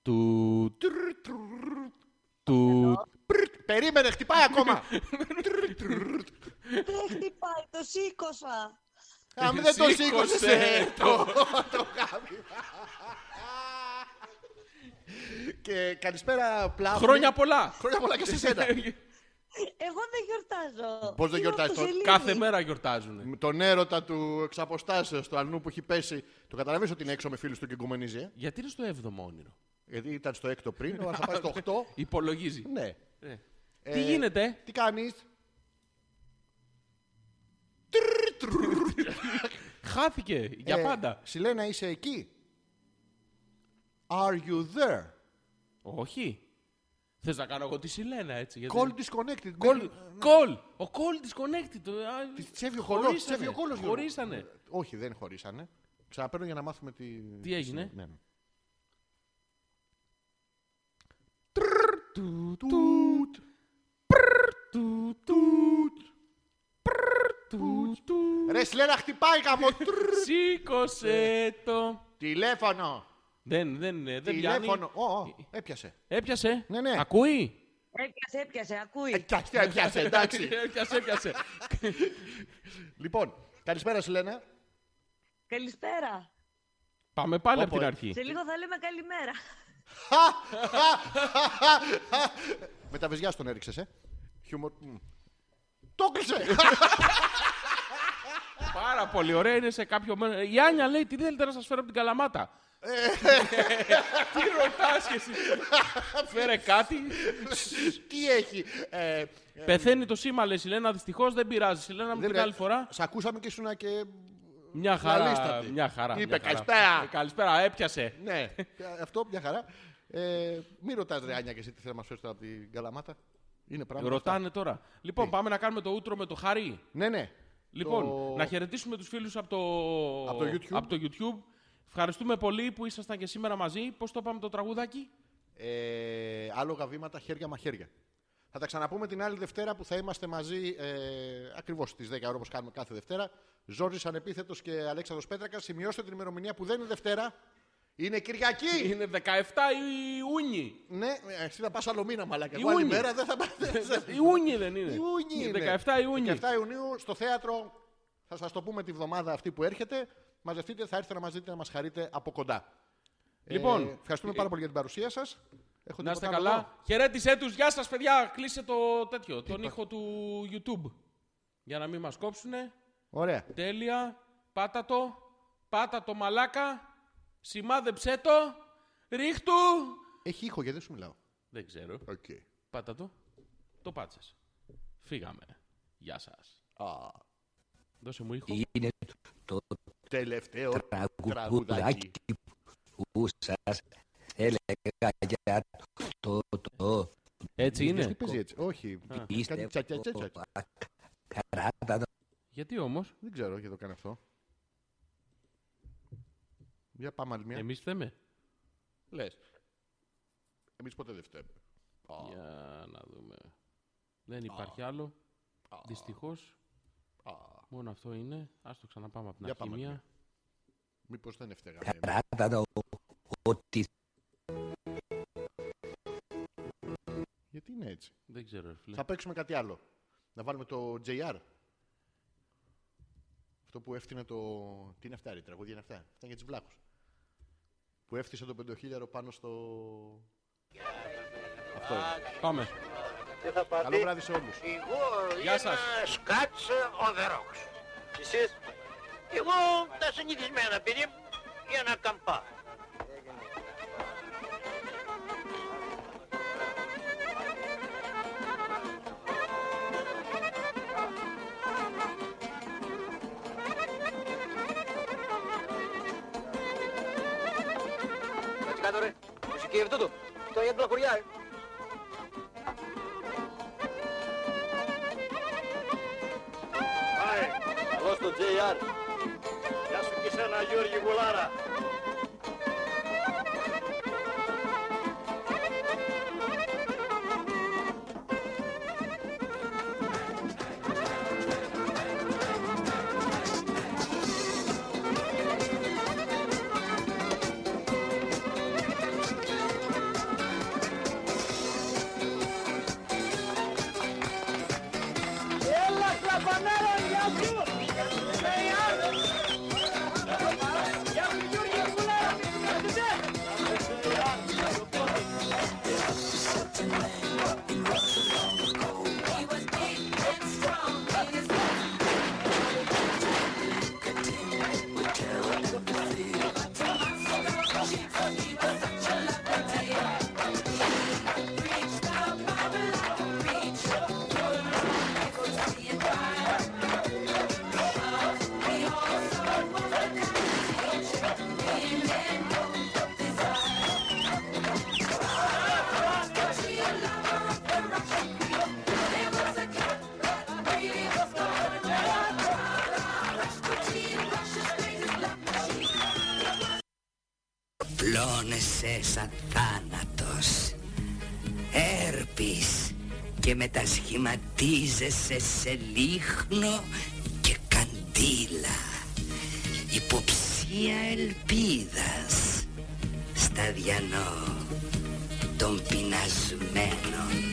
Speaker 7: Του.
Speaker 6: τρρ, τρρ.
Speaker 7: Του.
Speaker 6: Πρρτ. Περίμενε, χτυπάει ακόμα.
Speaker 11: Δεν χτυπάει, το σήκωσα.
Speaker 6: Αν δεν το
Speaker 7: Ε,
Speaker 6: ε.
Speaker 7: Σήκωσε
Speaker 6: σήκωσε
Speaker 7: το.
Speaker 6: το, το γάμι. Και καλησπέρα, Πλάφη.
Speaker 7: Χρόνια πολλά.
Speaker 6: Χρόνια πολλά και σε σένα.
Speaker 11: Εγώ δεν γιορτάζω.
Speaker 6: Πώς δεν
Speaker 11: Είμαι
Speaker 6: γιορτάζεις
Speaker 11: από το
Speaker 6: το-
Speaker 11: Σελήνη.
Speaker 7: Κάθε μέρα γιορτάζουν.
Speaker 6: Τον έρωτα του εξαποστάσεως, του αλνού που έχει πέσει. Το καταλαβαίνεις ότι είναι έξω με φίλους του και γκουμενίζει. ε?
Speaker 7: Γιατί είναι στο 7ο όνειρο.
Speaker 6: Γιατί ήταν στο έκτο
Speaker 7: Ε,
Speaker 6: πριν, αλλά θα πάει στο 8.
Speaker 7: Υπολογίζει.
Speaker 6: Ναι.
Speaker 7: Ε.
Speaker 6: Ε,
Speaker 7: Τι γίνεται.
Speaker 6: Τι κάνεις.
Speaker 7: Χάθηκε για
Speaker 6: Ε,
Speaker 7: πάντα.
Speaker 6: Σιλένα, είσαι εκεί. Are you there?
Speaker 7: Όχι. Θες να κάνω εγώ τη Σιλένα έτσι. γιατί-
Speaker 6: Call disconnected.
Speaker 7: Ε, Call. Call. Ο call disconnected. Α,
Speaker 6: Τη τσέβει ο κολός, της τσέβει ο κόλος, Γιώργο.
Speaker 7: Χωρίσανε.
Speaker 6: Όχι, δεν χωρίσανε. Ξαναπαίρνω για να μάθουμε τι.
Speaker 7: Τι έγινε?
Speaker 6: Ναι, ναι.
Speaker 7: Του, του,
Speaker 6: Τούτ.
Speaker 7: του, του, του, του.
Speaker 6: Ρε Σιλένα, χτυπάει καμό.
Speaker 7: Σήκωσε το.
Speaker 6: Τηλέφωνο.
Speaker 7: Δεν, δεν, ε, δεν πιάνει. Ε,
Speaker 6: Τηλέφωνο. Ω, ω, έπιασε.
Speaker 7: Έπιασε.
Speaker 6: Ναι, ναι.
Speaker 7: Ακούει.
Speaker 11: Έπιασε, έπιασε, ακούει.
Speaker 6: Εντάξει, έπιασε, Ε, εντάξει.
Speaker 7: έπιασε, έπιασε.
Speaker 6: Λοιπόν, καλησπέρα Σιλένα.
Speaker 11: Καλησπέρα.
Speaker 7: Πάμε πάλι από
Speaker 6: Όπου,
Speaker 7: την
Speaker 6: ε.
Speaker 7: αρχή.
Speaker 11: Σε λίγο θα λέμε καλημέρα.
Speaker 6: Με τα βυζιά τον έριξες, ε. Χιούμορ. μ. Το κλείσε.
Speaker 7: Πάρα πολύ ωραία είναι σε κάποιο μέρο. Η Άνια λέει: Τι θέλετε να σας φέρω από την Καλαμάτα.
Speaker 6: Ε.
Speaker 7: Τι ρωτάς και εσύ. Φέρε κάτι.
Speaker 6: Τι έχει. Ε,
Speaker 7: Πεθαίνει το σήμα, λέει Σιλένα. Δυστυχώς δεν πειράζει. Σιλένα
Speaker 6: δεν
Speaker 7: μου την
Speaker 6: πειράζει.
Speaker 7: άλλη φορά.
Speaker 6: Σ' ακούσαμε και ήσουν και.
Speaker 7: Μια χαρά.
Speaker 6: Λαλίστατη.
Speaker 7: Μια χαρά.
Speaker 6: Είπε,
Speaker 7: μια χαρά.
Speaker 6: «Καλησπέρα».
Speaker 7: Ε, Καλησπέρα, έπιασε.
Speaker 6: Ναι, αυτό μια χαρά. Ε, μην ρωτάς ρε Άνια και εσύ τι θέλεις να μας φέρεις τώρα από την Καλαμάτα. Είναι πράγμα.
Speaker 7: Ε, Ρωτάνε τώρα. Λοιπόν, πάμε να κάνουμε το ούτρο με το χαρί.
Speaker 6: Ναι, ναι.
Speaker 7: Λοιπόν,
Speaker 6: Το-
Speaker 7: να χαιρετήσουμε τους φίλους από το...
Speaker 6: Απ' το YouTube.
Speaker 7: απ' το YouTube. Ευχαριστούμε πολύ που ήσασταν και σήμερα μαζί. Πώς το πάμε το τραγούδακι?
Speaker 6: Ε, άλογα βήματα, χέρια μαχαίρια. Θα τα ξαναπούμε την άλλη Δευτέρα που θα είμαστε μαζί ε, ακριβώς στις 10 ώρα όπως κάνουμε κάθε Δευτέρα. Ζόρζης Ανεπίθετος και Αλέξανδρος Πέτρακας. Σημειώστε την ημερομηνία που δεν είναι Δευτέρα. Είναι Κυριακή!
Speaker 7: Είναι 17 Ιούνιου.
Speaker 6: Ναι, ε, εσύ θα πας άλλο μήνα, μαλάκα. Εγώ
Speaker 7: Ιούνι.
Speaker 6: άλλη μέρα δεν θα πας.
Speaker 7: Ιούνιου δεν είναι.
Speaker 6: Ιούνι
Speaker 7: Είναι
Speaker 6: είναι.
Speaker 7: 17 Ιούνιου.
Speaker 6: 17 Ιουνίου στο θέατρο. Θα σας το πούμε τη βδομάδα αυτή που έρχεται. Μαζευτείτε, θα έρθετε να μας δείτε να μας χαρείτε από κοντά.
Speaker 7: Λοιπόν,
Speaker 6: ε, ευχαριστούμε πάρα πολύ για την παρουσία σας.
Speaker 7: Να είστε καλά. Χαιρέτησέ τους. Γεια σας παιδιά. Κλείσε το τέτοιο. τον ήχο του YouTube. Για να μην μας κόψουνε.
Speaker 6: Ωραία.
Speaker 7: Τέλεια. Πάτα το. Πάτα το μαλάκα. Σημάδεψέ το. Ρίχτου.
Speaker 6: Έχει ήχο γιατί δεν σου μιλάω.
Speaker 7: Δεν ξέρω.
Speaker 6: Οκ.
Speaker 7: Πάτα το. Το πάτσες. Φύγαμε. Γεια σας.
Speaker 6: Α,
Speaker 7: Δώσε μου ήχο.
Speaker 12: Είναι το
Speaker 6: τελευταίο τραγουδάκι
Speaker 12: τραγουδάκι
Speaker 13: ούσας έλεγα για το το
Speaker 7: Έτσι είναι.
Speaker 6: Τι παίζει έτσι. Όχι.
Speaker 13: Α.
Speaker 6: Κάτι τσακιά τσακιά.
Speaker 13: Καράτα
Speaker 7: Γιατί όμως.
Speaker 6: Δεν ξέρω γιατί το κάνει αυτό. Για πάμε άλλη μια.
Speaker 7: Εμείς θέμε.
Speaker 6: Λες. Εμείς ποτέ δεν φταίμε.
Speaker 7: Για να δούμε. Δεν υπάρχει άλλο. Δυστυχώς. Μόνο αυτό είναι. Ας το ξαναπάμε από την
Speaker 6: Για
Speaker 7: αρχή
Speaker 6: πάμε ναι. απ' την
Speaker 7: μία.
Speaker 6: Μήπως δεν έφταιγα.
Speaker 13: καράτα το ότι
Speaker 6: Γιατί είναι έτσι.
Speaker 7: Δεν ξέρω, ρε φίλε.
Speaker 6: Θα παίξουμε κάτι άλλο. Να βάλουμε το JR. Αυτό που έφτιανε το. Τι είναι αυτά, ρε, η τραγωδία είναι αυτά. Αυτά είναι για τις βλάχους. Που έφτιασε το 5.000 πάνω στο. Αυτό είναι.
Speaker 7: Πάμε.
Speaker 6: Καλό βράδυ σε όλους.
Speaker 9: Εγώ
Speaker 6: Γεια σας.
Speaker 9: ένας Κατς ο Δερόξ. Εσείς. Εγώ τα συνηθισμένα παιδί μου για να καμπά.
Speaker 14: Κάτσε κάτω ρε. Μουσική αυτό το. Το για την πλαχωριά. ε.
Speaker 9: Άι, καλό στο JR. Γεια σου και σένα Γιώργη Γουλάρα. Έλα, κλαπανάρα, γεια σου! JR. Γεια σου Γιώργη Γουλάρα, μη του κρατήσετε.
Speaker 4: Πλώνεσαι σαν θάνατος Έρπης Και μετασχηματίζεσαι σε λίχνο και καντήλα Υποψία ελπίδας Σταδιανό των πεινασμένων